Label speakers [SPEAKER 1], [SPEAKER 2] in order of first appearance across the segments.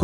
[SPEAKER 1] ค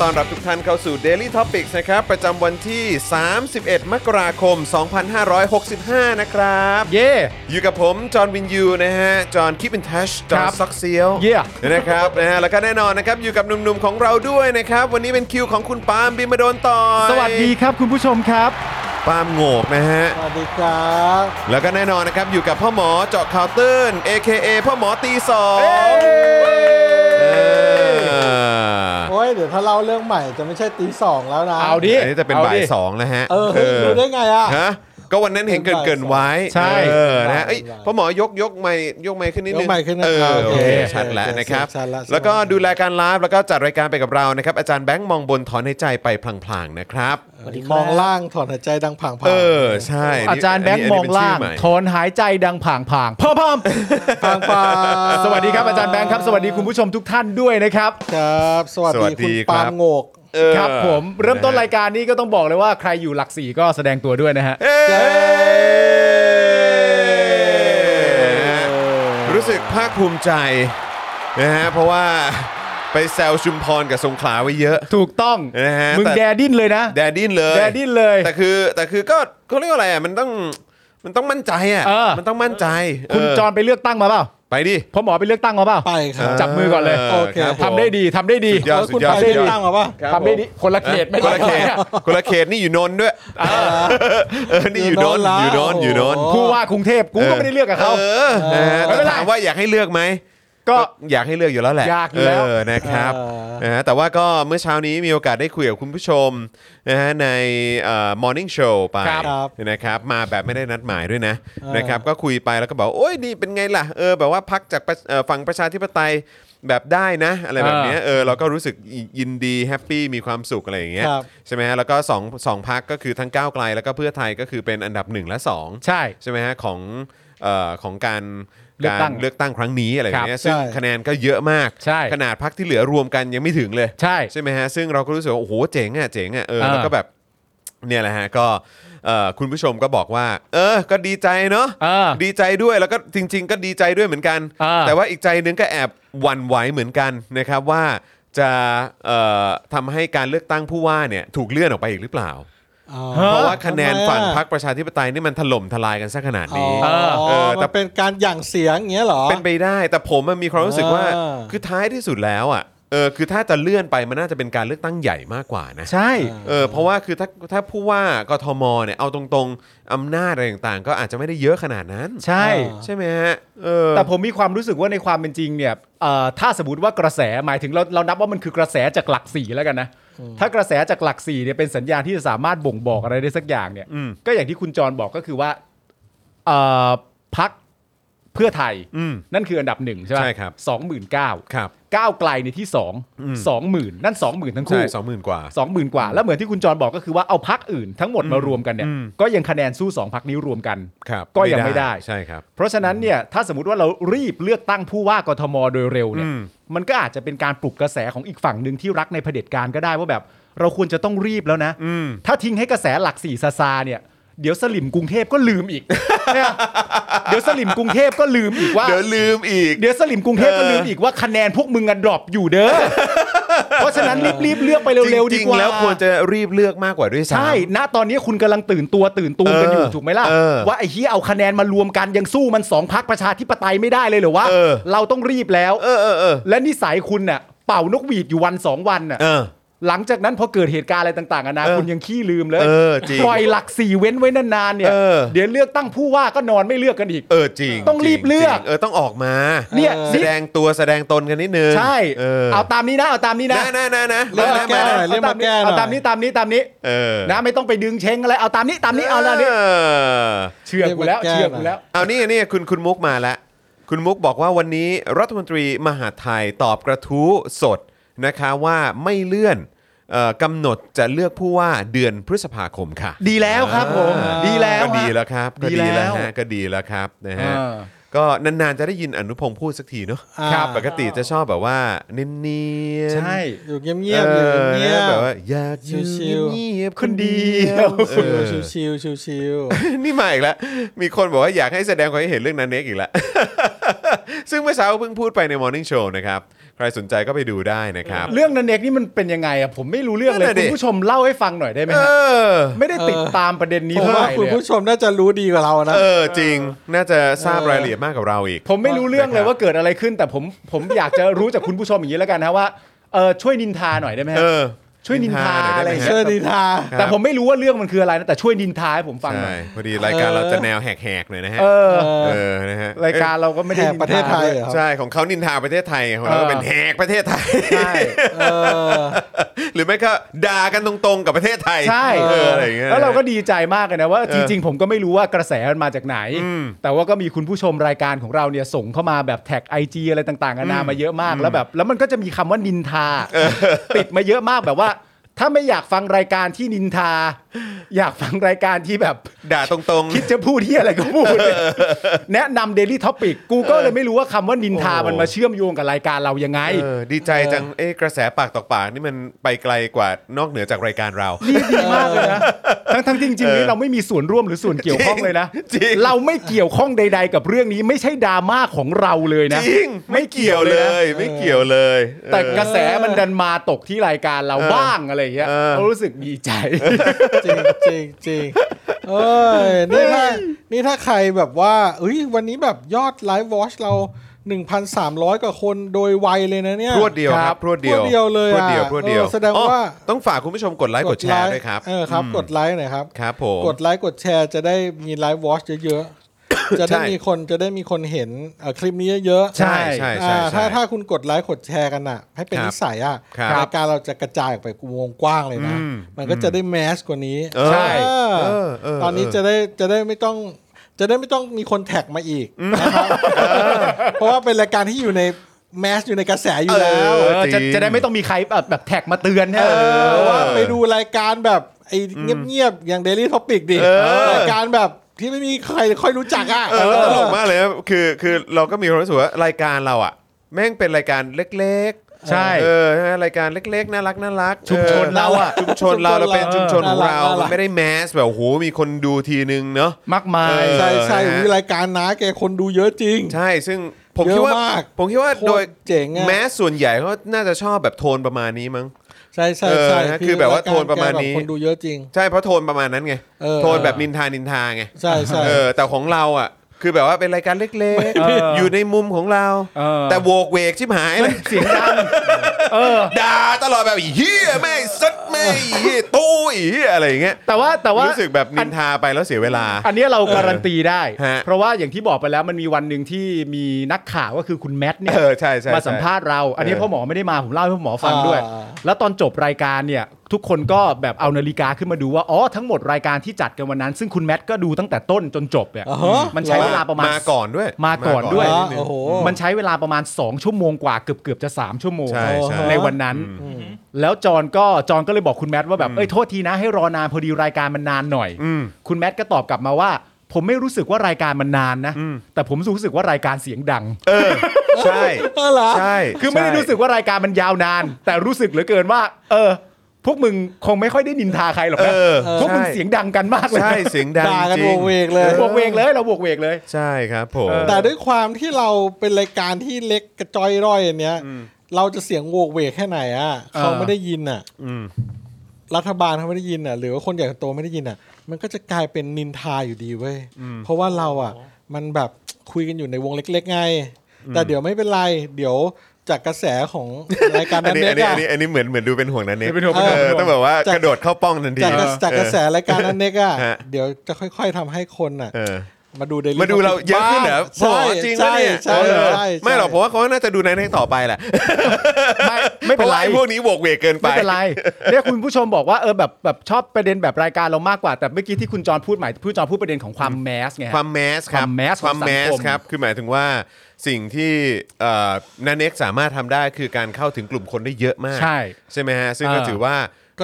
[SPEAKER 1] ต้อนรับทุกท่านเข้าสู่ Daily Topics นะครับ ประจำวันที่ 31 มกราคม 2565 นะครับ
[SPEAKER 2] เย่
[SPEAKER 1] อยู่กับผม จอห์นวินยูนะฮะ จอห์นคิปอินทัชจอห์
[SPEAKER 2] คน รับ
[SPEAKER 1] ซักเซียว
[SPEAKER 2] Yeah
[SPEAKER 1] นะครับนะฮะแล้วก็แน่นอนนะครับ อยู่กับหนุ่มๆของเราด้วยนะครับ วันนี้เป็นคิวของคุณปาล์มบิมมาโดนต่อย
[SPEAKER 2] สวัสดีครับคุณผู้ชมครับ
[SPEAKER 1] ปาล์มโงกนะฮะ
[SPEAKER 3] สวัสดีครับ
[SPEAKER 1] แล้วก็แน่นอนนะครับ อยู่กับพ่อหมอเจาะข่าวตื้น AKA พ่อหมอตีสองเออ
[SPEAKER 3] โอ้ยเดี๋ยวถ้าเล่าเรื่องใหม่จะไม่ใช่ตีสองแล้วนะ
[SPEAKER 2] เอาดิ
[SPEAKER 1] อันนี้จะเป็นบ่ายสองแล้วฮะ
[SPEAKER 3] เออเฮ้ยดูได้ไงอ่ะ
[SPEAKER 1] ฮะก็วันนั้นเห็นเกินเกินๆไว้
[SPEAKER 2] ใช่
[SPEAKER 1] เออนะฮะเอ้ยพ่อหมอยกยกไมค์ยกไมค์ขึ้นนิดนึง
[SPEAKER 3] ยกไมค์ขึ้นนะ
[SPEAKER 1] เออ
[SPEAKER 3] ครับ
[SPEAKER 1] โอ
[SPEAKER 3] โอ
[SPEAKER 1] เค
[SPEAKER 3] เค
[SPEAKER 1] ชัดแล้ว
[SPEAKER 3] โอเค
[SPEAKER 1] นะครับ
[SPEAKER 3] ชัดแล้ว
[SPEAKER 1] แล้วก็ดูแลการไลฟ์แล้วก็จัดรายการไปกับเรานะครับ อาจารย์แบงค์มองบนถอนหายใจไปพลางๆนะครับ
[SPEAKER 3] มองล่างถอนหายใจดังผางผา
[SPEAKER 1] เอง อใช่น
[SPEAKER 2] อา
[SPEAKER 1] นี้
[SPEAKER 2] จารย์แบงค์
[SPEAKER 1] น
[SPEAKER 2] ม
[SPEAKER 1] นี้
[SPEAKER 2] องล่า
[SPEAKER 1] เป็น
[SPEAKER 2] ง
[SPEAKER 1] ชื่ใหม่
[SPEAKER 2] ถอนหายใจดังผ่างผ่างพ่อพ่อม
[SPEAKER 3] ผางผาง
[SPEAKER 2] สวัสดีครับอาจารย์แบงค์ครับสวัสดีคุณผู้ชมทุกท่านด้วยนะครับ
[SPEAKER 3] ครับ สวัสดีคุณปาล์มโงก
[SPEAKER 1] เออ
[SPEAKER 2] ครับผมเริ่มต้นรายการนี้ก็ต้องบอกเลยว่าใครอยู่หลักสี่ก็แสดงตัวด้วยนะฮะ
[SPEAKER 1] เอ้ยรู้สึกภาคภูมิใจนะฮะเพราะว่าไปแซวชุมพรกับสงขลาไว้เยอะ
[SPEAKER 2] ถูกต้อง
[SPEAKER 1] นะฮะ
[SPEAKER 2] มึง
[SPEAKER 1] แต่
[SPEAKER 2] แดดิ้นเลยนะ
[SPEAKER 1] แดดดิ้นเลย
[SPEAKER 2] แดดดิ้นเลย
[SPEAKER 1] แต่คือแต่คือก็เขาเรียกว่าอะไรอ่ะมันต้องมันต้องมั่นใจอ่ะ
[SPEAKER 2] เออ
[SPEAKER 1] มันต้องมั่นใจ
[SPEAKER 2] คุณ
[SPEAKER 1] เ
[SPEAKER 2] จอนไปเลือกตั้งมาเปล่า
[SPEAKER 1] ไปดิ
[SPEAKER 2] พ่อหมอไปเลือกตั้งมาเปล่า
[SPEAKER 3] ไปครับ
[SPEAKER 2] จับมือก่อนเลย
[SPEAKER 1] เออครับผม
[SPEAKER 2] ทำได้ดีทำได้ดี
[SPEAKER 1] สุดยอด
[SPEAKER 3] คุณไป
[SPEAKER 1] สุดยอด
[SPEAKER 3] เลือกตั้งมาป่ะ
[SPEAKER 1] ครับ
[SPEAKER 2] ทำได้ดี
[SPEAKER 1] ผม
[SPEAKER 2] คนละเขตไม่
[SPEAKER 1] คนละเขต
[SPEAKER 2] ได้
[SPEAKER 1] คนละเขตนี่อยู่นนท์ด้วยเออนี่อยู่นนท์อยู่นนท์อยู่นนท์
[SPEAKER 3] โอ้
[SPEAKER 2] ผู้ว่ากรุงเทพกูก็ไม่ได้เลือกกับเขา
[SPEAKER 1] เออนะฮะ
[SPEAKER 2] ไม่
[SPEAKER 1] แต่
[SPEAKER 2] เป็นไร
[SPEAKER 1] ถามว่าอยากให้เลือกไหม
[SPEAKER 2] ก็
[SPEAKER 1] ก็อยากให้เลือกอยู่แล้วแหละ
[SPEAKER 2] อยากอยู่แล้ว
[SPEAKER 1] เนะครับ
[SPEAKER 3] เออ
[SPEAKER 1] นะฮะแต่ว่าก็เมื่อเช้านี้มีโอกาสได้คุยกับคุณผู้ชมนะฮะในเอ่อ morning show ไป
[SPEAKER 3] ครับ
[SPEAKER 1] นะครับมาแบบไม่ได้นัดหมายด้วยนะนะครับก็คุยไปแล้วก็บอกโอ้ยนี่เป็นไงล่ะเออแบบว่าพักจากประเอ่อฝั่งประชาธิปไตยแบบได้นะอะไรแบบเนี้ยเออเราก็รู้สึกยินดีแฮปปี้มีความสุขอะไรอย่างเงี้ย
[SPEAKER 3] ครับ
[SPEAKER 1] ใช่ไหมฮะแล้วก็สองสองพักก็คือทั้งก้าวไกลแล้วก็เพื่อไทยก็คือเป็นอันดับหนึ่งและสอง
[SPEAKER 2] ใช่
[SPEAKER 1] ใช่ไหมฮะของเอ่อของการ
[SPEAKER 2] เลือกตั้ง
[SPEAKER 1] ารเลือกตั้งครั้งนี้อะไรอย่างเงี้ยซึ่ง
[SPEAKER 3] ใช่
[SPEAKER 1] คะแนนก็เยอะมาก
[SPEAKER 2] ใช่
[SPEAKER 1] ขนาดพักที่เหลือรวมกันยังไม่ถึงเลย
[SPEAKER 2] ใช่
[SPEAKER 1] ใช่ไหมฮะซึ่งเราก็รู้สึกว่าโอ้โหเจ๋งอ่ะเจ๋งอ่ะเออ
[SPEAKER 2] เออ
[SPEAKER 1] แล้วก็แบบเนี่ยแหละฮะก็เอ่อคุณผู้ชมก็บอกว่า เออ ก็ดีใจเนาะ
[SPEAKER 2] เออ
[SPEAKER 1] ดีใจด้วยแล้วก็จริง ๆ ก็ดีใจด้วยเหมือนกัน
[SPEAKER 2] เออ
[SPEAKER 1] แต่ว่าอีกใจนึงก็แอบหวั่นไหวเหมือนกันนะครับว่าจะเอ่อทำให้การเลือกตั้งผู้ว่าเนี่ยถูกเลื่อนออกไปอีกหรือเปล่า
[SPEAKER 3] อ๋อ
[SPEAKER 2] ฮ
[SPEAKER 1] เพราะว่าคะแนน
[SPEAKER 3] ทำไมอะ
[SPEAKER 1] ฝั่งพรรคประชาธิปไตยนี่มันถล่มทลายกันซะขนาดนี้
[SPEAKER 3] อ๋อ
[SPEAKER 1] เออแต่
[SPEAKER 3] มันเป็นการหยั่งเสียงอย่างเงี้ยเหรอ
[SPEAKER 1] เป็นไปได้แต่ผมมันมีความรู้สึกว่า
[SPEAKER 3] อ่า
[SPEAKER 1] คือท้ายที่สุดแล้วอ่ะเออคือถ้าจะเลื่อนไปมันน่าจะเป็นการเลือกตั้งใหญ่มากกว่านะ
[SPEAKER 2] ใช่
[SPEAKER 1] เออเพราะว่าคือถ้าถ้าผู้ว่ากทมเนี่ยเอาตรงๆอำนาจอะไรต่างๆ ก็อาจจะไม่ได้เยอะขนาดนั้น
[SPEAKER 2] ใช่
[SPEAKER 3] อ่า
[SPEAKER 1] ใช่ไหมฮะเออ
[SPEAKER 2] แต่ผมมีความรู้สึกว่าในความเป็นจริงเนี่ยเอ่อถ้าสมมติว่ากระแสหมายถึงเราเรานับว่ามันคือกระแสจากหลักสี่แล้วกันนะ ถ้ากระแสจากหลักสี่เนี่ยเป็นสัญญาณที่จะสามารถบ่งบอกอะไรได้สักอย่างเนี่ย
[SPEAKER 1] อืม
[SPEAKER 2] ก็อย่างที่คุณจรบอกก็คือว่าเอ่อพัก เพื่อไทย
[SPEAKER 1] อืม
[SPEAKER 2] นั่นคืออันดับหนึ่งใช่ไหม
[SPEAKER 1] ใช่ครับ
[SPEAKER 2] สองหมื่นเก้า
[SPEAKER 1] ครับ
[SPEAKER 2] ก้าวไกลในที่สองสองหมื่นนั่นสองหมื่นทั้ง
[SPEAKER 1] ใช่
[SPEAKER 2] คู่
[SPEAKER 1] สองหมื่นกว่า
[SPEAKER 2] สองหมื่นกว่า แล้วเหมือนที่คุณจรบอกก็คือว่าเอาพักอื่นทั้งหมดมารวมกันเนี่ย
[SPEAKER 1] อืม
[SPEAKER 2] ก็ยังคะแนนสู้สองพักนี้รวมกัน
[SPEAKER 1] ครับ
[SPEAKER 2] ก็ยังไม่ได้
[SPEAKER 1] ใช่ครับ
[SPEAKER 2] เพราะฉะนั้นเนี่ยถ้าสมมติว่าเรารีบเลือกตั้งผู้ว่ากทมโดยเร็วเนี่ย
[SPEAKER 1] อืม
[SPEAKER 2] มันก็อาจจะเป็นการปลุกกระแสของอีกฝั่งหนึ่งที่รักในเผด็จการก็ได้ว่าแบบ เราควรจะต้องรีบแล้วนะ
[SPEAKER 1] อืม
[SPEAKER 2] ถ้าทิ้งให้กระแสหลักสี่ซาซาเนี่ยเดี๋ยวสลิมกรุงเทพก็ลืมอีก เนี่ยเดี๋ยวสลิมกรุงเทพก็ลืมอีกว่า
[SPEAKER 1] เดี๋ยวลืมอีก
[SPEAKER 2] เดี๋ยวสลิมกรุงเทพก็ลืมอีกว่าคะแนนพวกมึงอะดรอปอยู่เด้อ เพราะฉะนั้นรีบๆเลือกไปเร็วๆดีกว่า
[SPEAKER 1] จงๆแล้วควรจะรีบเลือกมากกว่าด้วยซ้ำ
[SPEAKER 2] ใช่ ณ ตอนนี้คุณกำลังตื่นตัวตื่นตูมกันอยู่
[SPEAKER 1] เออ
[SPEAKER 2] ถูกไหมล่ะ
[SPEAKER 1] เออ
[SPEAKER 2] ว่าไอ้เฮียเอาคะแนนมารวมกันยังสู้มันสองพักประชาธิปไตยไม่ได้เลยเหรือวะ
[SPEAKER 1] เออ
[SPEAKER 2] เราต้องรีบแล้ว
[SPEAKER 1] เออเออเออ
[SPEAKER 2] และนิสัยคุณน่ะเป่านกหวีดอยู่วันสองวันน่ะ
[SPEAKER 1] เออ
[SPEAKER 2] หลังจากนั้นพอเกิดเหตุการณ์อะไรต่างๆนานา
[SPEAKER 1] เออ
[SPEAKER 2] คุณยังขี้ลืมเลย
[SPEAKER 1] เออจริง
[SPEAKER 2] ปล่อยหลักสี่เว้นไว้นานๆเนี่ย
[SPEAKER 1] เออ
[SPEAKER 2] เดี๋ยวเลือกตั้งผู้ว่าก็นอนไม่เลือกกันอีก
[SPEAKER 1] เออจริง
[SPEAKER 2] ต้องรีบเลือก
[SPEAKER 1] จงเออต้องออกมา
[SPEAKER 2] เนี่ย
[SPEAKER 1] แส
[SPEAKER 2] นี่
[SPEAKER 1] ดงตัวแสดงตนกันนิดนึง
[SPEAKER 2] ใช่
[SPEAKER 1] เออ
[SPEAKER 2] เอาตามนี้นะเอาตามนี้นะ
[SPEAKER 1] นะนะนะนะ
[SPEAKER 3] เรียกมาแก้หน่อยเรียกมาแก้หน่อย
[SPEAKER 2] เอาตามนี้ตามนี้ตามนี้
[SPEAKER 1] เออ
[SPEAKER 2] นะไม่ต้องไปดึงเชงอะไรเอาตามนี้ตามนี้เอาตามนี้
[SPEAKER 1] เออ
[SPEAKER 2] เชื่อกูแล้ว
[SPEAKER 3] เรียกว่าแก้
[SPEAKER 2] เชื่อกูแล้ว
[SPEAKER 3] หน่
[SPEAKER 1] เอานี่นี่คุณคุณมุกมาแล้ว คุณมุกบอกว่าวันนี้รัฐมนตรีมหาดไทยตอบกระทู้สดนะคะว่าไม่เลื่อนเอ่อกำหนดจะเลือกผู้ว่าเดือนพฤษภาคมค่ะ
[SPEAKER 2] ดีแล้วครับผม
[SPEAKER 1] อ่า
[SPEAKER 2] ดีแล้ว
[SPEAKER 1] ก็ดี
[SPEAKER 2] ฮะ
[SPEAKER 1] แล้วครับก็
[SPEAKER 2] ดี
[SPEAKER 1] ดี
[SPEAKER 2] แล้
[SPEAKER 1] แล้ว
[SPEAKER 2] ว
[SPEAKER 1] ฮะก็ดีแล้วครับนะฮะ
[SPEAKER 2] อ่า
[SPEAKER 1] ก็นานๆจะได้ยินอนุพงษ์พูดสักทีเนาะ
[SPEAKER 3] อ่าครับ
[SPEAKER 1] ปกติจะชอบแบบว่าเนียนๆ
[SPEAKER 2] ใช่
[SPEAKER 3] อยู่เงียบๆอยู่เงี
[SPEAKER 1] อ
[SPEAKER 3] ย
[SPEAKER 1] อนะ
[SPEAKER 3] บ
[SPEAKER 1] แบบว่าอยากอยู่
[SPEAKER 3] ชิวๆ
[SPEAKER 1] เงียบๆ
[SPEAKER 2] คนเดียว
[SPEAKER 1] เอ
[SPEAKER 3] ชิว
[SPEAKER 1] อ
[SPEAKER 3] ๆชิวๆชิว
[SPEAKER 1] นี่มาอีกแล้วมีคนบอกว่าอยากให้แสดงความคิดเห็นเรื่องนันเน็กอีกแล้ว ซึ่งเมื่อเช้าเพิ่งพูดไปใน Morning Show นะครับ ใครสนใจก็ไปดูได้นะครับ
[SPEAKER 2] เรื่องนันเอกนี่มันเป็นยังไงอะผมไม่รู้เรื่องเล
[SPEAKER 1] นั่
[SPEAKER 2] ย
[SPEAKER 1] นน่ะดิ
[SPEAKER 2] คุณผู้ชมเล่าให้ฟังหน่อยได้ไหม
[SPEAKER 1] เอ
[SPEAKER 2] ฮะ
[SPEAKER 1] อ
[SPEAKER 2] ไม่ได้ติดตามประเด็น
[SPEAKER 3] ๆ
[SPEAKER 2] นี้
[SPEAKER 3] ผม
[SPEAKER 2] เท่าไห
[SPEAKER 3] ว่า
[SPEAKER 2] ร่
[SPEAKER 3] คุณ
[SPEAKER 2] เลย
[SPEAKER 3] ผู้ชมน่าจะรู้ดีกว่าเรานะ
[SPEAKER 1] เออจริงน่าจะทราบรายละเอียดมากกว่าเราอีก
[SPEAKER 2] ผมไม่รู้เรื่องเล
[SPEAKER 1] นะครั
[SPEAKER 2] ย
[SPEAKER 1] บ
[SPEAKER 2] ว่าเกิดอะไรขึ้น แต่ผมผมอยากจะรู้จากคุณผู้ชมอย่างนี้แล้วกันนะว่าเออช่วยนินทาหน่อยได้ไหมฮะ
[SPEAKER 1] เออ
[SPEAKER 2] ช่วยนินทา
[SPEAKER 1] หยด้หม
[SPEAKER 2] อะไรอย่างงี้
[SPEAKER 1] ฮ
[SPEAKER 3] เชื่อดีทา
[SPEAKER 1] ครับ
[SPEAKER 2] แต่ผมไม่รู้ว่าเรื่องมันคืออะไรนะแต่ช่วยนินทาให้ผมฟังหน่
[SPEAKER 1] ใช่
[SPEAKER 2] อย
[SPEAKER 1] พอดีรายการ
[SPEAKER 3] เออ
[SPEAKER 1] เราจะแนวแหกๆหน่อยนะฮะ
[SPEAKER 2] เออ
[SPEAKER 3] เออ
[SPEAKER 1] เออนะฮะ
[SPEAKER 2] รายการเราก็ไม่ได้
[SPEAKER 3] แหกประเทศไทย
[SPEAKER 2] นินทาด้ว
[SPEAKER 3] เหรอ
[SPEAKER 1] เอ้ยใช่ของเขานินทาประเทศไทยไงของเราก็
[SPEAKER 2] เออ
[SPEAKER 1] เป็นแหกประเทศไทย
[SPEAKER 2] ใช่
[SPEAKER 3] เออ
[SPEAKER 1] หรือไม่ก็ด่ากันตรงๆกับประเทศไทย
[SPEAKER 2] ใช่
[SPEAKER 1] เอออะไรอย่างเงี้ย
[SPEAKER 2] แล้วเราก็ดีใจมากเลยนะว่าจริงๆ ผมก็ไม่รู้ว่ากระแสมันมาจากไหน
[SPEAKER 1] อืม
[SPEAKER 2] แต่ว่าก็มีคุณผู้ชมรายการของเราเนี่ยส่งเข้ามาแบบแท็กไอจอะไรต่างๆนานามาเยอะมากแล้วแบบ แล้วมันก็จะมีคำว่านินทา ติดมาเยอะมากแบบว่า ถ้าไม่อยากฟังรายการที่นินทา อยากฟังรายการที่แบบ
[SPEAKER 1] ด่าตรงๆ
[SPEAKER 2] คิดจะพูดที่อะไรก็พูดเนี่ยแนะนำ Daily Topic กูก็เลยไม่รู้ว่าคำว่านินทา
[SPEAKER 1] โอ้
[SPEAKER 2] มันมาเชื่อมโยงกับรายการเรายังไง
[SPEAKER 1] เออดีใจจังเอ๊ะกระแสปากต่อปากนี่มันไปไกลกว่านอกเหนือจากรายการเรา
[SPEAKER 2] นี่ดีมากเลยนะ ทั้งทั้งๆจริงๆนี่เราไม่มีส่วนร่วมหรือส่วนเกี่ยวข้องเลยนะ
[SPEAKER 1] จริง
[SPEAKER 2] เราไม่เกี่ยวข้องใด ๆ กับเรื่องนี้ไม่ใช่ดราม่าของเราเลยนะ
[SPEAKER 1] จริงไม่เกี่ยวเลย ไม่เกี่ยวเลยเออ
[SPEAKER 2] แต่กระแสมันดันมาตกที่รายการเรา
[SPEAKER 1] เออ
[SPEAKER 2] บ้างอะไรอย่างเงี้ย
[SPEAKER 1] เออ
[SPEAKER 2] เรารู้สึกดีใจ
[SPEAKER 3] จริงจริงจริงเอ้ยนี่ถ้านี่ถ้าใครแบบว่าเอ้ยวันนี้แบบยอดไลฟ์วอชเรา 1,300 กว่าคนโดยไวเลยนะเนี่ย
[SPEAKER 1] พรวดเดียวครับพรวดเดียว
[SPEAKER 3] พรวดเดียวเลย
[SPEAKER 1] พรว
[SPEAKER 3] อะ
[SPEAKER 1] ดเดียวพรวดเดียว
[SPEAKER 3] เออแสดง
[SPEAKER 1] อ๋อ
[SPEAKER 3] ว่า
[SPEAKER 1] ต้องฝากคุณผู้ชมกดไลค์กดแชร์ด้วยครับ
[SPEAKER 3] เออครับกดไลค์หน่อยครับ
[SPEAKER 1] ครับผม
[SPEAKER 3] กดไลค์กดแชร์จะได้มีไลฟ์วอชเยอะๆ จะได้
[SPEAKER 1] ใช่
[SPEAKER 3] มีคนจะได้มีคนเห็นเอ่อคลิปนี้เยอะๆ
[SPEAKER 2] ใช่
[SPEAKER 1] ใช่ใช่
[SPEAKER 3] อ่า
[SPEAKER 1] ใช่
[SPEAKER 3] ถ้าถ้าคุณกดไลค์กดแชร์กันอ่ะ ให้เป็น
[SPEAKER 1] ครับ
[SPEAKER 3] นิสัยอ่ะ
[SPEAKER 1] ครับ
[SPEAKER 3] รายการเราจะกระจายออกไปวงกว้างเลยนะ
[SPEAKER 1] อืม
[SPEAKER 3] มันก็จะได้แมสกว่านี้
[SPEAKER 1] เออ
[SPEAKER 2] ใช่
[SPEAKER 3] เออ
[SPEAKER 1] เออเออ
[SPEAKER 3] ตอนนี้จะได้จะได้ไม่ต้องจะได้ไม่ต้องมีคนแท็กมาอีกนะครับเพราะว่าเป็นรายการที่อยู่ในแมสอยู่ในกระแสอยู่แล้ว
[SPEAKER 1] เออ
[SPEAKER 2] เออจะ
[SPEAKER 1] จริง
[SPEAKER 2] จะได้ไม่ต้องมีใครแบบแบบแท็กมาเตือนใช่ไหม
[SPEAKER 3] เออว่าไปดูรายการแบบไอ้เงียบๆ อย่าง Daily Topic ดิ
[SPEAKER 1] เออ
[SPEAKER 3] รายการแบบที่ไม่มีใครค่อยรู้จักอ่ะ
[SPEAKER 1] เออแล้วตลกมากเลยนะคือคือเราก็มีความรู้สึกว่ารายการเราอ่ะ แม่งเป็นรายการเล็กๆ
[SPEAKER 2] ใช่
[SPEAKER 1] เออฮะรายการเล็กๆ น่ารักน่ารัก
[SPEAKER 2] ชุมชนเราอะ
[SPEAKER 1] ชุมชนเราเราเป็นชุมชนของเรามันไม่ได้แมสแบบโอ้โหมีคนดูทีนึงเนาะ
[SPEAKER 2] มากมาย
[SPEAKER 1] เออ
[SPEAKER 3] ใช่ใช่มีรายการนะแกคนดูเยอะจริง
[SPEAKER 1] ใช่ซึ่งผมคิดว่า
[SPEAKER 3] เยอะมาก
[SPEAKER 1] ผมคิดว่า
[SPEAKER 3] โคตร
[SPEAKER 1] โดย
[SPEAKER 3] เจ๋งอะ
[SPEAKER 1] แมสส่วนใหญ่เขาน่าจะชอบแบบโทนประมาณนี้มั้ง
[SPEAKER 3] ใช่ใช่ใช่
[SPEAKER 1] เออนะคือแบบว่าโทนประมาณนี้
[SPEAKER 3] ยกแกแบบคนดูเยอะจริง
[SPEAKER 1] ใช่เพราะโทนประมาณนั้นไง
[SPEAKER 3] เออ
[SPEAKER 1] โทนแบบนินทานินทาไง
[SPEAKER 3] ใช่ใช่
[SPEAKER 1] เออแต่ของเราอ่ะ คือแบบว่าเป็นรายการเล็ก
[SPEAKER 2] เออ
[SPEAKER 1] ๆ อยู่ในมุมของเรา
[SPEAKER 2] เออ
[SPEAKER 1] แต่โวกเวกชิบหายเลย
[SPEAKER 2] เสียงดังเออ
[SPEAKER 1] ด่าตลอดแบบเฮียแม่งสัดแม่งเฮียตู้ยเฮียอะไรอย่างเงี้ย
[SPEAKER 2] แต่ว่าแต่ว่า
[SPEAKER 1] รู้สึกแบบนิ
[SPEAKER 2] อั
[SPEAKER 1] นทาไปแล้วเสียเวลา
[SPEAKER 2] อันเนี้ยเราการันตีได้
[SPEAKER 1] ฮะ
[SPEAKER 2] เพราะว่าอย่างที่บอกไปแล้วมันมีวันหนึ่งที่มีนักข่าวก็คือคุณแมทเนี่ย
[SPEAKER 1] เออใช่ใช่ใช่
[SPEAKER 2] มาสัมภาษณ์เรา อันนี้
[SPEAKER 1] เออ
[SPEAKER 2] พ่อหมอไม่ได้มาผมเล่าให้พ่อหมอฟังด้วย แล้วตอนจบรายการเนี่ย ทุกคนก็แบบเอานาฬิกาขึ้นมาดูว่าอ๋อทั้งหมดรายการที่จัดกันวันนั้น ซึ่งคุณแมทก็ดูตั้งแต่ต้นจนจบเนี่ย
[SPEAKER 3] อ๋อฮะ
[SPEAKER 2] มันใช้เวลาประมาณ
[SPEAKER 1] มาก่อนด้วย
[SPEAKER 2] มาก่อนด้วย
[SPEAKER 1] มา
[SPEAKER 3] โอ้โห
[SPEAKER 2] มันใช้เวลาประมาณ 2 ชั่วโมงกว่าเกือบเกือบๆจะ 3 ชั่วโมง
[SPEAKER 1] ใช่ใช่
[SPEAKER 2] ในวันนั้น แล้วจอนก็จอนก็เลยบอกคุณแมทว่าแบบเอ้ยโทษทีนะให้รอนานพอดีรายการมันนานหน่อย
[SPEAKER 1] อืม
[SPEAKER 2] คุณแมทก็ตอบกลับมาว่า ผมไม่รู้สึกว่ารายการมันนานนะ
[SPEAKER 1] อืม
[SPEAKER 2] แต่ผมรู้สึกว่ารายการเสียงดัง
[SPEAKER 1] ใช่
[SPEAKER 3] เออเหรอ
[SPEAKER 1] ใช่
[SPEAKER 2] คือไม่ได้รู้สึกว่ารายการมันยาวนาน แต่รู้สึกเหลือเกินว่า เออ พวกมึงคงไม่ค่อยได้นินทาใครหรอก
[SPEAKER 1] เอ
[SPEAKER 2] นะ
[SPEAKER 1] อ
[SPEAKER 2] พวกมึงเสียงดังกันมากเลย
[SPEAKER 1] ใช่เสียงดัง
[SPEAKER 3] ด่ากัน
[SPEAKER 1] จริ
[SPEAKER 3] โว
[SPEAKER 1] ง
[SPEAKER 3] เวกเลย
[SPEAKER 2] บวกเวกเลยเราบวกเวกเลย
[SPEAKER 1] ใช่ครับผม
[SPEAKER 2] เออ
[SPEAKER 3] แต่ด้วยความที่เราเป็นรายการที่เล็กกระจอยร่อยอันเนี้ย เราจะเสียงโวกเวกแค่ไหนอ่ะเขาไม่ได้ยินอ่ะ
[SPEAKER 1] อืม
[SPEAKER 3] รัฐบาลเขาไม่ได้ยินอ่ะ หรือว่าคนใหญ่คนโตไม่ได้ยินอ่ะ มันก็จะกลายเป็นนินทาอยู่ดีเว้ยเพราะว่าเราอ่ะ มันแบบคุยกันอยู่ในวงเล็ก ๆ ไง แต่เดี๋ยวไม่เป็นไร เดี๋ยวจากกระแสของรายการ
[SPEAKER 1] อัน
[SPEAKER 3] นั้น
[SPEAKER 1] นี้
[SPEAKER 3] เนี่
[SPEAKER 1] อันนี้อันนี้
[SPEAKER 3] ย
[SPEAKER 1] อันนี้เหมือนเหมือนดูเป็นห่วงนันเน็ก
[SPEAKER 2] เป็นห่วงเป็นห่วง
[SPEAKER 1] เออต้องแบบว่ากระโดดเข้าป้องทันที
[SPEAKER 3] จากกระจากกระแสรายการนั้นเนี่ยก็
[SPEAKER 1] ฮะ
[SPEAKER 3] เดี๋ยวจะค่อย ๆทำให้คนอ่ะ
[SPEAKER 1] เออ
[SPEAKER 3] มาดูเดลิ
[SPEAKER 1] มาดูเราเยอะขึ้นเหรอพอ
[SPEAKER 3] ใช่
[SPEAKER 1] จริงปะ
[SPEAKER 3] ใช่
[SPEAKER 1] เนี่ย
[SPEAKER 3] ใช่
[SPEAKER 1] เออ
[SPEAKER 3] ใช่ใช่
[SPEAKER 1] ไม่หรอกเพราะว่าเขาน่าจะดูในเน็กต่อไปแหละ
[SPEAKER 2] ไม่ไม่เป็นไร
[SPEAKER 1] พาะว่าอ้พวกนี้โวกเวกเกินไป
[SPEAKER 2] ไม่เป็นไร เนี่ยคุณผู้ชมบอกว่าเออแบบแบบชอบประเด็นแบบรายการเรามากกว่า แต่เมื่อกี้ที่คุณจรพูดหมายผู้จรพูดประเด็นของความแมสไงฮะ
[SPEAKER 1] ความแมสครับ
[SPEAKER 2] ความแมสของ
[SPEAKER 1] ความแมส
[SPEAKER 2] สังคม
[SPEAKER 1] ครับ คือหมายถึงว่าสิ่งที่เอ่อนันเน็กสามารถทำได้คือการเข้าถึงกลุ่มคนได้เยอะมาก
[SPEAKER 2] ใช่
[SPEAKER 1] ใช่ไหมฮะ ซึ่งก็
[SPEAKER 2] เออ
[SPEAKER 1] ถือว่า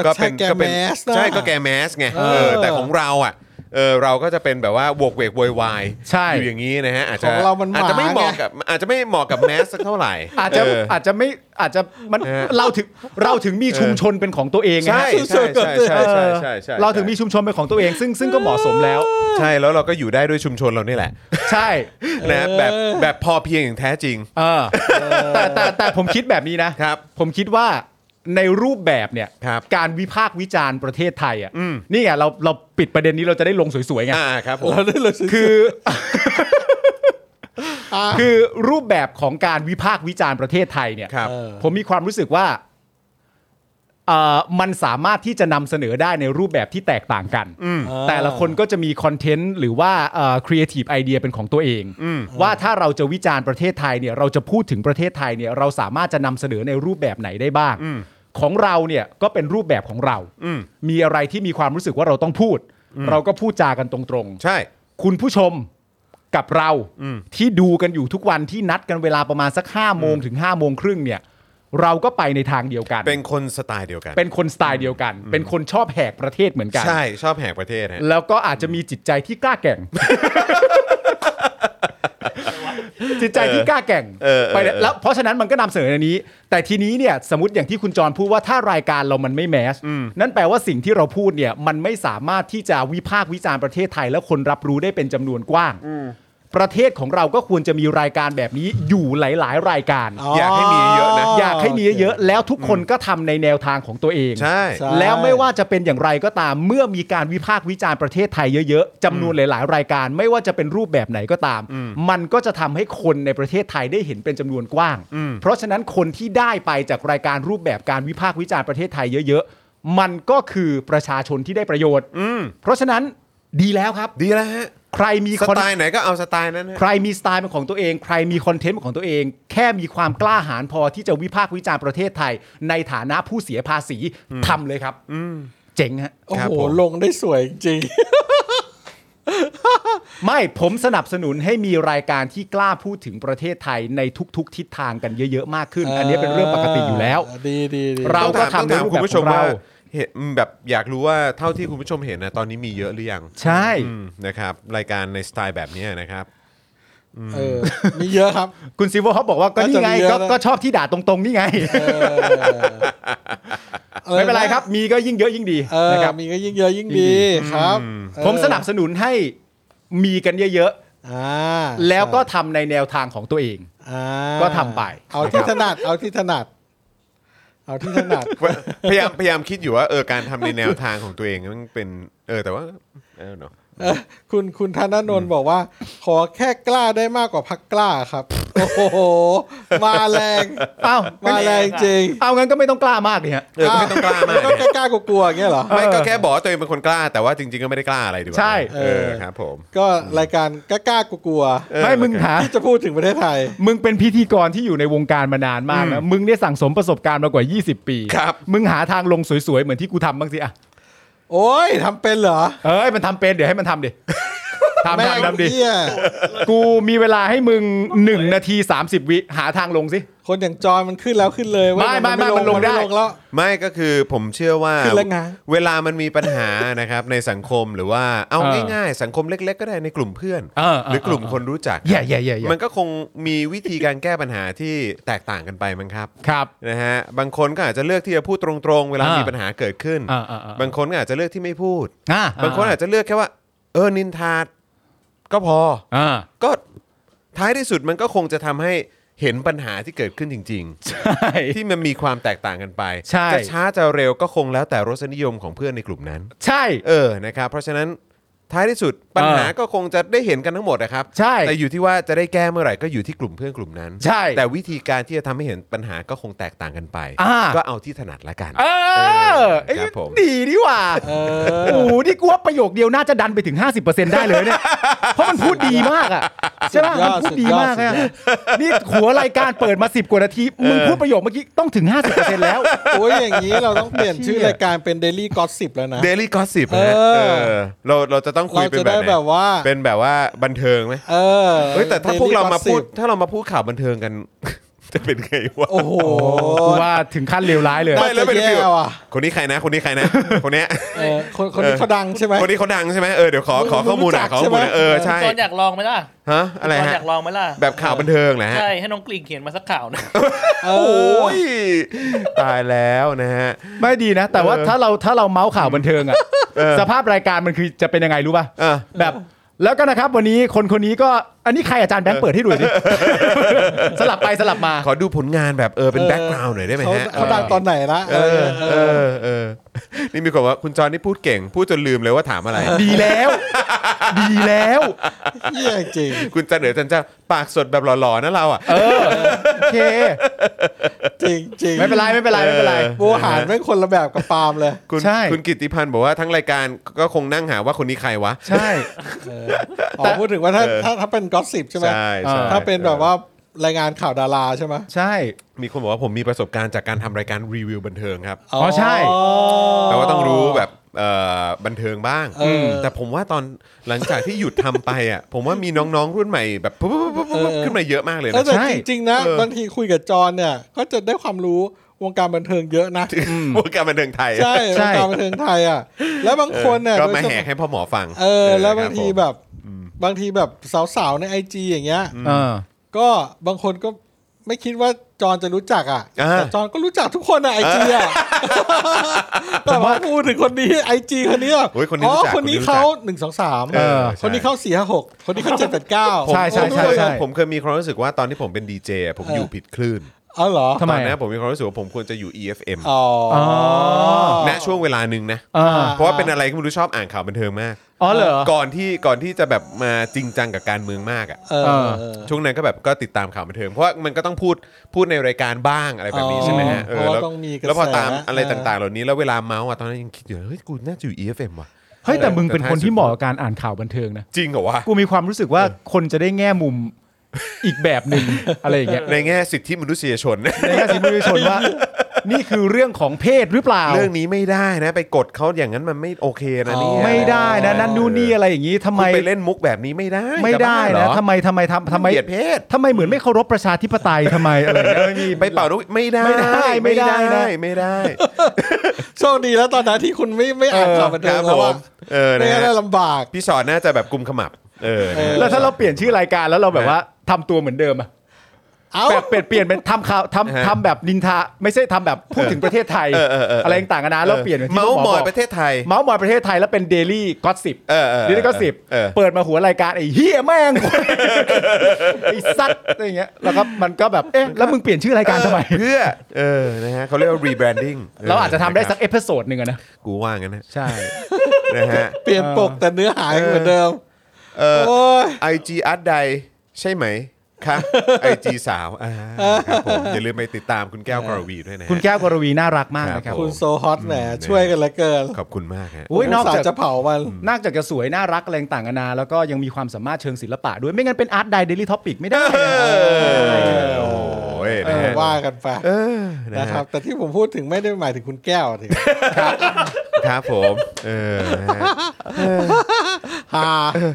[SPEAKER 3] ก็
[SPEAKER 1] เป็น
[SPEAKER 3] ใช่แก
[SPEAKER 1] เป็น
[SPEAKER 3] แมสนะ
[SPEAKER 1] ใช่ก็แกแมสไง
[SPEAKER 3] เออ
[SPEAKER 1] เออแต่ของเราอ่ะเออเราก็จะเป็นแบบว่าโวกเวกโวยวาย
[SPEAKER 2] ใช่
[SPEAKER 1] อยู่อย่างนี้นะฮะอาจจะ
[SPEAKER 3] ของเรามันหมา
[SPEAKER 1] อาจจะไม่เหมาะ
[SPEAKER 3] ไง
[SPEAKER 1] กับอาจจะไม่เหมาะกับแมสสักเท่าไหร่
[SPEAKER 2] อาจจะ
[SPEAKER 1] เออ
[SPEAKER 2] อาจจะไม่อาจจะมัน
[SPEAKER 1] เออ
[SPEAKER 2] เราถึงเราถึงมีชุมชนเป็นของตัวเองไง
[SPEAKER 1] ใช่
[SPEAKER 2] ฮะ
[SPEAKER 1] ใช่ใช่ใช่ใช่ใช่ใช่
[SPEAKER 2] เราถึงมีชุมชนเป็นของตัวเอง ซึ่งซึ่งก็เหมาะสมแล้ว
[SPEAKER 1] ใช่แล้วเราก็อยู่ได้ด้วยชุมชนเรานี่แหละ
[SPEAKER 2] ใช่
[SPEAKER 1] นะแบบแบบพอเพียงอย่างแท้จริง
[SPEAKER 2] เออแต่แต่แต่ผมคิดแบบนี้นะ
[SPEAKER 1] ครับ
[SPEAKER 2] ผมคิดว่าในรูปแบบเนี่ย
[SPEAKER 1] ครับ
[SPEAKER 2] การวิพากษ์วิจารณ์ประเทศไทยอ่ะ
[SPEAKER 1] อืม
[SPEAKER 2] นี่ไงเราเราปิดประเด็นนี้เราจะได้ลงสวยๆไง
[SPEAKER 1] อ่าครับผม
[SPEAKER 3] เราได้เลยสิ
[SPEAKER 2] คือ
[SPEAKER 3] อ่ะ
[SPEAKER 2] คือรูปแบบของการวิพากษ์วิจารณ์ประเทศไทยเนี่ย
[SPEAKER 1] ครับ
[SPEAKER 3] เออ
[SPEAKER 2] ผมมีความรู้สึกว่าเอ่อมันสามารถที่จะนำเสนอได้ในรูปแบบที่แตกต่างกัน
[SPEAKER 3] อ่า
[SPEAKER 2] แต่ละคนก็จะมีคอนเทนต์หรือว่าครีเอทีฟไอเดียเป็นของตัวเอง
[SPEAKER 1] อืม
[SPEAKER 2] ว่าถ้าเราจะวิจารณ์ประเทศไทยเนี่ยเราจะพูดถึงประเทศไทยเนี่ยเราสามารถจะนำเสนอในรูปแบบไหนได้บ้าง ของเราเนี่ยก็เป็นรูปแบบของเรา
[SPEAKER 1] อืม
[SPEAKER 2] มีอะไรที่มีความรู้สึกว่าเราต้องพูด เราก็พูดจากันตรงๆ
[SPEAKER 1] ใช่
[SPEAKER 2] คุณผู้ชมกับเรา
[SPEAKER 1] อืม
[SPEAKER 2] ที่ดูกันอยู่ทุกวันที่นัดกันเวลาประมาณสัก5้าโมงถึง5้าโมงครึ่งเนี่ย เราก็ไปในทางเดียวกัน
[SPEAKER 1] เป็นคนสไตล์เดียวกัน
[SPEAKER 2] เป็นคนสไตล์เดียวกัน เป็นคนชอบแหกประเทศเหมือนกัน
[SPEAKER 1] ใช่ชอบแหกประเทศฮะ
[SPEAKER 2] แล้วก็อาจจะมีจิตใจที่กล้าแกร่ง จิตใจที่กล้าแกร่ง
[SPEAKER 1] เออเออ
[SPEAKER 2] ไปเลยแล้วเพราะฉะนั้นมันก็นำเสนอในนี้ แต่ทีนี้เนี่ยสมมติอย่างที่คุณจรพูดว่าถ้ารายการเรามันไม่แมสนั่นแปลว่าสิ่งที่เราพูดเนี่ยมันไม่สามารถที่จะวิพากษ์วิจารณ์ประเทศไทย และคนรับรู้ได้เป็นจำนวนกว้าง ประเทศของเราก็ควรจะมีรายการแบบนี้อยู่หลาย ๆ รายการ
[SPEAKER 1] อยากให้มีเยอะนะ
[SPEAKER 2] อยากให้มีเยอะๆแล้วทุกคนก็ทำในแนวทางของตัวเอง
[SPEAKER 1] ใช่
[SPEAKER 3] ใช่
[SPEAKER 2] แล้วไม่ว่าจะเป็นอย่างไรก็ตามเมื่อมีการวิพากษ์วิจารณ์ประเทศไทยเยอะๆจำนวนหลาย ๆ รายการ ไม่ว่าจะเป็นรูปแบบไหนก็ตาม มันก็จะทำให้คนในประเทศไทยได้เห็นเป็นจำนวนกว้าง เพราะฉะนั้นคนที่ได้ไปจากรายการรูปแบบการวิพากษ์วิจารณ์ประเทศไทยเยอะๆมันก็คือประชาชนที่ได้ประโยชน์
[SPEAKER 1] อืม
[SPEAKER 2] เพราะฉะนั้นดีแล้วครับ
[SPEAKER 1] ดีแล้วฮะ
[SPEAKER 2] ใครมี
[SPEAKER 1] ส
[SPEAKER 2] คอน
[SPEAKER 1] ไตล์ไหนก็เอาสไตล์นั้นฮะ
[SPEAKER 2] ใครมีสไตล์เป็นของตัวเอง ใครมีคอนเทนต์เป็นของตัวเอง แค่มีความกล้าหาญพอที่จะวิพากษ์วิจารณ์ประเทศไทย ในฐานะผู้เสียภาษีทำเลยครับเจ๋งฮะ
[SPEAKER 3] โอ้โห ลงได้สวยจริง
[SPEAKER 2] ไม่ผมสนับสนุนให้มีรายการที่กล้าพูดถึงประเทศไทยในทุกๆ ทิศทางกันเยอะๆมากขึ้น อันนี้เป็นเรื่องปกติอยู่แล้ว
[SPEAKER 3] ดีดีดี
[SPEAKER 2] เรา
[SPEAKER 1] ต้
[SPEAKER 2] ก็
[SPEAKER 1] องถาม
[SPEAKER 2] ทำใน
[SPEAKER 1] ต้องถาม
[SPEAKER 2] รูป
[SPEAKER 1] คุณ
[SPEAKER 2] แบบ
[SPEAKER 1] ผู้ช
[SPEAKER 2] ขอ
[SPEAKER 1] ม
[SPEAKER 2] ง
[SPEAKER 1] ว่า
[SPEAKER 2] เรา
[SPEAKER 1] เห็นแบบอยากรู้ว่าเท่าที่คุณผู้ชมเห็นนะตอนนี้มีเยอะหรือยัง
[SPEAKER 2] ใช่
[SPEAKER 1] อืมนะครับ รายการในสไตล์แบบเนี้ยนะครับ
[SPEAKER 3] เออ มีเยอะครับ
[SPEAKER 2] คุณซิลเวอร์เขาบอกว่าก็
[SPEAKER 3] น่าจะ
[SPEAKER 2] นี่ไง
[SPEAKER 3] มีเยอะ
[SPEAKER 2] ก็
[SPEAKER 3] นะ
[SPEAKER 2] ก็ชอบที่ด่าตรงๆนี่ไง
[SPEAKER 3] เออ
[SPEAKER 2] ไม่เป็นไรครับ มีก็ยิ่งเยอะยิ่งดี
[SPEAKER 3] เออ
[SPEAKER 2] นะครับ
[SPEAKER 3] มีก็ยิ่งเยอะยิ่งดีครับเออ
[SPEAKER 2] ผมสนับสนุนให้มีกันเยอะ
[SPEAKER 3] อ่า
[SPEAKER 2] ๆ แล้วก็ทำในแนวทางของตัวเอง
[SPEAKER 3] อ่า
[SPEAKER 2] ก็ทำไป
[SPEAKER 3] เอาที่ถนัด เอาที่ถนัด เอาที่ถนัด
[SPEAKER 1] พยายามพยายามคิดอยู่ว่าเออการทำในแนวทางของตัวเองมันเป็นเออแต่ว่าเออเนาะ
[SPEAKER 3] เออคุณคุณธนาโนนบอกว่า ขอแค่กล้าได้มากกว่าพักกล้าครับ โอ้โห มาแรง
[SPEAKER 2] เอ้า
[SPEAKER 3] มาแรงจริง
[SPEAKER 2] เอางั้นก็ไม่ต้องกล้ามากดิฮะ
[SPEAKER 1] เออก็ไม่ต้องกล้ามาก
[SPEAKER 3] ก็แค่กล้ากลัวๆอย่างเงี้ยเหรอ
[SPEAKER 1] ไม่ก็แค่บอกว่าตัวเองเป็นคนกล้าแต่ว่าจริงๆก็ไม่ได้กล้าอะไรดีกว่า
[SPEAKER 2] ใช่
[SPEAKER 1] เออครับผม
[SPEAKER 3] ก็รายการกล้ากลัว
[SPEAKER 1] เออ
[SPEAKER 2] ไม่มึงหา
[SPEAKER 3] ๆที่จะพูดถึงประเทศไทย
[SPEAKER 2] มึงเป็นพิธีกรที่อยู่ในวงการมานานมากนะมึงเนี่ยสั่งสมประสบการณ์มากว่า 20 ปี
[SPEAKER 1] ครับ
[SPEAKER 2] มึงหาทางลงสวยๆ เหมือนที่กูทำบ้างสิอ่ะ
[SPEAKER 3] โอ้ยทำเป็นเหรอ
[SPEAKER 2] เอ้ยมันทำเป็นเดี๋ยวให้มัน ทำดิ ทำ
[SPEAKER 3] แม่ง
[SPEAKER 2] ทำทำดิ
[SPEAKER 3] เหี้ย
[SPEAKER 2] กูมีเวลาให้มึง 1 นาที 30 วิหาทางลงสิ
[SPEAKER 3] คนอย่างจอยมันขึ้นแล้วขึ้นเลยเว้ย
[SPEAKER 2] ไม่ไม่ไม่มันลงได้
[SPEAKER 3] แล้ว
[SPEAKER 1] ไม่ก็คือผมเชื่อว่า
[SPEAKER 3] คือละง้าง
[SPEAKER 1] เวลามันมีปัญหา นะครับในสังคมหรือว่าเอา
[SPEAKER 2] เออ
[SPEAKER 1] ง่ายๆ สังคมเล็ก ๆ ก็ได้ในกลุ่มเพื่อน
[SPEAKER 2] เออเอ
[SPEAKER 1] ห
[SPEAKER 2] อ
[SPEAKER 1] รือกลุ่ม
[SPEAKER 2] เออ
[SPEAKER 1] คนรู้จัก
[SPEAKER 2] แย่แย่แย่แย่
[SPEAKER 1] มันก็คงมีวิธีการแก้ปัญหาที่แตกต่างกันไปมั้งครับ
[SPEAKER 2] ครับ
[SPEAKER 1] นะฮะบางคนก็อาจจะเลือกที่จะพูดตรงๆ เวลา
[SPEAKER 2] อ่ามี
[SPEAKER 1] มีปัญหาเกิดขึ้น
[SPEAKER 2] อ่าอ่าอ่า
[SPEAKER 1] บางคนก็อาจจะเลือกที่ไม่พูด
[SPEAKER 2] อ่า
[SPEAKER 1] บางคนอาจจะเลือกแค่ว่า เออนินทาก็พอ
[SPEAKER 2] อ่า
[SPEAKER 1] ก็ท้ายที่สุดมันก็คงจะทำให้เห็นปัญหาที่เกิดขึ้นจริง
[SPEAKER 2] ใช่
[SPEAKER 1] ๆ ที่มันมีความแตกต่างกันไป
[SPEAKER 2] ใช่
[SPEAKER 1] จะช้าจะเร็วก็คงแล้วแต่รสนิยมของเพื่อนในกลุ่มนั้น
[SPEAKER 2] ใช่
[SPEAKER 1] เออนะครับเพราะฉะนั้นท้ายที่สุดปัญหาก็คงจะได้เห็นกันทั้งหมดนะครับ
[SPEAKER 2] ใช่
[SPEAKER 1] แต่อยู่ที่ว่าจะได้แก้เมื่อไหร่ก็อยู่ที่กลุ่มเพื่อนกลุ่มนั้น
[SPEAKER 2] ใช่
[SPEAKER 1] แต่วิธีการที่จะทำให้เห็นปัญหาก็คงแตกต่างกันไป
[SPEAKER 2] อ่า
[SPEAKER 1] ก็เอาที่ถนัดละกัน
[SPEAKER 2] เออ
[SPEAKER 1] เออครับผม
[SPEAKER 2] ดีดีว่ะ
[SPEAKER 3] เอ
[SPEAKER 2] โอ้
[SPEAKER 3] อ
[SPEAKER 2] โหนี่กูว่าประโยคเดียวน่าจะดันไปถึง 50%ได้เลยเนี่ย เพราะมันพูดดีมากอ่ะใช่ป่ะ
[SPEAKER 3] สุดย
[SPEAKER 2] มัน
[SPEAKER 3] อด
[SPEAKER 2] พูดดีมาก
[SPEAKER 3] สุดยอด
[SPEAKER 2] อะนี่หัวรายการเปิดมา 10 กว่านาที มึงพูดประโยคเมื่อกี้ต้องถึง 50%แล้ว
[SPEAKER 3] โอ้ยอย่างนี้เราต้องเปลี่ยนชื่อรายการเป็น Daily Gossip แล้วนะ
[SPEAKER 1] เดลี่กอสิบนะฮะ
[SPEAKER 3] เออ
[SPEAKER 1] เออเราเราจะต้องคุย
[SPEAKER 3] เรา
[SPEAKER 1] เป็น
[SPEAKER 3] จะ
[SPEAKER 1] แบบ
[SPEAKER 3] ได้
[SPEAKER 1] ไหน
[SPEAKER 3] แบบว่า
[SPEAKER 1] เป็นแบบว่าบันเทิงไหม
[SPEAKER 3] เออ
[SPEAKER 1] เฮ้ยแต่ถ้า
[SPEAKER 3] Daily
[SPEAKER 1] พวกเรามาพูด
[SPEAKER 3] Gossip
[SPEAKER 1] ถ้าเรามาพูดข่าวบันเทิงกัน จะเป็นไงวะ
[SPEAKER 3] โอ้โห
[SPEAKER 2] กูว่าถึงขั้นเลวร้ายเลย
[SPEAKER 3] น่า
[SPEAKER 1] ไม่แล้วเป็น
[SPEAKER 3] จะแย่
[SPEAKER 1] ฟิล
[SPEAKER 3] ว่ะ
[SPEAKER 1] คนนี้ใครนะ คนนี้ใครนะ คนเนี้ย
[SPEAKER 3] เออคนคนนี้เขาดังใช่ไหม
[SPEAKER 1] คนนี้เขาดังใช่ไหมเออเดี๋ยวขอขอข้อมูลหน่อยขอข้อมูลหน่อยเออใช่
[SPEAKER 4] จอนอยากลองไหมล่ะ
[SPEAKER 1] ฮะอะไร
[SPEAKER 4] จอน
[SPEAKER 1] ฮะ
[SPEAKER 4] อยากลองไหมล่ะ
[SPEAKER 1] แบบข่าวบันเทิงแหละฮะ
[SPEAKER 4] ใช่ให้น้องกลิ่งเขียนมาสักข่าวนะ
[SPEAKER 1] โอ้ยตายแล้วนะฮะ
[SPEAKER 2] ไม่ดีนะ แต่ว่า
[SPEAKER 1] เออ
[SPEAKER 2] ถ้าเราถ้าเราเมาส์ข่าวบันเทิงอะสภาพรายการมันคือจะเป็นยังไงรู้ป่ะ
[SPEAKER 1] เออ
[SPEAKER 2] แบบแล้วก็นะครับวันนี้คนคนนี้ก็อันนี้ใครอาจารย์แบงค์เปิดให้ดูสิ สลับไปสลับ มา
[SPEAKER 1] ขอดูผลงานแบบเออเป็น
[SPEAKER 3] เออ
[SPEAKER 1] แบ็กกราวน์หน่อยได้ไหม
[SPEAKER 3] เขา
[SPEAKER 1] ฮะ
[SPEAKER 3] เขาดังตอนไหนละ
[SPEAKER 1] เออเออเออเออนี่มีคนว่าคุณจอห์นนี่พูดเก่ง พูดจนลืมเลยว่าถามอะไร
[SPEAKER 2] ดีแล้ว ดีแล้ว
[SPEAKER 3] เหี้ยจริง
[SPEAKER 1] คุณจันเหนือจันเจ้าปากสดแบบหล่อๆนะเราอ่ะ
[SPEAKER 2] เออโอเค
[SPEAKER 3] จริงจริง
[SPEAKER 2] ไม่เป็นไรไม่เป็นไรไม่เป็นไร
[SPEAKER 3] โบหารแม่งคนละแบบกับปาล์มเลย
[SPEAKER 1] คุณ
[SPEAKER 2] ใช่
[SPEAKER 1] คุณกิตติพันธ์บอกว่าทั้งรายการก็คงนั่งหาว่าคนนี้ใครวะ
[SPEAKER 2] ใช่
[SPEAKER 3] อ๋อพูดถึงว่าถ้าถ้าถ้าเป็นก็สซิบใช่ไหม
[SPEAKER 1] ใช่ใช่
[SPEAKER 3] ถ้าเป็นแบบว่ารายงานข่าวดาราใช่ไหม
[SPEAKER 2] ใช่
[SPEAKER 1] มีคนบอกว่าผมมีประสบการณ์จากการทำรายการรีวิวบันเทิงครับ
[SPEAKER 2] อ๋อใช่
[SPEAKER 1] แต่ว่าต้องรู้แบบเอ่อบันเทิงบ้าง
[SPEAKER 3] เออ
[SPEAKER 1] แต่ผมว่าตอนหลังจากที่หยุดทำไปอ่ะ ผมว่ามีน้องๆรุ่นใหม่แบบปุ๊บปุ๊บปุ๊บปุ๊บ
[SPEAKER 3] เออ
[SPEAKER 1] ขึ้นมาเยอะมากเลย
[SPEAKER 3] เออ
[SPEAKER 1] นะ
[SPEAKER 3] แต่
[SPEAKER 2] ใช่
[SPEAKER 3] จริงๆนะ
[SPEAKER 1] เออ
[SPEAKER 3] บางทีคุยกับจอนเนี่ย ก็จะได้ความรู้วงการบันเทิงเยอะนะ
[SPEAKER 1] วงการบันเทิงไทยอะ
[SPEAKER 3] ใช่
[SPEAKER 2] ใช่
[SPEAKER 3] วงการบันเทิงไทยอ่ะ แล้วบาง
[SPEAKER 1] เออ
[SPEAKER 3] คนเนี่ย
[SPEAKER 1] ก็
[SPEAKER 3] โดย
[SPEAKER 1] มา
[SPEAKER 3] เฉ
[SPEAKER 1] แหก
[SPEAKER 3] พาะ
[SPEAKER 1] ให้พ่อหมอฟัง
[SPEAKER 3] เออ แล้วบางที
[SPEAKER 1] ค
[SPEAKER 3] แบ
[SPEAKER 1] รัผม
[SPEAKER 3] บ บางทีแบบสาวๆในไอจีอย่างเงี้ย
[SPEAKER 2] เออ
[SPEAKER 3] ก็บางคนก็ไม่คิดว่าจอนจะรู้จักอ่ะ
[SPEAKER 1] า
[SPEAKER 3] แต่จอนก็รู้จักทุกคนอ่ะไอจี อ่ะแต่ว่าพูดถึงคนนี้ไอจีคนนี้อะ
[SPEAKER 1] โอ้ยคนนี้
[SPEAKER 3] อ๋อ
[SPEAKER 1] รู้จัก
[SPEAKER 3] คนนี้
[SPEAKER 1] คนนี้รู้จัก
[SPEAKER 3] เขาหนึ่งสองสาม
[SPEAKER 1] เออ
[SPEAKER 2] อ
[SPEAKER 1] ใช่
[SPEAKER 3] คนนี้เขาสี่ห้าหกคนนี้เขาเจ็ดแปดเก้า
[SPEAKER 1] ผม
[SPEAKER 2] ใช่ใช่ใช่ใช่
[SPEAKER 1] ผมเคยมีความรู้สึกว่าตอนที่ผมเป็นดีเจอะผมอยู่ผิดคลื่น
[SPEAKER 3] อ๋อเหรอ
[SPEAKER 1] ต
[SPEAKER 2] ทำไม
[SPEAKER 1] อนนั้
[SPEAKER 2] อะ
[SPEAKER 1] นผมมีความรู้สึกว่าผมควรจะอยู่ EFM
[SPEAKER 3] อ๋ออ๋อ
[SPEAKER 1] ณช่วงเวลาหนึ่งนะ
[SPEAKER 2] อ่า
[SPEAKER 1] เพราะว่าเป็นอะไรก็ไม่รู้ชอบอ่านข่าวบันเทิงมาก
[SPEAKER 2] อ๋อเหรอ
[SPEAKER 1] ก่อนที่ก่อนที่จะแบบมาจริงจังกับการเมืองมากอ่ะ
[SPEAKER 3] เออ
[SPEAKER 2] เออ
[SPEAKER 1] ช่วงนั้นก็แบบก็ติดตามข่าวบันเทิงเพราะว่ามันก็ต้องพูดพูดในรายการบ้างอะไรแบบนี้
[SPEAKER 3] อ๋อ
[SPEAKER 1] ใช่ไหมฮะ
[SPEAKER 3] เพราะว่า
[SPEAKER 1] แล้ว
[SPEAKER 3] ต้องมีกระแส
[SPEAKER 1] แล้วพอตามอะไร
[SPEAKER 3] เออ
[SPEAKER 1] ต่างๆ เหล่านี้แล้วเวลาเมาส์อ่ะตอนนั้นยังคิดอยู่เฮ้ยกูน่าจะอยู่ EFM ว่ะ
[SPEAKER 2] เฮ้ยแต่มึงเป็นคนที่
[SPEAKER 1] แต่ท้ายสุด
[SPEAKER 2] เหมาะกับการอ่านข่าวบันเทิงนะ
[SPEAKER 1] จริงเหรอวะ
[SPEAKER 2] กูมีความรู้สึกว่าคนจะได้แง่มุมอีกแบบหนึ่งอะไรอย่างเงี้ย
[SPEAKER 1] ในแง่สิทธิมนุษยชน
[SPEAKER 2] ในแง่สิทธิมนุษยชนว่า นี่คือเรื่องของเพศหรือเปล่า
[SPEAKER 1] เรื่องนี้ไม่ได้นะ ไปกดเขาอย่างนั้นมันไม่โอเคนะ
[SPEAKER 3] อ๋อ
[SPEAKER 1] เนี่ย
[SPEAKER 2] ไม่ได้นะนั่นนู่นนี่อะไรอย่างนี้ทำ
[SPEAKER 1] คุณ
[SPEAKER 2] ไม
[SPEAKER 1] ไปเล่นมุกแบบนี้ไม่ได้
[SPEAKER 2] ไม่
[SPEAKER 1] จ
[SPEAKER 2] ได้
[SPEAKER 1] บ้าเหร
[SPEAKER 2] นะ
[SPEAKER 1] อ
[SPEAKER 2] ทำไมทำไมทำทำไม
[SPEAKER 1] เหยียดเพศ
[SPEAKER 2] ทำไมเหมือนไม่เคารพประชาธิปไตยทำไมอะไรอย่างเงี้ย
[SPEAKER 1] ไปเป่านกไม่ได้
[SPEAKER 2] ไม่ได้ไม่ได้นะ
[SPEAKER 1] ไม่ได้
[SPEAKER 3] โชคดีแล้วตอนนั้นที่คุณไม่ไม่อ่านข่าวบั
[SPEAKER 1] ค
[SPEAKER 3] นเทิ
[SPEAKER 1] รับ
[SPEAKER 3] งแล้
[SPEAKER 1] ผ
[SPEAKER 3] วว่าม
[SPEAKER 1] เออ
[SPEAKER 3] ไม่
[SPEAKER 1] นะ
[SPEAKER 3] งั้นน่า
[SPEAKER 1] ฮะ
[SPEAKER 3] ลำบาก
[SPEAKER 1] พี่สอนน่าจะแบบกุมขมับ เออนะฮะ
[SPEAKER 2] แล้วถ้าเราเปลี่ยนชื่อรายการแล้วเราแบบว่าทำตัวเหมือนเดิมอะ
[SPEAKER 3] เอ้า
[SPEAKER 2] แบบเปลี่ยนเปลี่ยนเป็นทำข่าว
[SPEAKER 1] ฮะ
[SPEAKER 2] ทำทำแบบนินทาไม่ใช่ทำแบบพูดถึงประเทศไทย
[SPEAKER 1] เออเออเอออ
[SPEAKER 2] อะไรต่างกันานะแล้วเปลี่ยนป็นที่
[SPEAKER 1] เมาส์
[SPEAKER 2] ห
[SPEAKER 1] มอย
[SPEAKER 2] บก
[SPEAKER 1] ประเทศไทย
[SPEAKER 2] เมาส์มอยประเทศไทยแล้วเป็นเดลี่ก็สิบ
[SPEAKER 1] เออเออ
[SPEAKER 2] ดิจิทัลสิบ
[SPEAKER 1] เออ
[SPEAKER 2] เปิดมาหัวรายการไอ้เฮียแม่ง ไอ้สัตว์อะไรเงี้ยแล้วก็มันก็แบบเอ๊ะแล้วมึงเปลี่ยนชื่อรายการทำไม
[SPEAKER 1] เพื่อ เออ นะฮะเขาเรียกว่า rebranding
[SPEAKER 2] เราอาจจะทำได้สักเอพิโซดหนึ่งอะนะ
[SPEAKER 1] กูว่างั้นนะ
[SPEAKER 2] ใช่
[SPEAKER 1] นะฮะ
[SPEAKER 3] เปลี่ยนปกแต่เนื้อหายังเหมือนเดิม
[SPEAKER 1] เออ
[SPEAKER 3] โอ้ย
[SPEAKER 1] ไอจีอาร์ตใดใช่ไหมคะไอจีสาวอ่าครับผมอย่าลืมไปติดตามคุณแก้วกรวีด้วยนะฮะ
[SPEAKER 2] คุณแก้วกรวีน่ารักมากนะครับ
[SPEAKER 1] รับ
[SPEAKER 3] คุณโซฮอตแหม
[SPEAKER 1] อืม
[SPEAKER 3] ช่วยกันเหละเกิน
[SPEAKER 1] ขอบคุณมากฮะ
[SPEAKER 2] อุ๊ยนอกจาก
[SPEAKER 3] สงสรจะเผามัน
[SPEAKER 2] นอกจากจะสวยน่ารักอะไรต่างกันานาแล้วก็ยังมีความสามารถเชิงศิลปะด้วยไม่งั้นเป็นอาร์ตไดเดลี่ท็อปิกไม่ได้นะ
[SPEAKER 1] อโอ้ยนะฮะ
[SPEAKER 3] ว่ากันไป
[SPEAKER 1] เออนะ
[SPEAKER 3] นะ
[SPEAKER 1] ค
[SPEAKER 3] ค
[SPEAKER 1] รั
[SPEAKER 3] รับ บ แต่ที่ผมพูดถึงไม่ได้หมายถึงคุณแก้วถึง
[SPEAKER 1] ครับผมเออนะฮะ
[SPEAKER 3] ฮา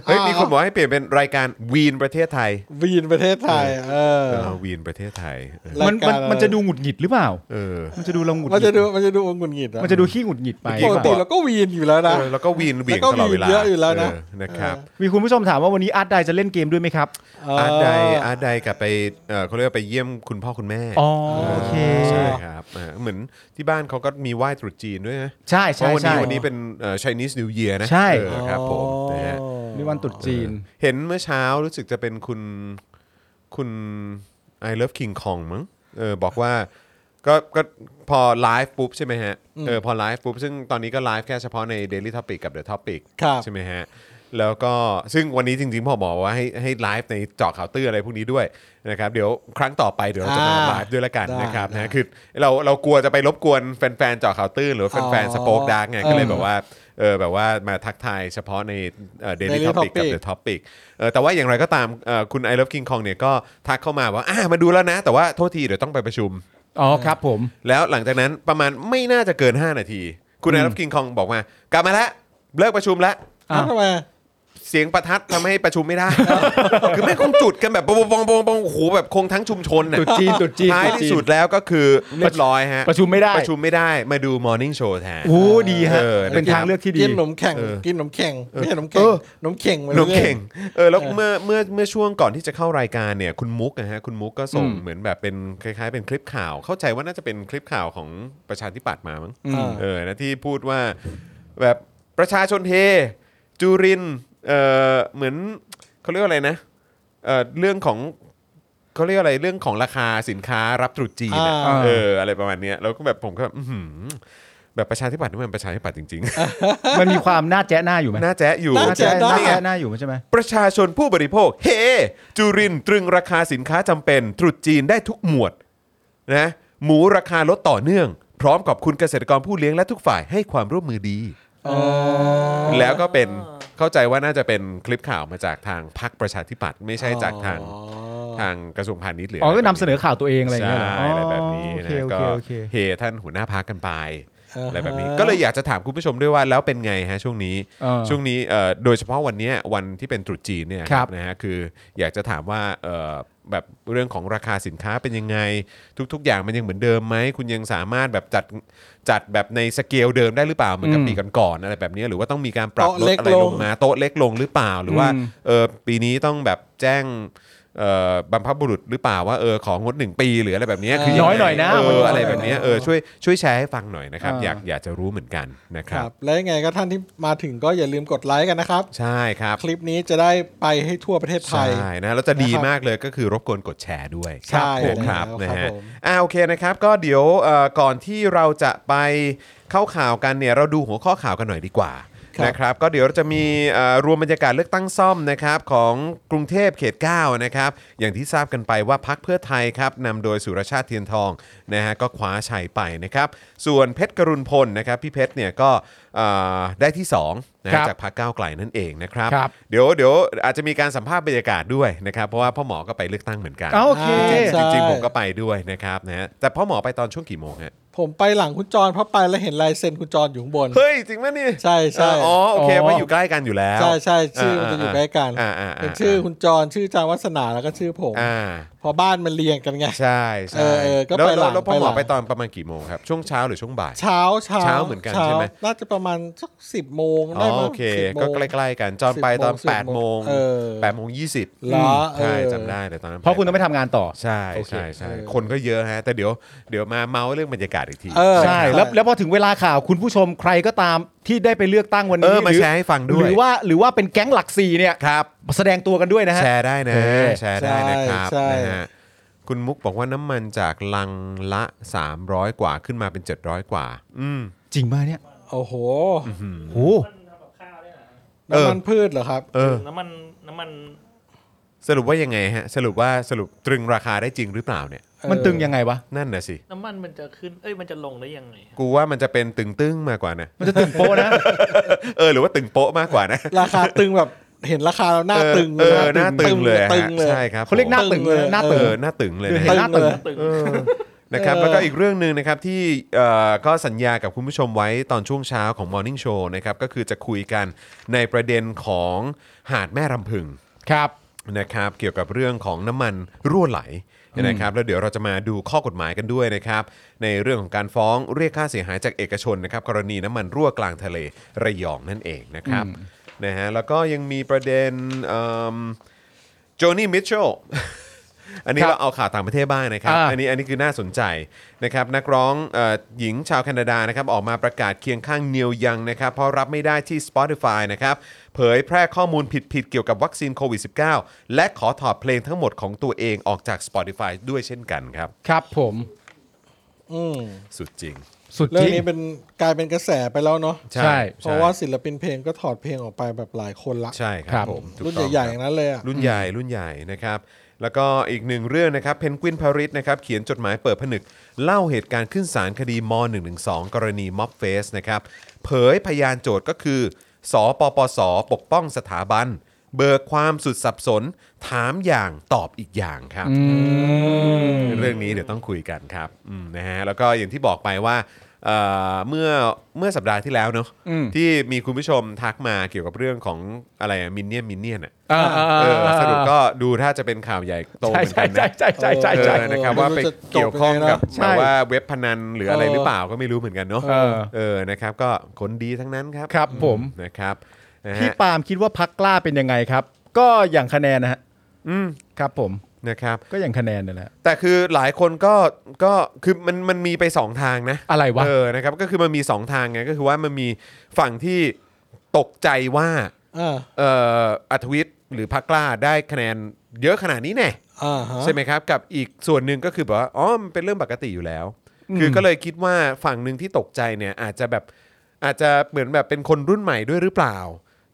[SPEAKER 1] เฮ้ยมีคนบอกให้เปลี่ยนเป็นรายการวีนประเทศไทย
[SPEAKER 3] วีนประเทศไทย เออ
[SPEAKER 1] เออวีนประเทศไทยเออ
[SPEAKER 2] มันมัน
[SPEAKER 3] รายการ
[SPEAKER 2] มันจะดูหงุดหงิดหรือเปล่า
[SPEAKER 1] เออ
[SPEAKER 2] มันจะดูเราหงุดห
[SPEAKER 3] มัน
[SPEAKER 2] งิ
[SPEAKER 3] จะดูมันจะดูองุ่นหงิด
[SPEAKER 2] มันจะดูขี้หงุดหงิดไป
[SPEAKER 3] ปกติเราก็วีนอยู่แล้วนะ
[SPEAKER 1] เออแล้วก็วีนเบี่ยง
[SPEAKER 3] แล้วก็
[SPEAKER 1] ตลอดเวลา
[SPEAKER 3] วีนเยอะอยู่แล้วนะ
[SPEAKER 1] เนะครับ
[SPEAKER 2] มีคุณผู้ชมถามว่าวันนี้อาร์ตไดจะเล่นเกมด้วยไหมครับ
[SPEAKER 3] เ
[SPEAKER 1] อาร์ตใดอาร์ตใดกลับไปเออเขาเรียกว่าไปเยี่ยมคุณพ่อคุณแม่
[SPEAKER 2] อ๋อโอเค
[SPEAKER 1] ใช่ครับเออเหมือนที่บ้านเขาก็มีไหว้ตรุษจีนด้วยนะ
[SPEAKER 2] ใช่ใช่
[SPEAKER 1] เพราะวัน
[SPEAKER 2] ใช่
[SPEAKER 1] นี้วันนี้เป็นเอ่อ Chinese New Year นะ
[SPEAKER 2] ใช่
[SPEAKER 1] เออครับผมนะฮะ
[SPEAKER 2] นี่วันตรุษจีน
[SPEAKER 1] เห็นเมื่อเช้ารู้สึกจะเป็นคุณคุณ I love King Kong มั้งเออบอกว่าก็ก็พอไลฟ์ปุ๊บใช่ไหมฮะเออพอไลฟ์ปุ๊บ ซึ่งตอนนี้ก็ไลฟ์แค่เฉพาะใน Daily Topic กับ The Topic
[SPEAKER 3] ครับ
[SPEAKER 1] ใช่ไหมฮะ แล้วก็ซึ่งวันนี้จริงๆพ่อบอกว่าให้ให้ไลฟ์ในเจอข่าวตื้ออะไรพวกนี้ด้วยนะครับเดี๋ยวครั้งต่อไปเดี๋ยวเราจะมา
[SPEAKER 3] อ่า
[SPEAKER 1] ไลฟ์ด้วยละกัน
[SPEAKER 3] ได้
[SPEAKER 1] นะครับ
[SPEAKER 3] ได้
[SPEAKER 1] นะคือเราเรากลัวจะไปรบกวนแฟนๆเจอข่าวตื้อหรือว่าแฟนๆสปอคดักไงก็เลยแบบว่าเออแบบว่ามาทักทายเฉพาะในเด Daily
[SPEAKER 3] Daily
[SPEAKER 1] Topic กับ
[SPEAKER 3] Topic
[SPEAKER 1] The Topic เออแต่ว่าอย่างไรก็ตามเอ่อคุณ I Love King Kong เนี่ยก็ทักเข้ามาว่าอ่ะมาดูแล้วนะ แต่ว่าโทษทีเดี๋ยวต้องไปประชุม
[SPEAKER 2] อ๋อครับผม
[SPEAKER 1] แล้วหลังจากนั้นประมาณไม่น่าจะเกิน 5 นาที คุณ I Love King Kong บอกมากลับมาแล้วเลิกประชุมแล้ว
[SPEAKER 3] อ้าวทำไม
[SPEAKER 1] เสียงประทัดทำให้ประชุมไม่ได้ คือแม่งคงจุดกันแบบปงปงปงปงโอ้โหแบบคงทั้งชุมชนน่ะ
[SPEAKER 2] ตรุษจีนตรุษจีน
[SPEAKER 1] ท้ายที่สุดแล้วก็คือเรียบร้อยฮะ
[SPEAKER 2] ประชุมไม่ได้
[SPEAKER 1] ประชุมไม่ได้มาดู Morning Show แทน
[SPEAKER 2] โอ้ดีฮะ
[SPEAKER 1] เออ
[SPEAKER 2] เป็นทางเลือกที่ดี
[SPEAKER 3] กินขนมแข็ง
[SPEAKER 1] เออ
[SPEAKER 3] กินขนมแข็งไม่ใช่ขนม
[SPEAKER 1] เอ
[SPEAKER 3] แข็ง
[SPEAKER 1] อ
[SPEAKER 3] ขนมแข็งมา
[SPEAKER 1] น้อง
[SPEAKER 3] รื่ย
[SPEAKER 1] เก่งเออแล้วเมื่อเมื่อเมื่อช่วงก่อนที่จะเข้ารายการเนี่ยคุณมุกนะฮะคุณมุกก็ส่ง
[SPEAKER 2] อืม
[SPEAKER 1] เหมือนแบบเป็นคล้าย ๆ เป็นคลิปข่าว เข้าใจว่าน่าจะเป็นคลิปข่าวของประชาธิปัตย์มามั้ง
[SPEAKER 3] อืม
[SPEAKER 1] เออนะที่พูดว่าแบบประชาชนเฮจุรินทร์เออเหมือนเขาเรียกว่าอะไรนะเออเรื่องของเขาเรียกว่าอะไรเรื่องของราคาสินค้ารับตรุษจีนอะ
[SPEAKER 3] อ่า
[SPEAKER 1] เอออะไรประมาณเนี้ยแล้วก็แบบผมก็แบบอื้อหือแบบประชาธิปัตย์นี่มันประชาธิปัตย์จริง
[SPEAKER 2] มันมีความน่าแจ๊ะหน้าอยู่ไหม
[SPEAKER 1] ๆ น่าแจ๊ะอยู่
[SPEAKER 3] น่า
[SPEAKER 2] น่าแจ๊ะ
[SPEAKER 3] แจ๊ะได้
[SPEAKER 2] น่าแจ๊ะหน้าอยู่ใช่ไหม
[SPEAKER 1] ประชาชนผู้บริโภค เฮ จุรินทร์ตรึงราคาสินค้าจำเป็น ตรุษจีนได้ทุกหมวดนะหมูราคาลดต่อเนื่อง พร้อมกับคุณเกษตรกรผู้เลี้ยงและทุกฝ่ายให้ความร่วมมือดี
[SPEAKER 3] อ๋อ
[SPEAKER 1] แล้วก็เป็นเข้าใจว่าน่าจะเป็นคลิปข่าวมาจากทางพรรคประชาธิปัตย์ไม่ใช่จากทาง
[SPEAKER 3] อ๋อ
[SPEAKER 1] ทางกระทรวงพาณิชย์หรือ
[SPEAKER 2] อ๋อ
[SPEAKER 1] อะไร
[SPEAKER 2] ก็
[SPEAKER 1] แบบ
[SPEAKER 2] นำเสนอข่าวตัวเองอะไรอย่าง
[SPEAKER 1] ใช่
[SPEAKER 2] เงี้ยเหร
[SPEAKER 1] อะไรแบบนี้
[SPEAKER 2] อ๋
[SPEAKER 1] นะ
[SPEAKER 2] อโอเคโอ
[SPEAKER 1] ก็
[SPEAKER 2] เคโอเค
[SPEAKER 1] เฮท่านหัวหน้าพักกันไป
[SPEAKER 3] อ่าฮะ
[SPEAKER 1] อะไรแบบนี้ ก็เลยอยากจะถามคุณผู้ชมด้วยว่าแล้วเป็นไงฮะช่วงนี้
[SPEAKER 2] เออ
[SPEAKER 1] ช่วงนี้เอ่อโดยเฉพาะวันเนี้ยวันที่เป็นตรุษจีนเนี่ย
[SPEAKER 2] ครับ
[SPEAKER 1] นะฮะคืออยากจะถามว่าเอ่อแบบเรื่องของราคาสินค้าเป็นยังไง ทุก ๆ อย่างมันยังเหมือนเดิมไหม คุณยังสามารถแบบจัดจัดแบบในสเกลเดิมได้หรือเปล่าเหมือนกับปีก่อนๆอะไรแบบเนี้ยหรือว่าต้องมีการปรับลด
[SPEAKER 3] โต๊ะเล็ก
[SPEAKER 1] อะไรล
[SPEAKER 3] ล
[SPEAKER 1] ง
[SPEAKER 3] ง
[SPEAKER 1] มาโต๊ะเล็กลงหรือเปล่าหรือว่าเออปีนี้ต้องแบบแจ้งเอ่อบรรพบุรุษหรือเปล่าว่าเออของงดหนึ่งปีหรืออะไรแบบเนี้ยคือ
[SPEAKER 2] น้อย
[SPEAKER 1] งไง
[SPEAKER 2] หน่อยนะ
[SPEAKER 1] เอ
[SPEAKER 2] มันน้
[SPEAKER 1] อ
[SPEAKER 2] อย
[SPEAKER 1] อะไร
[SPEAKER 2] หน่อย
[SPEAKER 1] แบบเนี้ยเออช่วยช่วยแชร์ให้ฟังหน่อยนะครับ
[SPEAKER 2] เอ
[SPEAKER 1] อ
[SPEAKER 2] ออ
[SPEAKER 1] ยากอยากจะรู้เหมือนกันนะค
[SPEAKER 3] ค
[SPEAKER 1] รั
[SPEAKER 3] รับ บ แล้วยังไงก็ท่านที่มาถึงก็อย่าลืมกดไลค์กันนะครับ
[SPEAKER 1] ใช่ครับ
[SPEAKER 3] คลิปนี้จะได้ไปให้ทั่วประเทศไทย
[SPEAKER 1] ใช่นะแล้วจะดี
[SPEAKER 3] นะครับ
[SPEAKER 1] มากเลยก็คือรบกวนกดแชร์ด้วย
[SPEAKER 3] ใช่
[SPEAKER 1] ผมค
[SPEAKER 3] แล้
[SPEAKER 1] รับ
[SPEAKER 3] ว
[SPEAKER 1] นะครับ ฮะ
[SPEAKER 3] ผม
[SPEAKER 1] อ่าโอเคนะครับ ก็เดี๋ยวเอ่อก่อนที่เราจะไปเข้าข่าวกันเนี่ยเราดูหัวข้อข่าวกันหน่อยดีกว่านะครับ ก็เดี๋ยวจะมีเอ่อรวมบรรยากาศเลือกตั้งซ่อมนะครับของกรุงเทพเขต 9 นะครับ อย่างที่ทราบกันไปว่าพักเพื่อไทยครับนำโดยสุรชาติเทียนทองนะฮะก็คว้าชัยไปนะครับ ส่วนเพชรกรุณพลนะครับพี่เพชรเนี่ยก็เอ่อได้ที่สองนะ
[SPEAKER 2] ครั
[SPEAKER 1] ฮะ
[SPEAKER 2] บ
[SPEAKER 1] จากพรรคก้าวไกลนั่นเองนะครับ
[SPEAKER 2] ครับ
[SPEAKER 1] เดี๋ยวเดี๋ยวอาจจะมีการสัมภาษณ์บรรยากาศด้วยนะครับ เพราะว่าพ่อหมอก็ไปเลือกตั้งเหมือนกัน
[SPEAKER 2] เอาโอเค
[SPEAKER 1] จ
[SPEAKER 3] ใช่
[SPEAKER 1] ริงๆผมก็ไปด้วยนะครับนะฮะแต่พ่อหมอไปตอนช่วงกี่โมงฮะ
[SPEAKER 3] ผมไปหลังคุณจรเพราะไปแล้วเห็นลายเซ็นคุณจรอยู่ข้างบน
[SPEAKER 1] เฮ้ย จริงไหมนี่
[SPEAKER 3] ใช่ใช่
[SPEAKER 1] อ๋อโอเค
[SPEAKER 2] อ๋อ
[SPEAKER 1] เพราะอยู่ใกล้กันอยู่แล้ว
[SPEAKER 3] ใช่ใช่ชื่อมันจะอยู่ใกล้กัน
[SPEAKER 1] อ่าอ่าา
[SPEAKER 3] เป็นชื่อคุณจรชื่อจาวัฒนาแล้วก็ชื่อผม
[SPEAKER 1] อ่า
[SPEAKER 3] พอบ้านมันเรียงกันไง
[SPEAKER 1] ใช่ใช่
[SPEAKER 3] เออเออก็
[SPEAKER 1] แล้ว
[SPEAKER 3] ไปหลัง
[SPEAKER 1] แล้วแล้วพ่อหมอ
[SPEAKER 3] ไปหลัง
[SPEAKER 1] ไปตอนประมาณกี่โมงครับ ช่วงเช้าหรือช่วงบ่าย
[SPEAKER 3] เช้าเช้า
[SPEAKER 1] เช้าเหมือนกันใช่ไหม
[SPEAKER 3] น่าจะประมาณสักสิบโมง
[SPEAKER 1] อ๋
[SPEAKER 3] ได้
[SPEAKER 1] อ
[SPEAKER 3] มั้ง
[SPEAKER 1] โอเค
[SPEAKER 3] 10โมง
[SPEAKER 1] ก็ใกล้ๆกันจอนไปตอน
[SPEAKER 3] สิบ
[SPEAKER 1] 8
[SPEAKER 3] โมง
[SPEAKER 1] โมง
[SPEAKER 3] เออ
[SPEAKER 1] 8โมง20
[SPEAKER 3] เหรอ
[SPEAKER 1] ใช่
[SPEAKER 3] เออ
[SPEAKER 1] จำได้เลยตอนนั้น
[SPEAKER 2] เพราะคุณต้องไปทำงานต่อ
[SPEAKER 1] ใช่
[SPEAKER 2] โอเค
[SPEAKER 1] ใช่ใช่คนก็เยอะฮะแต่เดี๋ยวเดี๋ยวมาเมาส์เรื่องบรรยากาศอีกที
[SPEAKER 3] เออ
[SPEAKER 2] ใช่แล้วแล้วพอถึงเวลาข่าวคุณผู้ชมใครก็ตามที่ได้ไปเลือกตั้งวัน
[SPEAKER 1] เอ
[SPEAKER 2] นี้
[SPEAKER 1] อมา
[SPEAKER 2] หรื
[SPEAKER 1] แชร์ให้ฟังด้วย
[SPEAKER 2] หรือว่าหรือว่าเป็นแก๊งหลักสี่เนี่ย
[SPEAKER 1] ครับ
[SPEAKER 2] แสดงตัวกันด้วยนะฮะ
[SPEAKER 1] แชร์ได้นะ
[SPEAKER 2] โอเค
[SPEAKER 1] แชร์ได้นะครับ
[SPEAKER 3] ใช่ใช่
[SPEAKER 1] นะฮะคุณมุกบอกว่าน้ำมันจากลังละ 300 กว่าขึ้นมาเป็น 700 กว่า อืม
[SPEAKER 2] จริงมาเนี่ย
[SPEAKER 3] โอ้โห
[SPEAKER 2] โห
[SPEAKER 1] เออ
[SPEAKER 3] น้ำมันพืชเหรอครับ
[SPEAKER 1] เออ
[SPEAKER 4] น้ำมันน้ำมัน
[SPEAKER 1] สรุปว่ายังไงฮะ สรุปว่าสรุปตรึงราคาได้จริงหรือเปล่าเนี่ย
[SPEAKER 2] มันตึงยังไงวะ
[SPEAKER 1] นั่นน่ะสิ
[SPEAKER 4] น้ำมันมันจะขึ้น เอ้ยมันจะลงได้ยังไง
[SPEAKER 1] กูว่ามันจะเป็นตึงตึ้งมากกว่านะ
[SPEAKER 2] มันจะตึงโปะนะ
[SPEAKER 1] เออหรือว่าตึงโป๊ะมากกว่านะ
[SPEAKER 3] ราคาตึงแบบเห็นราคาแล้วหน้า
[SPEAKER 1] เออ
[SPEAKER 3] ตึง
[SPEAKER 1] เออหน้าตึงเลยฮะ
[SPEAKER 3] ตึงเลย
[SPEAKER 1] ใช่ครับ
[SPEAKER 2] เขาเรียกหน้าตึงเลยนะหน้า
[SPEAKER 1] เอ
[SPEAKER 2] ตึง
[SPEAKER 1] อหน้าตึงเลยนะ
[SPEAKER 2] เห็น
[SPEAKER 1] ฮะ
[SPEAKER 2] หน้าตึง
[SPEAKER 4] ตึง
[SPEAKER 1] เออนะครับแล้วก็อีกเรื่องหนึ่งนะครับที่เอ่อก็สัญญากับคุณผู้ชมไว้ตอนช่วงเช้าของ Morning Show นะครับก็คือจะคุยกันในประเด็นของหาดแม่รำพึง
[SPEAKER 2] ครับ
[SPEAKER 1] นะครับเกี่ยวกับเรื่องของน้ำมันรั่วไหลนะครับแล้วเดี๋ยวเราจะมาดูข้อกฎหมายกันด้วยนะครับในเรื่องของการฟ้องเรียกค่าเสียหายจากเอกชนนะครับกรณีน้ำมันรั่วกลางทะเลระยองนั่นเองนะครับนะฮะแล้วก็ยังมีประเด็นโจนี่มิชชล อันนี้
[SPEAKER 2] ครับ
[SPEAKER 1] เราเอาข่าวต่างประเทศบ้างนะครับ
[SPEAKER 2] อ่า
[SPEAKER 1] อันนี้อันนี้คือน่าสนใจนะครับนักร้องเอ่อหญิงชาวแคนาดานะครับออกมาประกาศเคียงข้างเนียวยังนะครับเพราะรับไม่ได้ที่ Spotify นะครับเผยแพร่ข้อมูลผิดๆเกี่ยวกับวัคซีนโควิด -19 และขอถอดเพลงทั้งหมดของตัวเองออกจาก Spotify ด้วยเช่นกันครับ
[SPEAKER 2] ครับผม
[SPEAKER 3] อืม
[SPEAKER 1] สุดจริง
[SPEAKER 2] สุด
[SPEAKER 3] เรื่อ
[SPEAKER 2] จ
[SPEAKER 3] ง
[SPEAKER 2] ริง
[SPEAKER 3] นี้เป็นกลายเป็นกระแสไปแล้วเนาะ
[SPEAKER 1] ใช่
[SPEAKER 3] เพราะว่าศิลปินเพลงก็ถอดเพลงออกไปแบบหลายคนละ
[SPEAKER 1] ใช่ค
[SPEAKER 2] ครั
[SPEAKER 1] รับบ ผมถูก
[SPEAKER 3] รุ่น
[SPEAKER 1] ต้อง
[SPEAKER 3] ใหญ่
[SPEAKER 1] ค
[SPEAKER 3] ๆ
[SPEAKER 1] บ
[SPEAKER 3] อย่างนั้นเลยอ่ะ
[SPEAKER 1] รุ่นใหญ่รุ่นใหญ่นะครับ แล้วก็อีกหนึ่งเรื่องนะครับเพนกวินพาริสนะครับเขียนจดหมายเปิดผนึก เล่าเหตุการณ์ขึ้นศาลคดีม .112 กรณีม็อบเฟสนะครับ เผยพยานโจทย์ก็คือ สปปส ปกป้องสถาบัน เบิกความสุดสับสน ถามอย่างตอบอีกอย่างครับ เรื่องนี้เดี๋ยวต้องคุยกันครับอืมนะฮะแล้วก็อย่างที่บอกไปว่าเอ่อเมื่อเมื่อสัปดาห์ที่แล้วเนอะ
[SPEAKER 2] อืม
[SPEAKER 1] ที่มีคุณผู้ชมทักมาเกี่ยวกับเรื่องของอะไรมินเนี่ยมินเนี่ยน่ะ
[SPEAKER 2] อ่าอ่า
[SPEAKER 1] เอ
[SPEAKER 2] อ่า
[SPEAKER 1] อสรุปก็ดูถ้าจะเป็นข่าวใหญ่โตเหมื
[SPEAKER 2] ใช่
[SPEAKER 1] อน
[SPEAKER 2] ใช่
[SPEAKER 1] กัน
[SPEAKER 2] ใช่
[SPEAKER 1] นะ
[SPEAKER 2] ใช่ใช่ใช่ใช่
[SPEAKER 1] เออนะครับ
[SPEAKER 3] ไม่รู้
[SPEAKER 1] ว่าไป
[SPEAKER 3] จะจบ
[SPEAKER 1] เกี่ยวข้องกับ
[SPEAKER 3] ยัง
[SPEAKER 2] ใช่
[SPEAKER 3] ไงนะ
[SPEAKER 1] แบบว่าเว็บพนันหรืออะไร
[SPEAKER 3] เออ
[SPEAKER 1] หรือเปล่าก็ไม่รู้เหมือนกันเนาะ
[SPEAKER 2] เออ
[SPEAKER 1] เออนะครับก็คนดีทั้งนั้นครับ
[SPEAKER 2] ครับผม
[SPEAKER 1] อืนะครับนะ
[SPEAKER 2] พี่
[SPEAKER 1] ฮะ
[SPEAKER 2] ปาล์มคิดว่าพักกล้าเป็นยังไงครับ ก็อย่างคะแนนนะฮะ
[SPEAKER 1] อืม
[SPEAKER 2] ครับผม
[SPEAKER 1] นะครับ
[SPEAKER 2] ก็อย่างคะแนนนี่นแหละ
[SPEAKER 1] แต่คือหลายคนก็ก็คือมันมันมีไปสองทางนะ
[SPEAKER 2] อะไรวะ
[SPEAKER 1] เออนะครับก็คือมันมีสองทางไงก็คือว่ามันมีฝั่งที่ตกใจว่า
[SPEAKER 3] อ่า
[SPEAKER 1] เอ่ออัธวิทย์หรือพักกล้าได้คะแนนเยอะขนาดนี้แน่
[SPEAKER 3] อ่าฮะ
[SPEAKER 1] ใช่ไหมครับกับอีกส่วนหนึ่งก็คือแบบว่าอ๋อมันเป็นเรื่องปกติอยู่แล้ว คือ
[SPEAKER 2] ม
[SPEAKER 1] ก็เลยคิดว่าฝั่งหนึ่งที่ตกใจเนี่ยอาจจะแบบอาจจะเหมือนแบบเป็นคนรุ่นใหม่ด้วยหรือเปล่า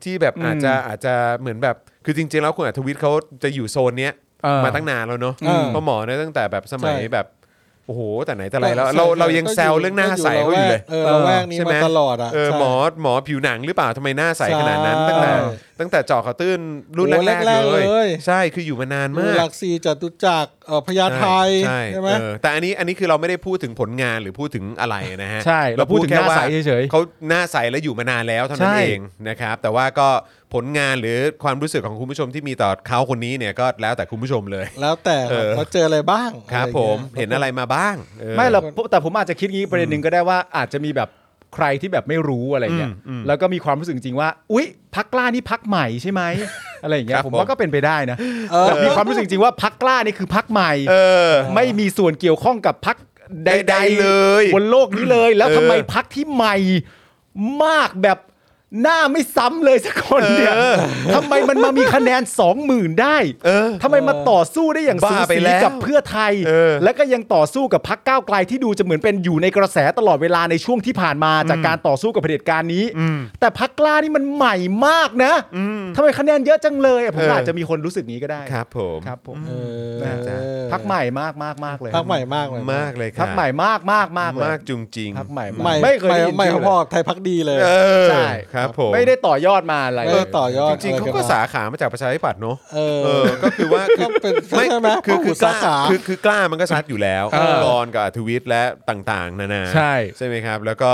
[SPEAKER 1] ที่แบบอาจจะอาจจะเหมือนแบบคือจริงๆแล้วคุณอัธวิทย์เขาจะอยู่โซนเนี้ย
[SPEAKER 2] เออ
[SPEAKER 1] มาตั้งนานแล้วเนาะ
[SPEAKER 2] อืม
[SPEAKER 1] เพราะหมอเนี่ยตั้งแต่แบบสมัยแบบโอ้โหแต่ไหนแต่ไรแล้วเราเรายังแซวเรื่องหน้าใสเขาอยู่เลย
[SPEAKER 3] เออระแวกนี้
[SPEAKER 1] ใช่ไห
[SPEAKER 3] มาตลอดอ่ะ
[SPEAKER 1] เออ
[SPEAKER 3] ใช่
[SPEAKER 1] หมอหมอผิวหนังหรือเปล่าทำไมหน้าใสขนาดนั้นตั้งแต่
[SPEAKER 3] ใช่
[SPEAKER 1] ตั้งแต่เจอข่าวตื้นรุ่น
[SPEAKER 3] โอ้
[SPEAKER 1] แรก
[SPEAKER 3] แรก
[SPEAKER 1] ๆ
[SPEAKER 3] ๆ
[SPEAKER 1] เลย
[SPEAKER 3] เลย
[SPEAKER 1] ใช่คืออยู่มานาน
[SPEAKER 3] ดู
[SPEAKER 1] มาก
[SPEAKER 3] หลักสี่จตุจักรเอ่อพญาไท
[SPEAKER 1] ใช่
[SPEAKER 3] ใช่ไหม
[SPEAKER 1] เออแต่อันนี้อันนี้คือเราไม่ได้พูดถึงผลงานหรือพูดถึงอะไรนะฮะ
[SPEAKER 2] ใช่เราพูดถึงหน้าใส
[SPEAKER 1] แค่ว่
[SPEAKER 2] เฉยๆ
[SPEAKER 1] เขาหน้าใสและอยู่มานานแล้วเท่านั้น
[SPEAKER 2] ใช่
[SPEAKER 1] เองนะครับ แต่ว่าก็ผลงานหรือความรู้สึกของคุณผู้ชมที่มีต่อเขาคนนี้เนี่ยก็แล้วแต่คุณผู้ชมเลย
[SPEAKER 3] แล้วแต่
[SPEAKER 1] เออ
[SPEAKER 3] เขาเจออะไรบ้าง
[SPEAKER 1] ครับ
[SPEAKER 3] อะ
[SPEAKER 1] ผ
[SPEAKER 3] ไอย่าง
[SPEAKER 1] ม
[SPEAKER 3] งี้ย
[SPEAKER 1] เห็นอะไรมาบ้างเออ
[SPEAKER 2] ไม่หรอกพวกแต่ผมอาจจะคิดงี้ประเด็นหนึ่งก็ได้ว่าอาจจะมีแบบใครที่แบบไม่รู้อะไรเงี้ย
[SPEAKER 1] อืมอืม
[SPEAKER 2] แล้วก็มีความรู้สึกจริงๆว่า อุ๊ยพักกล้านี่พักใหม่ใช่ไหมอะไรอย่างเงี้
[SPEAKER 1] ค
[SPEAKER 2] ย
[SPEAKER 1] รับ
[SPEAKER 2] ผม
[SPEAKER 1] ผ
[SPEAKER 2] ว่าม ก็เป็นไปได้นะ
[SPEAKER 3] เออ
[SPEAKER 2] แต่มีความรู้สึกจริงว่าพักกล้านี่คือพักใหม่
[SPEAKER 1] เออ
[SPEAKER 2] ไม่มีส่วนเกี่ยวข้องกับพักใ
[SPEAKER 1] ใด
[SPEAKER 2] ด
[SPEAKER 1] ๆ
[SPEAKER 2] ๆ
[SPEAKER 1] เลย
[SPEAKER 2] บนโลกนี้เลยแล้ว
[SPEAKER 1] เออ
[SPEAKER 2] ทำไมพักที่ใหม่มากแบบหน้าไม่ซ้ำเลยสักคนเนี่ยทำไมมันมามีคะแนนสองหมื่นได้
[SPEAKER 1] เออ
[SPEAKER 2] ทำไมมาต่อสู้ได้อย่างสู
[SPEAKER 1] บ้าไป
[SPEAKER 2] สี
[SPEAKER 1] แล้ว
[SPEAKER 2] กับเพื่อไทย
[SPEAKER 1] เออ
[SPEAKER 2] และก็ยังต่อสู้กับพักก้าวไกลที่ดูจะเหมือนเป็นอยู่ในกระแสตลอดเวลาในช่วงที่ผ่านมาจากการต่อสู้กับเผด็จการนี้ แต่พักกล้านี่มันใหม่มากนะทำไมคะแนนเยอะจังเลยอะผม
[SPEAKER 1] เอออ
[SPEAKER 2] อาจจะมีคนรู้สึกนี้ก็ได้
[SPEAKER 1] ครับผม
[SPEAKER 2] ครับผม
[SPEAKER 3] เออ
[SPEAKER 2] นะฮะพักใหม่มากมากมากเลย
[SPEAKER 3] พักใหม่มากเลย
[SPEAKER 1] มากเลยครับ
[SPEAKER 2] พักใหม่มากมากมากเลย
[SPEAKER 1] มากจุงจริง
[SPEAKER 2] พักใหม่
[SPEAKER 3] ใหม่
[SPEAKER 2] ไม่เคยได้ยิน
[SPEAKER 3] ใหม่
[SPEAKER 2] ชื่อ
[SPEAKER 3] พ
[SPEAKER 2] เล
[SPEAKER 3] อย ๆไทยพักดีเลย
[SPEAKER 1] เออ
[SPEAKER 2] ใช่
[SPEAKER 1] ครับผม
[SPEAKER 2] ไม่ได้ต่อยอดมาอะไร
[SPEAKER 3] ไม่ได้ต่อยอด
[SPEAKER 1] จริงๆเขาก็สาขามาจากประชาธิปัตย์เนอะ
[SPEAKER 3] เออ
[SPEAKER 1] เออ ก็คือ ว่าคือ
[SPEAKER 3] ก็เป็น
[SPEAKER 1] ไม่
[SPEAKER 3] ใช่ไหม
[SPEAKER 1] คือ
[SPEAKER 3] พ
[SPEAKER 1] คื
[SPEAKER 3] หุ
[SPEAKER 1] อกล้า
[SPEAKER 3] สาขา
[SPEAKER 1] คือคือกล้ามันก็ชัดอยู่แล้ว
[SPEAKER 2] เออก
[SPEAKER 1] รกับอัธวิทย์และต่างๆ นานา
[SPEAKER 2] ใช่
[SPEAKER 1] ใช่ไหมครับ แล้วก็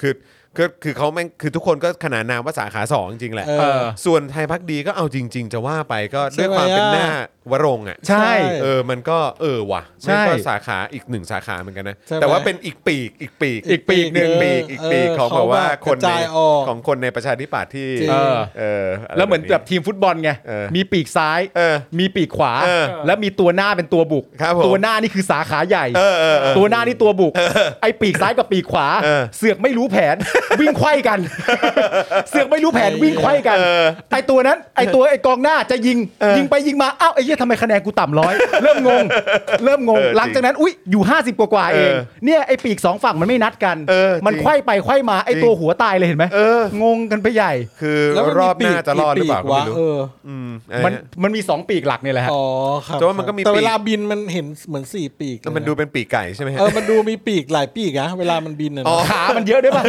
[SPEAKER 1] คือคือคือเขาแม่งคือทุกคนก็ขนานนามว่าสาขาสองจริงแหละ
[SPEAKER 3] เอ
[SPEAKER 2] เอ
[SPEAKER 3] อ
[SPEAKER 2] อ
[SPEAKER 1] ส่วนไทยพักดีก็เอาจริง ๆ จะว่าไปก็
[SPEAKER 3] ใช่
[SPEAKER 1] ด้วยความ
[SPEAKER 3] ไหม
[SPEAKER 1] เป็น
[SPEAKER 3] อะ
[SPEAKER 1] หน้าวรงค์อ่ะ
[SPEAKER 2] ใช่
[SPEAKER 1] เออมันก็เออว่ะ
[SPEAKER 2] ใช่
[SPEAKER 1] มันก็สาขาอีกหนึ่งสาขาเหมือนกันนะ
[SPEAKER 3] ใช่ไหม
[SPEAKER 1] แต่ว่าเป็นอีกปีกอีกปีก
[SPEAKER 2] อีกปีกหนึ่ง
[SPEAKER 1] ปีกอีกปีก
[SPEAKER 3] เออ
[SPEAKER 1] ของแบบว่าคน
[SPEAKER 3] เขาแบบกระ
[SPEAKER 1] ใน
[SPEAKER 3] จายออก
[SPEAKER 1] ของคนในประชาธิปัตย์ที่
[SPEAKER 3] จริง
[SPEAKER 2] เออ
[SPEAKER 1] เอออะไร
[SPEAKER 2] แล้วเหมือนแบบทีมฟุตบอลไง
[SPEAKER 1] เออ
[SPEAKER 2] มีปีกซ้าย
[SPEAKER 1] เออ
[SPEAKER 2] มีปีกขวา
[SPEAKER 1] เออ
[SPEAKER 2] และมีตัวหน้าเป็นตัวบุก
[SPEAKER 1] ครับผม
[SPEAKER 2] ตัวหน้านี่คือสาขาใหญ่
[SPEAKER 1] เออเออเออ
[SPEAKER 2] ตัวหน้านี่ตัวบุก ไอ้ปีกซ้ายกับปีกขวา
[SPEAKER 1] เออ
[SPEAKER 2] เสือกไม่รู้แผน วิ่งไขว้กัน เสือกไม่รู้แผนวิ่งไขว้กัน
[SPEAKER 1] เออ
[SPEAKER 2] ไอ้ตัวนั้น ไอ้ตัวไอ้กองหน้าจะยิง ยิงไปยิงมา อ้าวไอ้เหี้ย ยทำไมคะแนนกูต่ำร้อย เริ่มง ง เริ่มงง
[SPEAKER 1] เออจริง
[SPEAKER 2] หลังจากนั้นอุ๊ยอยู่ 50 กว่ากว่าๆเอง
[SPEAKER 1] เออ
[SPEAKER 2] เนี่ยไอ้ปีกสองฝั่งมันไม่นัดกัน
[SPEAKER 1] เออจริง
[SPEAKER 2] มันไขว้ไปไขว้มาไอ้
[SPEAKER 1] จริง
[SPEAKER 2] ตัวหัวตายเลยเห็นไหม
[SPEAKER 1] เออ
[SPEAKER 2] งงกันไปใหญ่
[SPEAKER 1] คือ
[SPEAKER 3] แล้วมั
[SPEAKER 1] ร
[SPEAKER 3] มี
[SPEAKER 1] อบหน้า
[SPEAKER 3] ปีก
[SPEAKER 1] จะรอดหรือเปล่าก็
[SPEAKER 3] วะ
[SPEAKER 1] ไม่รู้
[SPEAKER 3] เออ
[SPEAKER 1] มอะไร
[SPEAKER 2] มัน
[SPEAKER 1] นะ
[SPEAKER 2] มันมีสองปีกหลักเนี่ยแหละฮะ
[SPEAKER 3] อ๋อครับ
[SPEAKER 1] แต่ว่ามันก็มี
[SPEAKER 3] แต่
[SPEAKER 1] ปีก
[SPEAKER 3] เวลาบินมันเห็นเหมือนสี่ปีก
[SPEAKER 1] แต่มัน
[SPEAKER 3] ลยะ
[SPEAKER 1] ดูเป็นปีกไก่ใช่ไหมฮะ
[SPEAKER 3] เออมันดูมีปีกหลายปีกนะเวลามันบินอะนะ
[SPEAKER 1] อ๋อ
[SPEAKER 2] ขา มันเยอะ ด้วยป่ะ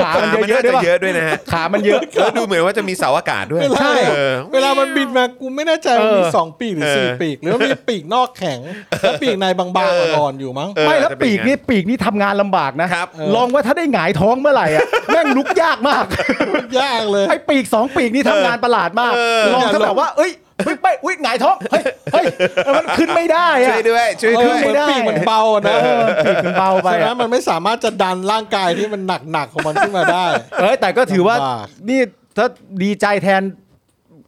[SPEAKER 2] ขามัน
[SPEAKER 1] มัน
[SPEAKER 2] เย
[SPEAKER 1] น่าจะ
[SPEAKER 2] อะๆด้วยป่ะ
[SPEAKER 1] เยอะด้วยนะฮะ
[SPEAKER 2] ขามันเยอะ
[SPEAKER 1] แล้วดูเหมือนว่าจะมีเสาอากาศด้วย
[SPEAKER 3] เวลา
[SPEAKER 2] ใช่
[SPEAKER 1] เออ
[SPEAKER 3] เวลามันบินมากูไม่แน่ใจว่ามี
[SPEAKER 2] เออ
[SPEAKER 3] สองปีกหรือสี่
[SPEAKER 1] เออ
[SPEAKER 3] ปีก หรือว่ามีปีกนอกแข็งแล้วปีกในบางๆอ่อนๆอยู่มั้ง
[SPEAKER 1] เออ
[SPEAKER 2] ไม่แล้ว
[SPEAKER 1] จะเป็น
[SPEAKER 2] ปีก
[SPEAKER 1] อย่างนั้น
[SPEAKER 2] นี่ปีกนี่ทำงานลำบากนะครับ
[SPEAKER 3] เออ
[SPEAKER 2] ลองว่าถ้าได้หงายท้องเมื่อไหร่อ่ะ แม่งลุกยากมาก
[SPEAKER 3] ยากเลย
[SPEAKER 2] ไอ้ปีกสองปีกนี่ทำงานประหลาดมาก
[SPEAKER 1] เออ
[SPEAKER 2] ลองถ้าแบบว่า เอ้ยเฮ้ยไปอุ้ยหงายท้อง เฮ้ยเฮ้ยมันขึ้นไม่ได้
[SPEAKER 1] ช่
[SPEAKER 2] อ่ะ
[SPEAKER 1] วยด้วยช่วย
[SPEAKER 3] เอ
[SPEAKER 1] ด้
[SPEAKER 3] อ
[SPEAKER 1] วย
[SPEAKER 3] เหมือน
[SPEAKER 2] ไม่ได้
[SPEAKER 3] ปีกมันเบาอะนะ
[SPEAKER 2] เออปีกมันเบาไป
[SPEAKER 3] ใช่ไหม
[SPEAKER 2] อะ
[SPEAKER 3] มันไม่สามารถจะดันร่างกายที่มันหนักๆของมันขึ้นมาได้
[SPEAKER 2] เอ้ยแต่ก็ถือว่า
[SPEAKER 3] ลำบาก
[SPEAKER 2] นี่ถ้าดีใจแทน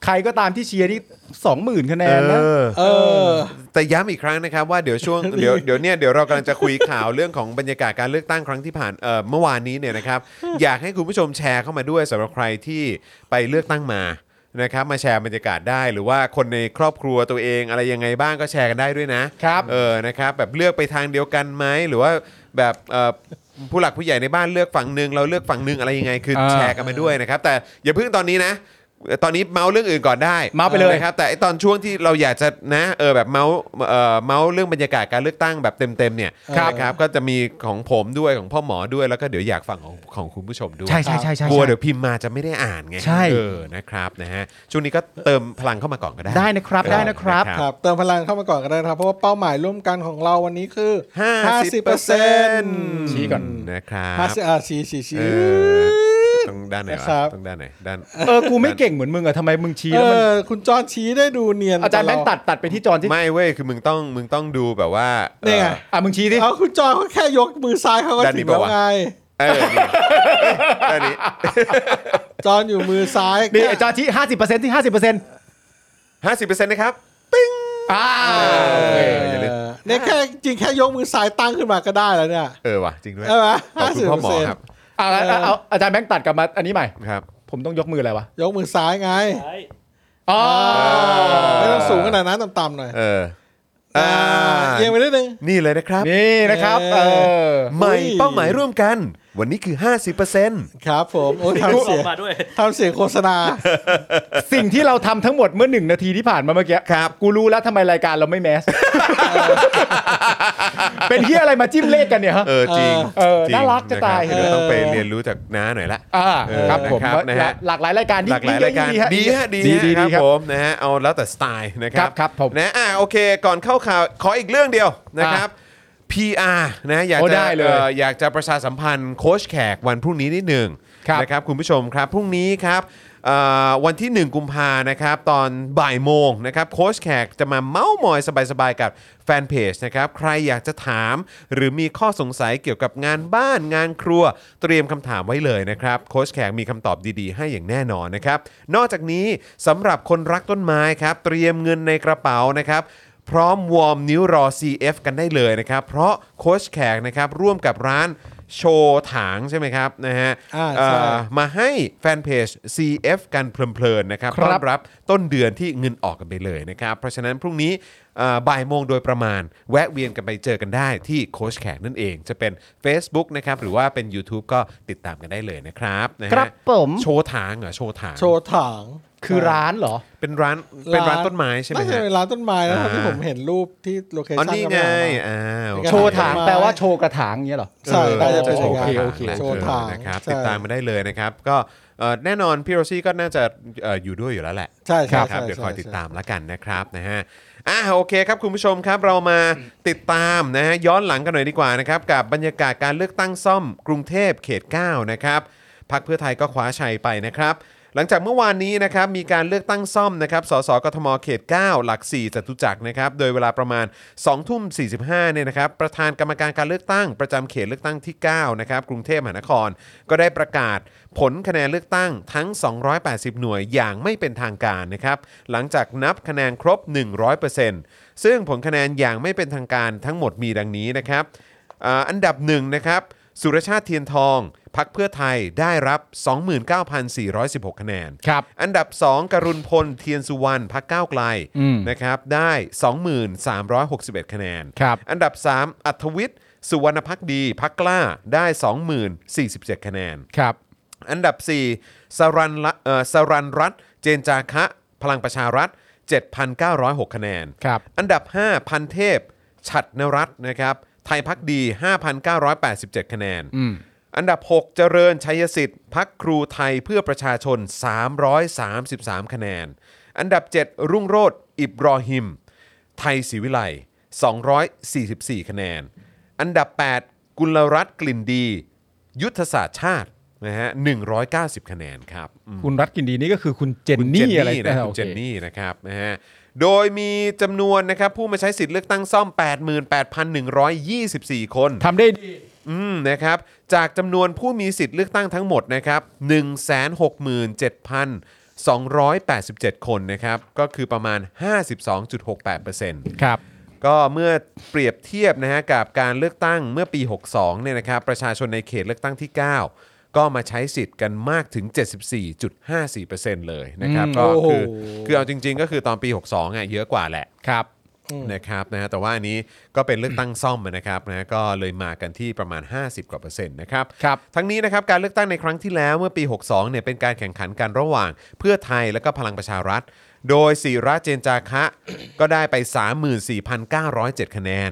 [SPEAKER 2] ใครก็ตามที่เชียร์นี่สองหมื่นคะแน
[SPEAKER 1] เอน
[SPEAKER 2] นะ
[SPEAKER 1] อ
[SPEAKER 3] เออ
[SPEAKER 1] แต่ย้ำอีกครั้งนะครับว่าเดี๋ยว ช่วง เดี๋ยวเดี๋ยวเนี่ยเดี๋ยวเรากำลังจะคุยข่าวเรื่องของบรรยากาศการเลือกตั้งครั้งที่ผ่านเอ่อเมื่อวานนี้เนี่ย นะครับ อยากให้คุณผู้ชมแชร์เข้ามาด้วยสำหรับใครที่ไปเลือกตั้งมานะครับมาแชร์บรรยากาศได้ หรือว่าคนในครอบครัวตัวเองอะไรยังไงบ้างก็แชร์กันได้ด้วยนะครับ เออนะครับแบบเลือกไปทางเดียวกันไหมหรือว่าแบบเอ่อผู้หลักผู้ใหญ่ในบ้านเลือกฝั่งหนึ่งเราเลือกฝั่งหนึ่งอะไรยังไงคือแชร์กันมาด้วยนะครับแต่อย่าเพิ่งตอนนี้นะ ตอนนี้เมาส์เรื่องอื่นก่อนได้
[SPEAKER 2] เมาส์ไปเลย
[SPEAKER 1] นะครับ แต่ไอตอนช่วงที่เราอยากจะนะเออแบบเมาส์เอ่อเมาส์เรื่องบรรยากาศการเลือกตั้งแบบเต็มๆเนี่ย
[SPEAKER 3] ครับ
[SPEAKER 1] นะครับก็จะมีของผมด้วยของพ่อหมอด้วยแล้วก็เดี๋ยวอยากฟังของของคุณผู้ชมด้วย
[SPEAKER 2] ใช่ใช่ใช่ใช่
[SPEAKER 1] กลัว
[SPEAKER 2] ใช่
[SPEAKER 1] เดี๋ยวพิมพ์มาจะไม่ได้อ่านไง
[SPEAKER 2] ใช่
[SPEAKER 1] เออนะครับนะฮะช่วงนี้ก็เติมพลังเข้ามาก่อนก็ได้
[SPEAKER 2] ได้นะครับได้นะครับ
[SPEAKER 3] ครับเติมพลังเข้ามาก่อนก็ได้นะครับ เพราะว่าเป้าหมายร่วมกันของเราวันนี้คือ
[SPEAKER 1] 50%
[SPEAKER 3] 50%
[SPEAKER 2] ชี้ก่อน
[SPEAKER 1] นะครับ
[SPEAKER 3] 50อ่าชี้ชี้ชี้
[SPEAKER 1] เออต้องด้านไหน
[SPEAKER 3] นะครั
[SPEAKER 1] วะ
[SPEAKER 3] บ
[SPEAKER 1] ต้องด้านไหนด้าน
[SPEAKER 2] เออกูไม่เก่งเหมือนมึงอะทำไมมึงชี้
[SPEAKER 3] เอ
[SPEAKER 2] แล้วมัน
[SPEAKER 3] อคุณจอนชี้ได้ดูเนียน
[SPEAKER 2] อาจารย์
[SPEAKER 3] ว่
[SPEAKER 2] แบงค์ตัดตัดไปที่จอนที่
[SPEAKER 1] ไม่เว้ยคือมึงต้องมึงต้องดูแบบว่าอ่อ
[SPEAKER 3] เนี่ยไง
[SPEAKER 2] อ่ะมึงชี้ที่
[SPEAKER 3] เอาคุณจอนเขาแค่ยกมือซ้ายเขาก็
[SPEAKER 1] ด้านนี้
[SPEAKER 3] ถึงแล้ว
[SPEAKER 1] ปะวะ
[SPEAKER 3] ไง
[SPEAKER 1] เออนี่ด้านนี้
[SPEAKER 3] จอนอยู่มือซ้าย
[SPEAKER 2] นี่ไอ้จอที่ห้าสิบเปอร์เซ็นต์ที่ห้าสิบเปอร์เซ็นต์
[SPEAKER 1] ห้าสิบเปอร์เซ็นต์นะครับ
[SPEAKER 2] อ่า
[SPEAKER 3] เอ
[SPEAKER 1] เออ
[SPEAKER 3] อ
[SPEAKER 1] อย่าลืม
[SPEAKER 3] เนี่ยแค่จริงแค่ยกมือซ้ายตั้งขึ้นมาก็ได้แล้วเนี่ย
[SPEAKER 1] เออว่ะจริงด้วย
[SPEAKER 3] ใช่ไหม
[SPEAKER 1] ขอบ
[SPEAKER 3] ห้า
[SPEAKER 1] คุ
[SPEAKER 3] สิบ
[SPEAKER 1] ณพ่อหมอ
[SPEAKER 3] เปอร์เซ็น
[SPEAKER 1] ครั
[SPEAKER 3] ต์
[SPEAKER 1] บ
[SPEAKER 2] เอาเอาเอาอาจารย์แบงค์ตัดกลับมาอันนี้ใหม่
[SPEAKER 1] ครับ
[SPEAKER 2] ผมต้องยกมืออะไรวะ
[SPEAKER 3] ยกมือซ้ายไง
[SPEAKER 4] ใช่
[SPEAKER 2] อ๋อ
[SPEAKER 3] ไม่ต้องสูงขนาดนั้นต่ำๆหน่อย
[SPEAKER 1] เออ
[SPEAKER 3] อ่า
[SPEAKER 1] อ่า
[SPEAKER 3] เอียงไปนิดนึง
[SPEAKER 1] นี่เลยนะครับ
[SPEAKER 2] นี่นะครับเออ
[SPEAKER 1] ใหม่
[SPEAKER 3] อุ้ย
[SPEAKER 1] เป้าหมายร่วมกัน วันนี้คือ 50%เ
[SPEAKER 3] ครับผมโอ้ย
[SPEAKER 4] ทำ
[SPEAKER 3] ทำ
[SPEAKER 4] เสี
[SPEAKER 3] เสี
[SPEAKER 4] ย
[SPEAKER 3] ยง
[SPEAKER 4] มาด้วย
[SPEAKER 3] ทำเสียงโฆษณา
[SPEAKER 2] สิ่งที่เราทำทั้งหมดเมื่อหนึ่งนาทีที่ผ่านมาเมื่อกี้
[SPEAKER 1] ครับ
[SPEAKER 2] กูรู้แล้วทำไมรายการเราไม่แมส เป็นเฮียอะไรมาจิ้มเลขกันเนี่ยฮะ
[SPEAKER 1] ออจริง
[SPEAKER 2] เออ
[SPEAKER 1] จง
[SPEAKER 2] น่ารักจะตาย
[SPEAKER 1] นคบเดี๋ยว
[SPEAKER 3] เออ
[SPEAKER 1] ต้องไปเรียนรู้จากน้าหน่อยละ
[SPEAKER 2] อ่า
[SPEAKER 1] เออ
[SPEAKER 2] ครับผม
[SPEAKER 1] นะครับนะฮะ
[SPEAKER 2] หลากหลายรายการที่
[SPEAKER 1] หลากหลายรายการดีฮะดี
[SPEAKER 2] ดี
[SPEAKER 1] ฮะ
[SPEAKER 2] ดี
[SPEAKER 1] ค
[SPEAKER 2] ดี
[SPEAKER 1] รับ
[SPEAKER 2] ครับ
[SPEAKER 1] ผมนะฮะเอาแล้วแต่สไตล์นะครั
[SPEAKER 2] ครับ บครับผม
[SPEAKER 1] นะอ่ะโอเค ก่อนเข้าข่าวขออีกเรื่องเดียวนะครับ PR นะอยาก
[SPEAKER 2] โอ้
[SPEAKER 1] จะ
[SPEAKER 2] ได้เลย
[SPEAKER 1] อ่ออยากจะประชาสัมพันธ์โค้ชแขกวันพรุ่งนี้นิดหนึ่ง
[SPEAKER 2] ครับ
[SPEAKER 1] นะครับคุณผู้ชมครับ พรุ่งนี้ครับเอ่อวันที่ 1 กุมภานะครับ ตอนบ่ายโมงนะครับโค้ชแขกจะมาเม้าท์มอยสบายๆ กับแฟนเพจนะครับ ใครอยากจะถาม หรือมีข้อสงสัยเกี่ยวกับงานบ้านงานครัว เตรียมคำถามไว้เลยนะครับ โค้ชแขกมีคำตอบดีๆ ให้อย่างแน่นอนนะครับ นอกจากนี้สำหรับคนรักต้นไม้ครับ เตรียมเงินในกระเป๋านะครับ พร้อมวอร์มนิ้วรอ CF กันได้เลยนะครับ เพราะโค้ชแขกนะครับร่วมกับร้านโชว์ถางใช่ไหมครับนะฮะ
[SPEAKER 3] อ่า
[SPEAKER 1] เอ่
[SPEAKER 3] ใช่
[SPEAKER 1] อมาให้แฟนเพจ CF กันเพลินๆนะครับ
[SPEAKER 2] ครั
[SPEAKER 1] ต้อ
[SPEAKER 2] บ
[SPEAKER 1] นรับต้นเดือนที่เงินออกกันไปเลยนะครับ เพราะฉะนั้นพรุ่งนี้เอ่อบ่ายโมงโดยประมาณ แวะเวียนกันไปเจอกันได้ที่โค้ชแขกนั่นเอง จะเป็น Facebook นะครับหรือว่าเป็น YouTube ก็ติดตามกันได้เลยนะครับนะฮะ
[SPEAKER 2] ครับผม
[SPEAKER 1] โชว์ถางเหรอโชว์ถาง
[SPEAKER 3] โชว์ถาง
[SPEAKER 2] คือร้านเหรอ
[SPEAKER 1] เป็นร้านเป็นร้านต้นไม้ใช่ไหม
[SPEAKER 3] น่าจะ
[SPEAKER 1] ฮะ
[SPEAKER 3] เป็นร้านต้นไม้นะ
[SPEAKER 1] อ่า
[SPEAKER 3] ที่ผมเห็นรูปที่โลเค
[SPEAKER 1] อ๋อ
[SPEAKER 3] ชั่น
[SPEAKER 1] นี่
[SPEAKER 3] ก็
[SPEAKER 1] ไง
[SPEAKER 3] ม่เอามา
[SPEAKER 1] อ่าโอเค
[SPEAKER 2] โชว์ถางแปลว่าโชว์กระถางเงี้ยเหรอ
[SPEAKER 3] ใช่น่าจะเป็น
[SPEAKER 2] โชว์ถางโอเคโอเค
[SPEAKER 3] โชว์ถาง
[SPEAKER 1] นะครับ
[SPEAKER 3] ใช่
[SPEAKER 1] ติดตามมาได้เลยนะครับ ก็เอ่อแน่นอนพี่โรซี่ก็น่าจะเอ่ออยู่ด้วยอยู่แล้วแหละ
[SPEAKER 3] ใช่ใช่
[SPEAKER 1] นะค
[SPEAKER 3] ใช่
[SPEAKER 1] รับ
[SPEAKER 3] ใช่
[SPEAKER 1] เดี๋ยวคอยติด
[SPEAKER 3] ใช่
[SPEAKER 1] ตามแล้วกันนะครับนะฮะอ่ะโอเคครับคุณผู้ชมครับเรามาติดตามนะฮะย้อนหลังกันหน่อยดีกว่านะครับ กับบรรยากาศการเลือกตั้งซ่อมกรุงเทพเขต 9 นะครับพักเพื่อไทยก็คว้าชัยไปนะครับ หลังจากเมื่อวานนี้นะครับมีการเลือกตั้งซ่อมนะครับสสกทมเขต 9 หลัก 4จตุจักรนะครับโดยเวลาประมาณ2ทุ่ม45เนี่ยนะครับประธานกรรมการการเลือกตั้ง ประจำเขตเลือกตั้งที่ 9 นะครับกรุงเทพมหานคร ก็ได้ประกาศผลคะแนนเลือกตั้งทั้ง 280 หน่วยอย่างไม่เป็นทางการนะครับหลังจากนับคะแนนครบ 100%ซึ่งผลคะแนนอย่างไม่เป็นทางการทั้งหมดมีดังนี้นะครับ อ่าอันดับหนึ่งนะครับ สุรชาติเทียนทอง พักเพื่อไทยได้รับ 29,416 คะแนน
[SPEAKER 2] ครับ
[SPEAKER 1] อันดับ 2 กรุณพลเทียนสุวรรณพักก้าวไกล
[SPEAKER 2] อืม
[SPEAKER 1] นะครับได้ 2361 คะแนน
[SPEAKER 2] ครับ
[SPEAKER 1] อันดับ 3 อัธวิทย์สุวรรณพักดีพักกล้าได้ 2047 คะแนน
[SPEAKER 2] ครับ
[SPEAKER 1] อันดับ 4 สรันละเอ่อสรันรัตน์เจนจาคะ พลังประชารัฐ 7,906 คะแนน
[SPEAKER 2] ครับ
[SPEAKER 1] อันดับ 5 พันเทพ ฉัดนรัตน์นะครับ ไทยพักดี 5,987 คะแนน อันดับ 6 เจริญชัยสิทธิ์พักครูไทยเพื่อประชาชน 333 คะแนน อันดับ 7 รุ่งโรธอิบรอฮิม ไทยศรีวิไลย์244 คะแนน อันดับ 8 กุลรัตน์กลิ่นดี ยุทธศาสตร์ชาตินะฮะ190 คะแนนครับ
[SPEAKER 2] คุณรัฐกินดีนี่ก็คือคุณเจน
[SPEAKER 1] คุณเจน
[SPEAKER 2] นี่อะไร
[SPEAKER 1] นี่นะ
[SPEAKER 2] อ่า
[SPEAKER 1] คุ
[SPEAKER 2] โอ
[SPEAKER 1] ณ
[SPEAKER 2] เค
[SPEAKER 1] เจนนี่นะครับนะฮะโดยมีจำนวนนะครับผู้มาใช้สิทธิ์เลือกตั้งซ่อม 88,124 คน
[SPEAKER 2] ทำได้ดี
[SPEAKER 1] อืมนะครับจากจำนวนผู้มีสิทธิ์เลือกตั้งทั้งหมดนะครับ167,287 คนนะครับ ก็คือประมาณ 52.68%
[SPEAKER 2] ครับ
[SPEAKER 1] ก็เมื่อเปรียบเทียบนะฮะกับการเลือกตั้งเมื่อปี 62เนี่ยนะครับประชาชนในเขตเลือกตั้งที่ 9 ก็มาใช้สิทธิ์กันมากถึง 74.54%เลยนะครับก็
[SPEAKER 3] โอ้โห
[SPEAKER 1] คือคือเอาจริง ๆ ก็คือตอนปี 62อ่ะเยอะกว่าแหละ
[SPEAKER 2] ครับ
[SPEAKER 1] นะครับนะฮะแต่ว่าอันนี้ก็เป็นเลือกตั้งซ่อมนะครับนะฮะก็เลยมากันที่ประมาณ 50 กว่าเปอร์เซ็นต์นะครับ
[SPEAKER 2] ครับ
[SPEAKER 1] ทั้งนี้นะครับการเลือกตั้งในครั้งที่แล้วเมื่อปี 62เนี่ยเป็นการแข่งขันกันระหว่างเพื่อไทยและก็พลังประชารัฐ โดยศิระเจนจาคะ ก็ได้ไป 34,907 คะแนน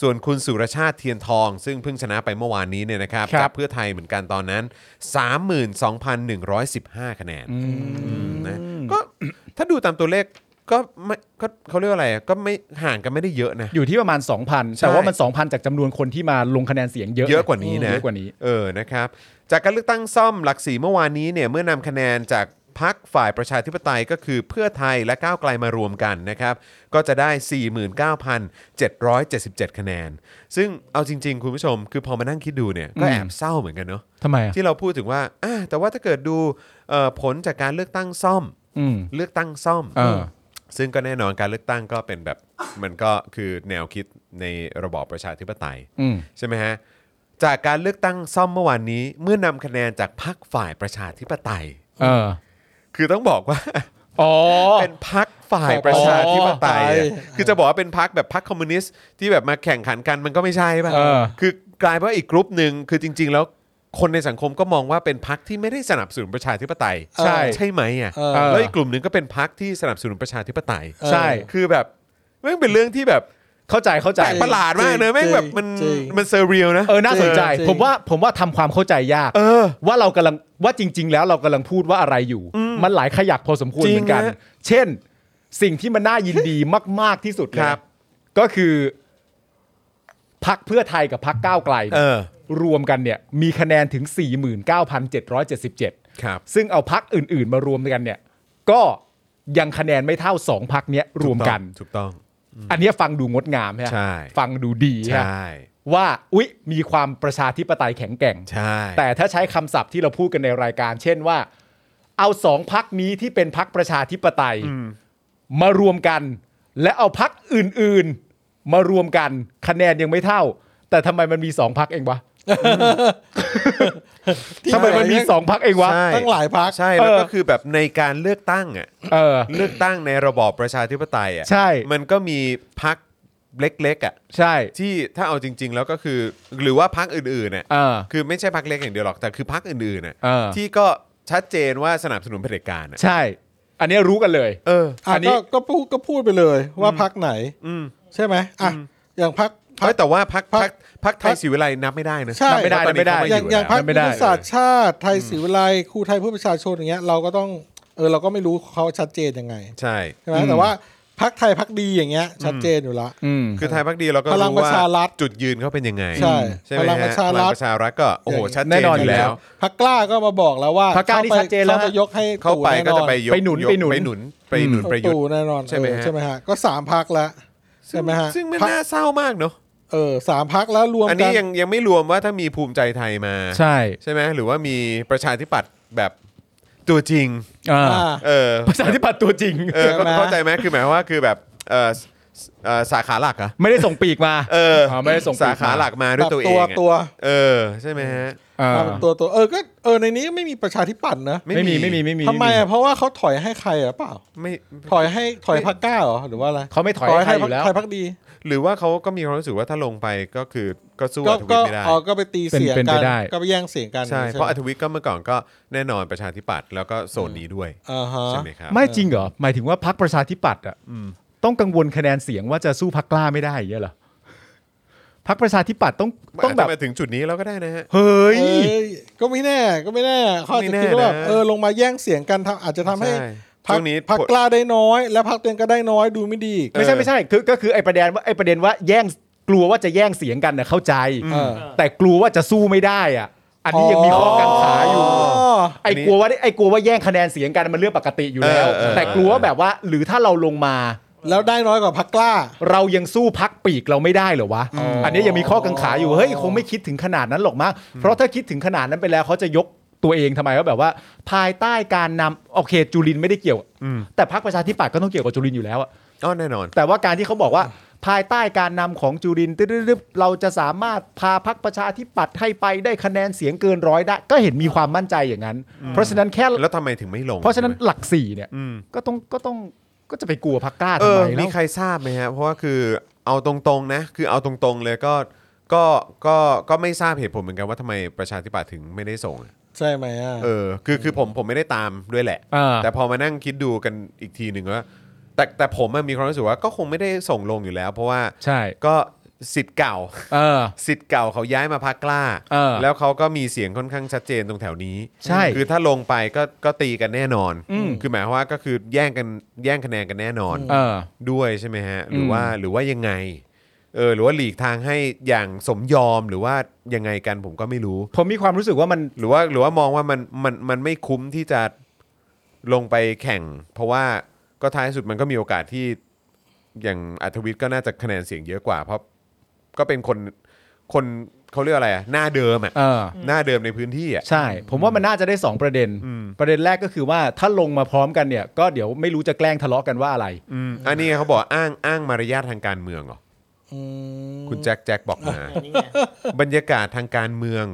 [SPEAKER 1] ส่วนคุณสุรชาติเทียนทอง ซึ่งเพิ่งชนะไปเมื่อวานนี้เนี่ยนะครับ
[SPEAKER 2] ครับ
[SPEAKER 1] จากเพื่อไทยเหมือนกันตอนนั้น 32,115 คะแนนอืมนะก็ ถ้าดูตามตัวเลขก็ไม่ก็เขาเรียกว่าอะไรอะก็ไม่ห่างกันไม่ได้เยอะนะ
[SPEAKER 2] อยู่ที่ประมาณ 2,000
[SPEAKER 1] ใช่
[SPEAKER 2] แต่ว่ามัน 2,000 จากจำนวนคนที่มาลงคะแนนเสียงเยอะ
[SPEAKER 1] เยอะกว่านี้นะ
[SPEAKER 2] เยอะกว่านี้
[SPEAKER 1] เออนะครับ จากการเลือกตั้งซ่อมหลักสีเมื่อวานนี้เนี่ยเมื่อนำคะแนนจากพักฝ่ายประชาธิปไตยก็คือเพื่อไทยและก้าวไกลมารวมกันนะครับ ก็จะได้ 49,777 คะแนน ซึ่งเอาจริง ๆ คุณผู้ชม คือพอมานั่งคิดดูเนี่ยก็
[SPEAKER 2] อืม
[SPEAKER 1] แอบเศร้าเหมือนกันเนาะ
[SPEAKER 2] ทำไมอะ
[SPEAKER 1] ที่เราพูดถึงว่าอ่ะแต่ว่าถ้าเกิดดูเอ่อผลจากการเลือกตั้งซ่อม
[SPEAKER 2] อืม
[SPEAKER 1] เลือกตั้งซ่อม
[SPEAKER 2] เออ
[SPEAKER 1] ซึ่งก็แน่นอนการเลือกตั้งก็เป็นแบบ มันก็คือแนวคิดในระบอบประชาธิปไตย
[SPEAKER 2] อืม
[SPEAKER 1] ใช่ไหมฮะ จากการเลือกตั้งซ่อมเมื่อวานนี้ เมื่อนำคะแนนจากพรรคฝ่ายประชาธิปไตย
[SPEAKER 2] เออ
[SPEAKER 1] คือต้องบอกว่า
[SPEAKER 2] อ๋อ
[SPEAKER 1] เป็นพรรคฝ่ายประชาธิปไตยอะ
[SPEAKER 3] อ๋อ
[SPEAKER 1] คือจะบอกว่าเป็นพรรคแบบพรรคคอมมิวนิสต์ที่แบบมาแข่งขันกันมันก็ไม่ใช่ป่ะ
[SPEAKER 2] เออ
[SPEAKER 1] คือกลายเป็นว่าอีกกรุ๊ปหนึ่งคือจริง ๆ แล้วคนในสังคมก็มองว่าเป็นพรรคที่ไม่ได้สนับสนุนประชาธิปไตย
[SPEAKER 2] ใช่
[SPEAKER 1] ใช่ไหมอ่ะ
[SPEAKER 3] เออ
[SPEAKER 1] แล้วอีกกลุ่มหนึ่งก็เป็นพรรคที่สนับสนุนประชาธิปไตย
[SPEAKER 2] ใช่
[SPEAKER 1] คือแบบแม่งเป็นเรื่องที่แบบ
[SPEAKER 2] เข้าใจเข้าใจ
[SPEAKER 1] แปลกประหลาดมากเนอะแม่งแบบมัน
[SPEAKER 3] จริง
[SPEAKER 1] มันเซอร์เรียลนะ
[SPEAKER 2] เออ น่าสนใจ
[SPEAKER 3] จริง
[SPEAKER 2] ผมว่า ผมว่าทำความเข้าใจยาก
[SPEAKER 1] เออ
[SPEAKER 2] ว่าเรากำลัง ว่าจริง ๆ แล้วเรากำลังพูดว่าอะไรอยู่ มันหลายขยักพอสมควร
[SPEAKER 1] จริง
[SPEAKER 2] เหมือนกัน
[SPEAKER 1] ฮะ
[SPEAKER 2] เช่น สิ่งที่มันน่ายินดีมาก ๆ ที่สุดเลย
[SPEAKER 1] ครับ
[SPEAKER 2] ก็คือพักเพื่อไทยกับพักก้าวไกลเนี่ย
[SPEAKER 1] เออ
[SPEAKER 2] รวมกันเนี่ย มีคะแนนถึง 49,777
[SPEAKER 1] ครับ
[SPEAKER 2] ซึ่งเอาพักอื่นๆมารวมกันเนี่ย ก็ยังคะแนนไม่เท่าสองพักเนี้ยรวมกัน
[SPEAKER 1] ถูกต้อง
[SPEAKER 2] อันเนี้ยฟังดูงดงามฮะ
[SPEAKER 1] ใช่
[SPEAKER 2] ฟังดูดี
[SPEAKER 1] ใช่
[SPEAKER 2] ฮะว่าอุ๊ย มีความประชาธิปไตยแข็งแกร่ง
[SPEAKER 1] ใช่
[SPEAKER 2] แต่ถ้าใช้คำศัพท์ที่เราพูดกันในรายการ เช่นว่า เอาสองพักนี้ที่เป็นพักประชาธิปไตยมารวมกัน และเอาพักอื่นๆ มารวมกัน คะแนนยังไม่เท่า แต่ทำไมมันมีสองพักเองวะทำไมมันมีสองพักเองวะ
[SPEAKER 1] ใช่
[SPEAKER 3] ตั้งหลายพัก
[SPEAKER 1] ใช่แล้ว
[SPEAKER 2] เออ
[SPEAKER 1] ก็คือแบบในการเลือกตั้งอ่ะ
[SPEAKER 2] เออ
[SPEAKER 1] เลือกตั้งในระบอบประชาธิปไตยอ่ะ
[SPEAKER 2] ใช่
[SPEAKER 1] มันก็มีพักเล็กๆอ่ะ
[SPEAKER 2] ใช่
[SPEAKER 1] ที่ถ้าเอาจริง ๆ แล้วก็คือ หรือว่าพักอื่นๆเนี่ย
[SPEAKER 2] เออ
[SPEAKER 1] คือไม่ใช่พักเล็กอย่างเดียวหรอกแต่คือพักอื่นๆน่ะ
[SPEAKER 2] เออ
[SPEAKER 1] ที่ก็ชัดเจนว่าสนับสนุนเผด็จการอ่ะ
[SPEAKER 2] ใช่ อันเนี้ยรู้กันเลย
[SPEAKER 1] เออ
[SPEAKER 3] อ่ะ
[SPEAKER 2] อันนี้
[SPEAKER 3] ก็ก็พูดก็พูดไปเลยว่าพักไหนใช่ไหมอ่ะอย่างพัก
[SPEAKER 1] เฮ้ยแต่ว่าพัก
[SPEAKER 3] พร
[SPEAKER 1] พั
[SPEAKER 3] รค
[SPEAKER 1] กพักไทย
[SPEAKER 3] พรรค
[SPEAKER 1] ศิวิไลย์นับไม่ได้นะ
[SPEAKER 3] ใช่
[SPEAKER 2] ไม่ได้
[SPEAKER 1] เพราะตอนนี้
[SPEAKER 2] ไม่ได้
[SPEAKER 1] เขาอ
[SPEAKER 3] อ
[SPEAKER 1] ยู่
[SPEAKER 3] ย่างอย่างพัก
[SPEAKER 1] แล้ว
[SPEAKER 2] ไม่
[SPEAKER 3] ยุท
[SPEAKER 2] ได้
[SPEAKER 3] ธศาสตร์ชาติไทยศรีวิไลย์ครูไทยเพื่อประชาชนอย่างเงี้ยเราก็ต้องเออเราก็ไม่รู้เขาชัดเจนยังไง
[SPEAKER 1] ใช่
[SPEAKER 3] ใช่ไหมแต่ว่าพักไทยพักดีอย่างเงี้ย ชัดเจนอยู่ละ
[SPEAKER 2] อืม
[SPEAKER 1] คือไทยพักดีเราก็
[SPEAKER 3] พลังประชารัฐ
[SPEAKER 1] จุดยืนเขาเป็นยังไง
[SPEAKER 3] ใช่
[SPEAKER 1] ไหม
[SPEAKER 3] พลังประชารั
[SPEAKER 1] ฮพลั
[SPEAKER 3] ฐ
[SPEAKER 1] งประชารัฐก็โอ้โหชัดเจ
[SPEAKER 2] แน่
[SPEAKER 1] น
[SPEAKER 2] นอน
[SPEAKER 1] อยู่
[SPEAKER 2] อยู่แล้
[SPEAKER 1] แล้ว
[SPEAKER 2] ว
[SPEAKER 3] พักกล้าก็มาบอกแล้วว่า
[SPEAKER 2] พรรคกล้านี่
[SPEAKER 3] ขไป
[SPEAKER 2] ชัดเจนแล้ว
[SPEAKER 3] เขาจะยกให้
[SPEAKER 1] เข้าไป
[SPEAKER 3] ตู่แ
[SPEAKER 1] ก็จะไปยก
[SPEAKER 2] ไปหนุน
[SPEAKER 1] ยก
[SPEAKER 2] ไปหนุน
[SPEAKER 1] ไปหนุนไปหนุน
[SPEAKER 3] เอา
[SPEAKER 1] ประยุทธ์
[SPEAKER 3] ตู่แน่นอน
[SPEAKER 1] ใช่ไหม
[SPEAKER 3] เออ
[SPEAKER 1] ฮะ
[SPEAKER 3] ใช่ไหมฮะก็สามพักแล้วใช่ไหมฮะ
[SPEAKER 1] ซึ่งมัน
[SPEAKER 3] พรรค
[SPEAKER 1] น่าเศร้ามากเนอะ
[SPEAKER 3] เออสามพักแล้วรวม
[SPEAKER 1] อัน
[SPEAKER 3] กั
[SPEAKER 1] นี้
[SPEAKER 3] น
[SPEAKER 1] ยังยังไม่รวมว่าถ้ามีภูมิใจไทยมา
[SPEAKER 2] ใช่
[SPEAKER 1] ใช่ไหมหรือว่ามีประชาธิปัตย์แบบตัวจริง
[SPEAKER 2] อ่า
[SPEAKER 1] เออ
[SPEAKER 2] ประชาธิปัตย์ตัวจริง
[SPEAKER 1] เออก็
[SPEAKER 3] ใช่ไหม
[SPEAKER 1] เข้าใจไหมคือหมายว่าคือแบบเออ เอ่อสาขาหลักเหรอะ
[SPEAKER 2] ไม่ได้ส่งปีกมา
[SPEAKER 1] เออ
[SPEAKER 2] อไม่ได้ส่งปี
[SPEAKER 1] สาก
[SPEAKER 2] ม
[SPEAKER 1] ขาหลักมาด้วยตัวเอง
[SPEAKER 3] ตัว
[SPEAKER 1] อะ
[SPEAKER 3] ตัว
[SPEAKER 1] เออใช่ไหมฮะ
[SPEAKER 2] เออ
[SPEAKER 3] มาเป็นตัวตัวเออก็เออในนี้ก็ไม่มีประชาธิปัตย์นะ
[SPEAKER 2] ไม่มีไม่มีไม่มี
[SPEAKER 3] ทำไมอ่ะเพราะว่าเขาถอยให้ใครอ่ะเปล่า
[SPEAKER 1] ไม่
[SPEAKER 3] ถอยให้ถอยพักกล้าเหรอหรือว่าอะไร
[SPEAKER 2] เขาไม่ถอยให้ใครอยู่แล้ว
[SPEAKER 3] ถอยพักดี
[SPEAKER 1] หรือว่าเขาก็มีความรู้สึกว่าถ้าลงไปก็คือก็สู้
[SPEAKER 3] ก็
[SPEAKER 1] อัธวิ
[SPEAKER 3] ก็
[SPEAKER 1] ทย์ไม่ได้
[SPEAKER 3] เออก็ไปตีเสียง
[SPEAKER 2] เป็นเป็
[SPEAKER 3] กั
[SPEAKER 2] นไปได้
[SPEAKER 3] ก็ไปแย่งเสียงกัน
[SPEAKER 1] ใช่
[SPEAKER 3] ใช่ไหม
[SPEAKER 1] เพราะอัธวิทย์ก็เมื่อก่อนก็แน่นอนประชาธิปัตย์แล้วก็โซนนี้ด้วย
[SPEAKER 3] อ่าฮะ
[SPEAKER 1] ใช่ไหมครับ
[SPEAKER 2] ไม่จริงเหรอหมายถึงว่าพักประชาธิปัตย์อ่ะต้องกังวลคะแนนเสียงว่าจะสู้พักกล้าไม่ได้อย่างเงี้ยเหรอพักประชาธิปัตย์ต้อง
[SPEAKER 1] ต้
[SPEAKER 2] ต้
[SPEAKER 1] อ
[SPEAKER 2] อง ง
[SPEAKER 1] แบ
[SPEAKER 2] แบบ บ
[SPEAKER 1] ถึงจุดนี้เราก็ได้นะฮะ
[SPEAKER 2] เฮ้ย
[SPEAKER 3] เอ้ยก็ไม่แน่ก็ไม่แน่เขาอาจจะคิดว่าแบบ
[SPEAKER 1] ไม่แน่นะ
[SPEAKER 3] เออลงมาแย่งเสียงกันทำอาจจะทำให้
[SPEAKER 1] ใช่
[SPEAKER 3] พัก
[SPEAKER 1] ช่วงนี้
[SPEAKER 3] พัก
[SPEAKER 1] ผล
[SPEAKER 3] กล้าได้น้อย และพักเตือนก็ได้น้อยดูไม่ดีอีก
[SPEAKER 1] เออ
[SPEAKER 2] ไม่ใช่ไม่ใช่คือก็คือไอ้ประเด็นว่าไอ้ประเด็นว่าแย่งกลัวว่าจะแย่งเสียงกันเน่ะเข้าใจ
[SPEAKER 3] เออ
[SPEAKER 2] แต่กลัวว่าจะสู้ไม่ได้อ่ะ อันนี้ยังมีข้อกังขาอยู่ ไอ้กลัวว่าไอ้กลัวว่าแย่งคะแนนเสียงกันมันเรื่องปกติอยู่แล้ว
[SPEAKER 1] เออเออเออ
[SPEAKER 2] แต่กลัวว่าแบบว่า หรือถ้าเราลงมา
[SPEAKER 3] แล้วได้น้อยกว่าพักกล้า
[SPEAKER 2] เรายังสู้พักปีกเราไม่ได้เหรอวะ
[SPEAKER 3] อ๋ออั
[SPEAKER 2] อันนี้ยังมีข้อกังขาอยู่ เฮ้ย คงไม่คิดถึงขนาดนั้นหรอกมั้งเพราะถ้าคิดถึงขนาดนั้นไปแล้วเขาจะยกตัวเองทำไมว่าแบบว่า ภายใต้การนำโอเคจุลินไม่ได้เกี่ยว แต่พรรคประชาธิปัตย์ก็ต้องเกี่ยวกับจุลินอยู่แล้วอะ
[SPEAKER 1] อ๋อแน่นอน
[SPEAKER 2] แต่ว่าการที่เขาบอกว่าภายใต้การนำของจุรินทร์ตึ๊ดๆๆเราจะสามารถพาพักประชาธิปัตย์ให้ไปได้คะแนนเสียงเกินร้อยได้ ก็เห็นมีความมั่นใจอย่างนั้น เพราะฉะนั้นแค่
[SPEAKER 1] แล้วทำไมถึงไม่ลง
[SPEAKER 2] เพราะฉะนั้น
[SPEAKER 1] ใช่ไหม
[SPEAKER 2] หลักสี่เนี่ย
[SPEAKER 1] อืม
[SPEAKER 2] ก็ต้องก็ต้องก็จะไปกลัวพักกล้า
[SPEAKER 1] เอ
[SPEAKER 2] ทำ
[SPEAKER 1] อ
[SPEAKER 2] ไม
[SPEAKER 1] มี
[SPEAKER 2] แล้ว
[SPEAKER 1] ใครทราบไหมฮะ เพราะว่าคือเอาตรงๆนะ คือเอาตรงๆเลยก็ก็ก็ก็ไม่ทราบเหตุผลเหมือนกันว่าทำไมประชาธิปัตย์ถึงไม่ได้ส่งอะ
[SPEAKER 3] ใช่ไหมอ่ะ
[SPEAKER 1] เออคือคือผมผมไม่ได้ตามด้วยแหละ
[SPEAKER 2] อ่า
[SPEAKER 1] แต่พอมานั่งคิดดูกันอีกทีหนึ่งว่าแต่แต่ผมอะมีความรู้สึกว่าก็คงไม่ได้ส่งลงอยู่แล้ว เพราะว่า
[SPEAKER 2] ใช่
[SPEAKER 1] ก็สิทธิ์เก่า
[SPEAKER 2] เออ
[SPEAKER 1] สิทธิ์เก่าเขาย้ายมาพักกล้า
[SPEAKER 2] เออ
[SPEAKER 1] แล้วเขาก็มีเสียงค่อนข้างชัดเจนตรงแถวนี้
[SPEAKER 2] ใช่
[SPEAKER 1] คือถ้าลงไปก็ก็ตีกันแน่นอน
[SPEAKER 2] อืม
[SPEAKER 1] คือหมายความว่าก็คือแย่งกันแย่งคะแนนกันแน่นอน
[SPEAKER 2] เออ
[SPEAKER 1] ด้วยใช่ไหมฮะ หรืออ
[SPEAKER 2] ม
[SPEAKER 1] ว่าหรือว่ายังไง เออหรือว่าหลีกทางให้อย่างสมยอมหรือว่ายังไงกันผมก็ไม่รู้
[SPEAKER 2] ผมมีความรู้สึกว่ามัน
[SPEAKER 1] หรือว่าหรือว่ามองว่ามันมันมันไม่คุ้มที่จะลงไปแข่ง เพราะว่าก็ท้ายสุดมันก็มีโอกาสที่อย่างอัธวิทย์ก็น่าจะคะแนนเสียงเยอะกว่า เพราะก็เป็นคนคนเขาเรียกอะไรอะหน้าเดิมอะ
[SPEAKER 2] เออ
[SPEAKER 1] หน้าเดิมในพื้นที่อะ
[SPEAKER 2] ใช่ ผมว่ามันน่าจะได้สองประเด็น
[SPEAKER 1] อืม
[SPEAKER 2] ประเด็นแรกก็คือว่าถ้าลงมาพร้อมกันเนี่ย ก็เดี๋ยวไม่รู้จะแกล้งทะเลาะกันว่าอะไร
[SPEAKER 1] อืมอันนี้เขาบอกอ้างอ้างมารยาททางการเมืองเหรอ
[SPEAKER 3] อืม
[SPEAKER 1] คุณแจ็คแจ็คบอก มา
[SPEAKER 4] อันนี้ไง
[SPEAKER 1] บรรยากาศทางการเมือง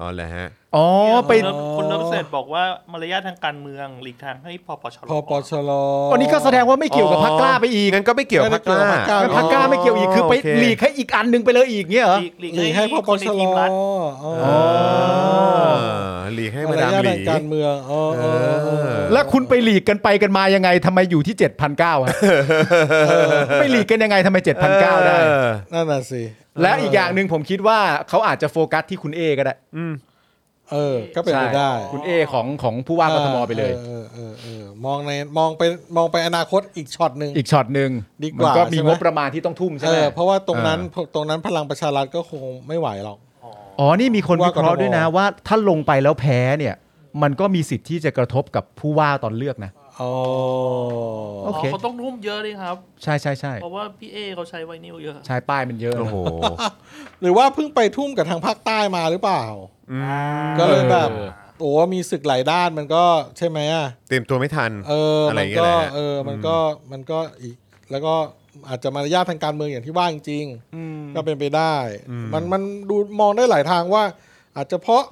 [SPEAKER 1] อ๋อแหละฮะ
[SPEAKER 2] อ๋อไป
[SPEAKER 4] คุณคุณนพเศรษฐ์บอกว่ามารยาททางการเมืองหลีกทางให้พปชร
[SPEAKER 3] พอปชร
[SPEAKER 2] อันนี้ก็แสดงว่าไม่เกี่ยวกับพักกล้าไปอีก
[SPEAKER 1] งั้นก็ไม่เกี่ยว
[SPEAKER 3] ไม่
[SPEAKER 1] พักก
[SPEAKER 3] ได้
[SPEAKER 1] ล้า
[SPEAKER 3] เกี่ยวกับพรรคกล้า
[SPEAKER 2] แล้วพักกล้าไม่เกี่ยวอีกคือไป
[SPEAKER 1] โอเค
[SPEAKER 2] หลีกให้อีกอันหนึงไปเลยอีกเงี้ยเหรอ
[SPEAKER 4] หลีกหลีก
[SPEAKER 3] หลีกให้พอป
[SPEAKER 4] คนใน
[SPEAKER 3] ชร
[SPEAKER 4] ทีมรัฐ
[SPEAKER 3] อ๋อ
[SPEAKER 1] อ๋อหลีกให้มาดามหลี
[SPEAKER 3] อะไรยะทงการเมืองอ๋ออ๋ออ๋อ
[SPEAKER 1] เออ
[SPEAKER 2] แล้วคุณไปหลีกกันไปกันมายังไงทำไมอยู่ที่ 7,900ฮะไปหลีกกันยังไงทำไม 7,900ได้
[SPEAKER 1] เออ
[SPEAKER 3] นั่นน่ะสิ
[SPEAKER 2] และอีกอย่างหนึ่งผมคิดว่าเขาอาจจะโฟกัสที่คุณเอก็ได้
[SPEAKER 3] เออ ก็เป็นไปได้
[SPEAKER 2] คุณเอของของผู้ว่ากทมไปเลย
[SPEAKER 3] ออเออเออมองในมองไปมองไปอนาคตอีกช็อตหนึ่ง
[SPEAKER 2] อีกช็อตหนึ่ง
[SPEAKER 3] ดีก
[SPEAKER 2] มั
[SPEAKER 3] ว่ามั
[SPEAKER 2] ก็มี
[SPEAKER 3] ใช่ไหม
[SPEAKER 2] งบประมาณที่ต้องทุ่มใช่
[SPEAKER 3] เอ
[SPEAKER 2] ไหม
[SPEAKER 3] อเพราะว่าตรงนั้นตรงนั้นพลังประชารัฐก็คงไม่ไหวหรอก
[SPEAKER 2] อ๋อนี่มีคนวิเคราะห์
[SPEAKER 3] ว่ากทม
[SPEAKER 2] ด้วยนะว่า ถ้าลงไปแล้วแพ้เนี่ย มันก็มีสิทธิ์ที่จะกระทบกับผู้ว่าตอนเลือกนะ
[SPEAKER 3] อ๋อ
[SPEAKER 2] โอเค
[SPEAKER 4] เขาต้องทุ่มเยอะเลยครับ
[SPEAKER 2] ใช่ใช่ใช่
[SPEAKER 4] เพราะว่าพี่เอเขาใช้ไวนิลเยอะ
[SPEAKER 2] ใช่ป้ายมันเยอะนะ
[SPEAKER 1] โอ้โห
[SPEAKER 3] หรือว่าเพิ่งไปทุ่มกับทางภาคใต้มาหรือเปล่า ก็เลยแบบ โอ้มีศึกหลายด้านมันก็ใช่ไหมอ่ะ
[SPEAKER 1] เตรียมตัวไม่ทัน
[SPEAKER 3] เออ
[SPEAKER 1] อะไร
[SPEAKER 3] มั
[SPEAKER 1] อน ย่างเงี้ย
[SPEAKER 3] ก็
[SPEAKER 1] นะฮะ
[SPEAKER 3] เออมันก็มันก็อีก แล้วก็อาจจะมารยาททางการเมืองอย่างที่ว่าจริงๆก็เป็นไปได้ มันมันดูมองได้หลายทางว่า อาจจะเพราะ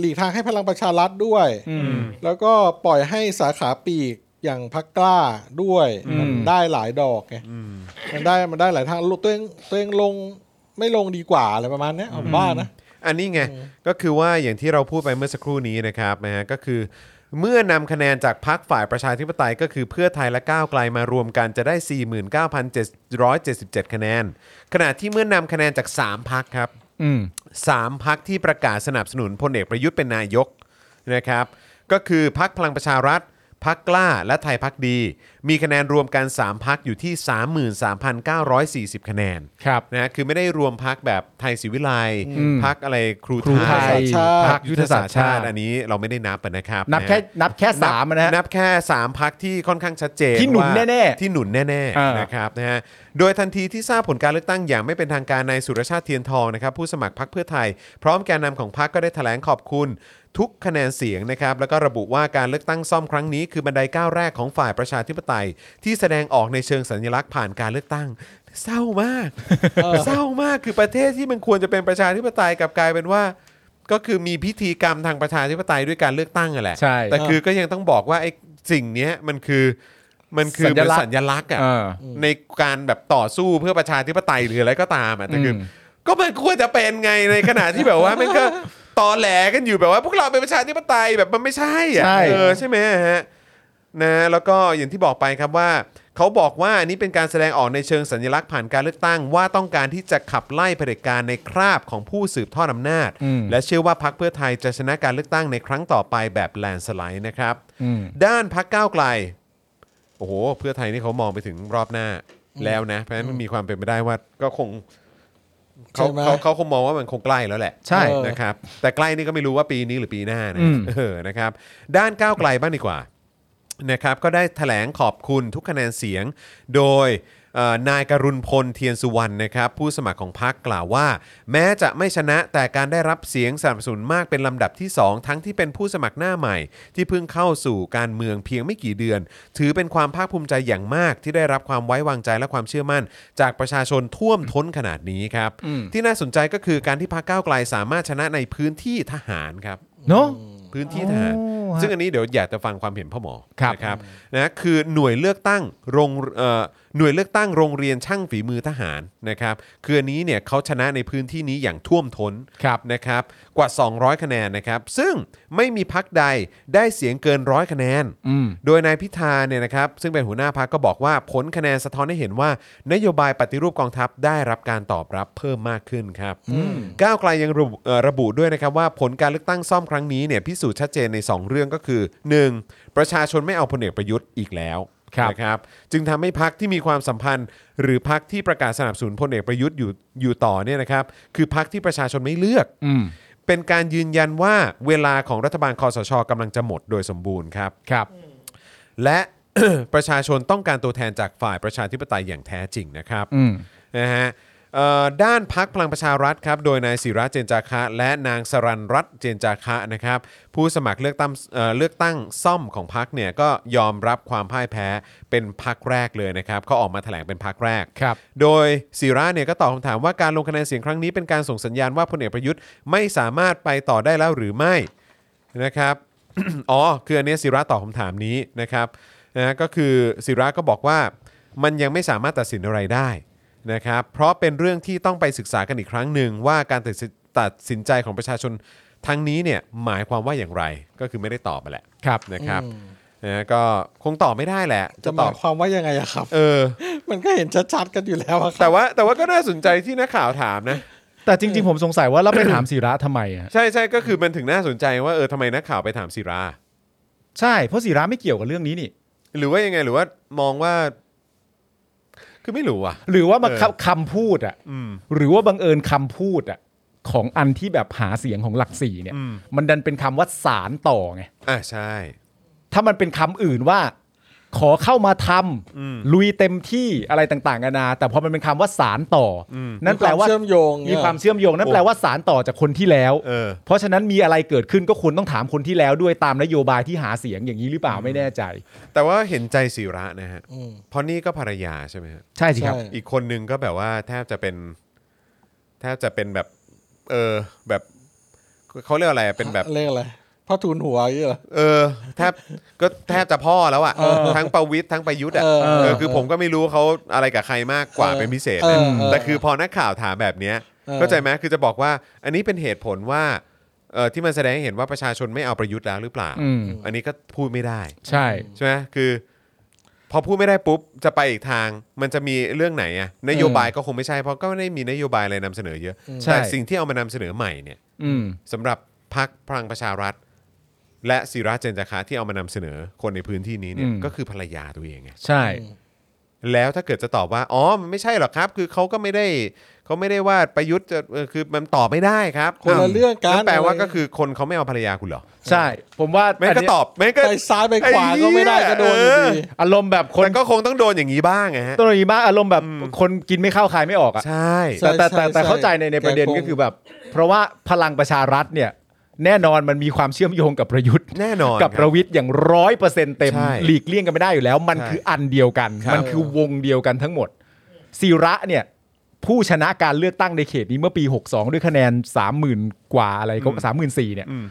[SPEAKER 3] หลีกทางให้พลังประชารัฐด้วย แล้วก็ปล่อยให้สาขาปีกอย่างพักกล้าด้วยมันได้หลายดอกไงมันได้มันได้หลายทางลูกตัวเองตัวเองลงไม่ลงดีกว่าอะไรประมาณเนี้ยผมว่านะ
[SPEAKER 1] อันนี้ไง ก็คือว่าอย่างที่เราพูดไปเมื่อสักครู่นี้นะครับนะฮะก็คือ เมื่อนำคะแนนจากพรรคฝ่ายประชาธิปไตยก็คือเพื่อไทยและก้าวไกลมารวมกันจะได้ 49,777 คะแนน ขณะที่เมื่อนำคะแนนจาก 3พรรคครับ
[SPEAKER 2] อืม
[SPEAKER 1] สามพักที่ประกาศสนับสนุนพลเอกประยุทธ์เป็นนายกนะครับ ก็คือพักพลังประชารัฐพักกล้าและไทยพักดี มีคะแนนรวมกัน 3 พักอยู่ที่ 33,940 คะแนน
[SPEAKER 2] ครับ
[SPEAKER 1] นะฮะคือไม่ได้รวมพักแบบไทยศิวิไลย์พักอะไรครู
[SPEAKER 2] ครูไทย
[SPEAKER 3] ชาติ
[SPEAKER 1] พักยุทธศาสตร์ชาติ
[SPEAKER 2] ชาติ
[SPEAKER 1] อันนี้เราไม่ได้นับอะนะครับ
[SPEAKER 2] นับแค่
[SPEAKER 1] ะฮะ
[SPEAKER 2] นับแค่สามอะนะฮะ
[SPEAKER 1] นับแค่ 3 พักที่ค่อนข้างชัดเจน
[SPEAKER 2] ที่หนุน
[SPEAKER 1] ว่า
[SPEAKER 2] แน่ๆ
[SPEAKER 1] ที่หนุนแน่
[SPEAKER 2] อ่า
[SPEAKER 1] ๆ
[SPEAKER 2] น
[SPEAKER 1] นะครับนะฮะโดยทันทีที่ทราบผลการเลือกตั้งอย่างไม่เป็นทางการนายสุรชาติเทียนทองนะครับผู้สมัครพักเพื่อไทย พร้อมแกนนำของพักก็ได้แถลงขอบคุณ ทุกคะแนนเสียงนะครับแล้วก็ระบุว่าการเลือกตั้งซ่อมครั้งนี้คือบันไดก้าวแรกของฝ่ายประชาธิปไตย ฝ่ายที่แสดงออกในเชิงสัญลักษณ์ผ่านการเลือกตั้ง เศร้ามาก เศร้ามากคือประเทศที่มันควรจะเป็นประชาธิปไตยกลับกลายเป็นว่า ก็คือมีพิธีกรรมทางประชาธิปไตยด้วยการเลือกตั้งอะแหละ
[SPEAKER 2] ใช่
[SPEAKER 1] แต่คือก็ยังต้องบอกว่าไอ้สิ่งเนี้ยมันคือมันคือ
[SPEAKER 2] สั
[SPEAKER 1] เป็น
[SPEAKER 2] ญลักษณ์
[SPEAKER 1] สัญลักษณ์อ่ะ
[SPEAKER 2] เออ
[SPEAKER 1] ในการแบบต่อสู้เพื่อประชาธิปไตยหรืออะไรก็ตามอ่ะแต่คืออ
[SPEAKER 2] ม
[SPEAKER 1] ก็มันควรจะเป็นไงในขณะที่แบบว่า มันก็ตอแหลกันอยู่แบบว่า พวกเราเป็นประชาธิปไตยแบบมันไม่ใช่อ่ะ
[SPEAKER 2] ใช่
[SPEAKER 1] เออใช่ไหมฮะนะแล้วก็อย่างที่บอกไปครับว่า เขาบอกว่าอันนี้เป็นการแสดงออกในเชิงสัญลักษณ์ผ่านการเลือกตั้ง ว่าต้องการที่จะขับไล่เผด็จการในคราบของผู้สืบทอดอำนาจ
[SPEAKER 2] อืม
[SPEAKER 1] และเชื่อว่าพรรคเพื่อไทยจะชนะการเลือกตั้งในครั้งต่อไปแบบแลนสไลด์นะครับ
[SPEAKER 2] อืม
[SPEAKER 1] ด้านพักก้าวไกล โอ้โห เพื่อไทยนี่เขามองไปถึงรอบหน้าแล้วนะ เพราะฉะนั้นมันมีความเป็นไปได้ว่าก็คงเขา
[SPEAKER 3] ใช่ไหม
[SPEAKER 1] เขาเขาคงมองว่ามันคงใกล้แล้วแหละ
[SPEAKER 2] ใช่
[SPEAKER 1] นะครับ แต่ใกล้นี่ก็ไม่รู้ว่าปีนี้หรือปีหน้านะ
[SPEAKER 2] อืม
[SPEAKER 1] เออนะครับ ด้านก้าวไกลบ้างดีกว่า นะครับก็ได้แถลงขอบคุณทุกคะแนนเสียง โดยเอ่อนายกรุณพลเทียนสุวรรณนะครับผู้สมัครของพักกล่าวว่า แม้จะไม่ชนะแต่การได้รับเสียงสนับสนุนมากเป็นลำดับที่ 2 ทั้งที่เป็นผู้สมัครหน้าใหม่ ที่เพิ่งเข้าสู่การเมืองเพียงไม่กี่เดือน ถือเป็นความภาคภูมิใจอย่างมาก ที่ได้รับความไว้วางใจและความเชื่อมั่น จากประชาชนท่วมท้นขนาดนี้ครับ
[SPEAKER 2] อืม
[SPEAKER 1] ที่น่าสนใจก็คือการที่พักก้าวไกลสามารถชนะในพื้นที่ทหารครับ
[SPEAKER 2] เนาะ
[SPEAKER 1] พื้นที่ทหาร
[SPEAKER 2] อ๋อฮะ
[SPEAKER 1] ซึ่งอันนี้เดี๋ยวอยากจะฟังความเห็นพ่อหมอ
[SPEAKER 2] ครับ
[SPEAKER 1] นะครับนะคือหน่วยเลือกตั้งโรงเอ่อหน่วยเลือกตั้งโรงเรียนช่างฝีมือทหารนะครับคืออันนี้เนี่ยเขาชนะในพื้นที่นี้อย่างท่วมท้น
[SPEAKER 2] ครับ
[SPEAKER 1] นะครับกว่า 200 คะแนนนะครับ ซึ่งไม่มีพักใดได้เสียงเกินร้อยคะแนน
[SPEAKER 2] อืม
[SPEAKER 1] โดยนายพิธาเนี่ยนะครับซึ่งเป็นหัวหน้าพักก็บอกว่าผลคะแนนสะท้อนให้เห็นว่า นโยบายปฏิรูปกองทัพได้รับการตอบรับเพิ่มมากขึ้นครับก้าวไกลยังระบุเอ่อระบุด้วยนะครับว่าผลการเลือกตั้งซ่อมครั้งนี้เนี่ยพิสูจน์ชัดเจนใน 2 เรื่องก็คือ 1. ประชาชนไม่เอาพลเอกประยุทธ์อีกแล้ว
[SPEAKER 2] ครับ
[SPEAKER 1] นะครับจึงทำให้พักที่มีความสัมพันธ์ หรือพักที่ประกาศสนับสนุนพลเอกประยุทธ์อยู่อยู่ต่อเนี่ยนะครับคือพักที่ประชาชนไม่เลือก
[SPEAKER 2] อืม
[SPEAKER 1] เป็นการยืนยันว่าเวลาของรัฐบาลคอสชกำลังจะหมดโดยสมบูรณ์ครับ
[SPEAKER 2] ครับ
[SPEAKER 1] และ ประชาชนต้องการตัวแทนจากฝ่ายประชาธิปไตยอย่างแท้จริงนะครับ
[SPEAKER 2] อืม
[SPEAKER 1] นะฮะเอ่อด้านพักพลังประชารัฐครับโดยนายศิระเจนจาคะ และนางสรันรัตน์เจนจาคะนะครับผู้สมัครเลือกตั้งเอ่อเลือกตั้งซ่อมของพักเนี่ยก็ยอมรับความพ่ายแพ้เป็นพักแรกเลยนะครับเขาออกมาแถลงเป็นพักแรก
[SPEAKER 2] ครับ
[SPEAKER 1] โดยศิระเนี่ยก็ตอบคำถามว่าการลงคะแนนเสียงครั้งนี้เป็นการส่งสัญญาณว่าพลเอกประยุทธ์ไม่สามารถไปต่อได้แล้วหรือไม่ นะครับ อ๋อ คืออันเนี้ยศิระตอบคำถามนี้นะครับนะก็คือศิระก็บอกว่ามันยังไม่สามารถตัดสินอะไรได้นะครับ เพราะเป็นเรื่องที่ต้องไปศึกษากันอีกครั้งหนึ่งว่าการตัดสินตัดสินใจของประชาชนทั้งนี้เนี่ยหมายความว่าอย่างไร ก็คือไม่ได้ตอบไปแหละ
[SPEAKER 2] ครับ
[SPEAKER 1] นะครับนะก็คงตอบไม่ได้แหละ
[SPEAKER 3] จะ
[SPEAKER 1] จะต
[SPEAKER 3] หมา
[SPEAKER 1] อย บ
[SPEAKER 3] ความว่ายังไงอะครับ
[SPEAKER 1] เออ
[SPEAKER 3] มันก็เห็นชัดๆกันอยู่แล้วอะครับ
[SPEAKER 1] แต่ว่าแต่ว่าก็น่าสนใจที่นักข่าวถามนะ
[SPEAKER 2] แต่จริง ๆ ผมสงสัยว่าเราไปถามศิระทำไมอะ
[SPEAKER 1] ใช่ใช่ก็คือมันถึงน่าสนใจว่าเออทำไมนักข่าวไปถามศิรา
[SPEAKER 2] ใช่เพราะศิระไม่เกี่ยวกับเรื่องนี้นี่
[SPEAKER 1] หรือว่ายังไงหรือว่ามองว่า คือไม่รู้อ่ะ
[SPEAKER 2] หรือว่ามัน
[SPEAKER 1] เออ
[SPEAKER 2] คำคำพูดอ่ะ
[SPEAKER 1] อืม
[SPEAKER 2] หรือว่าบังเอิญคำพูดอ่ะของอันที่แบบหาเสียงของหลักสี่เนี่ย
[SPEAKER 1] อืม
[SPEAKER 2] มันดันเป็นคำว่าสารต่อไง
[SPEAKER 1] อ่ะใช่
[SPEAKER 2] ถ้ามันเป็นคำอื่นว่า ขอเข้ามาทำ
[SPEAKER 1] อืม
[SPEAKER 2] ลุยเต็มที่อะไรต่างๆนานาแต่พอมันเป็นคำว่าสารต่ออ
[SPEAKER 1] ม
[SPEAKER 2] นั่นแปลว่า
[SPEAKER 3] เชื่อมโยง
[SPEAKER 2] มีความเชื่อมโยงนั่นแปลว่าสารต่อจากคนที่แล้ว
[SPEAKER 1] เออ
[SPEAKER 2] เพราะฉะนั้นมีอะไรเกิดขึ้นก็ควรต้องถามคนที่แล้วด้วยตามนโยบายที่หาเสียงอย่างนี้หรือเปล่าไม่แน่ใจ
[SPEAKER 1] แต่ว่าเห็นใจศิระนะฮะ
[SPEAKER 3] อืม
[SPEAKER 1] เพราะนี่ก็ภรรยาใช่ไหมฮะ
[SPEAKER 2] ใช่สิครับ
[SPEAKER 3] ใช่
[SPEAKER 1] อีกคนนึงก็แบบว่าแทบจะเป็น แทบจะเป็นแบบ เออ แบบเขาเรียกอะไรอะเป็นแบบ
[SPEAKER 3] เรียกอะไรพ่อทูนหัวอย่างเงี้ยเหรอ
[SPEAKER 1] เออแทบก็แทบจะพ่อแล้วอ่ะทั้งประวิทย์ทั้งประยุทธ์อ่ะ
[SPEAKER 3] เออ
[SPEAKER 1] เออคือผมก็ไม่รู้เขาอะไรกับใครมากกว่า
[SPEAKER 3] เออ
[SPEAKER 1] เป็นพิเศษ
[SPEAKER 3] เอ
[SPEAKER 1] นะ
[SPEAKER 3] อเออ
[SPEAKER 1] แต่คือพอนักข่าวถามแบบเนี้ย
[SPEAKER 3] เออ
[SPEAKER 1] เข้าใจไหมคือจะบอกว่า อันนี้เป็นเหตุผลว่าเออที่มันแสดงให้เห็นว่าประชาชนไม่เอาประยุทธ์แล้วหรือเปล่า
[SPEAKER 2] อืม
[SPEAKER 1] อันนี้ก็พูดไม่ได้
[SPEAKER 2] ใช่
[SPEAKER 1] ใช่ไหมคือ พอพูดไม่ได้ปุ๊บจะไปอีกทาง มันจะมีเรื่องไหนอะนโยบายก็คงไม่ใช่เพราะก็ไม่ได้มีนโยบายอะไรนำเสนอเยอะ
[SPEAKER 2] ใช่
[SPEAKER 1] แต่สิ่งที่เอามานำเสนอใหม่เนี่ย
[SPEAKER 2] อืม
[SPEAKER 1] สำหรับพักพลังประชารัฐ และศิระเจนจาคะที่เอามานำเสนอคนในพื้นที่นี้เนี่ย
[SPEAKER 2] อืม
[SPEAKER 1] ก็คือภรรยาตัวเองไง
[SPEAKER 2] ใช่
[SPEAKER 1] แล้วถ้าเกิดจะตอบว่า อ๋อมันไม่ใช่หรอกครับ คือเขาก็ไม่ได้เขาไม่ได้ว่าประยุทธ์จะเออคือมันตอบไม่ได้ครับ
[SPEAKER 3] คนละเรื่องกัน
[SPEAKER 1] นแปลว่าก็คือคนเขาไม่เอาภรรยาคุณเหรอ
[SPEAKER 2] ใช่ ผมว่า
[SPEAKER 1] แม่งก็
[SPEAKER 2] นเนี้ย
[SPEAKER 1] ตอบแม่งก็
[SPEAKER 3] ไปซ้ายไปขวา
[SPEAKER 1] ไอ้เหี้ย
[SPEAKER 3] ก็ไม่ได้ก็โดนอยู่ดี
[SPEAKER 1] เออ
[SPEAKER 2] อารมณ์แบบค
[SPEAKER 1] คน
[SPEAKER 2] น
[SPEAKER 1] ก็คงต้องโดนอย่างนี้บ้างไงฮะ
[SPEAKER 2] ต้นนี้บ้างอารมณ์แบบคนกินไม่เข้าคายไม่ออกอะ
[SPEAKER 1] ใช่
[SPEAKER 3] ใช่
[SPEAKER 2] แต่แต่แต่แต่
[SPEAKER 3] ใช่
[SPEAKER 2] เข้าใจในในประเด็น
[SPEAKER 3] แกคง
[SPEAKER 2] ก็คือแบบ เพราะว่าพลังประชารัฐเนี่ย แน่นอนมันมีความเชื่อมโยงกับประยุทธ์
[SPEAKER 1] แน่นอน
[SPEAKER 2] กับ
[SPEAKER 1] ค
[SPEAKER 2] ประวิทย์อย่างร้อยเปอร์เซ็นต์เต็ม
[SPEAKER 1] ใช่
[SPEAKER 2] หลีกเลี่ยงกันไม่ได้อยู่แล้ว มัน
[SPEAKER 1] ใช่
[SPEAKER 2] คืออันเดียวกัน
[SPEAKER 1] ครับ
[SPEAKER 2] มันคือวงเดียวกันทั้งหมดศิระเนี่ย ผู้ชนะการเลือกตั้งในเขตนี้เมื่อปี 62 ด้วยคะแนน 30,000 กว่าอะไรก็34,000เนี่ย
[SPEAKER 1] อืม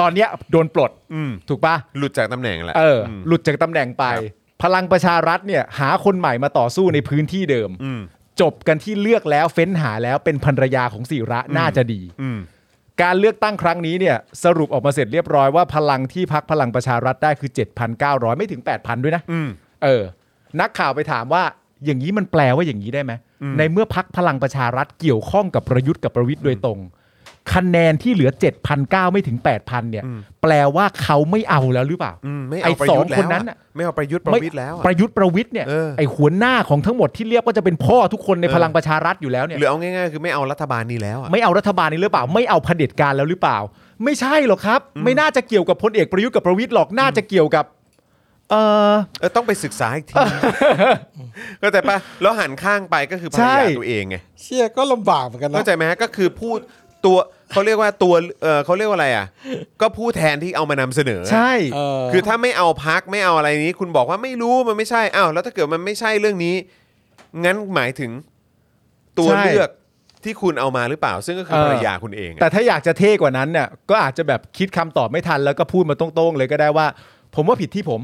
[SPEAKER 2] ตอนเนี้ยโดนปลด
[SPEAKER 1] อืม
[SPEAKER 2] ถูกปะ
[SPEAKER 1] หลุดจากตำแหน่งแหละ
[SPEAKER 2] เอออ
[SPEAKER 1] ม
[SPEAKER 2] หลุดจากตำแหน่งไป
[SPEAKER 1] ครับ
[SPEAKER 2] พลังประชารัฐเนี่ย หาคนใหม่มาต่อสู้ในพื้นที่เดิม
[SPEAKER 1] อืม
[SPEAKER 2] จบกันที่เลือกแล้วเฟ้นหาแล้วเป็นภรรยาของศิระน่าจะดี
[SPEAKER 1] อืม
[SPEAKER 2] การเลือกตั้งครั้งนี้เนี่ยสรุปออกมาเสร็จเรียบร้อยว่าพลังที่พักพลังประชารัฐได้คือ 7,900 ไม่ถึง 8,000 ด้วยนะ
[SPEAKER 1] อืม
[SPEAKER 2] เออ นักข่าวไปถามว่าอย่างนี้มันแปลว่าอย่างนี้ได้ไหม ในเมื่อพักพลังประชารัฐเกี่ยวข้องกับประยุทธ์กับประวิทย์โดยตรง คะแนนที่เหลือ 7,900 ไม่ถึง 8,000 เนี่ย
[SPEAKER 1] อืม
[SPEAKER 2] แปลว่าเขาไม่เอาแล้วหรือเปล่า
[SPEAKER 1] อืมไม่
[SPEAKER 2] ไอ้
[SPEAKER 1] เอาประยุทธ์
[SPEAKER 2] สองค
[SPEAKER 1] แล้ว
[SPEAKER 2] นนั้น
[SPEAKER 1] อะ
[SPEAKER 2] อะ
[SPEAKER 1] ไม่เอาประยุทธ์ประวิทย์แล้วอะ
[SPEAKER 2] ประยุทธ์ประวิทย์เนี่ย
[SPEAKER 1] เออ
[SPEAKER 2] ไอหัวหน้าของทั้งหมดที่เรียกว่าจะเป็นพ่อทุกคนใน
[SPEAKER 1] เออ
[SPEAKER 2] พลังประชารัฐอยู่แล้วเนี่ย
[SPEAKER 1] หรือเอาง่ายๆ คือไม่เอารัฐบาลนี้แล้วอะ
[SPEAKER 2] ไม่เอารัฐบาลนี้หรือเปล่า ไม่เอาเผด็จการแล้วหรือเปล่า ไม่ใช่หรอกครับ ไม่น่าจะเกี่ยวกับพลเอกประยุทธ์กับประวิตยหรอกน่าจะเกี่ยวกับ เออ
[SPEAKER 1] เออต้องไปศึกษาอี กทีก็แต่ปะแล้วหันข้างไปก็คือภรร
[SPEAKER 2] ใช่
[SPEAKER 1] ยาตัวเองไง
[SPEAKER 3] เชี่ยก็ลำบากเหมือนกันนะ
[SPEAKER 1] เข้าใจไหมฮะก็คือพูดตัวเขาเรียกว่าตัวเออเขาเรียกว่าอะไรอ่ะ ก็ผู้แทนที่เอามานำเสนอ
[SPEAKER 2] ใช่
[SPEAKER 3] เออ
[SPEAKER 1] คือถ้าไม่เอาพักไม่เอาอะไรนี้ คุณบอกว่าไม่รู้มันไม่ใช่อ้าวแล้วถ้าเกิดมันไม่ใช่เรื่องนี้ งั้นหมายถึง ตัว
[SPEAKER 2] ใช่
[SPEAKER 1] เลือกที่คุณเอามาหรือเปล่า ซึ่งก็คือ
[SPEAKER 2] เออ
[SPEAKER 1] ภรรยาคุณเองอะ
[SPEAKER 2] แต่ถ้าอยากจะเท่กว่านั้นเนี่ยก็อาจจะแบบคิดคำตอบไม่ทันแล้วก็พูดมาตรงๆเลยก็ได้ว่า ผมว่าผิดที่ผม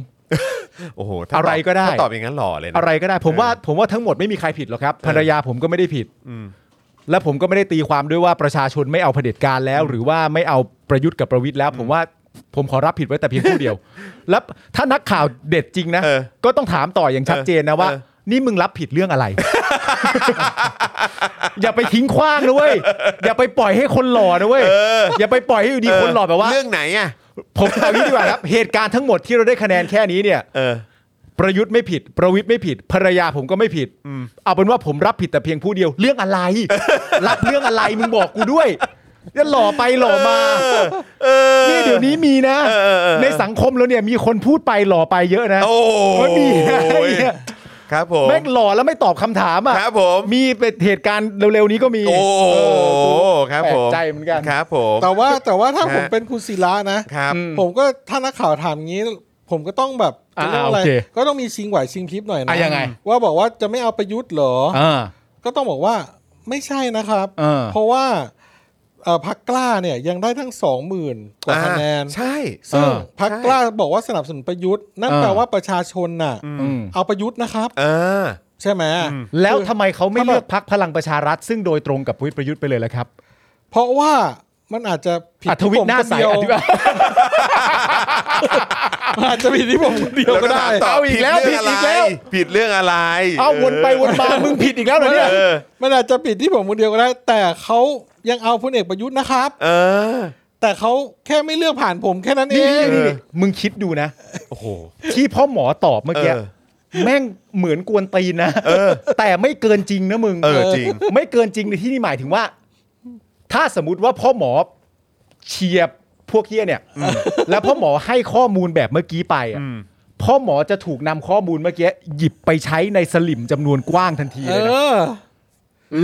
[SPEAKER 1] โอ้โหถ้า
[SPEAKER 2] อะไรก็ได้
[SPEAKER 1] ถ้าตอบอย่างนั้นหล่อเลยนะ
[SPEAKER 2] อะไรก็ได้ ผมว่า
[SPEAKER 1] เออ
[SPEAKER 2] ผมว่าทั้งหมดไม่มีใครผิดหรอกครับ
[SPEAKER 1] เออ
[SPEAKER 2] ภรรยาผมก็ไม่ได้ผิด
[SPEAKER 1] อืม
[SPEAKER 2] และผมก็ไม่ได้ตีความด้วยว่าประชาชนไม่เอาเผด็จการแล้ว หรือว่าไม่เอาประยุทธ์กับประวิทย์แล้ว ผมว่าผมขอรับผิดไว้แต่เพียงผู้เดียว แล้วถ้านักข่าวเด็ดจริงนะ
[SPEAKER 1] เออ
[SPEAKER 2] ก็ต้องถามต่ออย่างชัดเจนนะว่า
[SPEAKER 1] เออ
[SPEAKER 2] นี่มึงรับผิดเรื่องอะไร อย่าไปทิ้งขว้างนะเว้ยอย่าไปปล่อยให้คนหล่อนะเว้ยอย่าไปปล่อยให้อยู่ดีคนหล่อแบบว่า
[SPEAKER 1] เรื่องไหนอ่ะ
[SPEAKER 2] ผมเอางี้ดีกว่าครับ เหตุการณ์ทั้งหมดที่เราได้คะแนนแค่นี้เนี่ย
[SPEAKER 1] เออ
[SPEAKER 2] ประยุทธ์ไม่ผิด ประวิทย์ไม่ผิด ภรรยาผมก็ไม่ผิด เอาเป็นว่าผมรับผิดแต่เพียงผู้เดียว เรื่องอะไร รับเรื่องอะไรมึงบอกกูด้วยจะหล่อไปหล่อมา
[SPEAKER 1] เออ
[SPEAKER 2] นี่เดี๋ยวนี้มีนะ
[SPEAKER 1] เออเออเออ
[SPEAKER 2] ในสังคมแล้วเนี่ยมีคนพูดไปหล่อไปเยอะนะ
[SPEAKER 1] โอ้
[SPEAKER 2] มันมีอะไรเนี่ย
[SPEAKER 1] ครับผม
[SPEAKER 2] แม่งหล่อแล้วไม่ตอบคำถามอ่ะ
[SPEAKER 1] ครับผม
[SPEAKER 2] มีเป็นเหตุการณ์เร็วๆนี้ก็มี
[SPEAKER 1] โอ้
[SPEAKER 2] เออ
[SPEAKER 1] ครับผม
[SPEAKER 2] แปลกใจเหมือนกัน
[SPEAKER 1] ครับผม
[SPEAKER 3] แต่ว่าแต่ว่าถ้าผมเป็นคุณศิระนะ
[SPEAKER 1] ครับ
[SPEAKER 3] ผมก็ถ้านักข่าวถามงี้ ผมก็ต้องแบบ
[SPEAKER 2] อ่า
[SPEAKER 3] จะเรียกว่าอะไร
[SPEAKER 2] โอเค
[SPEAKER 3] ก็ต้องมีชิงไหวชิงพริบหน่อยนะ
[SPEAKER 2] อ่ะยังไง
[SPEAKER 3] ว่าบอกว่าจะไม่เอาประยุทธ์เหรอ
[SPEAKER 2] อ่า
[SPEAKER 3] ก็ต้องบอกว่าไม่ใช่นะครับ
[SPEAKER 2] เออ
[SPEAKER 3] เพราะว่าเอ่อพักกล้าเนี่ยยังได้ทั้งสองหมื่นกว่าคะแนน
[SPEAKER 1] ใช่
[SPEAKER 3] ซึ่ง
[SPEAKER 2] เออ
[SPEAKER 3] พักกล้าบอกว่าสนับสนุนประยุทธ์ นั่น
[SPEAKER 2] เออ
[SPEAKER 3] แปลว่าประชาชนน่ะ
[SPEAKER 2] อืม
[SPEAKER 3] เอาประยุทธ์นะครับ
[SPEAKER 1] เออ
[SPEAKER 3] ใช่ไหม
[SPEAKER 1] อืม
[SPEAKER 2] แล้วทำไมเขาไม่เลือกพักพลังประชารัฐ ซึ่งโดยตรงกับพลเอกประยุทธ์ไปเลยล่ะครับ
[SPEAKER 3] เพราะว่ามันอาจจะผิด
[SPEAKER 2] อัธวิทย์หน้าใส
[SPEAKER 3] ผมคเดียว
[SPEAKER 2] อธิบาย
[SPEAKER 3] อาจจะผิดที่ผมคนเดียวก็ได้
[SPEAKER 1] ตอบ
[SPEAKER 2] เอาอีกแล้ว
[SPEAKER 1] ผิด
[SPEAKER 2] ผิดอี
[SPEAKER 1] เรื่
[SPEAKER 2] ก
[SPEAKER 1] ง
[SPEAKER 2] แล้
[SPEAKER 1] อะไร
[SPEAKER 2] ว
[SPEAKER 1] ผิดเรื่องอะไร
[SPEAKER 2] เอาวนไปวนมามึงผิดอีกแล้วเหรอเนี่ย
[SPEAKER 1] เออ
[SPEAKER 3] มันอาจจะผิดที่ผมคนเดียวก็ได้ แต่เขายังเอาพลเอกประยุทธ์นะครับ
[SPEAKER 1] เออ
[SPEAKER 3] แต่เขาแค่ไม่เลือกผ่านผมแค่นั้นเอ
[SPEAKER 2] นี่
[SPEAKER 3] ง
[SPEAKER 2] นี่นี่มึงคิดดูนะ
[SPEAKER 1] โอ้โห
[SPEAKER 2] ที่พ่อหมอตอบเมื่อกี้
[SPEAKER 1] เออ
[SPEAKER 2] แม่งเหมือนกวนตีนนะแต่ไม่เกินจริงนะมึง
[SPEAKER 1] เออจริง
[SPEAKER 2] ไม่เกินจริงในที่นี่หมายถึงว่า ถ้าสมมติว่าพ่อหมอเชียบพวกเฮียเนี่ย แล้วพ่อหมอให้ข้อมูลแบบเมื่อกี้ไปอะ
[SPEAKER 1] อืม
[SPEAKER 2] พ่อหมอจะถูกนำข้อมูลเมื่อกี้หยิบไปใช้ในสลิมจำนวนกว้างทันที
[SPEAKER 3] เอ
[SPEAKER 2] เลยนะ
[SPEAKER 3] อ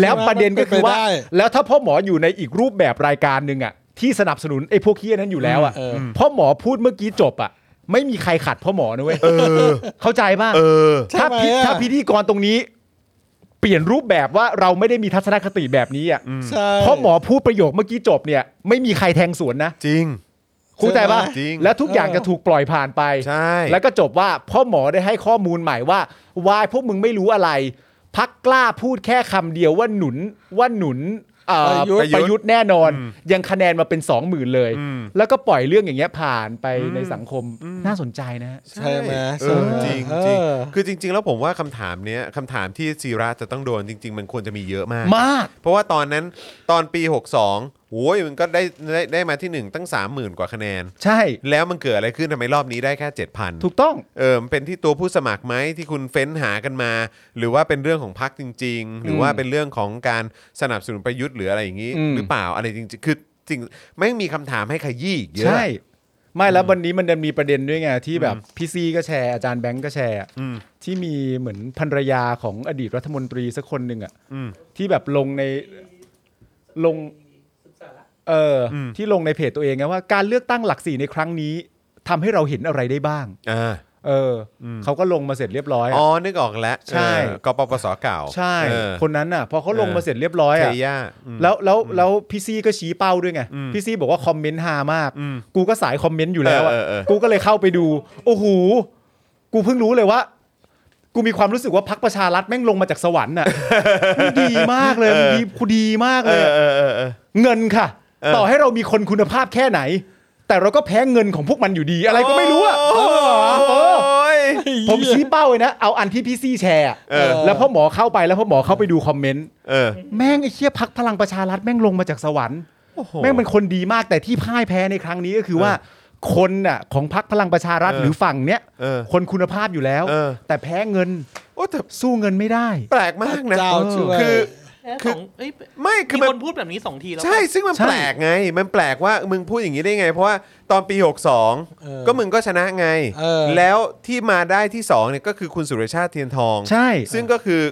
[SPEAKER 2] แล้วประเด็นก็คือว่า
[SPEAKER 3] เป็นไปได้
[SPEAKER 2] แล้วถ้าพ่อหมออยู่ในอีกรูปแบบรายการหนึ่งอ่ะที่สนับสนุนไอ้พวกเฮี้ยนั้นอยู่แล้วอ่ะ
[SPEAKER 3] เออ
[SPEAKER 2] พ่อหมอพูดเมื่อกี้จบอ่ะ ไม่มีใครขัดพ่อหมอนะเว้ยเข้าใจป่ะ
[SPEAKER 1] เออ
[SPEAKER 2] ถ้าพิ
[SPEAKER 3] ใช่ไหมอะ
[SPEAKER 2] ถ้าพิธีกรตรงนี้ เปลี่ยนรูปแบบว่าเราไม่ได้มีทัศนคติแบบนี้อ่ะ
[SPEAKER 3] ใช่
[SPEAKER 2] พ่อหมอพูดประโยคเมื่อกี้จบเนี่ย ไม่มีใครแทงสวนนะ
[SPEAKER 1] จริง
[SPEAKER 2] เข้าใจป่ะ
[SPEAKER 1] จริง
[SPEAKER 2] แล้วทุกอย่างจะถูกปล่อยผ่านไป
[SPEAKER 1] ใช่
[SPEAKER 2] แล้วก็จบว่าพ่อหมอได้ให้ข้อมูลใหม่ว่าวายพวกมึงไม่รู้อะไร พักกล้าพูดแค่คำเดียวว่าหนุนว่าหนุนเอ่อ
[SPEAKER 3] ประยุทธ์
[SPEAKER 2] ประยุทธ์แน่นอน ยังคะแนนมาเป็นสองหมื่นเลย แล้วก็ปล่อยเรื่องอย่างเงี้ยผ่านไปในสังคมน่าสนใจนะฮะ
[SPEAKER 3] ใช่ไหม
[SPEAKER 1] เอ
[SPEAKER 3] ใช่
[SPEAKER 1] อ
[SPEAKER 3] ไหม
[SPEAKER 1] จริง
[SPEAKER 3] เอ
[SPEAKER 1] จริง
[SPEAKER 3] อ
[SPEAKER 1] คือจริง ๆ แล้วผมว่าคำถามเนี้ยคำถามที่ซีราจะต้องโดนจริง ๆ มันควรจะมีเยอะมาก
[SPEAKER 2] มาก
[SPEAKER 1] เพราะว่าตอนนั้นตอนปี 62โอ้ยมันก็ได้ได้ได้มาที่หนึ่งตั้ง 30,000 กว่าคะแนน
[SPEAKER 2] ใช่
[SPEAKER 1] แล้วมันเกิดอะไรขึ้นทำไมรอบนี้ได้แค่7,000
[SPEAKER 2] ถูกต้อง
[SPEAKER 1] เออมันเป็นที่ตัวผู้สมัครไหมที่คุณเฟ้นหากันมา หรือว่าเป็นเรื่องของพักจริง ๆ หรือว่าเป็นเรื่องของการสนับสนุนประยุทธ์หรืออะไรอย่างนี้
[SPEAKER 2] อืม
[SPEAKER 1] หรือเปล่าอะไรจริงๆคือจริงแม่งมีคำถามให้ขยี้อีกเยอะ
[SPEAKER 2] ใช่ ไม่แล้ววันนี้มันจะมีประเด็นด้วยไงที่แบบพี่ซีก็แชร์อาจารย์แบงก์ก็แชร์อะ
[SPEAKER 1] อืม
[SPEAKER 2] ที่มีเหมือนภรรยาของอดีตรัฐมนตรีสักคนหนึ่งอ่ะ
[SPEAKER 1] อืม
[SPEAKER 2] ที่แบบลงในลง เอออที่ลงในเพจตัวเองไงว่าการเลือกตั้งหลักสี่ในครั้งนี้ทำให้เราเห็นอะไรได้บ้าง
[SPEAKER 1] อ่า
[SPEAKER 2] เอออเขาก็ลงมาเสร็จเรียบร้อย
[SPEAKER 1] อ๋
[SPEAKER 2] อะ
[SPEAKER 1] อนึกออกแล้ว
[SPEAKER 2] ใช่
[SPEAKER 1] เออกปปสเก่า
[SPEAKER 2] ใช่
[SPEAKER 1] เออ
[SPEAKER 2] คนนั้นน่ะพอเขาลงมาเสร็จเรียบร้อย
[SPEAKER 1] เท
[SPEAKER 2] อ่ะ
[SPEAKER 1] ย่าอืม
[SPEAKER 2] แล้วแล้วแล้วพี่ซีก็ชี้เป้าด้วยไงพี่ซีบอกว่าคอมเมนต์ฮามาก กูก็สายคอมเมนต์อยู่แล้วอะ
[SPEAKER 1] เออเออเออ
[SPEAKER 2] กูก็เลยเข้าไปดู โอ้โหกูเพิ่งรู้เลยว่า กูมีความรู้สึกว่าพักประชารัฐแม่งลงมาจากสวรรค์ น่ะ มันดีมากเลยมันดีกูดีมาก
[SPEAKER 1] เอ
[SPEAKER 2] เลย
[SPEAKER 1] อ
[SPEAKER 2] อะ
[SPEAKER 1] เออเออเออ
[SPEAKER 2] เงินค่ะ
[SPEAKER 1] เออ
[SPEAKER 2] ต่อให้เรามีคนคุณภาพแค่ไหน แต่เราก็แพ้เงินของพวกมันอยู่ดี อะไรก็ไม่รู้อะ
[SPEAKER 1] โอ้
[SPEAKER 2] เออ
[SPEAKER 1] โ
[SPEAKER 2] ผมชี้เป้าเลยนะ เอาอันที่พี่ซี่แชร์อะ
[SPEAKER 1] เออ
[SPEAKER 2] แล้วพอหมอเข้าไปแล้วพอหมอเข้าไปดูคอมเมนต์
[SPEAKER 1] เออ
[SPEAKER 2] แม่งไอ้เชี่ยพักพลังประชารัฐแม่งลงมาจากสวรรค์
[SPEAKER 1] โอ้โห
[SPEAKER 2] แม่งเป็นคนดีมากแต่ที่พ่ายแพ้ในครั้งนี้ก็คือว่า คนน่ะของพักพลังประชารัฐ
[SPEAKER 1] เออ
[SPEAKER 2] หรือฝั่งเนี้ย
[SPEAKER 1] เออ
[SPEAKER 2] คนคุณภาพอยู่แล้ว
[SPEAKER 1] เออ
[SPEAKER 2] แต่แพ้เงิน
[SPEAKER 1] โอ้แต่
[SPEAKER 2] สู้เงินไม่ได้
[SPEAKER 1] แปลกมากนะ
[SPEAKER 3] เจ้าช่วย
[SPEAKER 1] คือ
[SPEAKER 4] สองเอ้ย
[SPEAKER 1] ไม่คือ
[SPEAKER 4] มี
[SPEAKER 1] มัน
[SPEAKER 4] คนพูดแบบนี้สองทีแล้ว
[SPEAKER 1] ใช่ ซึ่งมัน
[SPEAKER 2] ใช่
[SPEAKER 1] แปลกไง มันแปลกว่ามึงพูดอย่างนี้ได้ไง เพราะว่าตอนปี
[SPEAKER 3] เออ
[SPEAKER 1] 62 ก็มึงก็ชนะไง
[SPEAKER 3] เออ
[SPEAKER 1] แล้วที่มาได้ที่2เนี่ยก็คือคุณสุรชาติเทียนทอง
[SPEAKER 2] ใช่
[SPEAKER 1] ซึ่งก็คือ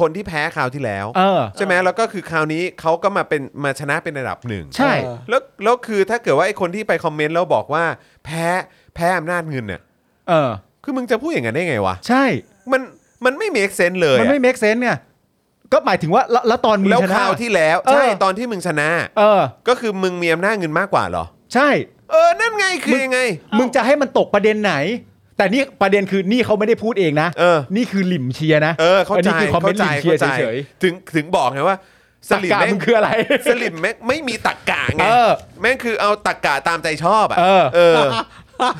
[SPEAKER 1] คนที่แพ้คราวที่แล้ว
[SPEAKER 2] เออ
[SPEAKER 1] ใช่ไหมแล้วก็คือคราวนี้เขาก็มาเป็นมาชนะเป็นระดับหนึ่ง
[SPEAKER 2] ใช่
[SPEAKER 3] เออ
[SPEAKER 1] แล้วแล้วคือถ้าเกิดว่าไอ้คนที่ไปคอมเมนต์แล้วบอกว่า แพ้แพ้อำนาจเงินเนี่ย
[SPEAKER 2] เออ
[SPEAKER 1] คือมึงจะพูดอย่างนั้นได้ไงวะ
[SPEAKER 2] ใช่
[SPEAKER 1] มันมันไม่เมคเซนเลย
[SPEAKER 2] มัน
[SPEAKER 1] อะ
[SPEAKER 2] ไม่ make sense เนี่ย ก็หมายถึงว่าแล้วแล้วตอนมึง
[SPEAKER 1] แล้ว
[SPEAKER 2] ช
[SPEAKER 1] ค
[SPEAKER 2] นะ
[SPEAKER 1] ราวที่แล้วใช่
[SPEAKER 2] เออ
[SPEAKER 1] ตอนที่มึงชนะ
[SPEAKER 2] เออ
[SPEAKER 1] ก็คือมึงมีอำนาจเงินมากกว่าเหรอ
[SPEAKER 2] ใช่
[SPEAKER 1] เออ นั่นไงคือยังไง
[SPEAKER 2] มึงจะให้มันตกประเด็นไหน แต่นี่ประเด็นคือนี่เขาไม่ได้พูดเองนะ
[SPEAKER 1] เออ
[SPEAKER 2] นี่คือหลิมเชียร์นะ
[SPEAKER 1] เออ เข้าน ใจ
[SPEAKER 2] นี้คือคอมเม
[SPEAKER 1] เข้าน
[SPEAKER 2] ต์ห
[SPEAKER 1] ใจ
[SPEAKER 2] ลิมเชียร์
[SPEAKER 1] เข้าใจ
[SPEAKER 2] เฉย
[SPEAKER 1] ถึงถึงบอกไงว่า
[SPEAKER 2] ๆ
[SPEAKER 1] สลิม
[SPEAKER 2] ตรรกะ
[SPEAKER 1] แม่ง
[SPEAKER 2] มึงคืออะไร
[SPEAKER 1] สลิมแม่งไม่มีตักกะไง
[SPEAKER 2] เออ
[SPEAKER 1] แม่งคือเอาตักกะตามใจชอบอ่ะ
[SPEAKER 2] เออ
[SPEAKER 1] เออ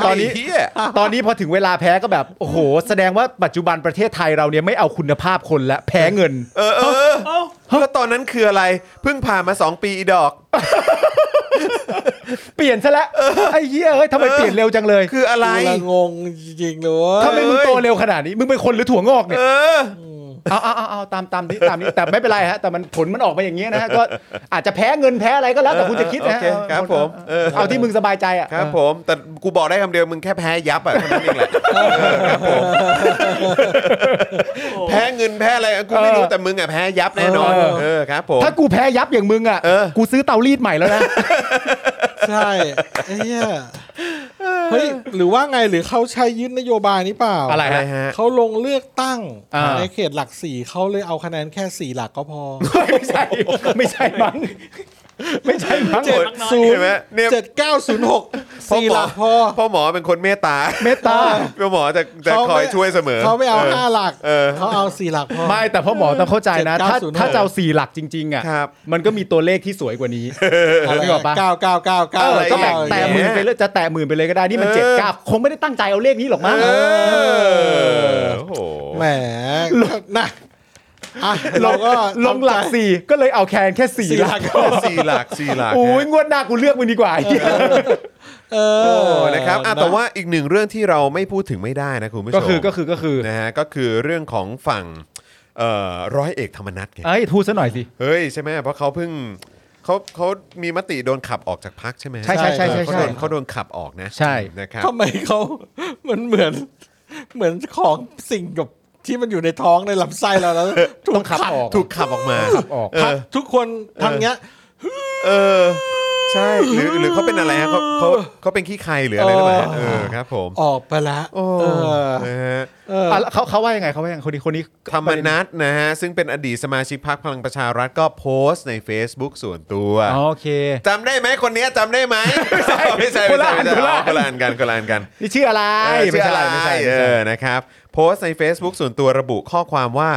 [SPEAKER 2] ตอนนี้
[SPEAKER 1] ไเหี้ย
[SPEAKER 2] ตอนนี้พอถึงเวลาแพ้ก็แบบ โอ้โห แสดงว่าปัจจุบันประเทศไทยเราเนี่ยไม่เอาคุณภาพคนละแพ้เงิน
[SPEAKER 1] เออเออเออ
[SPEAKER 4] เอ้า
[SPEAKER 1] แล้วตอนนั้นคืออะไร เพิ่งผ่านมา 2 ปีอีดอก
[SPEAKER 2] เปลี่ยนซะแล้วไอ้เหี้ยเอ้ยทำไมเปลี่ยนเร็วจังเลย
[SPEAKER 1] คืออะไร
[SPEAKER 3] กูละงงจริงๆเลยเว้ย
[SPEAKER 2] ทำไมมึงโตเร็วขนาดนี้มึงเป็นคนหรือถั่วงอกเนี่ย
[SPEAKER 1] เออ
[SPEAKER 2] เอาเอาเอาเอาตามตามนี้ตามนี้แต่ไม่เป็นไรฮะแต่มันผลมันออกมาอย่างนี้ยนะฮะก็อาจจะแพ้เงินแพ้อะไรก็แล้วแต่คุณจะคิดนะฮะ
[SPEAKER 1] โอเคครับ
[SPEAKER 2] เอา
[SPEAKER 1] ผมเออ
[SPEAKER 2] เอาที่มึงสบายใจอ่ะ
[SPEAKER 1] ครับผม แต่กูบอกได้คำเดียว มึงแค่แพ้ยับอ่ะเท่านั้นเองแหละเออครับผมแพ้เงินแพ้อะไรกูไม่รู้แต่มึงอ่ะแพ้ยับแน่นอน เออครับผม
[SPEAKER 2] ถ้ากูแพ้ยับอย่างมึงอ่ะ
[SPEAKER 1] เออ
[SPEAKER 2] กูซื้อเตารีดใหม่แล้วนะ
[SPEAKER 3] ใช่ไอ้เหี้ยเฮ้ยหรือว่าไงหรือเขาใช้ยึดนโยบายนี้เปล่า
[SPEAKER 2] อะไร
[SPEAKER 1] ฮะ
[SPEAKER 3] เขาลงเลือกตั้ง
[SPEAKER 2] อ่า
[SPEAKER 3] ในเขตหลักสี่เขาเลยเอาคะแนนแค่สี่หลักก็พอ
[SPEAKER 2] ไม่ใช่ไม่ใช่มั้งไม่ใช่มั้ง
[SPEAKER 3] เจ็ดศูน
[SPEAKER 1] เห็
[SPEAKER 3] ย์
[SPEAKER 1] นไหมเนี่ย
[SPEAKER 3] เจ็ดเก้าศูนย์หกสี่หลักพอ
[SPEAKER 1] พ่อหมอเป็นคนเมตตา
[SPEAKER 2] เมตตา
[SPEAKER 1] พ่อหมอจะจะ
[SPEAKER 3] เขา
[SPEAKER 1] ค
[SPEAKER 3] ไม่
[SPEAKER 1] อยช่วยเสมอ
[SPEAKER 3] เขาไม่เอาห้าหลัก
[SPEAKER 1] เออ
[SPEAKER 3] เขาเอาสี่หลักพอ
[SPEAKER 2] ไม่แต่พ่อหมอต้องเข้าใจนะถ้า
[SPEAKER 3] 7906
[SPEAKER 2] ถ้าจะเอาสี่หลักจริง ๆอ่ะ
[SPEAKER 1] ครับ
[SPEAKER 2] มันก็มีตัวเลขที่สวยกว่านี้
[SPEAKER 3] อะไร
[SPEAKER 2] นึกออกปะ
[SPEAKER 3] เก้าเก้าเก้าเก้า
[SPEAKER 2] เออก็
[SPEAKER 1] บบ
[SPEAKER 2] แตะ
[SPEAKER 3] เก้า
[SPEAKER 2] แตะหมื่นไปเลยจะแตะหมื่นไปเลยก็ได้นี่มัน
[SPEAKER 1] เออ
[SPEAKER 2] เจ็ดเก้าคงไม่ได้ตั้งใจเอาเลขนี้หรอกมั้ง
[SPEAKER 1] เออโอ้โห
[SPEAKER 3] แหมนะอ่ะ
[SPEAKER 2] ล
[SPEAKER 3] เรา
[SPEAKER 2] ง
[SPEAKER 3] ก็
[SPEAKER 2] ลงหลักสี่ก็เลยเอาแคนแค่สี่
[SPEAKER 3] สี่
[SPEAKER 2] ห
[SPEAKER 3] ห
[SPEAKER 2] ลั
[SPEAKER 3] ลั
[SPEAKER 2] ก
[SPEAKER 3] กก่อน
[SPEAKER 1] สี่หลักสี่หลัก
[SPEAKER 2] โอ้ย
[SPEAKER 1] นะ
[SPEAKER 2] งวดหน้ากูเลือกมึงดีกว่าไอ้เหี้ย
[SPEAKER 3] เอ
[SPEAKER 1] โอ้
[SPEAKER 3] อ
[SPEAKER 1] นะครับอ่ะแต่ว่าอีกหนึ่งเรื่องที่เราไม่พูดถึงไม่ได้นะคุณผู้ชม
[SPEAKER 2] ก็คือก็คือก็คือ
[SPEAKER 1] นะฮะก็คือเรื่องของฝั่งเอ่อร้อยเอกธรรมนัฐไง
[SPEAKER 2] เอ้ยทูซะหน่อยสิ
[SPEAKER 1] เฮ้ยใช่ไหมเพราะเขาเพิ่งเขาเขามีมติโดนขับออกจากพักใช่ไหม
[SPEAKER 2] ใช่ใช่ใช่ใช่
[SPEAKER 1] เขา
[SPEAKER 2] ใช่
[SPEAKER 1] โดนเขาโดนขับออกนะ
[SPEAKER 2] ใช่
[SPEAKER 1] นะครับ
[SPEAKER 3] ทำไมเขา มันเหมือน เหมือนของสิ่งกับที่มันอยู่ในท้องในลำไส้เราแล้วถู
[SPEAKER 2] ต้อก งขับออก
[SPEAKER 1] ถูกขับออกมา
[SPEAKER 2] ขับออก
[SPEAKER 1] เอ
[SPEAKER 3] พัก
[SPEAKER 1] อ
[SPEAKER 3] ทุกคนทำเงี้ย
[SPEAKER 1] เออใช่หรือหรือเขาเป็นอะไรฮะเขาเขาเขาเป็นขี้ใครหรืออะไรหรือเปล่าฮะเออครับผม
[SPEAKER 3] ออกไปละ
[SPEAKER 1] โอ้
[SPEAKER 3] เออ
[SPEAKER 1] นะฮะ
[SPEAKER 3] เออ
[SPEAKER 2] อ่ะแล้วเขาเขาว่ายังไงเขาว่ายังไงคนนี้คนนี้
[SPEAKER 1] ธรรมนัตนะฮะ ซึ่งเป็นอดีตสมาชิกพรรคพลังประชารัฐก็โพสต์ใน Facebook ส่วนตัว
[SPEAKER 2] อ๋อโอเค
[SPEAKER 1] จำได้ไหมคนเนี้ยจำได้ไหม ไม่ใช่ไม่ใช่
[SPEAKER 2] คนละอั
[SPEAKER 1] ไม่
[SPEAKER 2] น
[SPEAKER 1] ใช่
[SPEAKER 2] คนละอัน
[SPEAKER 1] อ๋อคนละอันกันคนละอันกัน
[SPEAKER 2] นี่ชื่ออะไร
[SPEAKER 1] เออ
[SPEAKER 2] ไม่
[SPEAKER 1] ชื่ออะไร
[SPEAKER 2] ใช่ไม่ใช่
[SPEAKER 1] เอ
[SPEAKER 2] ไม่ใช่
[SPEAKER 1] อนะครับ โพสต์ใน Facebook ส่วนตัวระบุข้อความว่า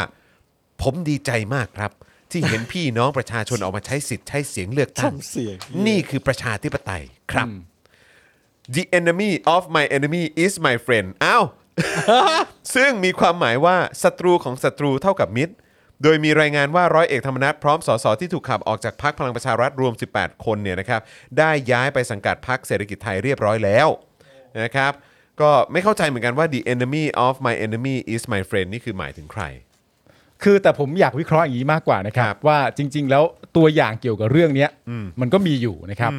[SPEAKER 1] ผมดีใจมากครับ ที่เห็นพี่น้องประชาชนออกมาใช้สิทธิ์ใช้เสียงเลือกตั้ง
[SPEAKER 3] ทำเสียง
[SPEAKER 1] นี่คือประชาธิปไตยครับ The enemy of my enemy is my friend อ้าว ซึ่งมีความหมายว่าศัตรูของศัตรูเท่ากับมิตร โดยมีรายงานว่าร้อยเอกธรรมนัฐพร้อมสสที่ถูกขับออกจากพักพลังประชารัฐรวม 18 คนเนี่ยนะครับ ได้ย้ายไปสังกัดพักเศรษฐกิจไทยเรียบร้อยแล้วนะครับ ก็ไม่เข้าใจเหมือนกันว่า the enemy of my enemy is my friend นี่คือหมายถึงใคร
[SPEAKER 2] คือแต่ผมอยากวิเคราะห์อย่างนี้มากกว่านะค
[SPEAKER 1] ค
[SPEAKER 2] รั
[SPEAKER 1] รับ บ
[SPEAKER 2] ว่าจริง ๆ แล้วตัวอย่างเกี่ยวกับเรื่องเนี้ยมันก็มีอยู่นะครับ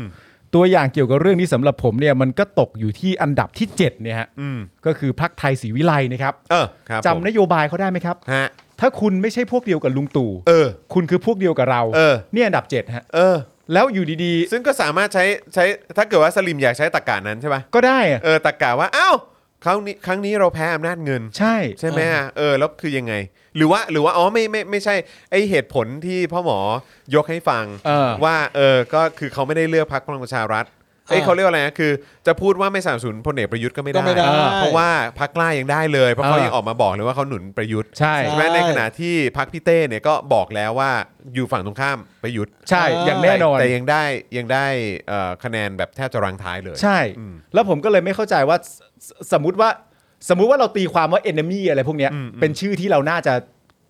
[SPEAKER 2] ตัวอย่างเกี่ยวกับเรื่องนี้สำหรับผมเนี่ยมันก็ตกอยู่ที่อันดับที่เจ็ดเนี่ยฮะ
[SPEAKER 1] อืม
[SPEAKER 2] ก็คือพักไทยศรีวิไลนะครับ
[SPEAKER 1] เออครับผม
[SPEAKER 2] จำนโยบายเขาได้ไหมครับ
[SPEAKER 1] ฮะ
[SPEAKER 2] ถ้าคุณไม่ใช่พวกเดียวกับลุงตู่
[SPEAKER 1] เออ
[SPEAKER 2] คุณคือพวกเดียวกับเรา
[SPEAKER 1] เออ
[SPEAKER 2] เนี่ยอันดับเจ็ดฮะ
[SPEAKER 1] เออ
[SPEAKER 2] แล้วอยู่ดี
[SPEAKER 1] ซึ่งก็สามารถใช้ใช้ถ้าเกิดว่าสลิมอยากใช้ตะกานั้นใช่ปะ
[SPEAKER 2] ๆ ก็ได้อะ
[SPEAKER 1] เออตะกาว่าอ้าวครั้งนี้ครั้งนี้เราแพ้อำนาจเงิน
[SPEAKER 2] ใช่
[SPEAKER 1] ใช่ไหมอ่ะเออแล้วคือยังไง หรือว่าหรือว่าอ๋อไม่ไม่ไม่ใช่ไอเหตุผลที่พ่อหมอยกให้ฟัง
[SPEAKER 2] เออ
[SPEAKER 1] ว่าเออก็คือเขาไม่ได้เลือกพรรคพลังประชารัฐไอย
[SPEAKER 3] อ่า
[SPEAKER 1] เขาเรียกว่าอะไรนะคือ จะพูดว่าไม่สนับสนุนพลเอกประยุทธ์ก็ไม่
[SPEAKER 3] ก็ไม่ได้
[SPEAKER 1] เออเพราะว่าพรรคกล้ายังได้เลย เพราะเขายังออกมาบอกเลยว่าเขาหนุนประยุทธ์
[SPEAKER 2] ใช่
[SPEAKER 1] ใช่ไหมในขณะที่พรรคพี่เต้เนี่ยก็บอกแล้วว่าอยู่ฝั่งตรงข้ามประยุทธ์
[SPEAKER 2] ใช่อย่างแน่นอน
[SPEAKER 1] แต่ยังได้ยังได้เอ่อคะแนนแบบแทบจะรังท้ายเลย
[SPEAKER 2] ใช่
[SPEAKER 1] อืม
[SPEAKER 2] แล้วผมก็เลยไม่เข้าใจว่าสสสมมติว่าสมมุติว่าเราตีความว่า enemy อะไรพวกเนี้ย
[SPEAKER 1] อืมอืม
[SPEAKER 2] เป็นชื่อที่เราน่าจะ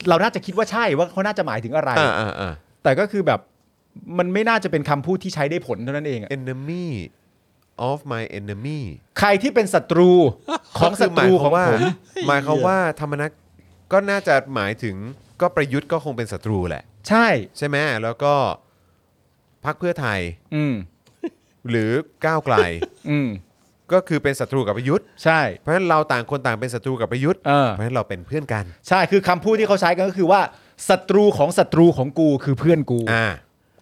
[SPEAKER 2] เราน่าจะคิดว่าใช่ว่าเขาน่าจะหมายถึงอะไร
[SPEAKER 1] อ่าอ่าอ่า
[SPEAKER 2] แต่ก็คือแบบมันไม่น่าจะเป็นคำพูดที่ใช้ได้ผลเท่านั้นเองอะ
[SPEAKER 1] enemy of my enemy
[SPEAKER 2] ใครที่เป็นศัตรูของศัตรูของผม
[SPEAKER 1] หมายความว่าธรรมนัตก็น่าจะหมายถึงก็ประยุทธ์ก็คงเป็นศัตรูแหละ
[SPEAKER 2] ใช่
[SPEAKER 1] ใช่ไหมแล้วก็พักเพื่อไทย
[SPEAKER 2] อืม
[SPEAKER 1] หรือก้าวไกล
[SPEAKER 2] อืม
[SPEAKER 1] ก็คือเป็นศัตรูกับประยุทธ์
[SPEAKER 2] ใช่
[SPEAKER 1] เพราะฉะนั้นเราต่างคนต่างเป็นศัตรูกับประยุทธ์
[SPEAKER 2] เออ
[SPEAKER 1] เพราะฉะนั้นเราเป็นเพื่อนกัน
[SPEAKER 2] ใช่คือคำพูดที่เขาใช้กันก็คือว่าศัตรูของศัตรูของกูคือเพื่อนกู
[SPEAKER 1] อ่า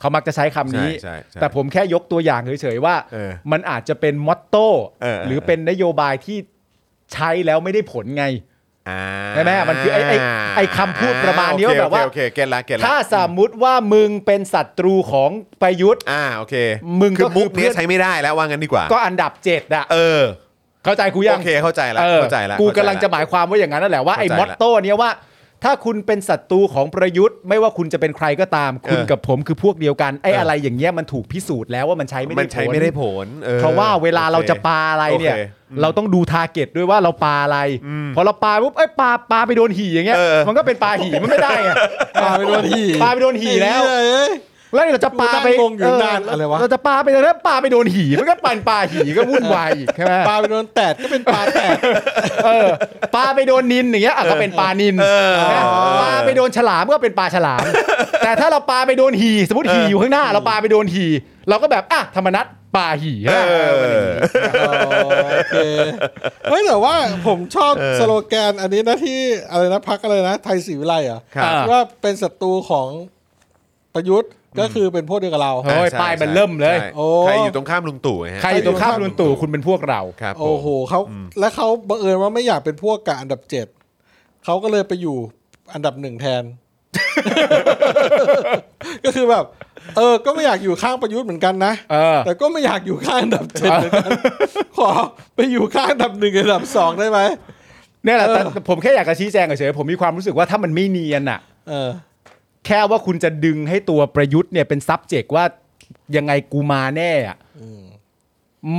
[SPEAKER 2] เขามักจะใช้คำนี้
[SPEAKER 1] ใช่ใช่ใช่
[SPEAKER 2] แต่ผมแค่ยกตัวอย่างเฉยๆว่า
[SPEAKER 1] เออ
[SPEAKER 2] มันอาจจะเป็นมอตโต้
[SPEAKER 1] เออเออ
[SPEAKER 2] หรือเป็นนโยบายที่ใช้แล้วไม่ได้ผลไง
[SPEAKER 1] อ่า
[SPEAKER 2] ใช่ไหมมันคือไอ้ไอ้ไอ้คำพูดประมาณนี้
[SPEAKER 1] อ่
[SPEAKER 2] ว่าแบบว่า
[SPEAKER 1] โอเคโอเคเก็ตละเก็ตละ
[SPEAKER 2] ถ้าสมมุติว่ามึงเป็นศัตรูของประยุทธ์
[SPEAKER 1] อ่าโอเค
[SPEAKER 2] มึงก็
[SPEAKER 1] คือมุก
[SPEAKER 2] คือเพื่
[SPEAKER 1] เนี้
[SPEAKER 2] อย น
[SPEAKER 1] ใช้ไม่ได้แล้วว่างั้นดีกว่า
[SPEAKER 2] ก็อันดับเจ็ดอะ
[SPEAKER 1] เออ
[SPEAKER 2] เข้าใจกูยัง
[SPEAKER 1] โอเคเข้าใจละ
[SPEAKER 2] เออ
[SPEAKER 1] เข้าใจละ
[SPEAKER 2] กูกำ
[SPEAKER 1] เข้าใ
[SPEAKER 2] ลังจะหมายความว่าอย่างนั้นนั่นแหละว่าไอ้ม
[SPEAKER 1] เข้าใจ
[SPEAKER 2] อ
[SPEAKER 1] ละ
[SPEAKER 2] ตโต้เนี้ยว่า ถ้าคุณเป็นศัตรูของประยุทธ์ ไม่ว่าคุณจะเป็นใครก็ตาม คุณกับผมคือพวกเดียวกันไอ้อะไรอย่างเงี้ยมันถูกพิสูจน์แล้วว่ามันใช้ไม่ได้ผล
[SPEAKER 1] มันใช้ไม่ได้ผลออ
[SPEAKER 2] เพราะว่าเวลาเราจะ
[SPEAKER 1] โอค
[SPEAKER 2] ปาอะไรเนี่ย
[SPEAKER 1] โอเคอืม
[SPEAKER 2] เราต้องดูทาร์เก็ตด้วยว่าเราปาอะไร พอเราปาปุ๊บเอ้ยปาปาไปโดนหีอย่างเงี้ย
[SPEAKER 1] เออ
[SPEAKER 2] มันก็เป็นปลาหีมันไม่ได้ไง
[SPEAKER 3] ปาไปโดนหี
[SPEAKER 2] ปาไปโดนหีแล้ว
[SPEAKER 3] ไอ้เย
[SPEAKER 2] แล้วเราจะปาไป
[SPEAKER 3] กูตั้งงงอยู่นานอะไรวะ
[SPEAKER 2] เราจะปาไปแล้วปาไปโดนหีมันก็ปันปลาหีก็วุ่นวายอีกใช่ไหม
[SPEAKER 3] ปาไปโดนแตดก็เป็นปาแตด
[SPEAKER 2] เออปาไปโดนนินอย่างเงี้ยอ่ะก็เป็นปลานินนะปาไปโดนฉลามก็เป็นปลาฉลาม แต่ถ้าเราปาไปโดนหีสมมติหีอยู่ข้างหน้า เราปาไปโดนหีเราก็แบบอ่ะธรรมนัตปาหี
[SPEAKER 1] เอ
[SPEAKER 2] นะ
[SPEAKER 1] อ
[SPEAKER 2] มันอย่างงี้
[SPEAKER 3] อ๋อโอเคเฮ้ยแต่ว่าผมชอบสโลแกนอันนี้นะที่อะไรนะพักอะไรนะ ไทยศรีวิไลเหรอ่ะ
[SPEAKER 1] ครับ
[SPEAKER 3] ว่าเป็นศัตรูของประยุทธ์ก็คือเป็นพวกเดียวกับเรา
[SPEAKER 2] เฮ้ย
[SPEAKER 1] ใช่
[SPEAKER 2] ป้ายมัน
[SPEAKER 1] ใช่
[SPEAKER 2] เริ่มเลย
[SPEAKER 1] ใช่
[SPEAKER 3] โอ้
[SPEAKER 1] ใครอยู่ตรงข้ามลุงตู่ฮะ
[SPEAKER 2] ใครอยู่ตรงข้ามลุงตู่คุณเป็นพวกเรา
[SPEAKER 1] ครับผม
[SPEAKER 3] โอ้โหเขาและเขาบังเอิญว่าไม่อยากเป็นพวกกับอันดับเจ็ดเขาก็เลยไปอยู่อันดับหนึ่งแทน ก็คือแบบ เออ ก็ไม่อยากอยู่ข้างประยุทธ์เหมือนกันนะ
[SPEAKER 2] เออ
[SPEAKER 3] แต่ก็ไม่อยากอยู่ข้างอันดับเจ็ดเหมือน กันขอไปอยู่ข้างอันดับหนึ่งกับอันดับสองได้ไหม
[SPEAKER 2] เนี่ยแหละแต่
[SPEAKER 3] เออ
[SPEAKER 2] ผมแค่อยากจะชี้แจงเฉยๆผมมีความรู้สึกว่าถ้ามันไม่เนียนอะ
[SPEAKER 3] เออ
[SPEAKER 2] แค่ว่าคุณจะดึงให้ตัวประยุทธ์เนี่ยเป็นซับเจกว่ายังไงกูมาแน่อะ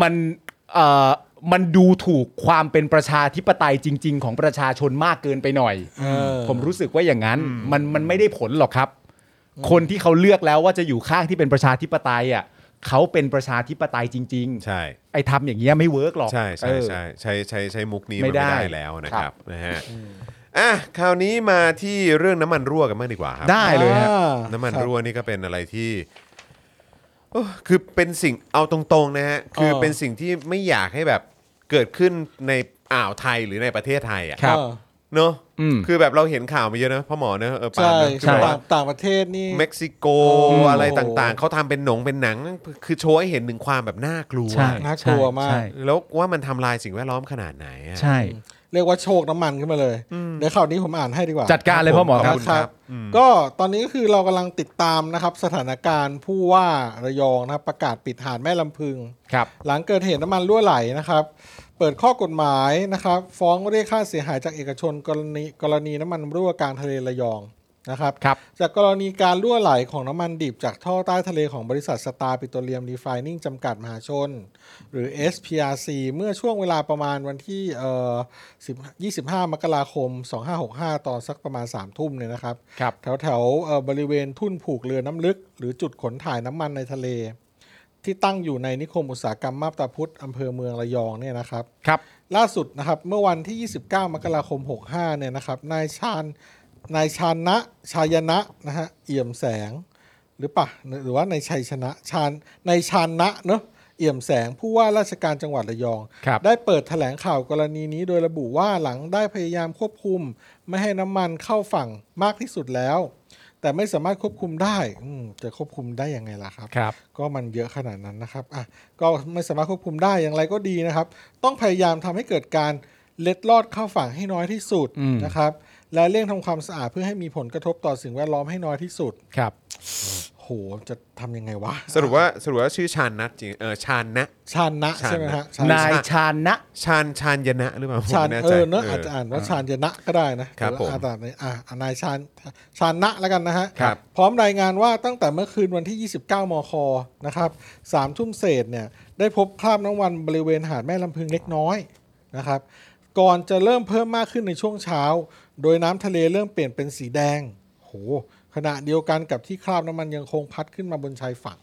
[SPEAKER 2] มันเอ่อมันดูถูกความเป็นประชาธิปไตยจริง ๆ ของประชาชนมากเกินไปหน่อย
[SPEAKER 3] เออ
[SPEAKER 2] ผมรู้สึกว่าอย่างนั้นมันมันไม่ได้ผลหรอกครับ คนที่เขาเลือกแล้วว่าจะอยู่ข้างที่เป็นประชาธิปไตยอ่ะเขาเป็นประชาธิปไตยจริง
[SPEAKER 1] ใช่
[SPEAKER 2] ๆ ไอ้ทำอย่างเงี้ยไม่เวิร์กหรอก
[SPEAKER 1] ใช่ใช่
[SPEAKER 2] เออ
[SPEAKER 1] ใช่ใช้ใช้ใช้มุกนี้มัน
[SPEAKER 2] ไม่
[SPEAKER 1] ไม่
[SPEAKER 2] ได้
[SPEAKER 1] ได้แล้วนะค
[SPEAKER 2] ครั
[SPEAKER 1] รับบ นะฮะอ่ะคราวนี้มาที่เรื่องน้ำมันรั่วกันมากดีกว่าครับ
[SPEAKER 2] ได้เลยฮะ
[SPEAKER 3] อ่า
[SPEAKER 1] น้ำมัน
[SPEAKER 3] คบ
[SPEAKER 1] รั่วนี่ก็เป็นอะไรที่โอ้คือเป็นสิ่งเอาตรงๆนะฮะคือ
[SPEAKER 3] เออ
[SPEAKER 1] เป็นสิ่งที่ไม่อยากให้แบบเกิดขึ้นในอ่าวไทยหรือในประเทศไทยอ่ะ
[SPEAKER 2] ครับ
[SPEAKER 3] เออ
[SPEAKER 1] เนอะ
[SPEAKER 2] อืม
[SPEAKER 1] คือแบบเราเห็นข่าวมาเยอะนะพ่อหมอเนอะเออปาล์ม
[SPEAKER 3] ใช่
[SPEAKER 1] เนอะคือ
[SPEAKER 3] ใช่
[SPEAKER 1] แบบว่า
[SPEAKER 3] ต่างต่างประเทศนี่
[SPEAKER 1] เม็กซิโก
[SPEAKER 3] อืม
[SPEAKER 1] อะไรต่างๆ เขาทำเป็นหนงเป็นหนัง คือโชว์ให้เห็นถึงความแบบน่ากลัว
[SPEAKER 2] ใช่
[SPEAKER 3] น่ากลัวมาก
[SPEAKER 2] ใช่
[SPEAKER 1] แล้วว่ามันทำลายสิ่งแวดล้อมขนาดไหนอะ
[SPEAKER 2] ใช่
[SPEAKER 3] เรียกว่าโชคน้ำมันขึ้นมาเลย เดี๋ยวข่าวนี้ผมอ่านให้ดีกว่า
[SPEAKER 2] จัดการเลยพ่อหมอครับ
[SPEAKER 1] ขณ
[SPEAKER 3] ก็ตอนนี้ก็คือเรากำลังติดตามนะครับ สถานการณ์ผู้ว่าระยองนะครับ ประกาศปิดหาดแม่ลำพึง
[SPEAKER 2] ครับ
[SPEAKER 3] หลังเกิดเหตุน้ำมันรั่วไหลนะครับ เปิดข้อกฎหมายนะครับ ฟ้องเรียกค่าเสียหายจากเอกชนกรณีกรณีน้ำมันรั่วกลางทะเลระยองนะครับ
[SPEAKER 2] ครับ
[SPEAKER 3] จากกรณีการรั่วไหลของน้ำมันดิบจากท่อใต้ทะเลของบริษัทสตาร์ปิโตรเลียมรีไฟนิ่งจำกัดมหาชน หรือ SPRC เมื่อช่วงเวลาประมาณวันที่เอ่อ10 25 มกราคม 2565 ตอนสักประมาณ 3 ทุ่มเนี่ยนะครับ
[SPEAKER 2] ครับ
[SPEAKER 3] แถวแถวๆเอ่อบริเวณทุ่นผูกเรือน้ำลึก หรือจุดขนถ่ายน้ำมันในทะเล ที่ตั้งอยู่ในนิคมอุตสาหกรรมมาบตาพุธอำเภอเมืองระยองเนี่ยนะครับ
[SPEAKER 2] ครับ
[SPEAKER 3] ล่าสุดนะครับเมื่อวันที่ 29 มกราคม 65 เนี่ยนะครับนายชาญนายชานะชายนะนะฮะเอี่ยมแสงหรือปะหรือว่านายชัยชนะชาญนายชานะเนอะเอี่ยมแสงผู้ว่าราชการจังหวัดระยอง
[SPEAKER 2] ครับ
[SPEAKER 3] ได้เปิดแถลงข่าวกรณีนี้โดยระบุว่าหลังได้พยายามควบคุม ไม่ให้น้ำมันเข้าฝั่งมากที่สุดแล้ว แต่ไม่สามารถควบคุมได้อืมจะควบคุมได้ยังไงล่ะครับ
[SPEAKER 2] ครับ
[SPEAKER 3] ก็มันเยอะขนาดนั้นนะครับอ่ะก็ไม่สามารถควบคุมได้อย่างไรก็ดีนะครับ ต้องพยายามทำให้เกิดการเล็ดลอดเข้าฝั่งให้น้อยที่สุด
[SPEAKER 2] อืม
[SPEAKER 3] นะครับ และเร่งทำความสะอาดเพื่อให้มีผลกระทบต่อสิ่งแวดล้อมให้น้อยที่สุด
[SPEAKER 2] ครับ
[SPEAKER 3] โหจะทำยังไงวะ
[SPEAKER 1] สรุปว่าสรุปว่าชื่อชานนัทจริงเออชานนะ
[SPEAKER 3] ชานนะ
[SPEAKER 1] ชานนะ
[SPEAKER 3] ใช่ไหมฮะช
[SPEAKER 2] นายชานะ
[SPEAKER 1] ชานชานยนะหรือเปล่าผม
[SPEAKER 3] ชาน
[SPEAKER 1] ไม่แน่
[SPEAKER 3] เอ
[SPEAKER 1] ใจ
[SPEAKER 3] อเนอะอาจจะอ่านว่าชานยนะก็ได้นะครับ
[SPEAKER 1] ผม
[SPEAKER 3] อ่านตามนี้อ่ะอ่ะนายชานชานนะแล้วกันนะฮะ
[SPEAKER 1] ครับ
[SPEAKER 3] พร้อมรายงานว่าตั้งแต่เมื่อคืนวันที่ 29 มคนะครับสามทุ่มเศษเนี่ยได้พบคราบน้ำมันบริเวณหาดแม่ลำพึงเล็กน้อยนะครับก่อนจะเริ่มเพิ่มมากขึ้นในช่วงเช้า โดยน้ำทะเลเริ่มเปลี่ยนเป็นสีแดงโหขณะเดียวกันกับที่คราบน้ำมันยังคงพัดขึ้นมาบนชายฝั่ง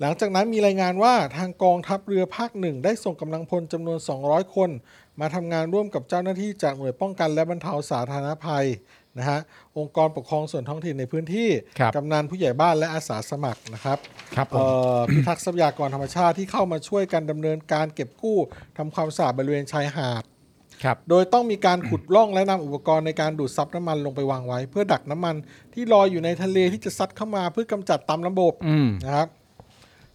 [SPEAKER 3] หลังจากนั้นมีรายงานว่าทางกองทัพเรือภาคหนึ่งได้ส่งกำลังพลจำนวน 200 คน มาทำงานร่วมกับเจ้าหน้าที่จากหน่วยป้องกันและบรรเทาสาธารณภัยนะฮะองค์กรปกครองส่วนท้องถิ่นในพื้นที่
[SPEAKER 2] ครับ
[SPEAKER 3] กำนันผู้ใหญ่บ้านและอาสาสมัครนะครับ
[SPEAKER 2] ครับผ
[SPEAKER 3] เอ่
[SPEAKER 2] ม
[SPEAKER 3] อพิทักษ์ทรัพยากรธรรมชาติที่เข้ามาช่วยกันดำเนินการเก็บกู้ทำความสะอาดบริเวณชายหาด
[SPEAKER 2] ครับ
[SPEAKER 3] โดยต้องมีการขุดร่องและนำอุปกรณ์ในการดูดซับน้ำมันลงไปวางไว้ เพื่อดักน้ำมันที่ลอยอยู่ในทะเลที่จะซัดเข้ามาเพื่อกำจัดตามระบบ
[SPEAKER 2] อืม
[SPEAKER 3] นะครับ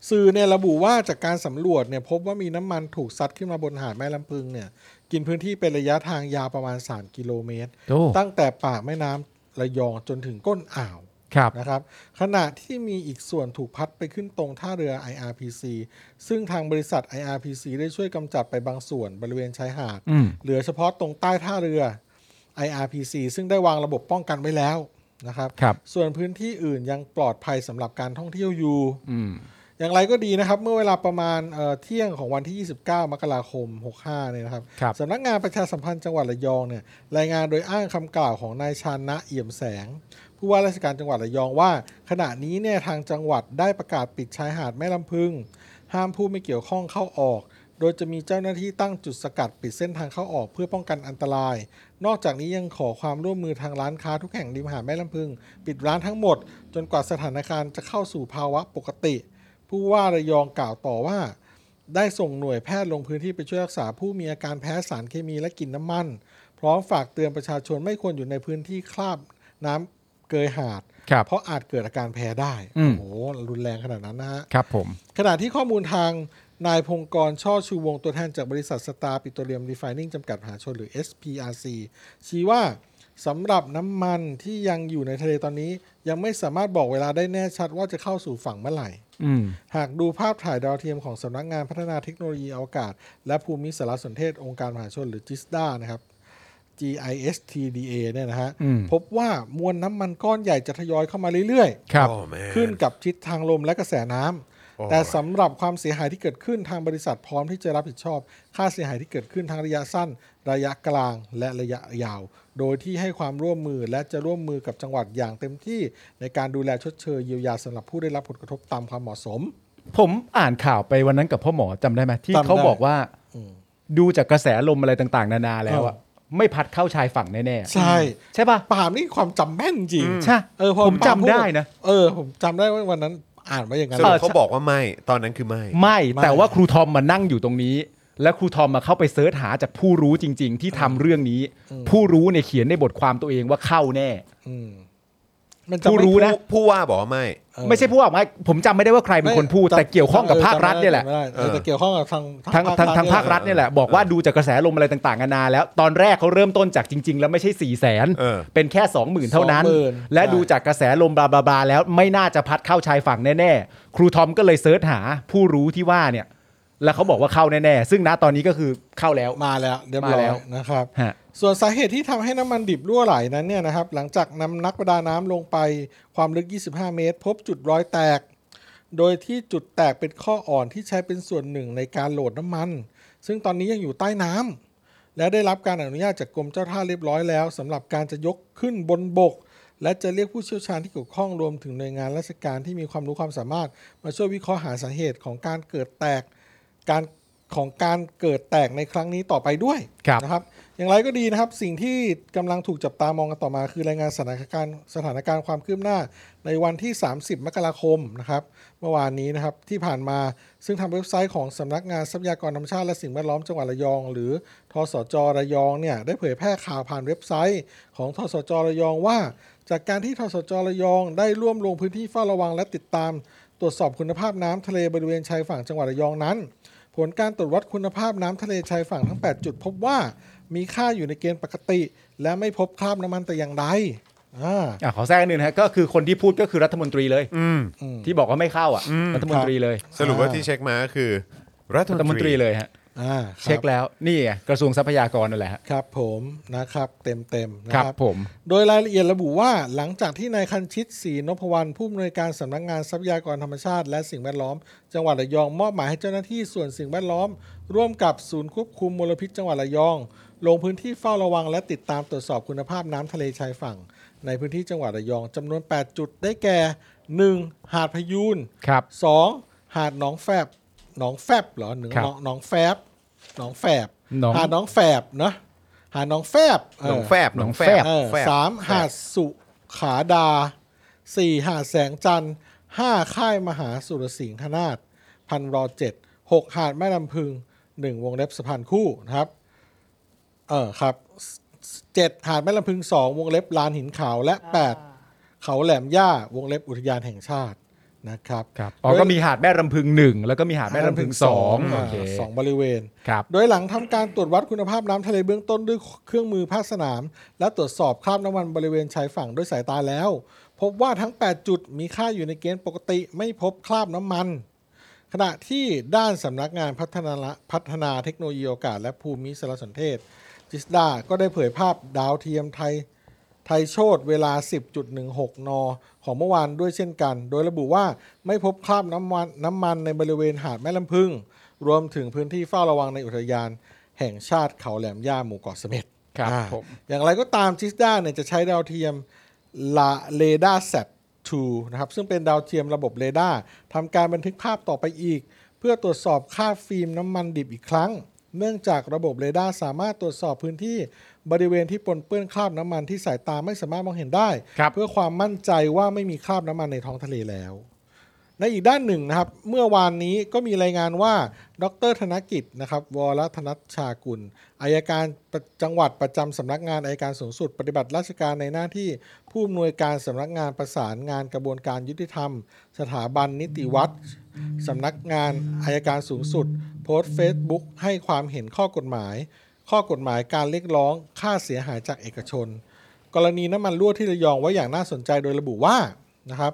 [SPEAKER 3] สื่อเนี่ยระบุว่าจากการสำรวจเนี่ยพบว่ามีน้ำมันถูกซัดขึ้นมาบนหาดแม่ลำพึงเนี่ยกินพื้นที่เป็นระยะทางยาวประมาณ 3 กิโลเมตร
[SPEAKER 2] โอ้
[SPEAKER 3] ตั้งแต่ปากแม่น้ำระยองจนถึงก้นอ่าว
[SPEAKER 2] ครับ
[SPEAKER 3] นะครับขณะที่มีอีกส่วนถูกพัดไปขึ้นตรงท่าเรือ IRPC ซึ่งทางบริษัท IRPC ได้ช่วยกำจัดไปบางส่วนบริเวณชายหาด
[SPEAKER 2] อืม
[SPEAKER 3] เหลือเฉพาะตรงใต้ท่าเรือ IRPC ซึ่งได้วางระบบป้องกันไว้แล้วนะครับ
[SPEAKER 2] ครับ
[SPEAKER 3] ส่วนพื้นที่อื่นยังปลอดภัยสำหรับการท่องเที่ยวอยู่
[SPEAKER 2] อืม
[SPEAKER 3] อย่างไรก็ดีนะครับ เมื่อเวลาประมาณเอ่อเที่ยงของวันที่ 29 มกราคม 65 เนี่ยนะครับ
[SPEAKER 2] ครับ
[SPEAKER 3] สำนักงานประชาสัมพันธ์จังหวัดระยองเนี่ยรายงานโดยอ้างคำกล่าวของนายชานะเอี่ยมแสง ผู้ว่าราชการจังหวัดระยองว่า ขณะนี้เนี่ยทางจังหวัดได้ประกาศปิดชายหาดแม่ลำพึง ห้ามผู้ไม่เกี่ยวข้องเข้าออก โดยจะมีเจ้าหน้าที่ตั้งจุดสกัดปิดเส้นทางเข้าออกเพื่อป้องกันอันตราย นอกจากนี้ยังขอความร่วมมือทางร้านค้าทุกแห่งริมหาดแม่ลำพึง ปิดร้านทั้งหมด จนกว่าสถานการณ์จะเข้าสู่ภาวะปกติ ผู้ว่าระยองกล่าวต่อว่า ได้ส่งหน่วยแพทย์ลงพื้นที่ไปช่วยรักษาผู้มีอาการแพ้สารเคมีและกลิ่นน้ำมัน พร้อมฝากเตือนประชาชนไม่ควรอยู่ในพื้นที่คราบน้ำเกยหาด
[SPEAKER 2] ครับ
[SPEAKER 3] เพราะอาจเกิดอาการแพ้ได้
[SPEAKER 2] อื
[SPEAKER 3] โอ้
[SPEAKER 2] ม
[SPEAKER 3] โหรุนแรงขนาดนั้นนะฮะ
[SPEAKER 2] ครับผม
[SPEAKER 3] ขณะที่ข้อมูลทางนายพงกรช่อชูวงศ์ตัวแทนจากบริษัทสตาร์ปิโตรเลียมรีไฟนิ่งจำกัดมหาชนหรือ SPRC ชี้ว่าสำหรับน้ำมันที่ยังอยู่ในทะเลตอนนี้ ยังไม่สามารถบอกเวลาได้แน่ชัดว่าจะเข้าสู่ฝั่งเมื่อไหร่
[SPEAKER 2] อืม
[SPEAKER 3] หากดูภาพถ่ายดาวเทียมของสำนักงานพัฒนาเทคโนโลยีอวกาศ และภูมิสารสนเทศองค์การมหาชนหรือจิสดานะครับ GISTDA เนี่ยนะฮะ
[SPEAKER 2] อืม
[SPEAKER 3] พบว่ามวลน้ำมันก้อนใหญ่จะทยอยเข้ามาเรื่อยๆ
[SPEAKER 2] ครับ
[SPEAKER 1] Oh man
[SPEAKER 3] ขึ้นกับทิศทางลมและกระแสน้ำ
[SPEAKER 1] โอ้ย
[SPEAKER 3] แต่สำหรับความเสียหายที่เกิดขึ้นทางบริษัทพร้อมที่จะรับผิดชอบ ค่าเสียหายที่เกิดขึ้นทั้งระยะสั้น ระยะกลางและระยะยาว โดยที่ให้ความร่วมมือและจะร่วมมือกับจังหวัดอย่างเต็มที่ ในการดูแลชดเชยเยียวยาสำหรับผู้ได้รับผลกระทบตามความเหมาะสม
[SPEAKER 2] ผมอ่านข่าวไปวันนั้นกับพ่อหมอจำได้ไหมที่
[SPEAKER 3] จำได้
[SPEAKER 2] เขาบอกว่า
[SPEAKER 3] อืม
[SPEAKER 2] ดูจากกระแสลมอะไรต่าง ๆ นานาแล้วอะ
[SPEAKER 3] เอ
[SPEAKER 2] ไม่พัดเข้าชายฝั่งแน่ๆ
[SPEAKER 3] ใช่
[SPEAKER 2] ใช่ป่ะ
[SPEAKER 3] ปาล์มนี่ความจำแม่นจริง
[SPEAKER 2] ใช่
[SPEAKER 3] เออพอ
[SPEAKER 2] ผมจำได้นะ
[SPEAKER 3] เออ ผมจำได้ว่าวันนั้นอ่านไว้อย่างนั้
[SPEAKER 1] ส
[SPEAKER 3] น
[SPEAKER 1] รุป
[SPEAKER 2] เออ
[SPEAKER 1] เขาบอกว่าไม่ตอนนั้นคือไม่
[SPEAKER 2] ไม่แต่ว่าครูทอมมานั่งอยู่ตรงนี้ และครูทอมมาเข้าไปเสิร์ชหาจากผู้รู้จริง ๆ ที่ทำเรื่องนี้ ผู้รู้เนี่ยเขียนในบทความตัวเองว่าเข้าแน่
[SPEAKER 3] มมันจำ
[SPEAKER 2] ผู้
[SPEAKER 3] ไม่
[SPEAKER 2] รู้นะ
[SPEAKER 1] ผู้ผู้ว่าบอกว่าไม่
[SPEAKER 3] เออ
[SPEAKER 2] ไม่ใช่ผู้ออกมาผมจำไม่ได้ว่าใครเป็นคนพูด
[SPEAKER 3] ไม่
[SPEAKER 2] แต่เกี่ยวข้องกับภาครัฐเนี่ยแหละ
[SPEAKER 3] จำได้จำได้เออแต่เกี่ยวข้องกับทาง
[SPEAKER 2] ทางทางทางภาค
[SPEAKER 3] เนี่ยแหละ
[SPEAKER 2] รัฐเนี่ยแหละบอกว่าดูจากกระแสลมอะไรต่างๆนานาแล้ว ตอนแรกเขาเริ่มต้นจากจริง ๆ แล้วไม่ใช่4ี่แสน
[SPEAKER 1] เออ
[SPEAKER 2] เป็นแค่ 2 0,000 เท่านั้น
[SPEAKER 3] 20,000
[SPEAKER 2] และ
[SPEAKER 3] ใช่
[SPEAKER 2] ดูจากกระแสลมบลาบลาบลาแล้วไม่น่าจะพัดเข้าชายฝั่งแน่ ๆ ครูทอมก็เลยเซิร์ชหาผู้รู้ที่ว่าเนี่ย แล้วเขาบอกว่าเข้าแน่ ๆ ซึ่งณตอนนี้ก็คือเข้าแล้ว
[SPEAKER 3] มาแล้วเรียบร้อ
[SPEAKER 2] มาย แล้ว
[SPEAKER 3] นะครับ
[SPEAKER 2] ฮะ
[SPEAKER 3] ส่วนสาเหตุที่ทำให้น้ำมันดิบรั่วไหลนั้นเนี่ยนะครับ หลังจากนำนักประดาน้ำลงไปความลึก 25 เมตร พบจุดรอยแตก โดยที่จุดแตกเป็นข้ออ่อนที่ใช้เป็นส่วนหนึ่งในการโหลดน้ำมัน ซึ่งตอนนี้ยังอยู่ใต้น้ำและได้รับการอนุญาตจากกรมเจ้าท่าเรียบร้อยแล้วสำหรับการจะยกขึ้นบนบก และจะเรียกผู้เชี่ยวชาญที่เกี่ยวข้องรวมถึงหน่วยงานราชการที่มีความรู้ความสามารถ มาช่วยวิเคราะห์หาสาเหตุของการเกิดแตก การ ของการเกิดแตกในครั้งนี้ต่อไปด้วย
[SPEAKER 2] ครับ
[SPEAKER 3] นะครับ อย่างไรก็ดีนะครับ สิ่งที่กำลังถูกจับตามองกันต่อมา คือรายงานสถานการณ์สถานการณ์ความคืบหน้า ในวันที่ 30 มกราคมนะครับ เมื่อวานนี้นะครับที่ผ่านมาซึ่งทางเว็บไซต์ของสำนักงานทรัพยากรธรรมชาติและสิ่งแวดล้อมจังหวัดระยอง หรือทสจระยองเนี่ยได้เผยแพร่ข่าวผ่านเว็บไซต์ของทสจระยองว่า จากการที่ทสจระยองได้ร่วมลงพื้นที่เฝ้าระวังและติดตาม ตรวจสอบคุณภาพน้ำทะเลบริเวณชายฝั่งจังหวัดระยองนั้น ผลการตรวจวัดคุณภาพน้ำทะเลชายฝั่งทั้ง 8 จุดพบว่ามีค่าอยู่ในเกณฑ์ปกติ และไม่พบคราบน้ำมันแต่อย่างใดอ่า
[SPEAKER 2] อ่ะขอแทรกนิดนึงนะฮะก็คือคนที่พูดก็คือรัฐมนตรีเลย
[SPEAKER 1] อืม
[SPEAKER 2] ที่บอกว่าไม่เข้าอ่ะ รัฐมนตรีเลย
[SPEAKER 1] สรุปว่าที่เช็คมาก็คือ รัฐ
[SPEAKER 2] รัฐม
[SPEAKER 1] ม
[SPEAKER 2] น
[SPEAKER 1] น
[SPEAKER 2] ต
[SPEAKER 1] ต
[SPEAKER 2] รี
[SPEAKER 1] รี
[SPEAKER 2] เลยฮะ
[SPEAKER 3] อ่ารับ
[SPEAKER 2] เช็คแล้วนี่ไงกระทรวงทรัพยากรนั่นแหละฮะ
[SPEAKER 3] ครับผมนะครับเต็มเต็มๆนะ
[SPEAKER 2] ค
[SPEAKER 3] ค
[SPEAKER 2] รั
[SPEAKER 3] รั
[SPEAKER 2] บบ ผม
[SPEAKER 3] โดยรายละเอียดระบุว่าหลังจากที่นายคันชิตศรีนพวรรณผู้อำนวยการสำนักงานทรัพยากรธรรมชาติและสิ่งแวดล้อม จังหวัดระยองมอบหมายให้เจ้าหน้าที่ส่วนสิ่งแวดล้อม ร่วมกับศูนย์ควบคุมมลพิษจังหวัดระยอง ลงพื้นที่เฝ้าระวังและติดตามตรวจสอบคุณภาพน้ำทะเลชายฝั่ง ในพื้นที่จังหวัดระยองจำนวน 8 จุดได้แก่ 1. หาดพะยูน
[SPEAKER 2] ครับ
[SPEAKER 3] 2. หาดหนองแฟบหนองแฟบเหรอหนึ่ง
[SPEAKER 2] ครับ
[SPEAKER 3] หนองหนองแฟบหนองแฟบ
[SPEAKER 2] หนอง
[SPEAKER 3] หาดหนองแฟบเนอะหาดหนองแฟบเ
[SPEAKER 1] หนองแฟบหนองแฟบ
[SPEAKER 3] เออ
[SPEAKER 1] แฟบ
[SPEAKER 3] สามหาดสุขาดาสี่หาดแสงจันทร์ห้าค่ายมหาสุรสิงหนาฏพันรอเจ็ดหกหาดแม่ลำพึงหนึ่งวงเล็บสะพานคู่นะครับ เออครับเจ็ดหาดแม่ลำพึงสองวงเล็บลานหินขาวและแปดเขาแหลมย่าวงเล็บอุทยานแห่งชาตินะครับ
[SPEAKER 2] ครับอ๋อก็มีหาดแม่รำพึงหนึ่งแล้วก็มีหาดแม่รำพึงสอง
[SPEAKER 3] า
[SPEAKER 2] โอเค
[SPEAKER 3] สองบริเวณ
[SPEAKER 2] ครับ
[SPEAKER 3] โดยหลังทำการตรวจวัดคุณภาพน้ำทะเลเบื้องต้นด้วยเครื่องมือภาคสนาม และตรวจสอบคราบน้ำมันบริเวณชายฝั่งด้วยสายตาแล้ว พบว่าทั้ง 8 จุดมีค่าอยู่ในเกณฑ์ปกติไม่พบคราบน้ำมัน ขณะที่ด้านสำนักงานพัฒนาพัฒนาเทคโนโลยีอากาศและภูมิสารสนเทศ จิสดาก็ได้เผยภาพดาวเทียมไทย ไทยโชดเวลา 10.16 น ของเมื่อวานด้วยเช่นกัน โดยระบุว่าไม่พบคราบน้ำมันน้ำมันในบริเวณหาดแม่ลำพึง รวมถึงพื้นที่เฝ้าระวังในอุทยาน แห่งชาติเขาแหลมย่าหมู่เกาะเสม็ด
[SPEAKER 2] ครับ
[SPEAKER 3] อ่า
[SPEAKER 2] ผม
[SPEAKER 3] อย่างไรก็ตามจิสด้าเนี่ยจะใช้ดาวเทียมลาเรดาร์แซด2นะครับ ซึ่งเป็นดาวเทียมระบบเรดาร์ทำการบันทึกภาพต่อไปอีก เพื่อตรวจสอบค่าฟิล์มน้ำมันดิบอีกครั้ง เนื่องจากระบบเรดาร์สามารถตรวจสอบพื้นที่บริเวณที่ปนเปื้อนคราบน้ำมันที่สายตาไม่สามารถมองเห็นได้
[SPEAKER 2] ครับ
[SPEAKER 3] เพื่อความมั่นใจว่าไม่มีคราบน้ำมันในท้องทะเลแล้ว ในอีกด้านหนึ่งนะครับ เมื่อวานนี้ก็มีรายงานว่า ดรธนกิจนะครับ วรธนชากุลอายการประจังหวัดประจำสำนักงานอายการสูงสุด ปฏิบัติราชการในหน้าที่ผู้อำนวยการสำนักงานประสานงานกระบวนการยุติธรรม สถาบันนิติวัตรสำนักงานอายการสูงสุด โพสต์เฟซบุ๊กให้ความเห็นข้อกฎหมาย ข้อกฎหมายการเรียกร้องค่าเสียหายจากเอกชน กรณีน้ำมันรั่วที่ระยองไว้อย่างน่าสนใจโดยระบุว่านะครับ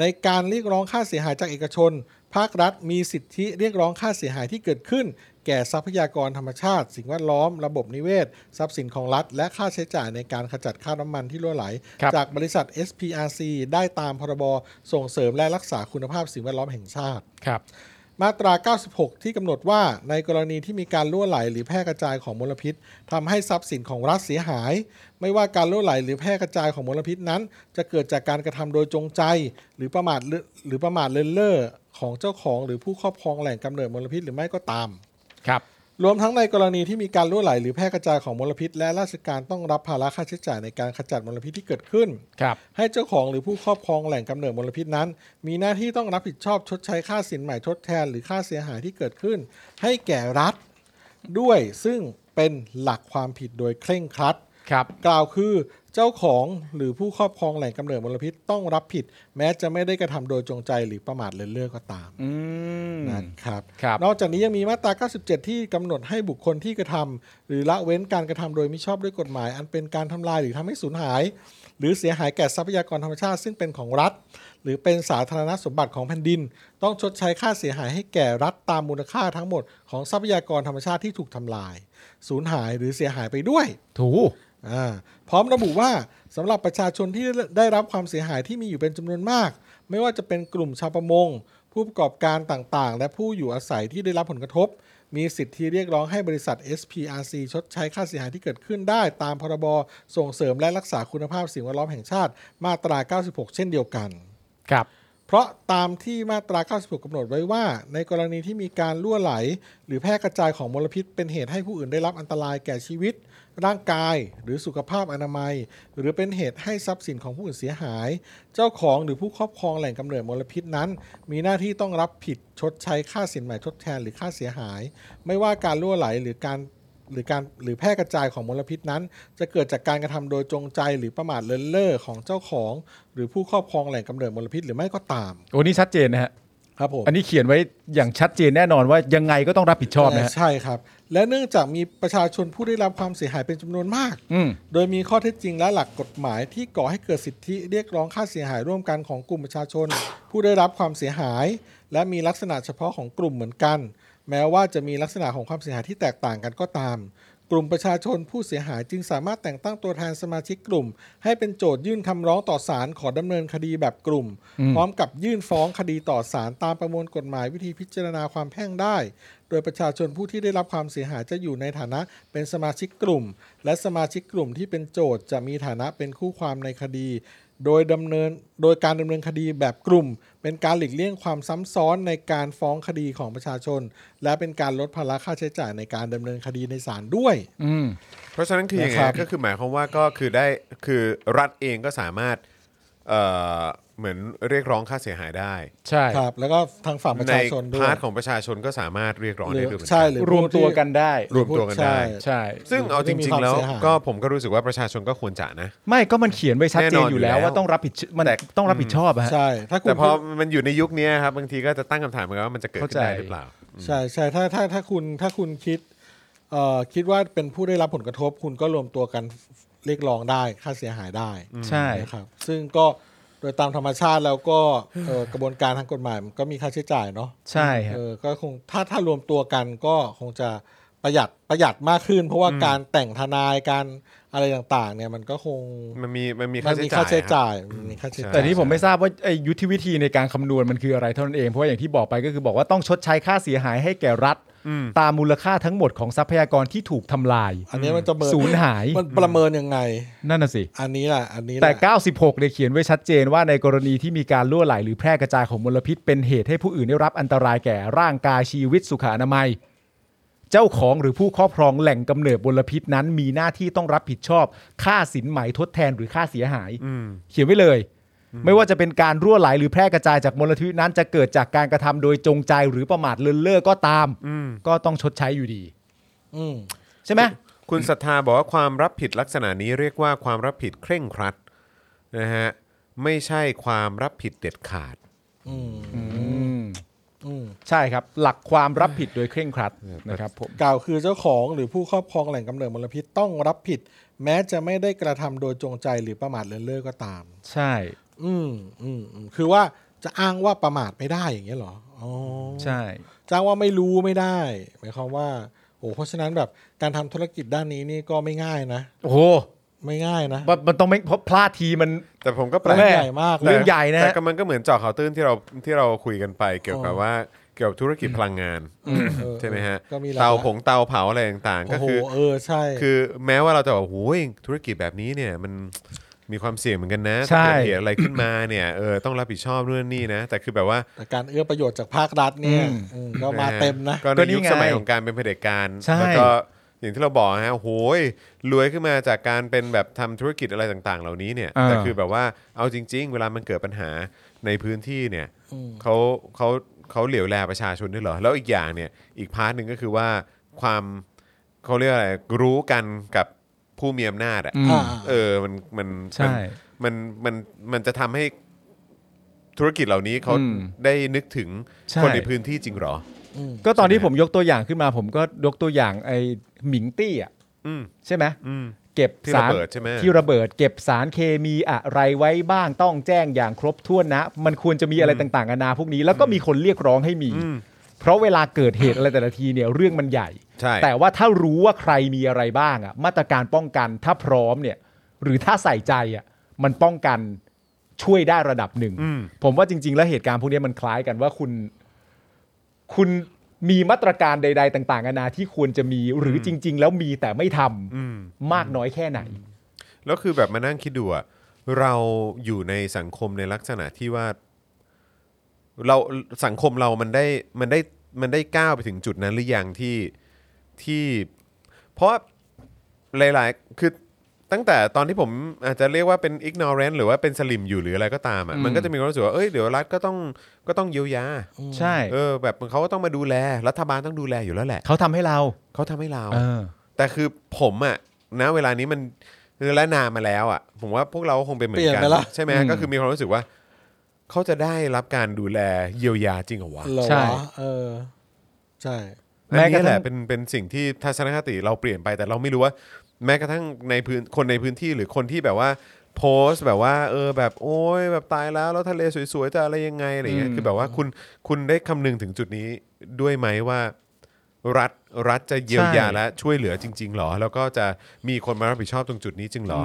[SPEAKER 3] ในการเรียกร้องค่าเสียหายจากเอกชน ภาครัฐมีสิทธิเรียกร้องค่าเสียหายที่เกิดขึ้น แก่ทรัพยากรธรรมชาติ สิ่งแวดล้อม ระบบนิเวศ ทรัพย์สินของรัฐ และค่าใช้จ่ายในการขจัดคราบน้ำมันที่รั่วไหล
[SPEAKER 2] ครับ
[SPEAKER 3] จากบริษัท SPRC ได้ตามพรบส่งเสริมและรักษาคุณภาพสิ่งแวดล้อมแห่งชาติ
[SPEAKER 2] ครับ
[SPEAKER 3] มาตรา 96 ที่กำหนดว่าในกรณีที่มีการรั่วไหลหรือแพร่กระจายของมลพิษทำให้ทรัพย์สินของรัฐเสียหาย ไม่ว่าการรั่วไหลหรือแพร่กระจายของมลพิษนั้น จะเกิดจากการกระทำโดยจงใจ หรือประมาทเลิหรือประมาทเลินเล่อของเจ้าของหรือผู้ครอบครองแหล่งกำเนิดมลพิษหรือไม่ก็ตาม
[SPEAKER 2] ครับ
[SPEAKER 3] รวมทั้งในกรณีที่มีการรั่วไหลหรือแพร่กระจายของมลพิษ และราชการต้องรับภาระค่าใช้จ่ายในการขจัดมลพิษที่เกิดขึ้น
[SPEAKER 2] ครับ
[SPEAKER 3] ให้เจ้าของหรือผู้ครอบครองแหล่งกำเนิดมลพิษนั้น มีหน้าที่ต้องรับผิดชอบชดใช้ค่าสินใหม่ทดแทนหรือค่าเสียหายที่เกิดขึ้น ให้แก่รัฐด้วยซึ่งเป็นหลักความผิดโดยเคร่งครัด
[SPEAKER 2] ครับ
[SPEAKER 3] กล่าวคือเจ้าของหรือผู้ครอบครองแหล่งกำเนิดมลพิษต้องรับผิด แม้จะไม่ได้กระทำโดยจงใจหรือประมาทเลินเล่อก็ตาม
[SPEAKER 2] อืม
[SPEAKER 3] นะครับ
[SPEAKER 2] ครับ
[SPEAKER 3] นอกจากนี้ยังมีมาตรา 97 ที่กำหนดให้บุคคลที่กระทำหรือละเว้นการกระทำโดยมิชอบด้วยกฎหมาย อันเป็นการทำลายหรือทำให้สูญหาย หรือเสียหายแก่ทรัพยากรธรรมชาติซึ่งเป็นของรัฐ หรือเป็นสาธารณสมบัติของแผ่นดิน ต้องชดใช้ค่าเสียหายให้แก่รัฐตามมูลค่าทั้งหมดของทรัพยากรธรรมชาติที่ถูกทำลาย สูญหายหรือเสียหายไปด้วย
[SPEAKER 2] ถู
[SPEAKER 3] อ่าพร้อมระบุว่าสำหรับประชาชนที่ได้รับความเสียหายที่มีอยู่เป็นจำนวนมาก ไม่ว่าจะเป็นกลุ่มชาวประมง ผู้ประกอบการต่างๆ และผู้อยู่อาศัยที่ได้รับผลกระทบ มีสิทธิเรียกร้องให้บริษัท SPRC ชดใช้ค่าเสียหายที่เกิดขึ้นได้ตามพรบส่งเสริมและรักษาคุณภาพสิ่งแวดล้อมแห่งชาติมาตรา 96 เช่นเดียวกัน
[SPEAKER 2] ครับ
[SPEAKER 3] ผ เพราะตามที่มาตรา 96กำหนดไว้ว่า ในกรณีที่มีการล่วไหล หรือแพร่กระจายของมลพิษ เป็นเหตุให้ผู้อื่นได้รับอันตรายแก่ชีวิต ร่างกาย หรือสุขภาพอนามัย หรือเป็นเหตุให้ทรัพย์สินของผู้อื่นเสียหาย เจ้าของหรือผู้ครอบครองแหล่งกำเนิดมลพิษนั้น มีหน้าที่ต้องรับผิดชดใช้ค่าสินใหม่ทดแทนหรือค่าเสียหาย ไม่ว่าการล่วไหลหรือการหรือการหรือแพร่กระจายของมลพิษนั้น จะเกิดจากการกระทำโดยจงใจหรือประมาทเลินเล่อของเจ้าของ หรือผู้ครอบครองแหล่งกำเนิดมลพิษหรือไม่ก็ตาม
[SPEAKER 2] โอ้นี่ชัดเจนนะฮะ
[SPEAKER 3] ครับผม
[SPEAKER 2] อันนี้เขียนไว้อย่างชัดเจนแน่นอนว่ายังไงก็ต้องรับผิดชอบนะฮะ
[SPEAKER 3] ใช่ครับ และเนื่องจากมีประชาชนผู้ได้รับความเสียหายเป็นจำนวนมาก
[SPEAKER 2] อืม
[SPEAKER 3] โดยมีข้อเท็จจริงและหลักกฎหมายที่ก่อให้เกิดสิทธิเรียกร้องค่าเสียหายร่วมกันของกลุ่มประชาชน ผู้ได้รับความเสียหาย และมีลักษณะเฉพาะของกลุ่มเหมือนกัน แม้ว่าจะมีลักษณะของความเสียหายที่แตกต่างกันก็ตาม กลุ่มประชาชนผู้เสียหายจึงสามารถแต่งตั้งตัวแทนสมาชิกกลุ่ม ให้เป็นโจทยื่นคำร้องต่อศาลขอดำเนินคดีแบบกลุ่ม
[SPEAKER 2] อืม
[SPEAKER 3] พร้อมกับยื่นฟ้องคดีต่อศาลตามประมวลกฎหมายวิธีพิจารณาความแพ่งได้ โดยประชาชนผู้ที่ได้รับความเสียหายจะอยู่ในฐานะเป็นสมาชิกกลุ่ม และสมาชิกกลุ่มที่เป็นโจทย์จะมีฐานะเป็นคู่ความในคดี โดยดำเนินโดยการดำเนินคดีแบบกลุ่ม เป็นการหลีกเลี่ยงความซ้ำซ้อนในการฟ้องคดีของประชาชน และเป็นการลดภาระค่าใช้จ่ายในการดำเนินคดีในศาลด้วย
[SPEAKER 2] อืม
[SPEAKER 1] เพราะฉะนั้นคือยังไง
[SPEAKER 3] นะครับ
[SPEAKER 1] ก็คือหมายความว่าก็คือได้คือรัฐเองก็สามารถเอ่อเหมือนเรียกร้องค่าเสียหายได้
[SPEAKER 2] ใช่
[SPEAKER 3] ครับ แล้วก็ทางฝั่งประ
[SPEAKER 1] ใน
[SPEAKER 3] ชาชนด้วย
[SPEAKER 1] พาร์ทของประชาชนก็สามารถเรียกร้อง
[SPEAKER 3] หรื
[SPEAKER 1] ได้
[SPEAKER 3] อ
[SPEAKER 1] ด้วยเหมือน
[SPEAKER 3] ใช่
[SPEAKER 1] กัน
[SPEAKER 3] หรือ
[SPEAKER 2] รวมตัวกันได้
[SPEAKER 1] รวมตัวกันได้
[SPEAKER 3] ใช่
[SPEAKER 2] ใช่
[SPEAKER 1] ซึ่งเอาจริง ๆ แล้วก็ผมก็รู้สึกว่าประชาชนก็ควรจะนะ
[SPEAKER 2] ไม่ก็มันเขียนไว้ชัดเจนอยู่แล้ว
[SPEAKER 1] แน่นอนอยู่แล้ว
[SPEAKER 2] ว่าต้องรับผิดชมัน
[SPEAKER 1] แต่
[SPEAKER 2] ต้องรับผิดชอบอะฮะ
[SPEAKER 3] ใช่ถ้าคุณ
[SPEAKER 1] แต่พอมันอยู่ในยุคนี้ครับบางทีก็จะตั้งคำถามเหมือนกันว่ามันจะเกิดขึ้นได้
[SPEAKER 2] เข้าใจ
[SPEAKER 1] หรือเปล่า
[SPEAKER 3] ใช่ใช่ถ้าถ้าถ้าคุณถ้าคุณคิดเอ่อคิดว่าเป็นผู้ได้รับผลกระทบ คุณก็รวมตัวกันเรียกร้องได้ค่าเสียหายได้
[SPEAKER 2] ใช่
[SPEAKER 3] นะครับซึ่งก็โดยตามธรรมชาติแล้วก็เอ่อกระบวนการทางกฎหมายมันก็มีค่าใช้จ่ายเนาะ
[SPEAKER 2] ใช่ครับ
[SPEAKER 3] เออก็คงถ้าถ้ารวมตัวกันก็คงจะประหยัดประหยัดมากขึ้น เพราะว่าการแต่งทนายการอะไรต่างๆ เนี่ยมันก็คง
[SPEAKER 1] มันมีมันมี
[SPEAKER 3] มั
[SPEAKER 1] ค่าน
[SPEAKER 3] มี
[SPEAKER 1] ใช้
[SPEAKER 3] ค่าใช้
[SPEAKER 1] จ่าย
[SPEAKER 3] จ่ายมันมีค่าใช้จ่าย
[SPEAKER 2] แต่นี่ผมไม่ทราบว่าไอ้ยุทธวิธีในการคำนวณมันคืออะไรเท่านั้นเอง เพราะว่าอย่างที่บอกไปก็คือบอกว่าต้องชดใช้ค่าเสียหายให้แก่รัฐ ตามมูลค่าทั้งหมดของทรัพยากรที่ถูกทำลาย
[SPEAKER 3] อันนี้มันจะเมิน
[SPEAKER 2] สูญหาย
[SPEAKER 3] มันประเมินยังไง
[SPEAKER 2] นั่นน่ะสิ
[SPEAKER 3] อันนี้แหละอันนี้แห
[SPEAKER 2] แต่
[SPEAKER 3] ละ
[SPEAKER 2] 96เนี่ยเขียนไว้ชัดเจนว่าในกรณีที่มีการล่วไหล หรือแพร่กระจายของมลพิษ เป็นเหตุให้ผู้อื่นได้รับอันตรายแก่ร่างกายชีวิตสุขอนามัย เจ้าของหรือผู้ครอบครองแหล่งกำเนิดมลพิษนั้น มีหน้าที่ต้องรับผิดชอบ ค่าสินไหมทดแทนหรือค่าเสียหาย เขียนไว้เลย ไม่ว่าจะเป็นการรั่วไหลหรือแพร่กระจายจากมลพิษนั้น จะเกิดจากการกระทำโดยจงใจหรือประมาทเลินเล่อก็ตาม ก็ต้องชดใช้อยู่ดี
[SPEAKER 3] อืม
[SPEAKER 2] ใช่ไหม
[SPEAKER 1] คุณศรัทธาบอกว่าความรับผิดลักษณะนี้เรียกว่าความรับผิดเคร่งครัดนะฮะไม่ใช่ความรับผิดเด็ดขาด
[SPEAKER 3] อืม
[SPEAKER 2] อืม
[SPEAKER 3] อืม
[SPEAKER 2] ใช่ครับ หลักความรับผิดโดยเคร่งครัดนะครับผม
[SPEAKER 3] กล่าวคือเจ้าของหรือผู้ครอบครองแหล่งกำเนิดมลพิษต้องรับผิด แม้จะไม่ได้กระทำโดยจงใจหรือประมาทเลินเล่อก็ตาม
[SPEAKER 2] ใช่
[SPEAKER 3] อืมอืมอืมคือว่าจะอ้างว่าประมาทไม่ได้อย่างเงี้ยเหรออ๋อ
[SPEAKER 2] ใช่
[SPEAKER 3] จะอ้างว่าไม่รู้ไม่ได้หมายความว่าโอ้เพราะฉะนั้นแบบการทำธุรกิจด้านนี้นี่ก็ไม่ง่ายนะ
[SPEAKER 2] โอ้โห
[SPEAKER 3] ไม่ง่ายนะ
[SPEAKER 2] มันมันต้องไม่เพราะพลาดทีมัน
[SPEAKER 1] แต่ผมก็แปล
[SPEAKER 3] เรื่อก งใหญ่มาก
[SPEAKER 2] เรื่องใหญ่นะ
[SPEAKER 1] แต่ก็มันก็เหมือนเจาะข่าวตื้นที่เราที่เราคุยกันไป เกี่ยวกับว่าเกี่ยวกับธุรกิจพลังงาน
[SPEAKER 3] เออ
[SPEAKER 1] ใช่ไหมฮะ
[SPEAKER 3] ก็มีหลย
[SPEAKER 1] เตาผงเตาเผาอะไรต่างๆ
[SPEAKER 3] โอ้
[SPEAKER 1] ก็
[SPEAKER 3] โห
[SPEAKER 1] คือ
[SPEAKER 3] เออใช่
[SPEAKER 1] คือแม้ว่าเราจะบอกโอ้ยธุรกิจแบบนี้เนี่ยมันมีความเสี่ยงเหมือนกันนะ
[SPEAKER 2] ใช่
[SPEAKER 1] ถ้าเกิดเหตุอะไรขึ้นมาเนี่ยเออต้องรับผิดชอบเรื่องนี้นะ แต่คือแบบว่า
[SPEAKER 3] แต่การเอื้อประโยชน์จากภาครัฐเนี่ย
[SPEAKER 2] อืม
[SPEAKER 3] อืมก็มาเต็มนะ
[SPEAKER 1] ก็
[SPEAKER 2] ก็
[SPEAKER 1] ใน
[SPEAKER 2] นี่
[SPEAKER 1] ยุค
[SPEAKER 2] ไง
[SPEAKER 1] สมัยของการเป็นเผด็จการ
[SPEAKER 2] ใช่
[SPEAKER 1] แล้วก็อย่างที่เราบอกฮะโอ้โหยรวยขึ้นมาจากการเป็นแบบทำธุรกิจอะไรต่างๆ เหล่านี้เนี่ยแต่คือแบบว่าเอาจริง ๆ เวลามันเกิดปัญหาในพื้นที่เนี่ย
[SPEAKER 3] อืม
[SPEAKER 1] เขาเขาเขาเหลียวแลประชาชนด้วยเหรอแล้วอีกอย่างเนี่ยอีกพาร์ทหนึ่งก็คือว่าความเขาเรียกอะไรรู้กันกับผู้มีอำนาจอะ
[SPEAKER 2] อืม
[SPEAKER 3] อ่า
[SPEAKER 1] เออ มัน มัน
[SPEAKER 2] ใช่
[SPEAKER 1] มัน มัน มันจะทำให้ธุรกิจเหล่านี้เขา
[SPEAKER 2] อืม
[SPEAKER 1] ได้นึกถึง
[SPEAKER 2] ใช่
[SPEAKER 1] คนในพื้นที่จริงเหรอ
[SPEAKER 2] ก็ตอนที่ผมยกตัวอย่างขึ้นมา ผมก็ยกตัวอย่างไอ้หมิงตี้อ่ะ
[SPEAKER 1] อืม
[SPEAKER 2] ใช่ไหม
[SPEAKER 1] อืม
[SPEAKER 2] เก็บ
[SPEAKER 1] ที่ระ
[SPEAKER 2] สาร
[SPEAKER 1] เบิดใช่ไหม
[SPEAKER 2] ที่ระเบิด เก็บสารเคมีอะไรไว้บ้างต้องแจ้งอย่างครบถ้วนนะ มันควรจะมีอะไรต่างๆนานาพวกนี้แล้วก็มีคนเรียกร้องให้มี
[SPEAKER 1] อืม
[SPEAKER 2] เพราะเวลาเกิดเหตุอะไรแต่ละทีเนี่ยเรื่องมันใหญ่
[SPEAKER 1] ใช่
[SPEAKER 2] แต่ว่าถ้ารู้ว่าใครมีอะไรบ้างอะมาตรการป้องกันถ้าพร้อมเนี่ย หรือถ้าใส่ใจอะมันป้องกันช่วยได้ระดับหนึ่ง
[SPEAKER 1] อืม
[SPEAKER 2] ผมว่าจริง ๆ แล้วเหตุการณ์พวกนี้มันคล้ายกันว่าคุณ คุณมีมาตรการใด ๆ ต่างๆนานาที่ควรจะมี หรือจริง ๆ แล้วมีแต่ไม่ทำ
[SPEAKER 1] อืม
[SPEAKER 2] มากน้อยแค่ไหน
[SPEAKER 1] แล้วคือแบบมานั่งคิดดูอะเราอยู่ในสังคมในลักษณะที่ว่า เราสังคมเรามันได้มันได้มันได้ก้าวไปถึงจุดนั้นหรือยังที่ที่เพราะหลาย ๆ คือตั้งแต่ตอนที่ผมอาจจะเรียกว่าเป็น ignorant หรือว่าเป็นสลิมอยู่หรืออะไรก็ตามอ่ะมันก็จะมีความรู้สึกว่าเอ้ยเดี๋ยวรัฐก็ต้องก็ต้องเยียวยา
[SPEAKER 2] ใช่
[SPEAKER 1] เออแบบเขาก็ต้องมาดูแลรัฐบาลต้องดูแลอยู่แล้วแหละ
[SPEAKER 2] เขาทำให้เรา
[SPEAKER 1] เขาทำให้เรา
[SPEAKER 2] เออ
[SPEAKER 1] แต่คือผมอะนะเวลานี้มันและนานมาแล้วอะผมว่าพวกเราก็คงเป็นเหมือน
[SPEAKER 3] เปลี่ย
[SPEAKER 1] กัน
[SPEAKER 3] นไปละ
[SPEAKER 1] ใช่ไหม
[SPEAKER 2] อืม
[SPEAKER 1] ก็คือมีความรู้สึกว่าเขาจะได้รับการดูแลเยียวยาจริงเหรอวะ
[SPEAKER 3] เหรอ
[SPEAKER 2] ใช่
[SPEAKER 3] วะเออ ใช่
[SPEAKER 1] อันนี้แหละ
[SPEAKER 2] แม้กระทั่ง
[SPEAKER 1] เป็นเป็นสิ่งที่ทัศนคติเราเปลี่ยนไปแต่เราไม่รู้ว่า แม้กระทั่งในพื้นคนในพื้นที่หรือคนที่แบบว่า โพสต์แบบว่า เออแบบโอ้ยแบบตายแล้วแล้วทะเลสวยๆจะอะไรยังไงอะไรเงี้ย
[SPEAKER 2] อืม
[SPEAKER 1] คือแบบว่าคุณคุณได้คำนึงถึงจุดนี้ด้วยไหมว่า รัฐรัฐจะเยียวยาและช่วยเหลือจริง ๆหรอ แล้วก็จะมีคนมารับผิดชอบตรงจุดนี้จริงหรอ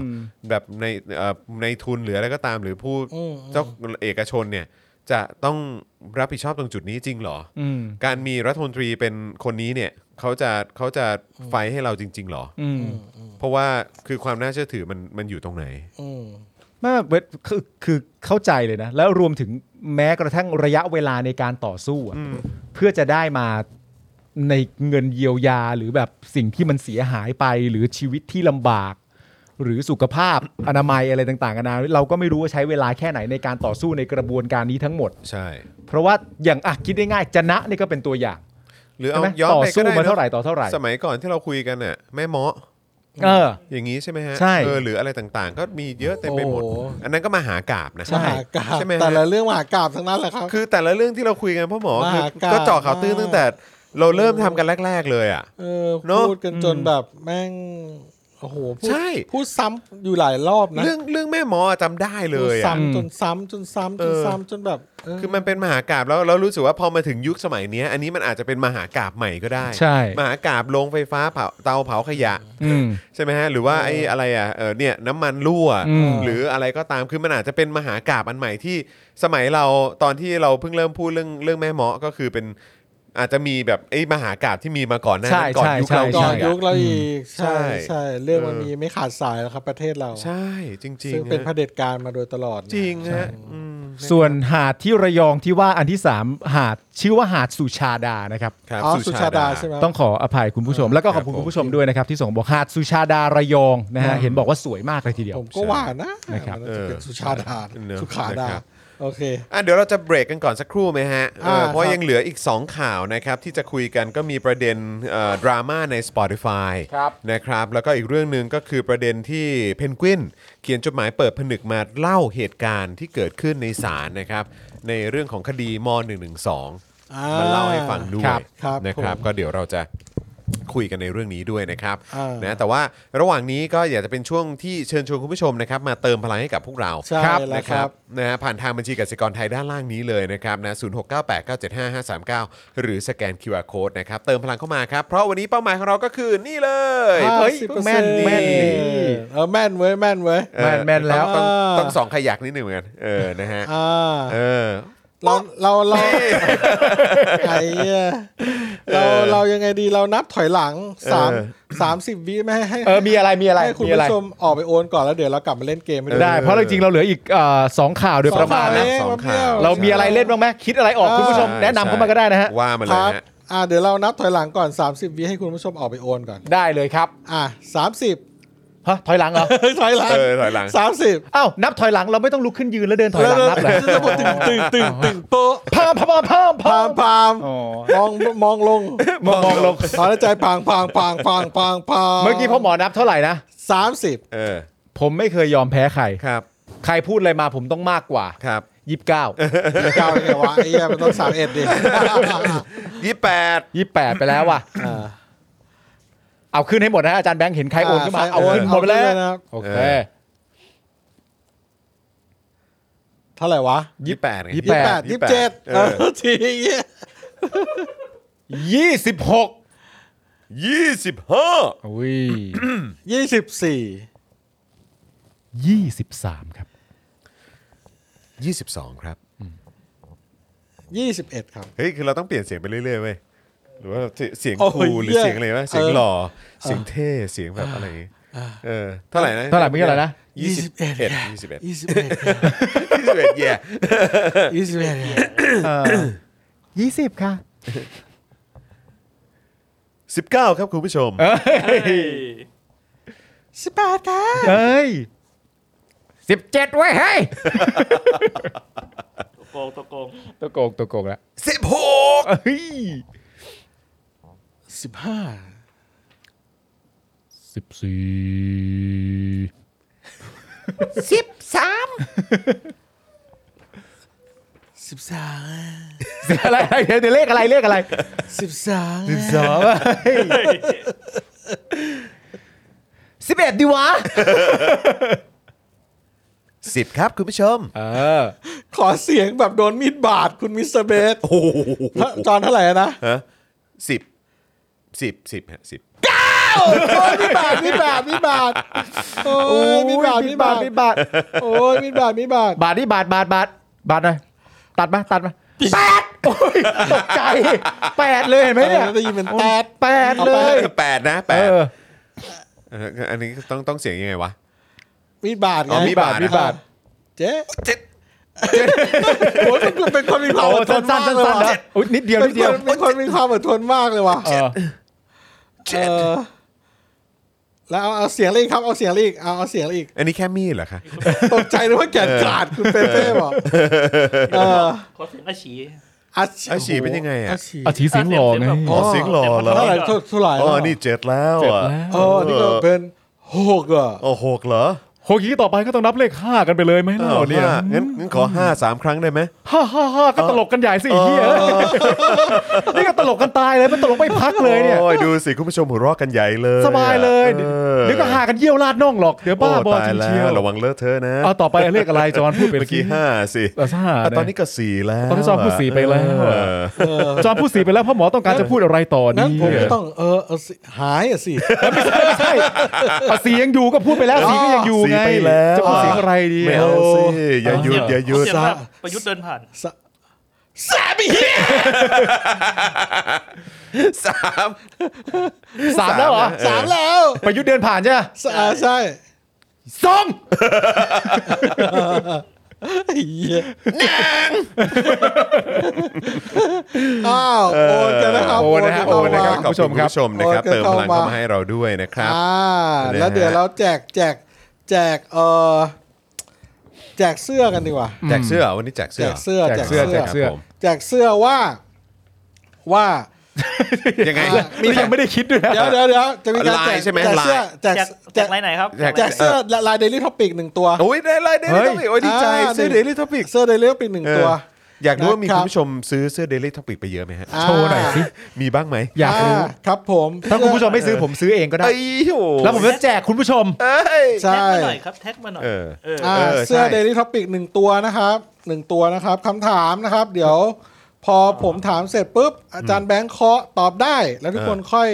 [SPEAKER 1] แบบในเอ่อในทุนหรืออะไรก็ตามหรือผู้
[SPEAKER 3] อืม
[SPEAKER 1] เจ้าเอกชนเนี่ย จะต้องรับผิดชอบตรงจุดนี้จริงหรอ
[SPEAKER 2] อืม
[SPEAKER 1] การมีรัฐมนตรีเป็นคนนี้เนี่ยเขาจะเขาจะไฟท์ให้เราจริง ๆหรอ
[SPEAKER 2] อืม
[SPEAKER 1] เพราะว่าคือความน่าเชื่อถือมันมันอยู่ตรงไหน
[SPEAKER 3] อืม
[SPEAKER 2] ไม่เว้ยคือคือเข้าใจเลยนะ แล้วรวมถึงแม้กระทั่งระยะเวลาในการต่อสู้อะเพื่อจะได้มาในเงินเยียวยาหรือแบบสิ่งที่มันเสียหายไปหรือชีวิตที่ลำบาก หรือสุขภาพ อนามัยอะไรต่างๆกันานาเราก็ไม่รู้ว่าใช้เวลาแค่ไหนในการต่อสู้ในกระบวนการนี้ทั้งหมด
[SPEAKER 1] ใช่
[SPEAKER 2] เพราะว่าอย่างอ่ะคิดได้ง่ายๆจะนะนี่ก็เป็นตัวอย่าง
[SPEAKER 1] หรือเอา
[SPEAKER 2] ใช่ไหม
[SPEAKER 1] ย้อนไปก็ได้นะ
[SPEAKER 2] ต่อสู้มาเท่าไหร่ต่อเท่าไหร่
[SPEAKER 1] สมัยก่อนที่เราคุยกันน่ะแม่เมาะ
[SPEAKER 2] เออ
[SPEAKER 1] อย่างนี้ใช่ไหมฮะ
[SPEAKER 2] ใช่
[SPEAKER 1] เออหรืออะไรต่างๆ ก็มีเยอะเต็มไปหมด
[SPEAKER 3] โอ้โห
[SPEAKER 1] อันนั้นก็มหากราบนะ
[SPEAKER 2] ใช่
[SPEAKER 3] มหากราบ
[SPEAKER 1] ใช่ไหมฮ
[SPEAKER 3] แต่ละเรื่องมหากราบทั้งนั้นแหละครับ
[SPEAKER 1] คือแต่ละเรื่องที่เราคุยกันพ่อหมอคือ
[SPEAKER 3] มหากราบ
[SPEAKER 1] ก็เจาะข่าวตื้นตั้งแต่เราเริ่มทำกันแรก ๆ เลยอ่ะ
[SPEAKER 3] เออ
[SPEAKER 1] เนอะ
[SPEAKER 3] พูดกันจนแบบแม่งโอ้โหพูด
[SPEAKER 1] ใช่
[SPEAKER 3] พูดซ้ำอยู่หลายรอบนะ
[SPEAKER 1] เรื่องเรื่องแม่หมอจำได้เล
[SPEAKER 3] พูด
[SPEAKER 1] ยอะ
[SPEAKER 3] ซ้ำจนซ้ำจนซ้ำ
[SPEAKER 1] เอ
[SPEAKER 3] จน
[SPEAKER 1] อ
[SPEAKER 3] ซ้ำจนแบบเออ
[SPEAKER 1] คือมันเป็นมหากราบแล้วเรารู้สึกว่าพอมาถึงยุคสมัยเนี้ยอันนี้มันอาจจะเป็นมหากราบใหม่ก็ได้
[SPEAKER 2] ใช่
[SPEAKER 1] มหากราบโรงไฟฟ้าเผาเตาเผาขยะ
[SPEAKER 2] อืม
[SPEAKER 1] ใช่ไหมฮะหรือว่าไอ้อะไรอ่ะเออเนี่ยน้ำมันรั่ว
[SPEAKER 2] อืม
[SPEAKER 1] หรืออะไรก็ตามคือมันอาจจะเป็นมหากาบอันใหม่ที่สมัยเราตอนที่เราเพิ่งเริ่มพูดเรื่องเรื่องแม่เมาะก็คือเป็นอาจจะมีแบบไอ้มหากาบที่มีมาก่อนหน้า
[SPEAKER 2] ใช่
[SPEAKER 1] นั้นก่อนยุค
[SPEAKER 2] ใช่
[SPEAKER 1] เรา
[SPEAKER 2] ใช่
[SPEAKER 3] ก่อน
[SPEAKER 1] อีก
[SPEAKER 3] ยุค
[SPEAKER 1] อะ
[SPEAKER 3] เราอีก
[SPEAKER 1] ใช่
[SPEAKER 3] ใช่ใช่เรื่องมันมีไม่ขาดสายแล้วครับประเทศเรา
[SPEAKER 1] ใช่จริง
[SPEAKER 3] ซึ่ง
[SPEAKER 1] ๆ
[SPEAKER 3] เป็นเผ
[SPEAKER 1] ฮะ
[SPEAKER 3] ด็จการมาโดยตลอดนะ
[SPEAKER 1] จริงฮะอืม
[SPEAKER 2] ส่วนหาดที่ระยองที่ว่าอันที่สามหาดชื่อว่าหาดสุชาดานะครับ
[SPEAKER 1] ครับ
[SPEAKER 3] อ๋อสุชาดาใช่ไหม
[SPEAKER 2] ต้องขออภัยคุณผู้ชม แล้วก็ขอบคุณคุณผู้ชมด้วยนะครับที่ส่งบอกหาดสุชาดาระยองนะฮะเห็นบอกว่าสวยมากเลยทีเดียว
[SPEAKER 3] ผมก็ว่านะ
[SPEAKER 2] นะครับ
[SPEAKER 3] มันจะเป็นสุชาดา
[SPEAKER 1] เนอะ
[SPEAKER 3] สุขาดา
[SPEAKER 1] นะครับ
[SPEAKER 3] โอเค
[SPEAKER 1] อ่ะเดี๋ยวเราจะเบรกกันก่อนสักครู่ไหมฮะเออ
[SPEAKER 3] อ่า
[SPEAKER 1] เพราะ
[SPEAKER 3] ครับ
[SPEAKER 1] ยังเหลืออีก 2 ข่าวนะครับที่จะคุยกันก็มีประเด็นเอ่อดราม่าใน Spotify
[SPEAKER 2] ครับ
[SPEAKER 1] นะครับแล้วก็อีกเรื่องหนึ่งก็คือประเด็นที่เพนกวินเขียนจดหมายเปิดผนึกมาเล่าเหตุการณ์ที่เกิดขึ้นในศาลนะครับในเรื่องของคดีม .112
[SPEAKER 3] อ่
[SPEAKER 1] มาเล่าให้ฟังด้วย
[SPEAKER 2] ครับ
[SPEAKER 3] ครับ
[SPEAKER 1] นะครับ
[SPEAKER 3] ผม
[SPEAKER 1] ก็เดี๋ยวเราจะคุยกันในเรื่องนี้ด้วยนะครับ
[SPEAKER 3] อ่าน
[SPEAKER 1] นะแต่ว่าระหว่างนี้ก็อยากจะเป็นช่วงที่เชิญชวนคุณผู้ชมนะครับมาเติมพลังให้กับพวกเรา
[SPEAKER 3] ใช่แล้ว
[SPEAKER 1] นะค
[SPEAKER 3] ครั
[SPEAKER 1] รับบ นะฮะผ่านทางบัญชีกสิกรไทยด้านล่างนี้เลยนะครับนะศูนย์หกเก้หรือสแกน QR Code นะครับ เติมพลังเข้ามาครับ เพราะวันนี้เป้าหมายของเราก็คือนี่เลย
[SPEAKER 3] ห้า
[SPEAKER 1] เฮ้ย
[SPEAKER 3] สิบ
[SPEAKER 2] แม่นแม่นดี
[SPEAKER 3] เออแม่นเว้ยแม่นเว้ย
[SPEAKER 1] เออ
[SPEAKER 2] แมนแมนแล้ว
[SPEAKER 1] ต้องต้อง
[SPEAKER 3] อ่า
[SPEAKER 1] ต้องสองขยักนิดหนึ่งเหมือนกันเออนะฮะ
[SPEAKER 3] อ่า
[SPEAKER 1] เออ
[SPEAKER 3] เราเราเราไอ้เหี้ยเราเรายังไงดีเรานับถอยหลังสาม
[SPEAKER 1] เออ
[SPEAKER 3] สามสิบวิไม่ให้
[SPEAKER 2] เออมีอะไรมีอะไร
[SPEAKER 3] ให้คุณ
[SPEAKER 2] มีอะไร
[SPEAKER 3] ผู้ชมออกไปโอนก่อนแล้วเดี๋ยวเรากลับมาเล่นเกมให้ดู
[SPEAKER 2] ได้เพราะเราจริงๆเราเหลืออีกเอ่อสองข่าวโดยประมาณ
[SPEAKER 3] สองข่าว
[SPEAKER 2] นะ
[SPEAKER 3] เอง
[SPEAKER 1] สองขา
[SPEAKER 3] แป๊บเดียวว
[SPEAKER 2] เรามีอะไรเล่นบ้างไหมคิดอะไรออก
[SPEAKER 3] เออ
[SPEAKER 2] คุณผู้ชมแนะนำเข้ามาก็ได้นะฮะ
[SPEAKER 1] ว่ามาเล
[SPEAKER 3] ค
[SPEAKER 1] ย
[SPEAKER 3] รับ
[SPEAKER 1] ฮะ
[SPEAKER 3] อ่าเดี๋ยวเรานับถอยหลังก่อน 30วิให้คุณผู้ชมออกไปโอนก่อน
[SPEAKER 2] ได้เลยครับ
[SPEAKER 3] อ่ะสามสิบ
[SPEAKER 2] ฮ ะถอยหลังเหรอ
[SPEAKER 3] ถอยหลัง
[SPEAKER 1] เออถอยหลัง
[SPEAKER 3] สามสิบ
[SPEAKER 2] อ้าวนับถอยหลังเราไม่ต้องลุกขึ้นยืนแล้วเดินถอยหลังนับเหรอ
[SPEAKER 3] จะบดตึงตึงตึงตึงโป๊ะ
[SPEAKER 2] พามพามพามพา
[SPEAKER 3] พามมพาม
[SPEAKER 2] อ๋อ
[SPEAKER 3] มองมองล ง
[SPEAKER 2] มองมองลง
[SPEAKER 3] ถอนหายใจพางพางพางพางพางพาง
[SPEAKER 2] เมื่อกี้พ่อหมอนับเท่าไหร่นะ
[SPEAKER 3] สามสิบ
[SPEAKER 1] เออ
[SPEAKER 2] ผมไม่เคยยอมแพ้ใคร
[SPEAKER 1] ครับ
[SPEAKER 2] ใครพูดอะไรมาผมต้องมากกว่า
[SPEAKER 1] ครับ
[SPEAKER 2] ยี่สิบเก้า
[SPEAKER 3] เก้าไงวะไอ้เหี้ยมันต้องสามเอ็ดดิ
[SPEAKER 1] ยี่แปด
[SPEAKER 2] ยี่สิบแปดไปแล้วว่ะ
[SPEAKER 3] อ่า
[SPEAKER 2] เอาขึ้นให้หมดนะอาจารย์แบงค์เห็นใครโอนขึ้นมา
[SPEAKER 3] อ่าใคร
[SPEAKER 2] เอาขึ้น
[SPEAKER 3] โอน
[SPEAKER 2] หมดไปแล้ว
[SPEAKER 3] เอาขึ้นเลยนะครับ
[SPEAKER 2] โอเค
[SPEAKER 3] เท่าไหร่วะ
[SPEAKER 1] ยี่แปด
[SPEAKER 2] ยี่
[SPEAKER 3] ยี่
[SPEAKER 2] แป
[SPEAKER 3] แปดยี่เจ็ด
[SPEAKER 1] เอ
[SPEAKER 3] เอ
[SPEAKER 1] อ
[SPEAKER 3] อทีเหี้ย
[SPEAKER 2] ยี่สิบหก
[SPEAKER 1] ยี่สิบห้า
[SPEAKER 2] อุ้ย
[SPEAKER 3] ยี่สิบสี่
[SPEAKER 2] ยี่สิบสามครับ
[SPEAKER 1] ยี่สิบสองครับ
[SPEAKER 3] ยี่สิบเอ็ดครับ
[SPEAKER 1] เฮ้ยคือเราต้องเปลี่ยนเสียงไปเรื่อยๆเว้ยหรือว่าเสียง
[SPEAKER 3] โอ้
[SPEAKER 1] ค
[SPEAKER 3] ย
[SPEAKER 1] รูหรือ
[SPEAKER 3] เหี้ย
[SPEAKER 1] เสียงอะไรวะเสียง
[SPEAKER 3] เออ
[SPEAKER 1] หล่อเสียงเท่เสียงแบบอะไรอย่างงี้เออเท่าไหร่นะ
[SPEAKER 2] เท่าไหร่เมื่อกี้อะไรนะ
[SPEAKER 1] ยี่สิบเอ็ดยี่สิบเอ็ด
[SPEAKER 3] ยี่สิบเอ็ด
[SPEAKER 1] ยี่สิบเอ็ดแย่
[SPEAKER 3] ยี่สิบเอ็ด
[SPEAKER 2] ยี่สิบค่ะ
[SPEAKER 1] สิบเก้าครับคุณผู้ชม
[SPEAKER 4] เฮ้ย
[SPEAKER 3] สิบแปดค่ะ
[SPEAKER 2] เอ้ยสิบเจ็ดไว้ยเฮ้ย
[SPEAKER 4] ตัวโกงตัวโกง
[SPEAKER 2] ตัวโกงตัวโกงละ
[SPEAKER 1] สิบหก
[SPEAKER 2] เฮ้ย
[SPEAKER 3] สิบห้า
[SPEAKER 2] สิบสี่
[SPEAKER 3] สิบสามสิบสาม
[SPEAKER 2] อะไร อะไรเดี๋ยวเลขอะไรเลขอะไร
[SPEAKER 3] สิบสาม
[SPEAKER 2] สิบสองสิบเอ็ดดีวะ
[SPEAKER 1] สิบครับคุณผู้ชม
[SPEAKER 2] เออ
[SPEAKER 3] ขอเสียงแบบโดนมีดบาดคุณมิสเตอร์เบส
[SPEAKER 1] โอ้โห
[SPEAKER 3] จอนเท่าไหร่นะ
[SPEAKER 1] ฮะสิบสิบสิบฮะสิบ
[SPEAKER 3] โอ้ยมีดบาดมีดบาดมีดบาดโอ้ยมีดบาดมีดบาด
[SPEAKER 2] มีบาท
[SPEAKER 3] โอ้ยมีดบาดมีดบาด
[SPEAKER 2] บาทนี่บาทบาทบาทบาทหน่อยตัดมาตัดมาแปดโอ้ยตกใจแปดเลยเห็นไหมเนี่ย
[SPEAKER 3] ได้ยินเป็นแตด
[SPEAKER 2] แปดเลย
[SPEAKER 1] แปดนะแป
[SPEAKER 2] เอ
[SPEAKER 1] ด
[SPEAKER 2] อ
[SPEAKER 1] เอออันนี้ต้องต้องเสียงยังไงวะ
[SPEAKER 3] มีดบาดไง
[SPEAKER 1] อ๋อมีดบาด
[SPEAKER 3] มีดบาด
[SPEAKER 1] นะ
[SPEAKER 3] เจ๊เจ๊โอ้ยคุณเป็นคนมีความ
[SPEAKER 2] โอ้
[SPEAKER 3] อดท
[SPEAKER 2] สั้
[SPEAKER 3] น
[SPEAKER 2] นสั้
[SPEAKER 3] มาน ก
[SPEAKER 2] สั้นสั้น
[SPEAKER 3] เลยว่ะ
[SPEAKER 2] นะอุ๊ยนิดเดียว
[SPEAKER 3] เป็
[SPEAKER 2] นิ
[SPEAKER 3] น
[SPEAKER 2] ด
[SPEAKER 3] ค
[SPEAKER 2] เดียวน
[SPEAKER 3] เป็นคนมีความอดทนมากเลยว่ะ
[SPEAKER 2] เออ
[SPEAKER 3] เออแล้วเอาเอาเสียงอะไรอีกครับเอาเสียงอะไรอีกเอาเอาเสียงอะไรอีก
[SPEAKER 1] อันนี้แค่มีดเหรอคะ
[SPEAKER 3] ตกใจเลยว่าแก่นกราดคุณเปเป้บอกเออ
[SPEAKER 4] ขอเสียงอาชี
[SPEAKER 3] อา
[SPEAKER 1] อาฉีเป็นยังไงอ่ะ
[SPEAKER 3] อาชี
[SPEAKER 2] อาทิเสียงหลอไง
[SPEAKER 1] อ๋อเสียงหล่อเหร
[SPEAKER 3] เท่าไหร่
[SPEAKER 4] เสียง
[SPEAKER 3] เท่าไหร่
[SPEAKER 1] อ๋อนี่เจ็ดแล้วอ่ะ
[SPEAKER 2] เจ็ดแล้ว
[SPEAKER 3] เออนี่ก็เป็นหกอ่ะ
[SPEAKER 1] โอ้หกเหรอ
[SPEAKER 2] โคกี้ต่อไปก็ต้องนับเลขห้ากันไปเลยไหม
[SPEAKER 1] เอ
[SPEAKER 2] เล่า
[SPEAKER 1] อ
[SPEAKER 2] เนี่
[SPEAKER 1] เนี่ย ยงั้นงั้นขอห้าสามครั้งได้ไหม
[SPEAKER 2] ห้าห้าห้าก็ตลกกันใหญ่สิไอ้เฮียนี่ก็ตลกกันตายเลยมันตลกไม่พักเลยเนี่ย
[SPEAKER 1] โอ้ยดูสิคุณผู้ชมหัวเราะกันใหญ่เลย
[SPEAKER 2] สบายเลย
[SPEAKER 1] ออ
[SPEAKER 2] เดี๋ยวก็หากันเยี่ยวลาดน่องหรอกเดี๋ยวบ้า
[SPEAKER 1] โอ้
[SPEAKER 2] บอ
[SPEAKER 1] ตาย
[SPEAKER 2] จริง
[SPEAKER 1] แล้
[SPEAKER 2] เชียว ว
[SPEAKER 1] ระวังเลอะเทอะนะ
[SPEAKER 2] เอาต่อไปเลขอะไรจอนพูดไป
[SPEAKER 1] เมื่อกี้ห้าสิ
[SPEAKER 2] เออห้า
[SPEAKER 1] อ่ะ
[SPEAKER 2] เย
[SPEAKER 1] ตอนนี้ก็สี่แล้ว
[SPEAKER 2] ตอนนี้จอพูดสี่ไปแล้ว
[SPEAKER 1] เออ
[SPEAKER 2] จอนพูดสีไปแล้วเพราะหมอต้องการจะพูดอะไรต่อ
[SPEAKER 3] นั้น
[SPEAKER 2] นี่
[SPEAKER 3] ผมก็ต้องเออเอาสิหายอ่ะสิ
[SPEAKER 2] ใช่อ่ะสียังอยู่ก็พูดไปแล้วสีก็ยังอยู่
[SPEAKER 1] สี่
[SPEAKER 2] ไง
[SPEAKER 1] ไปแล้ว
[SPEAKER 2] จะพูดเสียงอะไรดี
[SPEAKER 1] ไม่เอาสิอย่าหยุดอย่าหยุด
[SPEAKER 4] เสีงแบบ
[SPEAKER 3] ซะ
[SPEAKER 4] ประยุทธ์เดินผ่าน
[SPEAKER 3] สะสามอีกที
[SPEAKER 1] สาม
[SPEAKER 2] สามแล้วเหรอ
[SPEAKER 3] สามแล้ว
[SPEAKER 2] ประยุทธ์เดินผ่านใช่ไหม
[SPEAKER 3] สะอ่าใช่
[SPEAKER 2] สอง
[SPEAKER 3] ไอ้เหี้ยอ้าวโอนกันนะครับ
[SPEAKER 2] โอนนะฮะ
[SPEAKER 3] กั
[SPEAKER 2] โอ
[SPEAKER 3] เข้าน มา
[SPEAKER 2] นะครับขอบคุณผู้ชมครับ
[SPEAKER 1] ผู้ชมนะครับเติมพลังเข้ามาให้เราด้วยนะครับ
[SPEAKER 3] อ่า
[SPEAKER 1] นะฮะ
[SPEAKER 3] แล้วเดี๋ยวเราแจกแจกแจกเออแจกเสื้อกันดีกว่า
[SPEAKER 1] แจกเสื้อเหรอวันนี้แจกเสื้อ
[SPEAKER 3] แจกเสื้อ
[SPEAKER 2] แจกเสื้อแจกเสื้อ
[SPEAKER 1] ครับผม
[SPEAKER 3] แจกเสื้อว่าว่า
[SPEAKER 1] ยังไง
[SPEAKER 3] อ่ะ
[SPEAKER 2] นี่ยังไม่ได้คิดด้วยนะ
[SPEAKER 3] เดี๋ยวเดี๋ยวเดี๋ยวจะมีการแจ
[SPEAKER 1] ลาย
[SPEAKER 3] ก
[SPEAKER 1] ใช่ไหม
[SPEAKER 3] แจกเสื้อ
[SPEAKER 1] ลาย
[SPEAKER 3] แจก
[SPEAKER 4] แจกแจ
[SPEAKER 3] แจ
[SPEAKER 4] ก
[SPEAKER 3] ก
[SPEAKER 4] ไรไหนครับ
[SPEAKER 1] แจก
[SPEAKER 3] แจกเสื้อลายเดลี่ท็อปิกหนึ่งตัว
[SPEAKER 1] โอ้ยได้ไลน์ได้
[SPEAKER 2] เฮ้
[SPEAKER 1] ได้
[SPEAKER 2] ย
[SPEAKER 1] โอ้ยดีใจ
[SPEAKER 3] อ่า
[SPEAKER 1] ซื้อ
[SPEAKER 3] หนึ่ง
[SPEAKER 1] Daily Topic
[SPEAKER 3] เสื้อเดลี่ท็อปิกหนึ่งตัว
[SPEAKER 1] เอออยากรู้ว่ามี
[SPEAKER 3] นะครับ
[SPEAKER 1] คุณผู้ชมซื้อเสื้อ Daily Topic ไปเยอะไหมฮะ
[SPEAKER 3] อ่า
[SPEAKER 2] โชว์หน่อยสิ
[SPEAKER 1] มีบ้างไหม
[SPEAKER 2] อยากรู้
[SPEAKER 3] อ่ครับผม
[SPEAKER 2] ถ้าคุณผู้ชมไม่ซื้อผมซื้อเองก็ได้
[SPEAKER 1] ไอ้โห
[SPEAKER 2] แล้วผมจะแจกคุณผู้ชม
[SPEAKER 1] เอ้ย
[SPEAKER 4] แท็
[SPEAKER 3] ใช่
[SPEAKER 4] กมาหน่อยครับ แท็กมาหน่อย
[SPEAKER 1] เออ
[SPEAKER 4] เออ
[SPEAKER 3] อ่า
[SPEAKER 1] เออ
[SPEAKER 3] เสื้อ
[SPEAKER 1] ใช่
[SPEAKER 3] Daily Topic หนึ่งตัวนะครับหนึ่งตัวนะครับคำถามนะครับ เดี๋ยวพอผมถามเสร็จปุ๊บ อาจารย์แบงค์เคาะตอบได้ แล้วทุกคนค่อย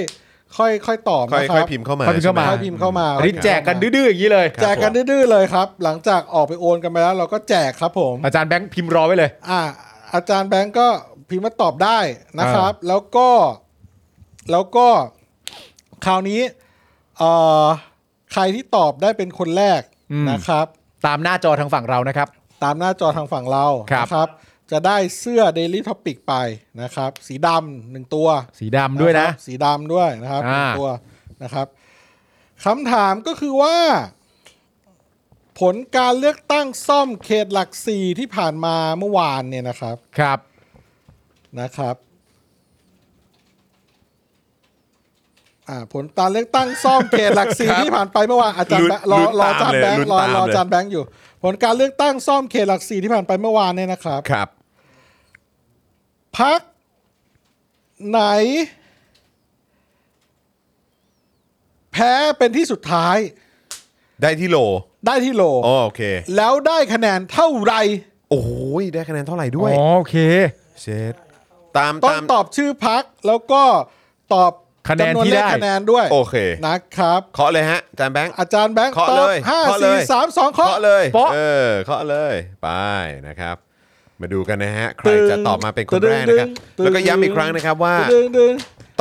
[SPEAKER 3] ค่อยค่อยตอบ
[SPEAKER 1] ค่อย
[SPEAKER 3] นะค
[SPEAKER 1] ค่อย
[SPEAKER 3] รับ
[SPEAKER 1] พิมพ์เข้ามา
[SPEAKER 2] ค่อยพิมพ์เข้ามา
[SPEAKER 1] ใช่
[SPEAKER 3] ค่อย
[SPEAKER 1] ไห
[SPEAKER 3] พิมพ์เข้ามา
[SPEAKER 2] รีบแจกกันดื้อๆอย่างนี้เลย
[SPEAKER 3] แจกกันดื้อๆเลยครับ หลังจากออกไปโอนกันไปแล้ว เราก็แจกครับผม
[SPEAKER 2] อาจารย์แบงค์พิมพ์รอไว้เลย
[SPEAKER 3] อ่าอาจารย์แบงก์ก็พิมพ์มาตอบได้นะครับ แล้วก็แล้วก็คราวนี้เอ่อใครที่ตอบได้เป็นคนแรก
[SPEAKER 2] อืม
[SPEAKER 3] นะครับ
[SPEAKER 2] ตามหน้าจอทางฝั่งเรานะครับ
[SPEAKER 3] ตามหน้าจอทางฝั่งเรา
[SPEAKER 2] ครับ
[SPEAKER 3] นะครับ จะได้เสื้อ Daily Topic ไปนะครับ สีดำหนึ่งตัว
[SPEAKER 2] สีดำด้วยนะ
[SPEAKER 3] ครับสีดำด้วยนะครับหนึ่ง
[SPEAKER 2] อ่า
[SPEAKER 3] ตัวนะครับคำถามก็คือว่า ผลการเลือกตั้งซ่อมเขตหลักสี่ที่ผ่านมาเมื่อวานเนี่ยนะครับ
[SPEAKER 2] ครับ
[SPEAKER 3] นะครับ อ่า ผลการเลือกตั้งซ่อมเขตหลักสี่ที่ผ่านไปเมื่อวานอาจารย์แบงค์รอ
[SPEAKER 1] ลุ้น
[SPEAKER 3] รอ
[SPEAKER 1] ตาม
[SPEAKER 3] อาจารย์แบง
[SPEAKER 1] เลยลุ้
[SPEAKER 3] ค์
[SPEAKER 1] น
[SPEAKER 3] ร
[SPEAKER 1] ตา
[SPEAKER 3] อ
[SPEAKER 1] ม
[SPEAKER 3] รอ
[SPEAKER 1] เลย
[SPEAKER 3] อาจารย์แบงค์อยู่ ผลการเลือกตั้งซ่อมเขตหลักสี่ที่ผ่านไปเมื่อวานเนี่ยนะครับ
[SPEAKER 1] ครับ
[SPEAKER 3] พักไหน แพ้เป็นที่สุดท้าย
[SPEAKER 1] ได้ที่โล
[SPEAKER 3] ได้ที่โหล
[SPEAKER 1] อ๋อโอเค
[SPEAKER 3] แล้วได้คะแนนเท่าไหร่
[SPEAKER 1] โอ้ยได้คะแนนเท่าไหร่ด้
[SPEAKER 2] อ๋
[SPEAKER 1] ว
[SPEAKER 2] อยโอเค
[SPEAKER 1] เชดตาม
[SPEAKER 3] ต้อง
[SPEAKER 1] ตาม
[SPEAKER 3] ตอบชื่อพักแล้วก็ตอบ
[SPEAKER 2] คะแนน
[SPEAKER 3] จำว
[SPEAKER 2] ที่
[SPEAKER 3] เลข
[SPEAKER 2] ได้
[SPEAKER 3] คะแนนด้วย
[SPEAKER 1] โอเค
[SPEAKER 3] นะครับ
[SPEAKER 1] เคาะเลยฮะอาจานแบงค์
[SPEAKER 3] อาจารย์แบงค์
[SPEAKER 1] เคาะ
[SPEAKER 3] ตอ
[SPEAKER 1] เล
[SPEAKER 3] บ
[SPEAKER 1] ย
[SPEAKER 3] ห้า
[SPEAKER 1] เคาะเล
[SPEAKER 3] สี่
[SPEAKER 1] ย
[SPEAKER 3] สามสองเคาะ
[SPEAKER 1] เคาะเลย
[SPEAKER 2] เคาะ
[SPEAKER 1] เออเคาะเลยไปนะครับ มาดูกันนะฮะใครจะตอบมาเป็นคนแรกนะครับแล้วก็ย้ำอีกครั้งนะครับว่า
[SPEAKER 3] ดึงดึง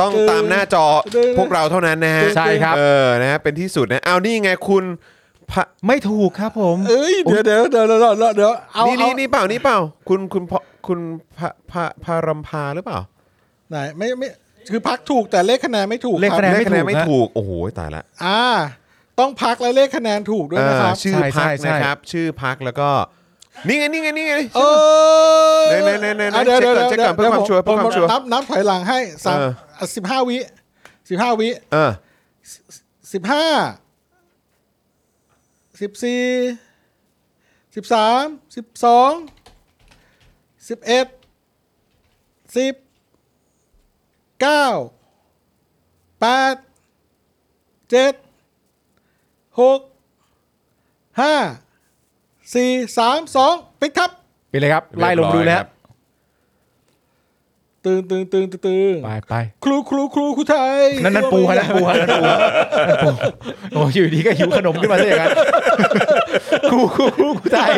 [SPEAKER 1] ต้องตามหน้าจอ
[SPEAKER 3] ตึ้ง
[SPEAKER 1] พวกเราเท่านั้นนะฮะ
[SPEAKER 2] ใช่ครับ
[SPEAKER 1] เออนะฮะเป็นที่สุดนะเอานี่ไงคุณ พระ
[SPEAKER 2] ไม่ถูกครับผม
[SPEAKER 3] เอ้ยเดี๋ยวเดี๋ยวเดี๋ยวเดี๋ยวเดี๋ยวเดี๋ยวเอา
[SPEAKER 1] นี่
[SPEAKER 3] เอา
[SPEAKER 1] นี่นี่เปล่านี่เปล่า คุณคุณพคุณพระพระพระรำพาหรือเปล่า
[SPEAKER 3] ไหนไม่ไม่คือพักถูกแต่เลขคะแนนไม่ถูก
[SPEAKER 2] เลขคะแนน
[SPEAKER 3] รับ
[SPEAKER 1] เลขคะแนนไม่
[SPEAKER 2] ไม่ถู
[SPEAKER 1] ถูก
[SPEAKER 2] ก
[SPEAKER 1] โอ้โหตายละ
[SPEAKER 3] อ่า ต้องพักและเลขคะแนนถูกด้วยนะครับ
[SPEAKER 1] เออชื่อพัก
[SPEAKER 2] ใช่ใช่
[SPEAKER 1] นะครับ ชื่อพักแล้วก็นี่ไงนี่ไงนี่ไง
[SPEAKER 3] เออ
[SPEAKER 1] ไหนไหนไหนไหน
[SPEAKER 3] อ่ะเดี๋ยวเดี๋ยว
[SPEAKER 1] เช็ค
[SPEAKER 3] เดี๋
[SPEAKER 1] ก่อนเช็คก่อนเพื่อความชัวร์เพื่อความชัวร์
[SPEAKER 3] นับนับถอยหลังให้สาม
[SPEAKER 1] เออ
[SPEAKER 3] สิบห้าวิสิบห้าวิ
[SPEAKER 1] เออ
[SPEAKER 3] สิบห้าสิบสี่สิบสามสิบสองสิบเอ็ดสิบเก้าแปดเจ็ดหกห้าสี่สามสองปิดครับ
[SPEAKER 2] ไปเลยครับ ไล่ลงดู
[SPEAKER 1] เรียบร้อยค
[SPEAKER 2] แล้
[SPEAKER 1] ว รับ
[SPEAKER 3] ตึงตึงตึงตึงตึง
[SPEAKER 2] ไปไป
[SPEAKER 3] ครูครูครูครูไทย
[SPEAKER 2] นั่นนั่นปูฮะนั่นปูฮะนั่นปูนั่นปูโอ้ยอยู่ดีก็หิวขนมขึ้นมาซะอย่างนั้นกูกูกูกูไทย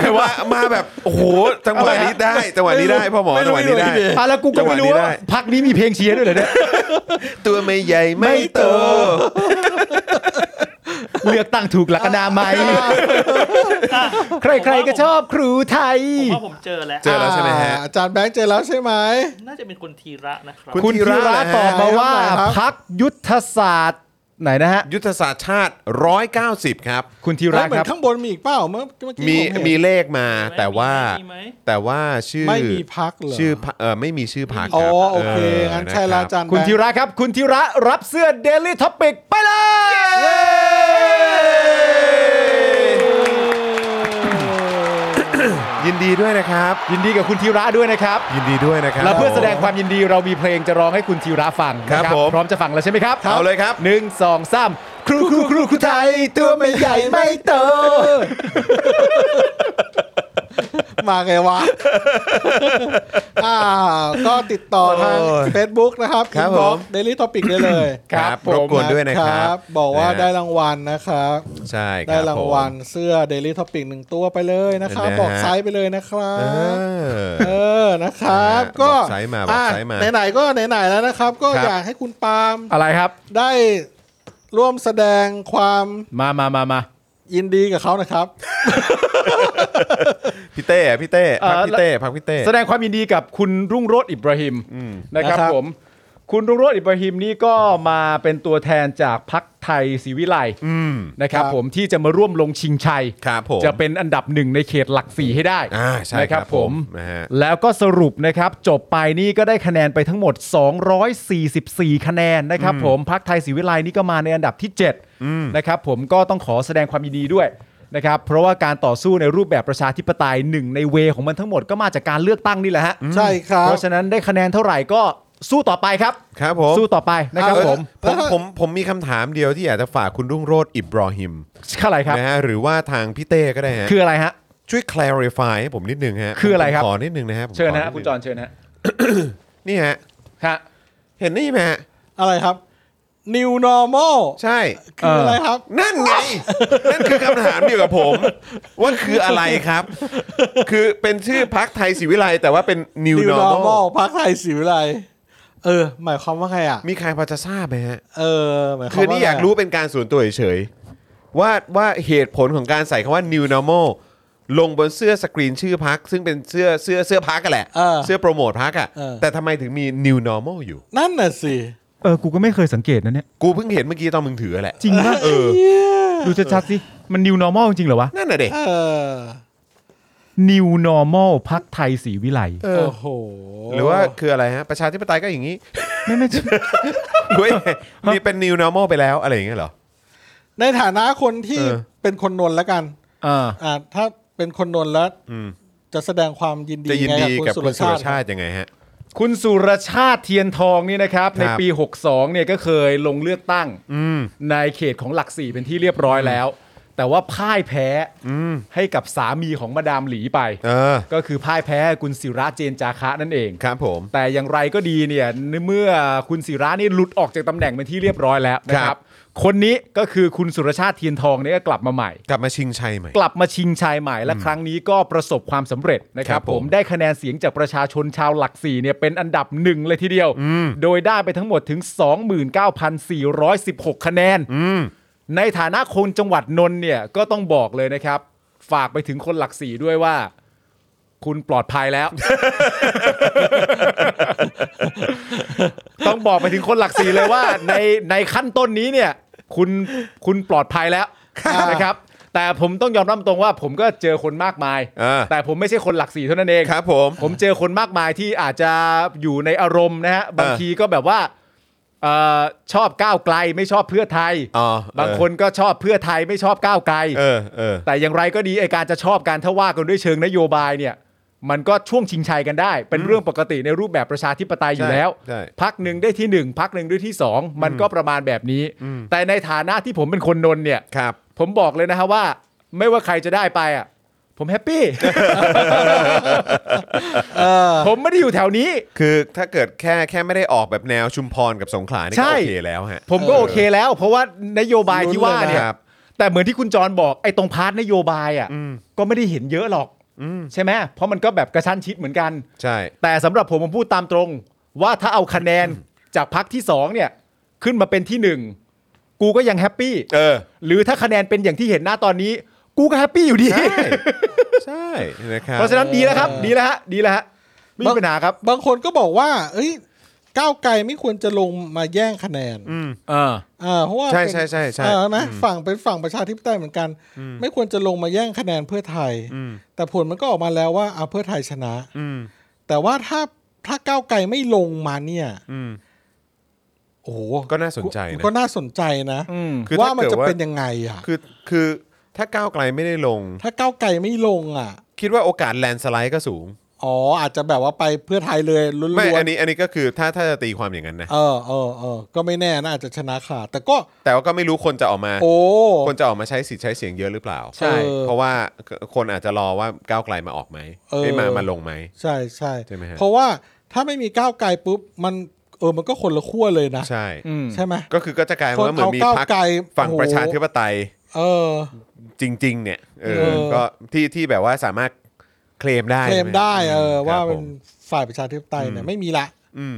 [SPEAKER 1] แต่ว่ามาแบบโอ้โหจังหวะนี้ได้จังหวะนี้ได้พ่อหมอจังหวะนี้ได้
[SPEAKER 2] อ่ะแล้วกูก็ไม่รู้
[SPEAKER 1] จังหวะนี้
[SPEAKER 2] ว่า
[SPEAKER 1] ได้
[SPEAKER 2] พักนี้มีเพลงเชียร์ด้วยเหรอเนี่ย
[SPEAKER 1] ตัวไม่ใหญ่ไม่โต
[SPEAKER 2] เลือกตั้งถูกหลักอนามัยใครๆก็ชอบครูไทย
[SPEAKER 4] ผมว่าผมเจอแล้ว
[SPEAKER 1] เจอแล้วใช่ไหมฮะ
[SPEAKER 3] อาจารย์แบงค์เจอแล้วใช่ไหม
[SPEAKER 4] น่าจะเป็นคนทีระนะครับ
[SPEAKER 1] คุณ
[SPEAKER 2] คุณธี
[SPEAKER 1] ธีระ
[SPEAKER 2] ระ
[SPEAKER 1] นะฮะ
[SPEAKER 2] ตอบมาว่า
[SPEAKER 3] ครับ
[SPEAKER 2] พักยุทธศาสตร์ไหนนะฮะ
[SPEAKER 1] ยุทธศาสตร์ชาติ 190 ครับ
[SPEAKER 2] คุณธี
[SPEAKER 3] เฮ้
[SPEAKER 2] ระ
[SPEAKER 3] ยเหมือ
[SPEAKER 2] ครั
[SPEAKER 3] น
[SPEAKER 2] บ
[SPEAKER 3] ข้างบนมีอีกเปล่าเมื่อเมื่อกี้
[SPEAKER 1] มี
[SPEAKER 3] ผเห็น
[SPEAKER 1] มีเลขมาแต่ว่า
[SPEAKER 4] ไหม
[SPEAKER 1] แต่ว่าชื่อ
[SPEAKER 3] ไม่มีพรรคเหรอ
[SPEAKER 1] ชื่อพรรคเออไม่มีชื่อพัก
[SPEAKER 3] อ๋อโอเคงั้นใช่และอาจารย์
[SPEAKER 2] คุณธี
[SPEAKER 3] แบงค์
[SPEAKER 2] ระครับ คุณธีระรับเสื้อ Daily Topic ไปเลย
[SPEAKER 1] ยินดีด้วยนะครับ
[SPEAKER 2] ยินดีกับคุณธีระด้วยนะครับ
[SPEAKER 1] ยินดีด้วยนะครับ
[SPEAKER 2] และเพื่อแสดงความยินดีเรามีเพลงจะร้องให้คุณธีระฟังนะครับ
[SPEAKER 1] ผม
[SPEAKER 2] พร้อมจะฟังแล้วใช่ไหมครับ
[SPEAKER 1] เอาเลยครับ
[SPEAKER 2] หนึ่งสองสามครูครูครูครูไทย ตัวไม่ใหญ่ไม่โต
[SPEAKER 3] มาไงวะ อ่า ก็ติดต่อทาง
[SPEAKER 1] โอ้ย
[SPEAKER 3] Facebook นะครับ
[SPEAKER 1] ครับผม
[SPEAKER 3] เดลี่ท็อปิกได้เลย
[SPEAKER 1] ครับรบกวนด้วยนะครับ
[SPEAKER 3] บอกว่า
[SPEAKER 1] ะ
[SPEAKER 3] ได้รางวัลนะครับ
[SPEAKER 1] ใช่คบ
[SPEAKER 3] ได้รางวัล
[SPEAKER 1] ผม
[SPEAKER 3] เสื้อ Daily Topic หนึ่งตัวไปเลยนะครับ
[SPEAKER 1] นะฮะ
[SPEAKER 3] บอกไซส์ไปเลยนะครั
[SPEAKER 1] เอบ อ
[SPEAKER 3] เออ นะครับ
[SPEAKER 1] นะ
[SPEAKER 3] ก็
[SPEAKER 1] บอกไซส์มาบอกไซส์มา
[SPEAKER 3] ะไหนๆ ก็ไหนๆ แล้วนะครับ ก็
[SPEAKER 1] ครับ
[SPEAKER 3] อยากให้คุณปาล์ม
[SPEAKER 2] อะไรครับ
[SPEAKER 3] ได้ร่วมแสดงความ
[SPEAKER 2] มามามามา
[SPEAKER 3] ยินดีกับเขานะครับ
[SPEAKER 1] พี่เต้อะพี่เต้พักพี่เต้พักพี่เต้
[SPEAKER 2] แสดงความยินดีกับคุณรุ่งโรจน์อิบราฮิมนะครับ
[SPEAKER 3] นะครับ
[SPEAKER 2] ผม คุณรุ่งโรจน์อิบราฮิมนี่ก็มาเป็นตัวแทนจากพักไทยศรีวิไล
[SPEAKER 1] อืม
[SPEAKER 2] นะครับผมที่จะมาร่วมลงชิงชัย
[SPEAKER 1] ครับผม
[SPEAKER 2] จะเป็นอันดับหนึ่งในเขตหลักสี่ให้ได้
[SPEAKER 1] อ่าใช่
[SPEAKER 2] นะครับ
[SPEAKER 1] ครับผ
[SPEAKER 2] ผม ม
[SPEAKER 1] นะฮะ
[SPEAKER 2] แล้วก็สรุปนะครับ จบไปนี่ก็ได้คะแนนไปทั้งหมด 244 คะแนนนะครับผมพักไทยศรีวิไลนี่ก็มาในอันดับที่ 7 นะครับผมก็ต้องขอแสดงความยินดีด้วยนะครับ เพราะว่าการต่อสู้ในรูปแบบประชาธิปไตยหนึ่งในเวของมันทั้งหมดก็มาจากการเลือกตั้งนี่แหละฮะ
[SPEAKER 3] ใช่ครับ
[SPEAKER 2] เพราะฉะนั้นได้คะแนนเท่าไหร่ก็สู้ต่อไปครับ
[SPEAKER 1] ครับผม
[SPEAKER 2] สู้ต่อไปนะครับ
[SPEAKER 1] เออ
[SPEAKER 2] ผม
[SPEAKER 1] ผมผมผมมีคำถามเดียวที่อยากจะฝากคุณรุ่งโรจน์อิบรอฮิม
[SPEAKER 2] อะไรครับ
[SPEAKER 1] นะฮะหรือว่าทางพี่เต้ก็ได้ฮะ
[SPEAKER 2] คืออะไรฮะ
[SPEAKER 1] ช่วย clarify ให้ผมนิดนึงฮะ
[SPEAKER 2] คืออะไรครับ
[SPEAKER 1] ผมขอนิดนึงนะฮะผม
[SPEAKER 2] เชิญนะ
[SPEAKER 1] ข
[SPEAKER 2] ฮะ
[SPEAKER 1] ดง
[SPEAKER 2] คุณจรเชิญนะฮะ
[SPEAKER 1] นี่ฮะ
[SPEAKER 2] ฮะ
[SPEAKER 1] เห็นนี่ไหมฮะ
[SPEAKER 3] อะไรครับ New Normal
[SPEAKER 1] ใช่
[SPEAKER 3] คืออะไรครับ
[SPEAKER 1] นั่ นไง นั่นคือคำถามเดียวกับผม ว่าคืออะไรครับ คือเป็นชื่อพักไทยศิวิไลแต่ว่าเป็น new
[SPEAKER 3] New
[SPEAKER 1] normal
[SPEAKER 3] Normal พักไทยสิวิไลเออ หมายความว่าไงอ่ะ
[SPEAKER 1] มีใครพอจะทราบไหมฮะ
[SPEAKER 3] เออ หมายความ
[SPEAKER 1] คื
[SPEAKER 3] ว่า
[SPEAKER 1] อนี่อยาก
[SPEAKER 3] ไง
[SPEAKER 1] รู้เป็นการส่วนตัวเฉยๆว่าว่าเหตุผลของการใส่คำว่า new normal ลงบนเสื้อสกรีนชื่อพัก ซึ่งเป็นเสื้อเสื้อเสื้อพักกันแหละ
[SPEAKER 3] เออ
[SPEAKER 1] เสื้อโปรโมทพักอ่ะ
[SPEAKER 3] เออ
[SPEAKER 1] แต่ทำไมถึงมี new normal อยู่
[SPEAKER 3] นั่นน่ะสิ
[SPEAKER 2] เออกูก็ไม่เคยสังเกตนะเนี่ย
[SPEAKER 1] กูเพิ่งเห็นเมื่อกี้ตอนมึงถือแหละ
[SPEAKER 2] จริงป่ะ
[SPEAKER 1] เออ
[SPEAKER 2] ดูชัดๆสิมัน new normal จริงเหรอวะ
[SPEAKER 1] นั่นน่ะเด็ก
[SPEAKER 3] เออ
[SPEAKER 2] New Normal พักไทยสีวิไล
[SPEAKER 3] โอ้โห
[SPEAKER 1] หรือว่าคืออะไรฮะ ประชาธิปไตยก็อย่างนี้
[SPEAKER 2] ไม่ไม่
[SPEAKER 1] หรือว่ายังไงมีเป็น new normal ไปแล้วอะไรอย่างเงี้ยเหรอ
[SPEAKER 3] ในฐานะคนที่
[SPEAKER 1] เออ
[SPEAKER 3] เป็นคนนนท์แล้วกัน
[SPEAKER 2] อ่า
[SPEAKER 3] อ่าถ้าเป็นคนนนท์แล้ว
[SPEAKER 1] อืม
[SPEAKER 3] จะแสดงความยินดี
[SPEAKER 1] จะยินดี
[SPEAKER 3] ไง
[SPEAKER 1] กับคุณสุร
[SPEAKER 3] ค
[SPEAKER 1] ชา
[SPEAKER 3] รับ
[SPEAKER 1] ติยังไงฮะ
[SPEAKER 2] คุณสุรชาติเทียนทองนี่นะครับ
[SPEAKER 1] ค
[SPEAKER 2] ใน
[SPEAKER 1] รับ
[SPEAKER 2] ปี 62เนี่ยก็เคยลงเลือกตั้งในเขตของหลักสี่เป็นที่เรียบร้อยแล้ว แต่ว่าพ่ายแพ้ให้กับสามีของมาดามหลีไป
[SPEAKER 1] เออ
[SPEAKER 2] ก็คือพ่ายแพ้คุณศิระเจนจาคะนั่นเอง
[SPEAKER 1] ครับผม
[SPEAKER 2] แต่อย่างไรก็ดีเนี่ยเมื่อคุณศิระนี่หลุดออกจากตำแหน่งเป็นที่เรียบร้อยแล้วนะค
[SPEAKER 1] ครั
[SPEAKER 2] รับ บ คนนี้ก็คือคุณสุรชาติเทียนทองเนี่ยก็กลับมาใหม่
[SPEAKER 1] กลับมาชิงชัยใหม่
[SPEAKER 2] กลับมาชิงชัยใหม่และครั้งนี้ก็ประสบความสำเร็จนะค
[SPEAKER 1] ครั
[SPEAKER 2] รับบ ผ
[SPEAKER 1] ผม
[SPEAKER 2] มได้คะแนนเสียงจากประชาชนชาวหลักสี่เนี่ยเป็นอันดับหนึ่งเลยทีเดียว โดยได้ไปทั้งหมดถึง 29,416 คะแนน ในฐานะคนจังหวัดนนท์เนี่ยก็ต้องบอกเลยนะครับ ฝากไปถึงคนหลักสี่ด้วยว่า คุณปลอดภัยแล้ว ต้องบอกไปถึงคนหลักสี่เลยว่า ในในขั้นต้นนี้เนี่ย คุณคุณปลอดภัยแล้วนะครับ แต่ผมต้องยอมรับตรงว่า ผมก็เจอคนมากมาย
[SPEAKER 1] อ่า
[SPEAKER 2] แต่ผมไม่ใช่คนหลักสี่เท่านั้นเอง
[SPEAKER 1] ครับผม
[SPEAKER 2] ผมเจอคนมากมายที่อาจจะอยู่ในอารมณ์นะฮะบางทีก็แบบว่าเออชอบก้าวไกลไม่ชอบเพื่อไทย
[SPEAKER 1] อ๋อเออ
[SPEAKER 2] บางคนก็ชอบเพื่อไทยไม่ชอบก้าวไกล
[SPEAKER 1] เออเออ
[SPEAKER 2] แต่อย่างไรก็ดีไอการจะชอบการถ้าว่ากันด้วยเชิงนโยบายเนี่ย มันก็ช่วงชิงชัยกันได้ เป็นเรื่องปกติในรูปแบบประชาธิปไตยอยู่แล้ว
[SPEAKER 1] ใช่ใช่
[SPEAKER 2] พักหนึ่งได้ที่หนึ่งพักหนึ่งได้ที่สองมันก็ประมาณแบบนี้ แต่ในฐานะที่ผมเป็นคนนนท์เนี่ย
[SPEAKER 1] ครับ
[SPEAKER 2] ผมบอกเลยนะฮะว่า ไม่ว่าใครจะได้ไปอ่ะ ผมแฮป ปี้
[SPEAKER 3] เออ
[SPEAKER 2] ผมไม่ได้อยู่แถวนี้
[SPEAKER 1] คือถ้าเกิดแค่แค่ไม่ได้ออกแบบแนวชุมพรกับสงขลานี่
[SPEAKER 2] ใช่
[SPEAKER 1] ก็โอเคแล้วฮะ
[SPEAKER 2] ผมก็โอเคแล้ว เพราะว่านโยบายที่ว่าเนี่ย
[SPEAKER 1] ครับ
[SPEAKER 2] แต่เหมือนที่คุณจรบอกไอ้ตรงพาร์ทนโยบายอ่ะก็ไม่ได้เห็นเยอะหรอก
[SPEAKER 1] อืม
[SPEAKER 2] ใช่ไหมเพราะมันก็แบบกระชั้นชิดเหมือนกัน
[SPEAKER 1] ใช่
[SPEAKER 2] แต่สำหรับผมผมพูดตามตรง ว่าถ้าเอาคะแนน จากพักที่สองเนี่ย ขึ้นมาเป็นที่หนึ่งกูก็ยังแฮปปี้
[SPEAKER 1] เออ
[SPEAKER 2] หรือถ้าคะแนนเป็นอย่างที่เห็นหน้าตอนนี้ กูก็แฮปปี้อยู่ดี
[SPEAKER 1] ใช่ ใช่นะครับ
[SPEAKER 2] เพราะฉะนั้นดีแล้วครับ
[SPEAKER 3] เออ
[SPEAKER 2] ดีแล้วฮะดีแล้วฮะไม่มีปัญหาครับ
[SPEAKER 3] บางคนก็บอกว่า เอ้ยก้าวไกลไม่ควรจะลงมาแย่งคะแนน
[SPEAKER 1] อืม
[SPEAKER 2] เออ
[SPEAKER 3] อ่าเพราะว่า
[SPEAKER 1] ใช่
[SPEAKER 3] เป็น
[SPEAKER 1] ใช่ใช่ใช่
[SPEAKER 3] เออนะ
[SPEAKER 1] อืม
[SPEAKER 3] ฝั่งเป็นฝั่งประชาธิปไตยเหมือนกัน ไม่ควรจะลงมาแย่งคะแนนเพื่อไทย
[SPEAKER 1] อืม
[SPEAKER 3] แต่ผลมันก็ออกมาแล้วว่าเอาเพื่อไทยชนะ
[SPEAKER 1] อืม
[SPEAKER 3] แต่ว่าถ้าถ้าก้าวไกลไม่ลงมาเนี่ย
[SPEAKER 1] อืม
[SPEAKER 3] โอ้โห
[SPEAKER 1] ก็น่าสนใจนะ
[SPEAKER 3] ก็น่าสนใจนะ
[SPEAKER 2] อืม
[SPEAKER 1] คือ
[SPEAKER 3] ว่า
[SPEAKER 1] ถ้าเกิดว่า
[SPEAKER 3] มันจะเป็นยังไงอ่ะ
[SPEAKER 1] คือคือถ้าก้าวไกลไม่ได้ลง
[SPEAKER 3] ถ้าก้าวไกลไม่ลงอ่ะ
[SPEAKER 1] คิดว่าโอกาสแลนสไลด์ก็สูง
[SPEAKER 3] อ๋ออาจจะแบบว่าไปเพื่อไทยเลยลุ้น
[SPEAKER 1] ไม่
[SPEAKER 3] ๆ
[SPEAKER 1] อันนี้อันนี้ก็คือถ้าถ้าจะตีความอย่างนั้นนะ
[SPEAKER 3] เออเออเออก็ไม่แน่นะอาจจะชนะขาดแต่ก็
[SPEAKER 1] แต่ว่าก็ไม่รู้คนจะออกมา
[SPEAKER 3] โอ้
[SPEAKER 1] คนจะออกมาใช้สิทธิ์ใช้เสียงเยอะหรือเปล่า
[SPEAKER 2] ใช่
[SPEAKER 3] เออ
[SPEAKER 1] เพราะว่าคนอาจจะรอว่าก้าวไกลมาออกไหม
[SPEAKER 3] เออ
[SPEAKER 1] ไม่มามาลงไหม
[SPEAKER 3] ใช่ใช่
[SPEAKER 1] ใช่ไหมฮะ
[SPEAKER 3] เพราะว่าถ้าไม่มีก้าวไกลปุ๊บมันเออมันก็คนละขั้วเลยนะ
[SPEAKER 1] ใช่
[SPEAKER 2] อืม
[SPEAKER 3] ใช่ไหม
[SPEAKER 1] ก็คือก็จะกลายเป็นว่าเหมือนมี
[SPEAKER 3] คนเอา
[SPEAKER 1] พรรค
[SPEAKER 3] ก้าวไกล
[SPEAKER 1] ฝั่ง
[SPEAKER 3] โอ้โห
[SPEAKER 1] ประชาธิปไตย
[SPEAKER 3] เออ
[SPEAKER 1] จริง ๆ เนี่ยเออ
[SPEAKER 3] เออ
[SPEAKER 1] ก็ที่ที่แบบว่าสามารถเคลมได้
[SPEAKER 3] เคลมได้เออ
[SPEAKER 1] ครับ
[SPEAKER 3] ว่าเป็น
[SPEAKER 1] ผม
[SPEAKER 3] ฝ่ายประชาธิปไตยเนี่
[SPEAKER 1] อื
[SPEAKER 3] ย
[SPEAKER 1] ม
[SPEAKER 3] ไม่มีละ
[SPEAKER 1] อืม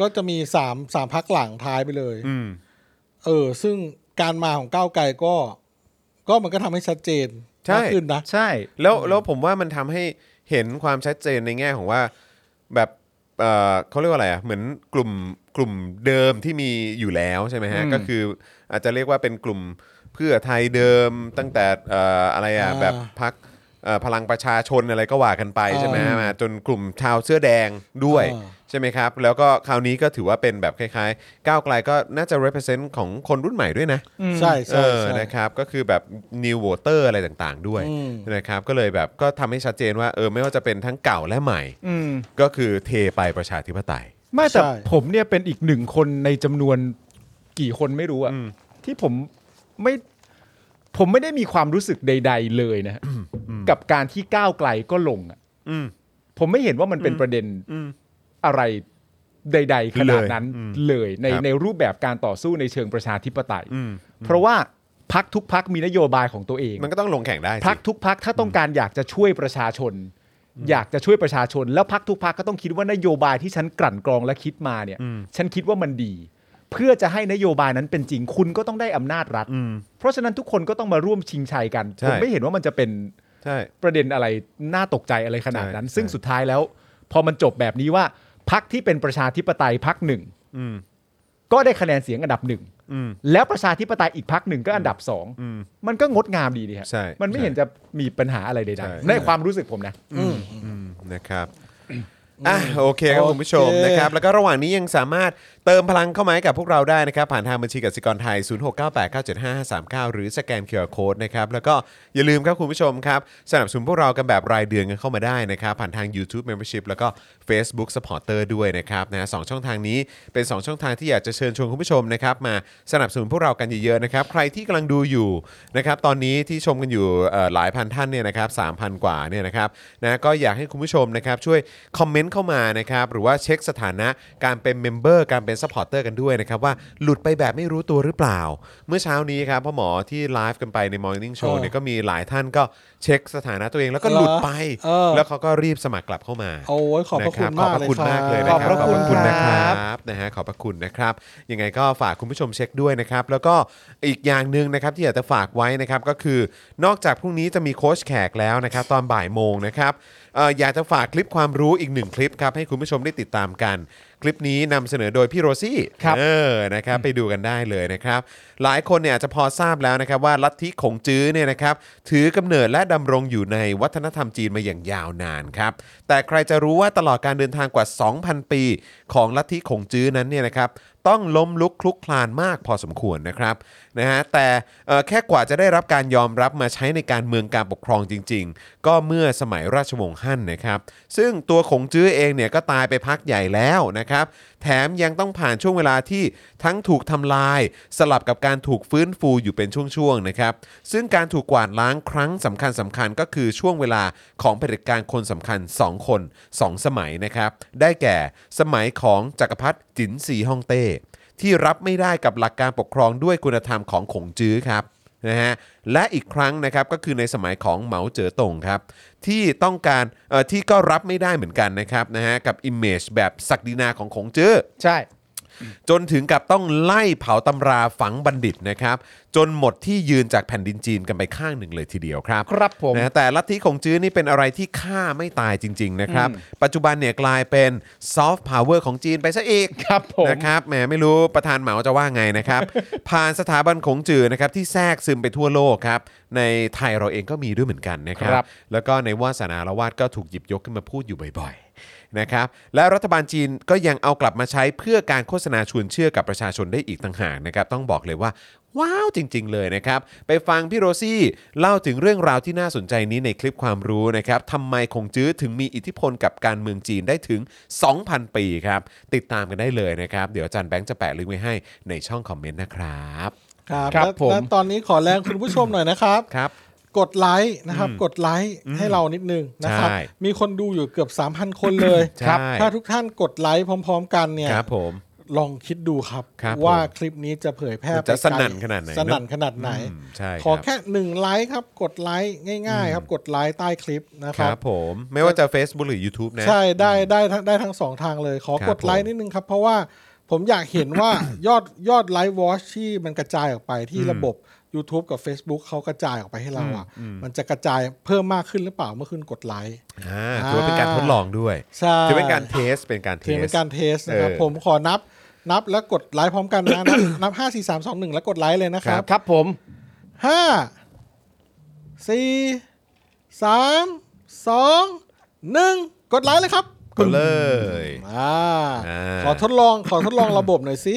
[SPEAKER 3] ก็จะมีสามสามพักหลังท้ายไปเลย
[SPEAKER 1] อืม
[SPEAKER 3] เออ ซึ่งการมาของก้าวไกลก็ ก็มันก็ทำให้ชัดเจนมากขึ้นนะ
[SPEAKER 2] ใช่
[SPEAKER 1] แล้วแล้วผมว่ามันทำให้เห็นความชัดเจนในแง่ของว่าแบบเออเขาเรียกว่าอะไรอ่ะเหมือนกลุ่มกลุ่มเดิมที่มีอยู่แล้วใช่ไหมฮะก็คืออาจจะเรียกว่าเป็นกลุ่มเพื่อไทยเดิมตั้งแต่เอ่ออะไรอ่ะ
[SPEAKER 3] อ่า
[SPEAKER 1] แบบพักพลังประชาชนอะไรก็ว่ากันไปใช่ไหม
[SPEAKER 3] อ่าม
[SPEAKER 1] มาจนกลุ่มชาวเสื้อแดงด้วย
[SPEAKER 3] อ่า
[SPEAKER 1] ใช่ไหมครับ แล้วก็คราวนี้ก็ถือว่าเป็นแบบคล้ายๆ ก้าวไกลก็น่าจะ represent ของคนรุ่นใหม่ด้วยนะ
[SPEAKER 3] ใช่ใช่
[SPEAKER 1] เออ
[SPEAKER 3] ใช่
[SPEAKER 1] นะครับ ก็คือแบบ new voter อะไรต่างๆ ด้วย
[SPEAKER 3] อืม
[SPEAKER 1] นะครับ ก็เลยแบบก็ทำให้ชัดเจนว่า เออ ไม่ว่าจะเป็นทั้งเก่าและใหม่
[SPEAKER 2] อืม
[SPEAKER 1] ก็คือเทไปประชาธิปไตย
[SPEAKER 2] ไม่แต่
[SPEAKER 3] ใช่
[SPEAKER 2] ผมเนี่ยเป็นอีกหนึ่งคนในจำนวนกี่คนไม่รู้อะ
[SPEAKER 1] อืม
[SPEAKER 2] ที่ผมไม่ผมไม่ได้มีความรู้สึกใด ๆ เลยนะฮะกับการที่ก้าวไกลก็ลงอะ
[SPEAKER 1] อืม
[SPEAKER 2] ผมไม่เห็นว่ามันเป็นประเด็น
[SPEAKER 1] อืม
[SPEAKER 2] อะไรใด ๆ ขนาดนั้น
[SPEAKER 1] เลยอืม
[SPEAKER 2] เลยใน
[SPEAKER 1] ครับ
[SPEAKER 2] ในรูปแบบการต่อสู้ในเชิงประชาธิปไตย
[SPEAKER 1] อืม
[SPEAKER 2] เพราะว่าพักทุกพักมีนโยบายของตัวเอง
[SPEAKER 1] มันก็ต้องลงแข่งได้สิ
[SPEAKER 2] พักทุกพักถ้าต้องการอยากจะช่วยประชาชน อยากจะช่วยประชาชน แล้วพักทุกพักก็ต้องคิดว่านโยบายที่ฉันกลั่นกรองและคิดมาเนี่ยฉันคิดว่ามันดี เพื่อจะให้นโยบายนั้นเป็นจริงคุณก็ต้องได้อำนาจรัฐ
[SPEAKER 1] อืม
[SPEAKER 2] เพราะฉะนั้นทุกคนก็ต้องมาร่วมชิงชัยกัน
[SPEAKER 1] ใช่
[SPEAKER 2] ผมไม่เห็นว่ามันจะเป็น
[SPEAKER 1] ใช่
[SPEAKER 2] ประเด็นอะไรน่าตกใจอะไรขนาดนั้น
[SPEAKER 1] ใช่
[SPEAKER 2] ซึ่ง
[SPEAKER 1] ใช่
[SPEAKER 2] สุดท้ายแล้ว พอมันจบแบบนี้ว่าพักที่เป็นประชาธิปไตยพักหนึ่ง
[SPEAKER 1] อืม
[SPEAKER 2] ก็ได้คะแนนเสียงอันดับหนึ่ง
[SPEAKER 1] อืม
[SPEAKER 2] แล้วประชาธิปไตยอีกพักหนึ่งก็อันดับสอง
[SPEAKER 1] อืม
[SPEAKER 2] มันก็งดงามดีดีฮะ
[SPEAKER 1] ใช่
[SPEAKER 2] มันไม่
[SPEAKER 1] ใช่
[SPEAKER 2] เห็นจะมีปัญหาอะไรใด
[SPEAKER 1] ใช่
[SPEAKER 2] ๆในความรู้สึกผมนะ
[SPEAKER 3] อืม
[SPEAKER 1] อืมนะครับ อ่ะโอเคครับคุณผู้ชม
[SPEAKER 3] โอเค
[SPEAKER 1] นะครับ แล้วก็ระหว่างนี้ยังสามารถเติมพลังเข้ามาให้กับพวกเราได้นะครับ ผ่านทางบัญชีกสิกรไทย 0698975539 หรือสแกน QR Code นะครับ แล้วก็อย่าลืมครับคุณผู้ชมครับ สนับสนุนพวกเรากันแบบรายเดือนกันเข้ามาได้นะครับ ผ่านทาง YouTube Membership แล้วก็ Facebook Supporter ด้วยนะครับนะสองช่องทางนี้เป็น 2 ช่องทางที่อยากจะเชิญชวนคุณผู้ชมนะครับ มาสนับสนุนพวกเรากันเยอะๆนะครับ ใครที่กำลังดูอยู่นะครับตอนนี้ที่ชมกันอยู่เอ่อหลายพันท่านเนี่ยนะครับสามพันกว่าเนี่ยนะครับนะก็อยากให้คุณผู้ชมนะครับช่วยคอมเมนต์ ต์เข้ามานะครับ หรือว่าเช็คสถานะการเป็นเมมเบอร์การเป็นซัพพอร์เตอร์กันด้วยนะครับ ว่าหลุดไปแบบไม่รู้ตัวหรือเปล่า เมื่อเช้านี้ครับพ่อหมอที่ไลฟ์กันไปใน Morning Show
[SPEAKER 3] เออ
[SPEAKER 1] เนี่ยก็มีหลายท่านก็เช็คสถานะตัวเองแล้วก็หลุดไป
[SPEAKER 3] เออ
[SPEAKER 1] แล้วเขาก็รีบสมัครกลับเข้ามา
[SPEAKER 3] โอ้ยขอบพระคุณ
[SPEAKER 1] น
[SPEAKER 3] มาก
[SPEAKER 1] รัขอบพระ
[SPEAKER 3] เลย
[SPEAKER 1] คุณ
[SPEAKER 3] ค
[SPEAKER 1] มา
[SPEAKER 3] รั
[SPEAKER 1] ก
[SPEAKER 3] บ
[SPEAKER 1] เลยนะครับ
[SPEAKER 2] ขอบพระคุณ
[SPEAKER 1] นะค
[SPEAKER 2] ครั
[SPEAKER 1] รับ บนะฮะขอบพระคุณนะครับ ยังไงก็ฝากคุณผู้ชมเช็คด้วยนะครับ แล้วก็อีกอย่างหนึ่งนะครับที่อยากจะฝากไว้นะครับก็คือนอกจากพรุ่งนี้จะมีโค้ชแขกแล้วนะครับ ตอนบ่ายโมงนะครับเอ่ออยากจะฝากคลิปความรู้อีกหนึ่งคลิปครับให้คุณผู้ชมได้ติดตามกัน คลิปนี้นำเสนอโดยพี่โรซี่
[SPEAKER 2] ครับ
[SPEAKER 1] เออนะครับไปดูกันได้เลยนะครับ หลายคนเนี่ยอาจจะพอทราบแล้วนะครับว่าลัทธิขงจื้อเนี่ยนะครับถือกำเนิดและดำรงอยู่ในวัฒนธรรมจีนมาอย่างยาวนานครับ แต่ใครจะรู้ว่าตลอดการเดินทางกว่า 2,000 ปี ของลัทธิขงจื้อนั้นเนี่ยนะครับต้องล้มลุกคลุกคลานมากพอสมควรนะครับนะฮะแต่เอ่อแค่กว่าจะได้รับการยอมรับมาใช้ในการเมืองการปกครองจริง ๆ ก็เมื่อสมัยราชวงศ์ฮั่นนะครับซึ่งตัวขงจื้อเองเนี่ยก็ตายไปพักใหญ่แล้วนะครับแถมยังต้องผ่านช่วงเวลาที่ทั้งถูกทำลาย สลับกับการถูกฟื้นฟูอยู่เป็นช่วงๆนะครับซึ่งการถูกกวาดล้างครั้งสำคัญสำคัญๆก็คือช่วงเวลาของเผด็จการคนสำคัญ 2 คน 2 สมัยนะครับได้แก่สมัยของจักรพรรดิจินซีฮ่องเต้ ที่รับไม่ได้กับหลักการปกครองด้วยคุณธรรมของขงจื้อครับนะฮะและอีกครั้งนะครับก็คือในสมัยของเหมาเจ๋อตงครับ ที่ต้องการเอ่อที่ก็รับไม่ได้เหมือนกันนะครับนะฮะกับอิมเมจแบบศักดินาของขงจื้อ
[SPEAKER 2] ใช่
[SPEAKER 1] จนถึงกับต้องไล่เผาตำราฝังบัณฑิตนะครับ จนหมดที่ยืนจากแผ่นดินจีนกันไปข้างหนึ่งเลยทีเดียวครับ
[SPEAKER 2] ครับผม
[SPEAKER 1] นะแต่ลัทธิของจื้อนี่เป็นอะไรที่ฆ่าไม่ตายจริง ๆ นะครับ ปัจจุบันเนี่ยกลายเป็นซอฟต์พาวเวอร์ของจีนไปซะอีก
[SPEAKER 2] ครับผม
[SPEAKER 1] นะครับแหมไม่รู้ประธานเหมาจะว่าไง นะครับ ผ่านสถาบันขงจือนะครับที่แทรกซึมไปทั่วโลกครับในไทยเราเองก็มีด้วยเหมือนกันนะครั
[SPEAKER 2] ครับ บ
[SPEAKER 1] แล้วก็ในวาสนาละวาดก็ถูกหยิบยกขึ้นมาพูดอยู่บ่อยๆนะครับและรัฐบาลจีนก็ยังเอากลับมาใช้เพื่อการโฆษณาชวนเชื่อกับประชาชนได้อีกต่างหากนะครับต้องบอกเลยว่า ว้าวจริง ๆ เลยนะครับ ไปฟังพี่โรซี่เล่าถึงเรื่องราวที่น่าสนใจนี้ในคลิปความรู้นะครับทำไมคงจื้อถึงมีอิทธิพลกับการเมืองจีนได้ถึง 2,000 ปีครับ ติดตามกันได้เลยนะครับ เดี๋ยวอาจารย์แบงค์จะแปะลิงก์ไว้ให้ในช่องคอมเมนต์นะครับ
[SPEAKER 3] ครับ
[SPEAKER 2] ครับ
[SPEAKER 3] และ
[SPEAKER 2] ผม
[SPEAKER 3] และตอนนี้ขอแรงคุณผู้ชมหน่อยนะครับ
[SPEAKER 1] ครับ
[SPEAKER 3] กดไลค์นะครับกดไลค์ให้เรานิดนึงนะครับ
[SPEAKER 1] ใช่
[SPEAKER 3] มีคนดูอยู่เกือบ 3,000 คนเลย
[SPEAKER 1] ใช่
[SPEAKER 3] ครับถ้าทุกท่านกดไลค์พร้อม ๆ กันเนี่ย
[SPEAKER 1] ครับผม
[SPEAKER 3] ลองคิดดูครับ
[SPEAKER 1] ครับ
[SPEAKER 3] ว่าคลิปนี้จะเผยแพร่
[SPEAKER 1] มันจะ
[SPEAKER 3] ไป
[SPEAKER 1] ส
[SPEAKER 3] ไกล
[SPEAKER 1] นั่นขนาดไหนเนอะ
[SPEAKER 3] สนั่นขนาดไหน
[SPEAKER 1] อืมใช่
[SPEAKER 3] ขอ
[SPEAKER 1] รับ
[SPEAKER 3] แค่หนึ่งไลค์ครับ กดไลค์ง่าย ๆ ครับ กดไลค์ใต้คลิปนะ
[SPEAKER 1] ค
[SPEAKER 3] ครั
[SPEAKER 1] รับ บผม ไม่ว่าจะ Facebook หรือ YouTube นะ
[SPEAKER 3] ใช่ได้ได้ทั้งได้ทั้งสองทางเลย ขอ
[SPEAKER 1] ครับ
[SPEAKER 3] กดไล
[SPEAKER 1] ผม
[SPEAKER 3] ค์นิดนึงครับ เพราะว่าผมอยากเห็นว่า ยอดยอดไลฟ์วอชที่มันกระจายออกไปที่
[SPEAKER 1] อืม
[SPEAKER 3] ระบบ YouTube กับ Facebook เขากระจายออกไปให้เราอ่ะ มันจะกระจายเพิ่มมากขึ้นหรือเปล่าเมื่อขึ้นกดไลค์
[SPEAKER 1] อ่าถือว่าเป็นการทดลองด้วย
[SPEAKER 3] ใช่
[SPEAKER 1] ถือเป็นการเทสเป็นการเท
[SPEAKER 3] ถื
[SPEAKER 1] ส
[SPEAKER 3] อเป็นการเทสนะครับ
[SPEAKER 1] เออ
[SPEAKER 3] ผมขอนับนับแล้วกดไลค์พร้อมกันนะนับ นับห้าสี่สามสองหนึ่งแล้วกดไลค์เลยนะครับ
[SPEAKER 2] ครับผม
[SPEAKER 3] ห้าสี่สามสองหนึ่งกดไลค์เลยครับ
[SPEAKER 1] ก็เลย
[SPEAKER 3] อ่า
[SPEAKER 1] อ่า
[SPEAKER 3] ขอทดลองขอทดลองระบบหน่อยสิ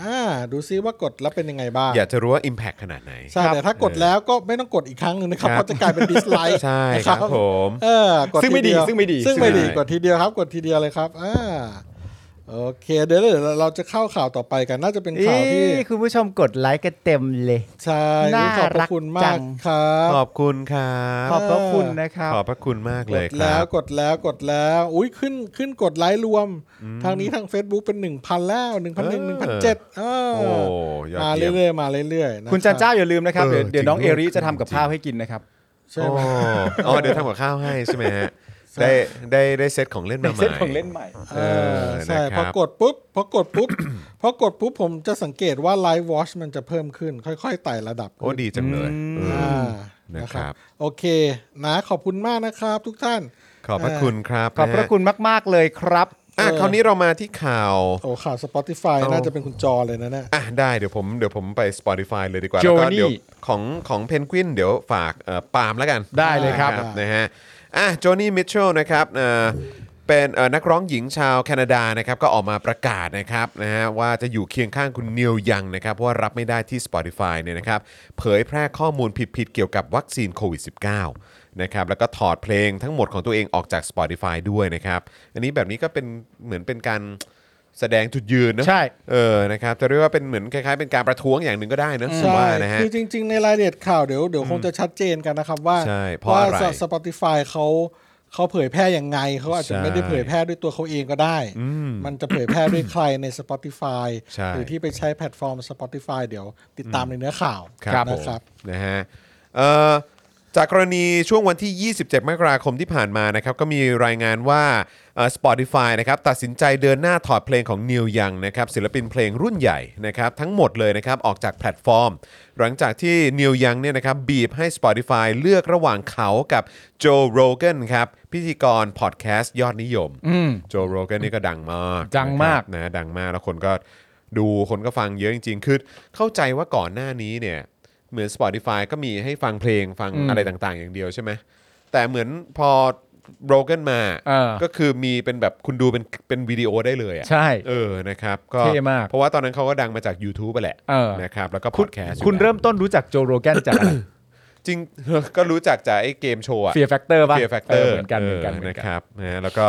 [SPEAKER 3] อ่าดูซิว่ากดแล้วเป็นยังไงบ้าง
[SPEAKER 1] อยากจะรู้ว่า Impact ขนาดไหน
[SPEAKER 3] ใช่แต่ถ้ากดแล้วก็ไม่ต้องกดอีกครั้งหนึ่งนะครับ
[SPEAKER 1] ครับ
[SPEAKER 3] เพราะจะกลายเป็นดิสไลค์
[SPEAKER 1] ใช่ครับผม
[SPEAKER 3] เออกด
[SPEAKER 2] ซึ่งไม่ดี
[SPEAKER 3] ทีเยว
[SPEAKER 2] ซึ่งไม่ดี
[SPEAKER 3] ซึ่งไม่ดี
[SPEAKER 1] ใช่
[SPEAKER 3] กดทีเดียวครับ กดทีเดียวเลยครับอ่าโอเคเดี๋ยวเราจะเข้าข่าวต่อไปกันน่าจะเป็นข่าวที่
[SPEAKER 2] คุณผู้ชมกดไลค์กันเต็มเลย
[SPEAKER 3] ใช่
[SPEAKER 2] น่า
[SPEAKER 3] ขอบพ
[SPEAKER 2] รั
[SPEAKER 3] ระ
[SPEAKER 2] ก
[SPEAKER 3] คุณ
[SPEAKER 2] จั
[SPEAKER 3] มาก
[SPEAKER 2] ง
[SPEAKER 3] ครับ
[SPEAKER 1] ขอบคุณครับ
[SPEAKER 2] ขอบพระคุณนะครับ
[SPEAKER 1] ขอบพระคุณมาก
[SPEAKER 3] ก
[SPEAKER 1] เลย
[SPEAKER 3] ด
[SPEAKER 1] ค
[SPEAKER 3] แล้
[SPEAKER 1] รั
[SPEAKER 3] ว
[SPEAKER 1] บ
[SPEAKER 3] กดแล้วกดแล้ว อุ้ยขึ้นขึ้นกดไลค์รวม ทางนี้ทาง Facebook เป็น 1,000 แล้ว 1 0 0 1 1 0 0อ่า
[SPEAKER 1] โอ้ยอด
[SPEAKER 3] มา
[SPEAKER 1] เยี่ยม
[SPEAKER 3] เรื่อยๆ มาเรื่อยๆนะ
[SPEAKER 2] คุณจันเจ้าอย่าลืมนะครับ
[SPEAKER 1] เออ
[SPEAKER 2] เดี๋ยวเดี๋ยวน้อง
[SPEAKER 1] จริ
[SPEAKER 2] เอง ริ
[SPEAKER 1] ด้วย
[SPEAKER 2] จะทำกับข้าวให้กินนะครับ
[SPEAKER 3] ใช่ไหม
[SPEAKER 1] อ๋ออ๋อเดี๋ยวทำกับข้าวให้ใช่ไหมฮะ ได้ได้ได้เซตของเล่นมาใหม่
[SPEAKER 2] เส้นของเล่นใหม่
[SPEAKER 1] เอ
[SPEAKER 3] เอ
[SPEAKER 1] อ
[SPEAKER 3] อใช่
[SPEAKER 1] นะครับ
[SPEAKER 3] พอกดปุ๊บพอกดปุ๊บ พอกดปุ๊บ ผมจะสังเกตว่าไลฟ์วอชมันจะเพิ่มขึ้น ค่อยๆไต่ระดับ
[SPEAKER 1] โอ้ดีจังเลยเออ
[SPEAKER 3] อ่า
[SPEAKER 1] นะ
[SPEAKER 3] นะครับ โอเค นะขอบคุณมากนะครับ ทุกท่าน
[SPEAKER 1] ขอบพระคุณครับ
[SPEAKER 2] ขอบพระคุณมาก ๆ เลยครับ
[SPEAKER 1] นฮอ่ะคราวนี้เรามาที่ข่าว
[SPEAKER 3] โอ้ข่าว Spotify
[SPEAKER 1] เอา
[SPEAKER 3] น่าจะเป็นคุณจอเลยนะเนี่ย
[SPEAKER 1] อ่ะได้เดี๋ยวผมเดี๋ยวผมไป Spotify เลยดีกว่าแล้วก็
[SPEAKER 2] Johnny
[SPEAKER 1] เดี๋ยวของของเพนกวินเดี๋ยวฝากเอ่อปาล์มแล้วกัน
[SPEAKER 2] ได้เลยครับ
[SPEAKER 1] นะนะฮะอ่ะโจนี่มิทชลนะครับเอ่อเป็นเอ่อนักร้องหญิงชาวแคนาดานะครับก็ออกมาประกาศนะครับนะฮะว่าจะอยู่เคียงข้างคุณนิวยังนะครับเพราะว่ารับไม่ได้ที่ Spotify เนี่ยนะครับเผยแพร่ข้อมูลผิดๆเกี่ยวกับวัคซีนโควิด -19 นะครับแล้วก็ถอดเพลงทั้งหมดของตัวเองออกจาก Spotify ด้วยนะครับอันนี้แบบนี้ก็เป็นเหมือนเป็นการแสดงจุดยืนเนอะ
[SPEAKER 2] ใช่
[SPEAKER 1] เออ นะครับ จะเรียกว่าเป็นเหมือนคล้ายๆ เป็นการประท้วงอย่างหนึ่งก็ได้นะผม
[SPEAKER 3] ใช่
[SPEAKER 1] ว่านะฮะ
[SPEAKER 3] คือจริง ๆ ในรายละเอียดข่าวเดี๋ยวเดี๋ยวคงจะชัดเจนกันนะครับว่า
[SPEAKER 1] ใช่เพราะ
[SPEAKER 3] ว่า
[SPEAKER 1] อะไร
[SPEAKER 3] ส Spotify เขา เขาเผยแพร่ยังไงเขาอาจจะ
[SPEAKER 1] ใช่
[SPEAKER 3] ไม่ได้เผยแพร่ด้วยตัวเขาเองก็ได้
[SPEAKER 1] อืม
[SPEAKER 3] มันจะเผยแพร่ด้วยใครใน Spotify
[SPEAKER 1] ใช่
[SPEAKER 3] หรือที่ไปใช้แพลตฟอร์ม Spotify เดี๋ยวติดตามในเนื้อข่าว
[SPEAKER 1] ครับผม
[SPEAKER 3] นะครับ
[SPEAKER 1] นะฮะเอ่อจากกรณีช่วงวันที่ 27 มกราคมที่ผ่านมานะครับก็มีรายงานว่าเอ่อ Spotify นะครับตัดสินใจเดินหน้าถอดเพลงของ Neil Young นะครับศิลปินเพลงรุ่นใหญ่นะครับทั้งหมดเลยนะครับออกจากแพลตฟอร์ม หลังจากที่ Neil Young เนี่ยนะครับบีบให้ Spotify เลือกระหว่างเขากับ Joe Rogan ครับพิธีกรพอดแคสต์ยอดนิยม
[SPEAKER 2] อืม
[SPEAKER 1] โจโรแกนนี่ก็ดังมาก
[SPEAKER 2] ดังมาก
[SPEAKER 1] นะครับนะดังมากแล้วคนก็ดูคนก็ฟังเยอะจริงๆ คือเข้าใจว่าก่อนหน้านี้เนี่ย เหมือน Spotify ก็มีให้ฟังเพลงฟังอะไรต่างๆ อย่างเดียวใช่ไหมแต่เหมือนพอโรแกนมา
[SPEAKER 2] เออ
[SPEAKER 1] ก็คือมีเป็นแบบคุณดูเป็นเป็นวิดีโอได้เลยอะ
[SPEAKER 2] ใช่
[SPEAKER 1] เออนะครับก็
[SPEAKER 2] เท่มาก
[SPEAKER 1] เพราะว่าตอนนั้นเขาก็ดังมาจาก YouTube ไปแหละ
[SPEAKER 2] เออ
[SPEAKER 1] นะครับแล้วก็พ
[SPEAKER 2] คุ
[SPEAKER 1] อ
[SPEAKER 2] ณ
[SPEAKER 1] ดแคสต์
[SPEAKER 2] คุณเริ่มต้นรู้จักโจโรแกน จากอะไร
[SPEAKER 1] จริง ก็รู้จักจากไอ้เกมโชว์อะ
[SPEAKER 2] Fear Factor ป่ะ
[SPEAKER 1] เฟียร์แฟกเตอร์
[SPEAKER 2] เหมือนกันเหมือนกันเหมือ
[SPEAKER 1] นะ
[SPEAKER 2] นกั
[SPEAKER 1] คน รับนะฮะแล้วก็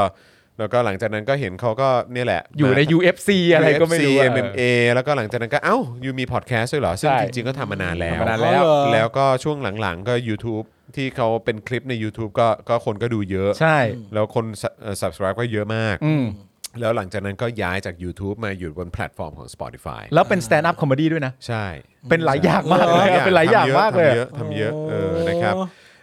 [SPEAKER 1] แล้วก็หลังจากนั้นก็เห็นเขาก็เนี่ยแหละ
[SPEAKER 2] อยู่ใน
[SPEAKER 1] มา
[SPEAKER 2] UFC อะไรก็ไม่รู้อะ
[SPEAKER 1] UFC MMA แล้วก็หลังจากนั้นก็เอ้ายูมีพอดแคสต์ด้วยเหรอ ซึ่ง
[SPEAKER 2] ใช่
[SPEAKER 1] จริงๆ ก็ทำมานานแล้ว
[SPEAKER 2] ทำมานานแล้ว
[SPEAKER 3] อ๋อเหรอ
[SPEAKER 1] แล้วก็ช่วงหลังๆ ก็ YouTube ที่เขาเป็นคลิปใน YouTube ก็ก็คนก็ดูเยอะ
[SPEAKER 2] ใช่
[SPEAKER 1] แล้วคนเอ่อ subscribe ก็เยอะมาก
[SPEAKER 2] อืม
[SPEAKER 1] แล้วหลังจากนั้นก็ย้ายจาก YouTube มาอยู่บนแพลตฟอร์มของ Spotify
[SPEAKER 2] แล้วเป็น Stand Up Comedy ด้วยนะ
[SPEAKER 1] ใช่
[SPEAKER 2] เป็นหลายอย่างมากเลยอะเป็นหลายอย่างมากเลย
[SPEAKER 1] ทำเย
[SPEAKER 2] อะ
[SPEAKER 1] อะทำเยอะเออ
[SPEAKER 3] โอ้
[SPEAKER 1] นะครับ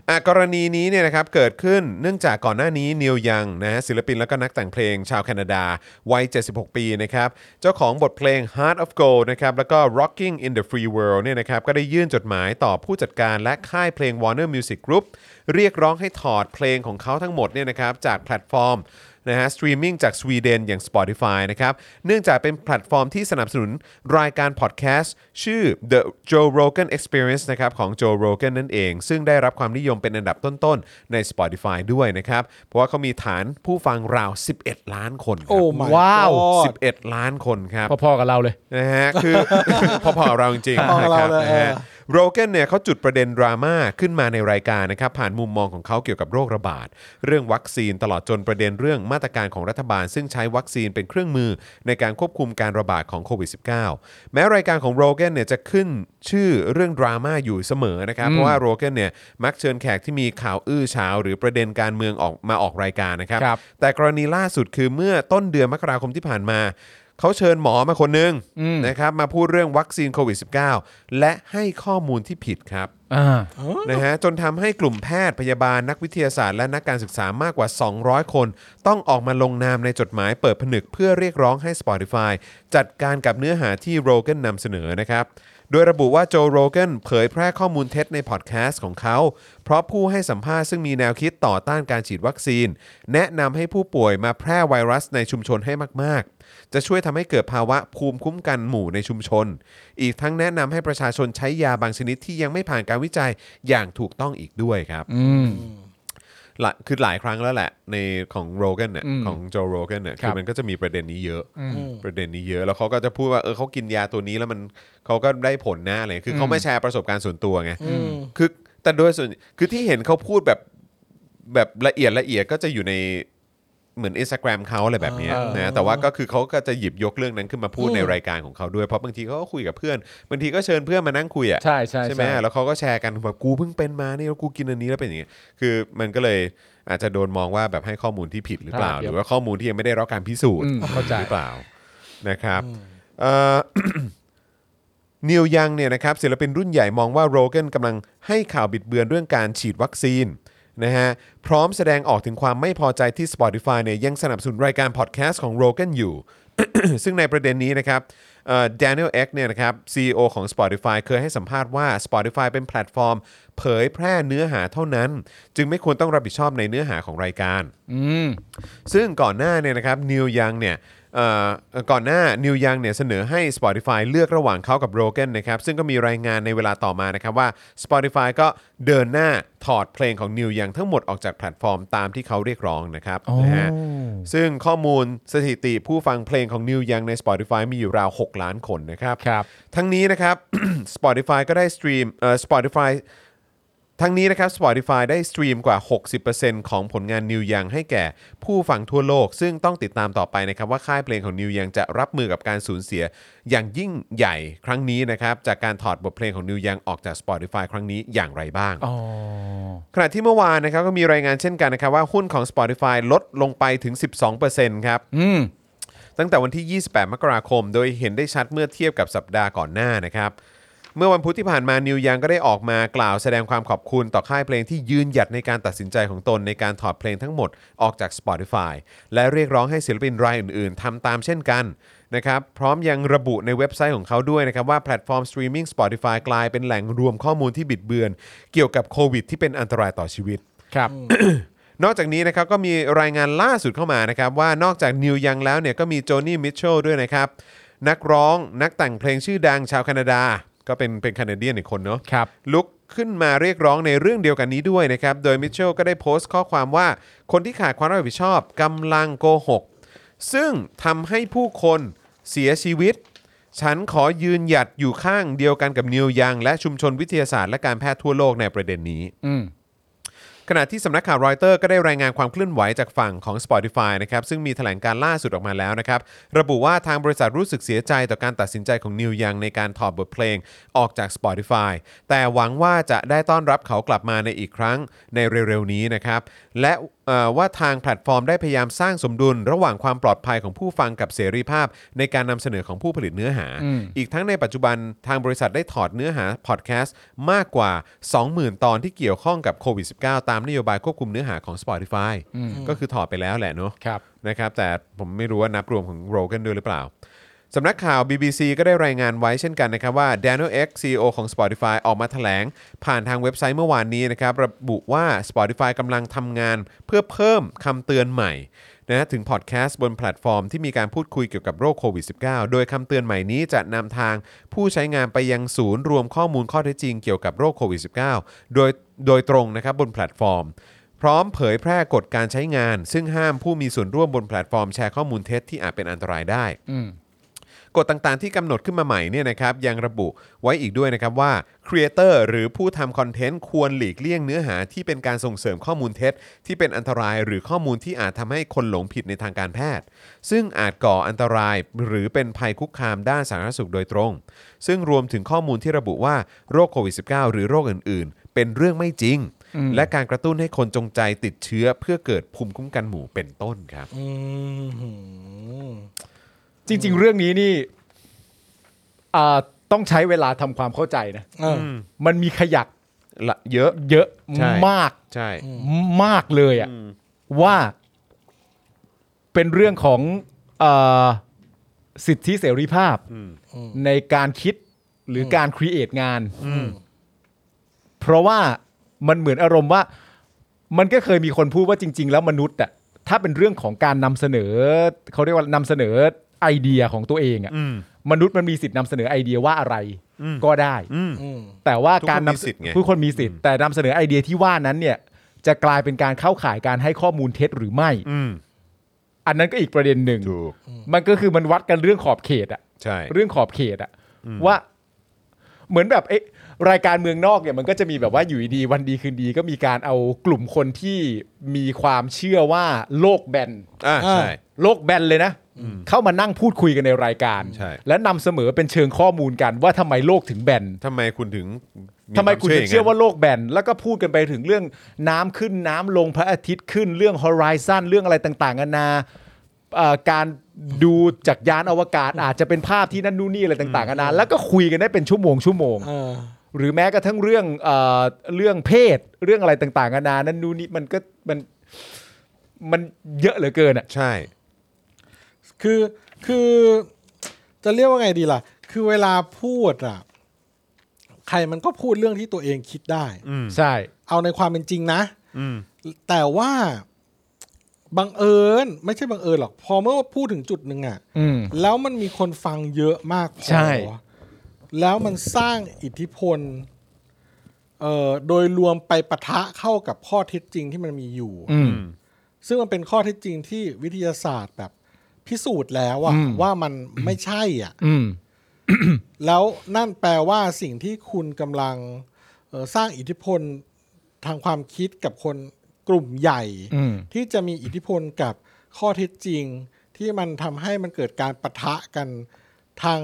[SPEAKER 1] อ่ะกรณีนี้เนี่ยนะครับเกิดขึ้นเนื่องจากก่อนหน้านี้นิวยังนะฮะศิลปินแล้วก็นักแต่งเพลงชาวแคนาดา วัย 76 ปีนะครับ เจ้าของบทเพลง Heart of Gold นะครับแล้วก็ Rocking in the Free World เนี่ยนะครับก็ได้ยื่นจดหมายต่อผู้จัดการและค่ายเพลง Warner Music Group เรียกร้องให้ถอดเพลงของเขาทั้งหมดเนี่ยนะครับจากแพลตฟอร์ม นะฮะสตรีมมิ่งจากสวีเดนอย่าง Spotify นะครับ เนื่องจากเป็นแพลตฟอร์มที่สนับสนุนรายการพอดแคสต์ชื่อ The Joe Rogan Experience นะครับของ Joe Rogan นั่นเอง ซึ่งได้รับความนิยมเป็นอันดับต้นๆ ใน Spotify ด้วยนะครับ เพราะว่าเขามีฐานผู้ฟังราว 11 ล้านคนค
[SPEAKER 3] โอ้
[SPEAKER 1] รับ
[SPEAKER 3] my
[SPEAKER 2] ว้าว
[SPEAKER 3] god
[SPEAKER 1] 11 ล้านคนครับ
[SPEAKER 2] พอๆกับเราเลย
[SPEAKER 1] นะฮะคือ พอๆกับเราจริง
[SPEAKER 3] พอ
[SPEAKER 1] ๆ
[SPEAKER 3] ๆกั
[SPEAKER 1] นะครับ
[SPEAKER 3] บเราเลย
[SPEAKER 1] นะฮะ
[SPEAKER 3] เออ
[SPEAKER 1] โรเกนเนี่ยเขาจุดประเด็นดราม่าขึ้นมาในรายการนะครับผ่านมุมมองของเขาเกี่ยวกับโรคระบาด เรื่องวัคซีนตลอดจนประเด็นเรื่องมาตรการของรัฐบาล ซึ่งใช้วัคซีนเป็นเครื่องมือในการควบคุมการระบาดของโควิด -19 แม้รายการของโรเกนเนี่ยจะขึ้นชื่อเรื่องดราม่าอยู่เสมอนะครับเพราะว่าโรเกนเนี่ยมักเชิญแขกที่มีข่าวอื้อฉาวหรือประเด็นการเมืองออกมาออกรายการนะครับ
[SPEAKER 2] ครับ
[SPEAKER 1] แต่กรณีล่าสุดคือเมื่อต้นเดือนมกราคมที่ผ่านมา เขาเชิญหมอมาคนหนึ่งนะครับมาพูดเรื่องวัคซีนโควิด -19 และให้ข้อมูลที่ผิดครับ
[SPEAKER 2] อ่า
[SPEAKER 1] นะฮะจนทำให้กลุ่มแพทย์พยาบาลนักวิทยาศาสตร์และนักการศึกษามากกว่า 200 คน ต้องออกมาลงนามในจดหมายเปิดผนึกเพื่อเรียกร้องให้ Spotify จัดการกับเนื้อหาที่โรเกนนำเสนอนะครับ โดยระบุว่าโจโรเกนเผยแพร่ข้อมูลเท็จในพอดแคสต์ของเขา เพราะผู้ให้สัมภาษณ์ซึ่งมีแนวคิดต่อต้านการฉีดวัคซีน แนะนำให้ผู้ป่วยมาแพร่ไวรัสในชุมชนให้มาก ๆ จะช่วยทำให้เกิดภาวะภูมิคุ้มกันหมู่ในชุมชน อีกทั้งแนะนำให้ประชาชนใช้ยาบางชนิดที่ยังไม่ผ่านการวิจัยอย่างถูกต้องอีกด้วยครับ
[SPEAKER 2] อืม
[SPEAKER 1] หลายคือหลายครั้งแล้วแหละ ในของโรเกนเนี่ยของโจโรเกนเนี่ย
[SPEAKER 2] ครั
[SPEAKER 1] คื
[SPEAKER 2] บ
[SPEAKER 1] อมันก็จะมีประเด็นนี้เยอะประเด็นนี้เยอะแล้วเขาก็จะพูดว่าเออเขากินยาตัวนี้แล้วมันเขาก็ได้ผลนะอะไรคือเขาไม่แชร์ประสบการณ์ส่วนตัวไงคือแต่โดยส่วนคือที่เห็นเขาพูดแบบแบบละเอียดละเอียดก็จะอยู่ในเหมือน Instagram เขาอะไรแบบเนี้ย
[SPEAKER 2] เออ
[SPEAKER 1] นะแต่ว่าก็คือเขาก็จะหยิบยกเรื่องนั้นขึ้นมาพูดในรายการของเขาด้วยเพราะบางทีเขาก็คุยกับเพื่อนบางทีก็เชิญเพื่อนมานั่งคุยอ่ะ
[SPEAKER 2] ใช่ใช่
[SPEAKER 1] ใช่ไหมแล้วเขาก็แชร์กันแบบกูเพิ่งเป็นมานี่แล้วกูกินอันนี้แล้วเป็นอย่างเงี้ยคือมันก็เลยอาจจะโดนมองว่าแบบให้ข้อมูลที่ผิดหรือเปล่า หรือว่าข้อมูลที่ยังไม่ได้รับการพิสูจน์
[SPEAKER 2] อืมเข้าใจ
[SPEAKER 1] หรือเปล่านะครับเอ่ อ นิวยังเนี่ยนะครับศิลปินรุ่นใหญ่มองว่าโรเกนกำลังให้ข่าวบิดเบือนเรื่องการฉีดวัคซีนนะฮะพร้อมแสดงออกถึงความไม่พอใจที่ Spotify เนี่ยยังสนับสนุนรายการพอดแคสต์ของโรเกนอยู่ ซึ่งในประเด็นนี้นะครับดานิเอลเอ็กเนี่ยนะครับ CEO ของ Spotify เคยให้สัมภาษณ์ว่า Spotify เป็นแพลตฟอร์ม เผยแพร่เนื้อหาเท่านั้น จึงไม่ควรต้องรับผิดชอบในเนื้อหาของรายการ
[SPEAKER 2] อืม
[SPEAKER 1] ซึ่งก่อนหน้าเนี่ยนะครับนิวยังเนี่ยเอ่อก่อนหน้านิวยังเนี่ยเสนอให้ Spotify เลือกระหว่างเขากับโรเกนนะครับซึ่งก็มีรายงานในเวลาต่อมานะครับว่า Spotify ก็เดินหน้าถอดเพลงของนิวยังทั้งหมดออกจากแพลตฟอร์มตามที่เขาเรียกร้องนะครับนะฮะซึ่งข้อมูลสถิติผู้ฟังเพลงของนิวยังใน Spotify มีอยู่ราว 6 ล้านคนนะครับ
[SPEAKER 2] ครับ
[SPEAKER 1] ทั้งนี้นะครับ Spotify ก็ได้สตรีมเอ่อ Spotify ทั้งนี้นะครับ Spotify ได้สตรีมกว่า 60%ของผลงาน New Young ให้แก่ผู้ฟังทั่วโลก ซึ่งต้องติดตามต่อไปนะครับว่าค่ายเพลงของ New Young จะรับมือกับการสูญเสียอย่างยิ่งใหญ่ครั้งนี้นะครับ จากการถอดบทเพลงของ New Young ออกจาก Spotify ครั้งนี้อย่างไรบ้าง
[SPEAKER 2] อ๋อ
[SPEAKER 1] ขณะที่เมื่อวานนะครับก็มีรายงานเช่นกันนะครับว่าหุ้นของ Spotify ลดลงไปถึง 12%ครับ
[SPEAKER 2] อืม
[SPEAKER 1] ตั้งแต่วันที่ 28 มกราคม โดยเห็นได้ชัดเมื่อเทียบกับสัปดาห์ก่อนหน้านะครับ เมื่อวันพุธที่ผ่านมานิวยังก็ได้ออกมากล่าวแสดงความขอบคุณต่อค่ายเพลงที่ยืนหยัดในการตัดสินใจของตนในการถอดเพลงทั้งหมดออกจาก Spotify และเรียกร้องให้ศิลปินรายอื่นๆทำตามเช่นกันนะครับพร้อมยังระบุในเว็บไซต์ของเขาด้วยนะครับว่าแพลตฟอร์มสตรีมมิ่ง Spotify กลายเป็นแหล่งรวมข้อมูลที่บิดเบือน เกี่ยวกับโควิดที่เป็นอันตรายต่อชีวิต
[SPEAKER 2] ครับ
[SPEAKER 1] นอกจากนี้นะครับก็มีรายงานล่าสุดเข้ามานะครับว่านอกจากนิวยังแล้วเนี่ยก็มีโจนี่มิทเชลด้วยนะครับ นักร้องนักแต่งเพลงชื่อดังชาวแคนาดา ก็เป็นเป็นแคนาเดียนอีกคนเนาะ
[SPEAKER 2] ครับ
[SPEAKER 1] ลุกขึ้นมาเรียกร้องในเรื่องเดียวกันนี้ด้วยนะครับ โดยมิเชลก็ได้โพสต์ข้อความว่า คนที่ขาดความรับผิดชอบกำลังโกหก ซึ่งทำให้ผู้คนเสียชีวิต ฉันขอยืนหยัดอยู่ข้างเดียวกันกับนิวยัง และชุมชนวิทยาศาสตร์และการแพทย์ทั่วโลกในประเด็นนี้
[SPEAKER 2] อืม
[SPEAKER 1] ขณะที่สำนักข่าวรอยเตอร์ก็ได้รายงานความเคลื่อนไหวจากฝั่งของ Spotify นะครับซึ่งมีแถลงการล่าสุดออกมาแล้วนะครับ ระบุว่าทางบริษัทรู้สึกเสียใจต่อการตัดสินใจของนิวยังในการถอดบทเพลงออกจาก Spotify แต่หวังว่าจะได้ต้อนรับเขากลับมาในอีกครั้งในเร็วๆนี้นะครับ และเอ่อว่าทางแพลตฟอร์มได้พยายามสร้างสมดุล ระหว่างความปลอดภัยของผู้ฟังกับเสรีภาพ ในการนำเสนอของผู้ผลิตเนื้อหา
[SPEAKER 2] อืม
[SPEAKER 1] อีกทั้งในปัจจุบันทางบริษัทได้ถอดเนื้อหาพอดแคสต์มากกว่า 20,000 ตอนที่เกี่ยวข้องกับโควิด -19 ตามนโยบายควบคุมเนื้อหาของ Spotify ก็คือถอดไปแล้วแหละเนาะ
[SPEAKER 2] ครับ
[SPEAKER 1] นะครับแต่ผมไม่รู้ว่านับรวมของโรกันด้วยหรือเปล่า สำนักข่าว BBC ก็ได้รายงานไว้เช่นกันนะครับว่า Daniel X CEO ของ Spotify ออกมาแถลง ผ่านทางเว็บไซต์เมื่อวานนี้นะครับระบุว่า Spotify กำลังทำงานเพื่อเพิ่มคำเตือนใหม่นะถึงพอดแคสต์บนแพลตฟอร์มที่มีการพูดคุยเกี่ยวกับโรคโควิด -19 โดยคำเตือนใหม่นี้จะนำทางผู้ใช้งานไปยังศูนย์รวมข้อมูลข้อเท็จจริงเกี่ยวกับโรคโควิด -19 โดยโดยตรงนะครับบนแพลตฟอร์ม พร้อมเผยแพร่กฎการใช้งาน ซึ่งห้ามผู้มีส่วนร่วมบนแพลตฟอร์มแชร์ข้อมูลเท็จที่อาจเป็นอันตรายได้
[SPEAKER 2] อืม
[SPEAKER 1] กฎต่างๆที่กำหนดขึ้นมาใหม่เนี่ยนะครับยังระบุไว้อีกด้วยนะครับว่าครีเอเตอร์หรือผู้ทำคอนเทนต์ควรหลีกเลี่ยงเนื้อหาที่เป็นการส่งเสริมข้อมูลเท็จ ที่เป็นอันตรายหรือข้อมูลที่อาจทำให้คนหลงผิดในทางการแพทย์ ซึ่งอาจก่ออันตรายหรือเป็นภัยคุกคามด้านสาธารณสุขโดยตรง ซึ่งรวมถึงข้อมูลที่ระบุว่าโรคโควิด -19 หรือโรคอื่น ๆ เป็นเรื่องไม่จริง และการกระตุ้นให้คนจงใจติดเชื้อเพื่อเกิดภูมิคุ้มกันหมู่เป็นต้นครับ
[SPEAKER 3] อืม
[SPEAKER 2] จริง ๆ เรื่องนี้นี่อ่าต้องใช้เวลาทำความเข้าใจนะ
[SPEAKER 3] เอออ
[SPEAKER 2] มันมีขยัก
[SPEAKER 1] ละเยอะ
[SPEAKER 2] เยอะ
[SPEAKER 1] ใช่
[SPEAKER 2] มาก
[SPEAKER 1] ใช่
[SPEAKER 2] มากเลยอะว่าเป็นเรื่องของเออสิทธิเสรีภาพในการคิดหรือการครีเอทงาน เพราะว่ามันเหมือนอารมณ์ว่า มันก็เคยมีคนพูดว่าจริง ๆ แล้วมนุษย์อะถ้าเป็นเรื่องของการนำเสนอเขาเรียกว่านำเสนอไอเดียของตัวเองอะ
[SPEAKER 1] อืม
[SPEAKER 2] มนุษย์มันมีสิทธิ์นำเสนอไอเดียว่าอะไร
[SPEAKER 1] อืม
[SPEAKER 2] ก็ได้
[SPEAKER 1] อืม
[SPEAKER 3] อืม
[SPEAKER 2] แต่ว่า
[SPEAKER 1] ทุกคน
[SPEAKER 2] การ
[SPEAKER 1] มี
[SPEAKER 2] นำ
[SPEAKER 1] สิทธิ์ไง
[SPEAKER 2] ผู้คนมีสิทธิ์แต่นำเสนอไอเดียที่ว่านั้นเนี่ย จะกลายเป็นการเข้าข่ายการให้ข้อมูลเท็จหรือไม่
[SPEAKER 1] อืม
[SPEAKER 2] อันนั้นก็อีกประเด็นหนึ่ง
[SPEAKER 1] ถูก
[SPEAKER 2] มันก็คือมันวัดกันเรื่องขอบเขตอะ
[SPEAKER 1] ใช่
[SPEAKER 2] เรื่องขอบเขตอะว่า เหมือนแบบเอ๊ะรายการเมืองนอกเนี่ยมันก็จะมีแบบว่าอยู่ดีๆวันดีคืนดีก็มีการเอากลุ่มคนที่มีความเชื่อว่าโลกแบน
[SPEAKER 1] อ่าใช่
[SPEAKER 2] โลกแบนเลยนะ เข้ามานั่งพูดคุยกันในรายการ
[SPEAKER 1] ใช่
[SPEAKER 2] และนำเสมอเป็นเชิงข้อมูลกันว่าทำไมโลกถึงแบน
[SPEAKER 1] ทำไมคุณถึง
[SPEAKER 2] ทำไมคุณถึงเชื่อ
[SPEAKER 1] วา
[SPEAKER 2] ว่าโลกแบน แล้วก็พูดกันไปถึงเรื่องน้ำขึ้นน้ำลงพระอาทิตย์ขึ้นเรื่อง horizon เรื่องอะไรต่างๆนานาเอ่อการดูจากยานอวกาศอาจจะเป็นภาพที่นั่นนู่นนี่อะไรต่างๆนานาแล้วก็คุยกันได้เป็นชั่วโมงชั่วโมง
[SPEAKER 3] เออ
[SPEAKER 2] หรือแม้กระทั่งเรื่องเอ่อเรื่องเพศเรื่องอะไรต่างๆนานานั่นนู่นนี่มันก็มันมันเยอะเหลือเกินอ่ะ
[SPEAKER 1] ใช่
[SPEAKER 3] คือคือจะเรียกว่าไงดีล่ะ คือเวลาพูดอ่ะ ใครมันก็พูดเรื่องที่ตัวเองคิดได้
[SPEAKER 1] อืม
[SPEAKER 2] ใช่
[SPEAKER 3] เอาในความเป็นจริงนะ
[SPEAKER 1] อืม
[SPEAKER 3] แต่ว่าบังเอิญไม่ใช่บังเอิญหรอก พอเมื่อพูดถึงจุดหนึ่งอ่ะ
[SPEAKER 2] อืม
[SPEAKER 3] แล้วมันมีคนฟังเยอะมากพอ
[SPEAKER 2] ใช่
[SPEAKER 3] แล้วมันสร้างอิทธิพล เอ่อ โดยรวมไปปะทะเข้ากับข้อเท็จจริงที่มันมีอยู่
[SPEAKER 2] อืม
[SPEAKER 3] ซึ่งมันเป็นข้อเท็จจริงที่วิทยาศาสตร์แบบพิสูจน์แล้วอะ
[SPEAKER 2] อืม
[SPEAKER 3] ว่ามันไม่ใช่อ่ะ
[SPEAKER 2] อืม
[SPEAKER 3] แล้วนั่นแปลว่าสิ่งที่คุณกำลังเอ่อสร้างอิทธิพล ทางความคิดกับคนกลุ่มใหญ่
[SPEAKER 2] อืม
[SPEAKER 3] ที่จะมีอิทธิพลกับข้อเท็จจริง ที่มันทำให้มันเกิดการปะทะกันทาง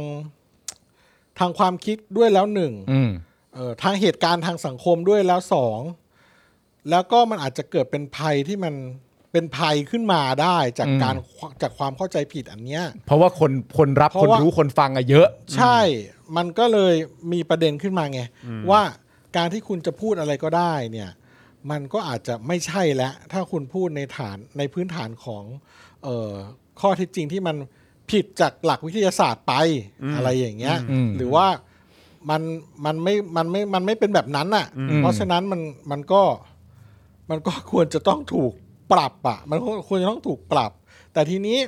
[SPEAKER 3] ทางความคิดด้วยแล้วหนึ่ง
[SPEAKER 2] อืม
[SPEAKER 3] เอ่อทางเหตุการณ์ทางสังคมด้วยแล้วสองแล้วก็มันอาจจะเกิดเป็นภัยที่มันเป็นภัยขึ้นมาได้จาก
[SPEAKER 2] อืม
[SPEAKER 3] การจากความเข้าใจผิดอันเนี้ย
[SPEAKER 2] เพราะว่าคนคนรับ
[SPEAKER 3] เพ
[SPEAKER 2] คน
[SPEAKER 3] ราะว่า
[SPEAKER 2] รู้คนฟังอะเยอะ
[SPEAKER 3] ใช่ มันก็เลยมีประเด็นขึ้นมาไง ว่าการที่คุณจะพูดอะไรก็ได้เนี่ย มันก็อาจจะไม่ใช่แล้ว ถ้าคุณพูดในฐานในพื้นฐานของเออข้อเท็จจริงที่มันผิดจากหลักวิทยาศาสตร์ไปอะไรอย่างเงี้ย
[SPEAKER 2] อืม
[SPEAKER 3] หรือว่ามันมันไม่มันไม่มันไม่เป็นแบบนั้นอ่ะ เพราะฉะนั้นมันมันก็มันก็ควรจะต้องถูกปรับอ่ะ มันก็ควรจะต้องถูกปรับ แต่ทีนี้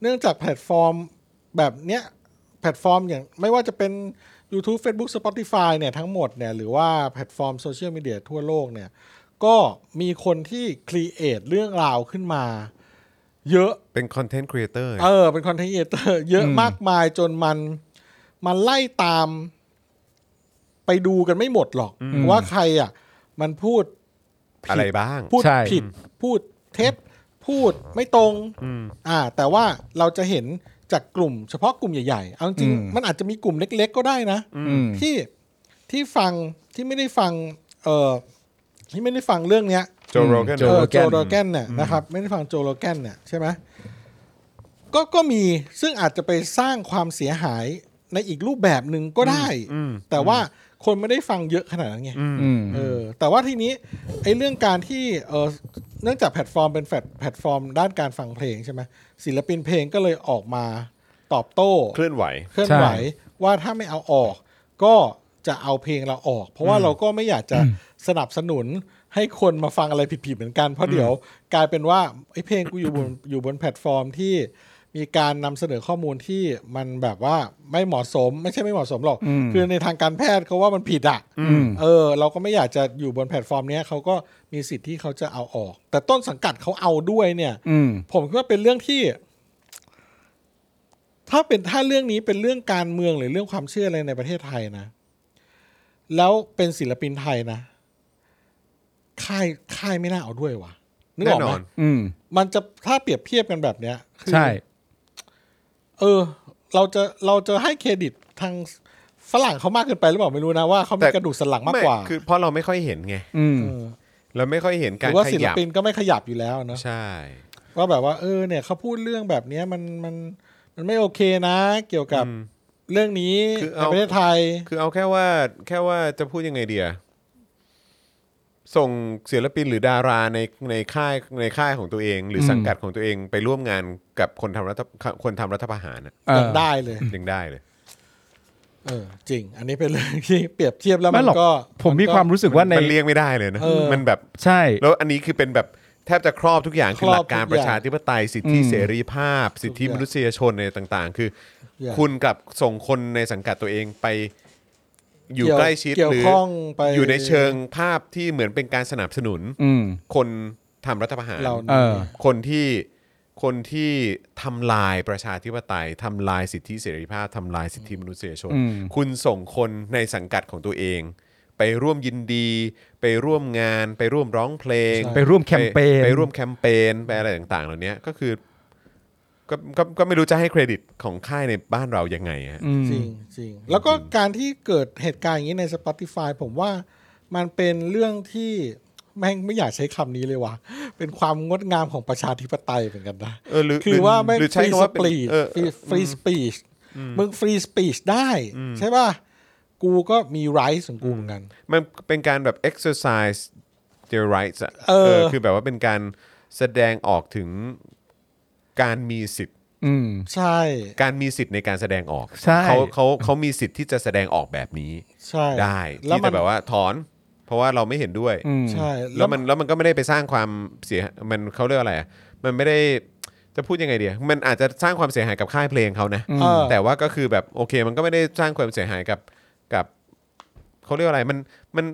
[SPEAKER 3] เนื่องจากแพลตฟอร์มแบบเนี้ย แพลตฟอร์มอย่างไม่ว่าจะเป็น YouTube Facebook Spotify เนี่ยทั้งหมดเนี่ยหรือว่าแพลตฟอร์มโซเชียลมีเดียทั่วโลกเนี่ยก็มีคนที่ครีเอทเรื่องราวขึ้นมา เยอะ
[SPEAKER 1] เป็นคอนเทนต์ครีเอเตอร์
[SPEAKER 3] เออ เป็นคอนเทนต์ครีเอเตอร์ เยอะมากมายจนมัน มันไล่ตามไปดูกันไม่หมดหรอก ว่าใครอ่ะ มันพูด
[SPEAKER 1] อะไรบ้าง
[SPEAKER 3] พูด
[SPEAKER 2] ใช่
[SPEAKER 3] ผิดพูดเท็จพูดไม่ตรงอ่า แต่ว่าเราจะเห็นจากกลุ่ม เฉพาะกลุ่มใหญ่ๆเอาจริง
[SPEAKER 2] อืม
[SPEAKER 3] ๆมันอาจจะมีกลุ่มเล็ก ๆ ก็ได้นะ
[SPEAKER 2] อืม
[SPEAKER 3] ที่ที่ฟังที่ไม่ได้ฟัง เอ่อที่ไม่ได้ฟังเรื่องเนี้ย
[SPEAKER 1] โจโรแกน
[SPEAKER 2] โจ
[SPEAKER 3] เออ
[SPEAKER 2] Rogan
[SPEAKER 3] โจโรแกนเนี่ยนะครับไม่ได้ฟังโจโรแกนเนี่ยใช่ไหมก็ก็มีซึ่งอาจจะไปสร้างความเสียหายในอีกรูปแบบหนึ่งก็ได้ แต่ว่าคนไม่ได้ฟังเยอะขนาดนั้นไง
[SPEAKER 2] อืม
[SPEAKER 3] เออแต่ว่าทีนี้ไอ้เรื่องการที่เออเนื่องจากแพลตฟอร์มเป็นแฟลตแพลตฟอร์มด้านการฟังเพลงใช่ไหมศิลปินเพลงก็เลยออกมาตอบโต้
[SPEAKER 1] เคลื่อนไหว
[SPEAKER 3] เคลื่อนไหวว่าถ้าไม่เอาออก ก็จะเอาเพลงเราออก เพราะว่าเราก็ไม่อยากจะสนับสนุนให้คนมาฟังอะไรผิดๆเหมือนกัน เพราะเดี๋ยวกลายเป็นว่าไอ้เพลงกูอยู่บน อยู่บนแพลตฟอร์มที่มีการนำเสนอข้อมูลที่มันแบบว่าไม่เหมาะสม ไม่ใช่ไม่เหมาะสมหรอก คือในทางการแพทย์เขาว่ามันผิดอ่ะ
[SPEAKER 2] อืม
[SPEAKER 3] เออเราก็ไม่อยากจะอยู่บนแพลตฟอร์มเนี้ยเขาก็มีสิทธิ์ที่เขาจะเอาออก แต่ต้นสังกัดเขาเอาด้วยเนี่ย
[SPEAKER 2] อืม
[SPEAKER 3] ผมคิดว่าเป็นเรื่องที่ ถ้าเป็นถ้าเรื่องนี้เป็นเรื่องการเมืองหรือเรื่องความเชื่ออะไรในประเทศไทยนะ แล้วเป็นศิลปินไทยนะค่ายค่ายไม่น่าเอาด้วยวะนึกออก
[SPEAKER 1] แน่
[SPEAKER 3] ไห
[SPEAKER 1] น
[SPEAKER 3] ม
[SPEAKER 1] อน
[SPEAKER 2] อืม
[SPEAKER 3] มันจะถ้าเปรียบเทียบกันแบบเนี้ยคือ
[SPEAKER 2] ใช่
[SPEAKER 3] เออ เราจะเราจะให้เครดิตทางฝรั่งเขามากเกินไปหรือเปล่าไม่รู้นะว่าเขา
[SPEAKER 1] แต่
[SPEAKER 3] มีกระดูกสันหลังมากกว่า
[SPEAKER 1] ไคือเพราะเราไม่ค่อยเห็นไง
[SPEAKER 2] อืม
[SPEAKER 3] เออ
[SPEAKER 1] เราไม่ค่อยเห็น
[SPEAKER 3] ห
[SPEAKER 1] การ
[SPEAKER 3] รือว่า
[SPEAKER 1] ข
[SPEAKER 3] ศิล
[SPEAKER 1] ยับ
[SPEAKER 3] ปินก็ไม่ขยับอยู่แล้วเนอะ
[SPEAKER 1] ใช่
[SPEAKER 3] ว่าแบบว่าเออเนี่ยเขาพูดเรื่องแบบเนี้ยมันมันมันไม่โอเคนะ เกี่ยวกับเรื่องนี้
[SPEAKER 1] คือ
[SPEAKER 3] ใน
[SPEAKER 1] เอา
[SPEAKER 3] ประเทศไทย
[SPEAKER 1] คือเอาแค่ว่าแค่ว่าจะพูดยังไงเดียส่งศิลปินหรือดาราในในค่ายในค่ายของตัวเอง หรืออ
[SPEAKER 2] ม
[SPEAKER 1] สังกัดของตัวเองไปร่วมงานกับคนทำรัฐคนทำรัฐประหารน่ะ
[SPEAKER 2] เออ
[SPEAKER 3] ยังได้เลย
[SPEAKER 1] ยังได้เลย
[SPEAKER 3] เออ จริง อันนี้เป็นเรื่องที่เปรียบเทียบแล้ว
[SPEAKER 2] ไม่
[SPEAKER 3] มัน
[SPEAKER 2] หรอก
[SPEAKER 3] ก็
[SPEAKER 2] ผมมี
[SPEAKER 3] นก็
[SPEAKER 2] ความรู้สึกว่าใน
[SPEAKER 1] มันเลี่ยงไม่ได้เลยนะ
[SPEAKER 3] เออ
[SPEAKER 1] มันแบบ
[SPEAKER 2] ใช่
[SPEAKER 1] แล้วอันนี้คือเป็นแบบแทบจะครอบทุกอย่างคือหลักการประชาธิปไตยสิทธิ
[SPEAKER 2] อืม
[SPEAKER 1] เสรีภาพ สิทธิมนุษยชนในต่าง ๆ คือ
[SPEAKER 3] อย่าง
[SPEAKER 1] คุณกลับส่งคนในสังกัดตัวเองไปอยู่
[SPEAKER 3] เกี่ว
[SPEAKER 1] ใกล้ชิด
[SPEAKER 3] เกี่ยว
[SPEAKER 1] หรือ
[SPEAKER 3] ข้องไป
[SPEAKER 1] อยู่ในเชิงภาพที่เหมือนเป็นการสนับสนุน
[SPEAKER 2] อืม
[SPEAKER 1] คนทำรัฐประหาร
[SPEAKER 3] เหล่า
[SPEAKER 2] เอ
[SPEAKER 3] นี้
[SPEAKER 2] อ
[SPEAKER 1] คนที่คนที่ทำลายประชาธิปไตยทำลายสิทธิเสรีภาพทำลายสิทธิมนุษยชน
[SPEAKER 2] อืม
[SPEAKER 1] คุณส่งคนในสังกัดของตัวเอง ไปร่วมยินดี ไปร่วมงาน ไปร่วมร้องเพลง
[SPEAKER 2] ไปร่วมแคมเปญ
[SPEAKER 1] ไปร่วมแคมเปญไปอะไรต่างๆ เหล่านี้ก็คือก็ก็ก็ไม่รู้จะให้เครดิตของค่ายในบ้านเรายังไงฮะ
[SPEAKER 2] อืม
[SPEAKER 3] จริงจริงแล้วก็การที่เกิดเหตุการณ์อย่างนี้ใน Spotify ผมว่ามันเป็นเรื่องที่แม่งไม่อยากใช้คำนี้เลยว่ะเป็นความงดงามของประชาธิปไตยเหมือนกันนะ
[SPEAKER 1] เออหรือ
[SPEAKER 3] คือว่าไม่
[SPEAKER 1] หรือ
[SPEAKER 3] ฟ
[SPEAKER 1] ใช้
[SPEAKER 3] รี
[SPEAKER 1] คำ
[SPEAKER 3] ส
[SPEAKER 1] ว่า
[SPEAKER 3] ปีด
[SPEAKER 1] เออเออ
[SPEAKER 3] ฟรีสปีชมึงฟรีสปีชได้ ใช่ป่ะ กูก็มีไรส์ของกูเหมือนกัน
[SPEAKER 1] มันเป็นการแบบ exercise their rights อะ
[SPEAKER 3] เออ
[SPEAKER 1] คือแบบว่าเป็นการแสดงออกถึงการมีสิทธิ์
[SPEAKER 2] อืม
[SPEAKER 3] ใช่
[SPEAKER 1] การมีสิทธิ์ในการแสดงออก
[SPEAKER 2] ใช่
[SPEAKER 1] เขาเขาเขามีสิทธิ์ที่จะแสดงออกแบบนี้
[SPEAKER 3] ใช่
[SPEAKER 1] ได้
[SPEAKER 3] แล้ว
[SPEAKER 1] ที่
[SPEAKER 3] มั
[SPEAKER 1] จะ
[SPEAKER 3] น
[SPEAKER 1] แบบว่าถอน เพราะว่าเราไม่เห็นด้วย
[SPEAKER 2] อืม
[SPEAKER 3] ใช่
[SPEAKER 1] แล้วมันแล้วมันก็ไม่ได้ไปสร้างความเสียมันเขาเรียกว่าอะไรอะมันไม่ได้จะพูดยังไงเดียมันอาจจะสร้างความเสียหายกับค่ายเพลงเขานะ
[SPEAKER 3] เออ
[SPEAKER 1] แต่ว่าก็คือแบบโอเค มันก็ไม่ได้สร้างความเสียหายกับกับเขาเรียกว่าอะไรมันมัน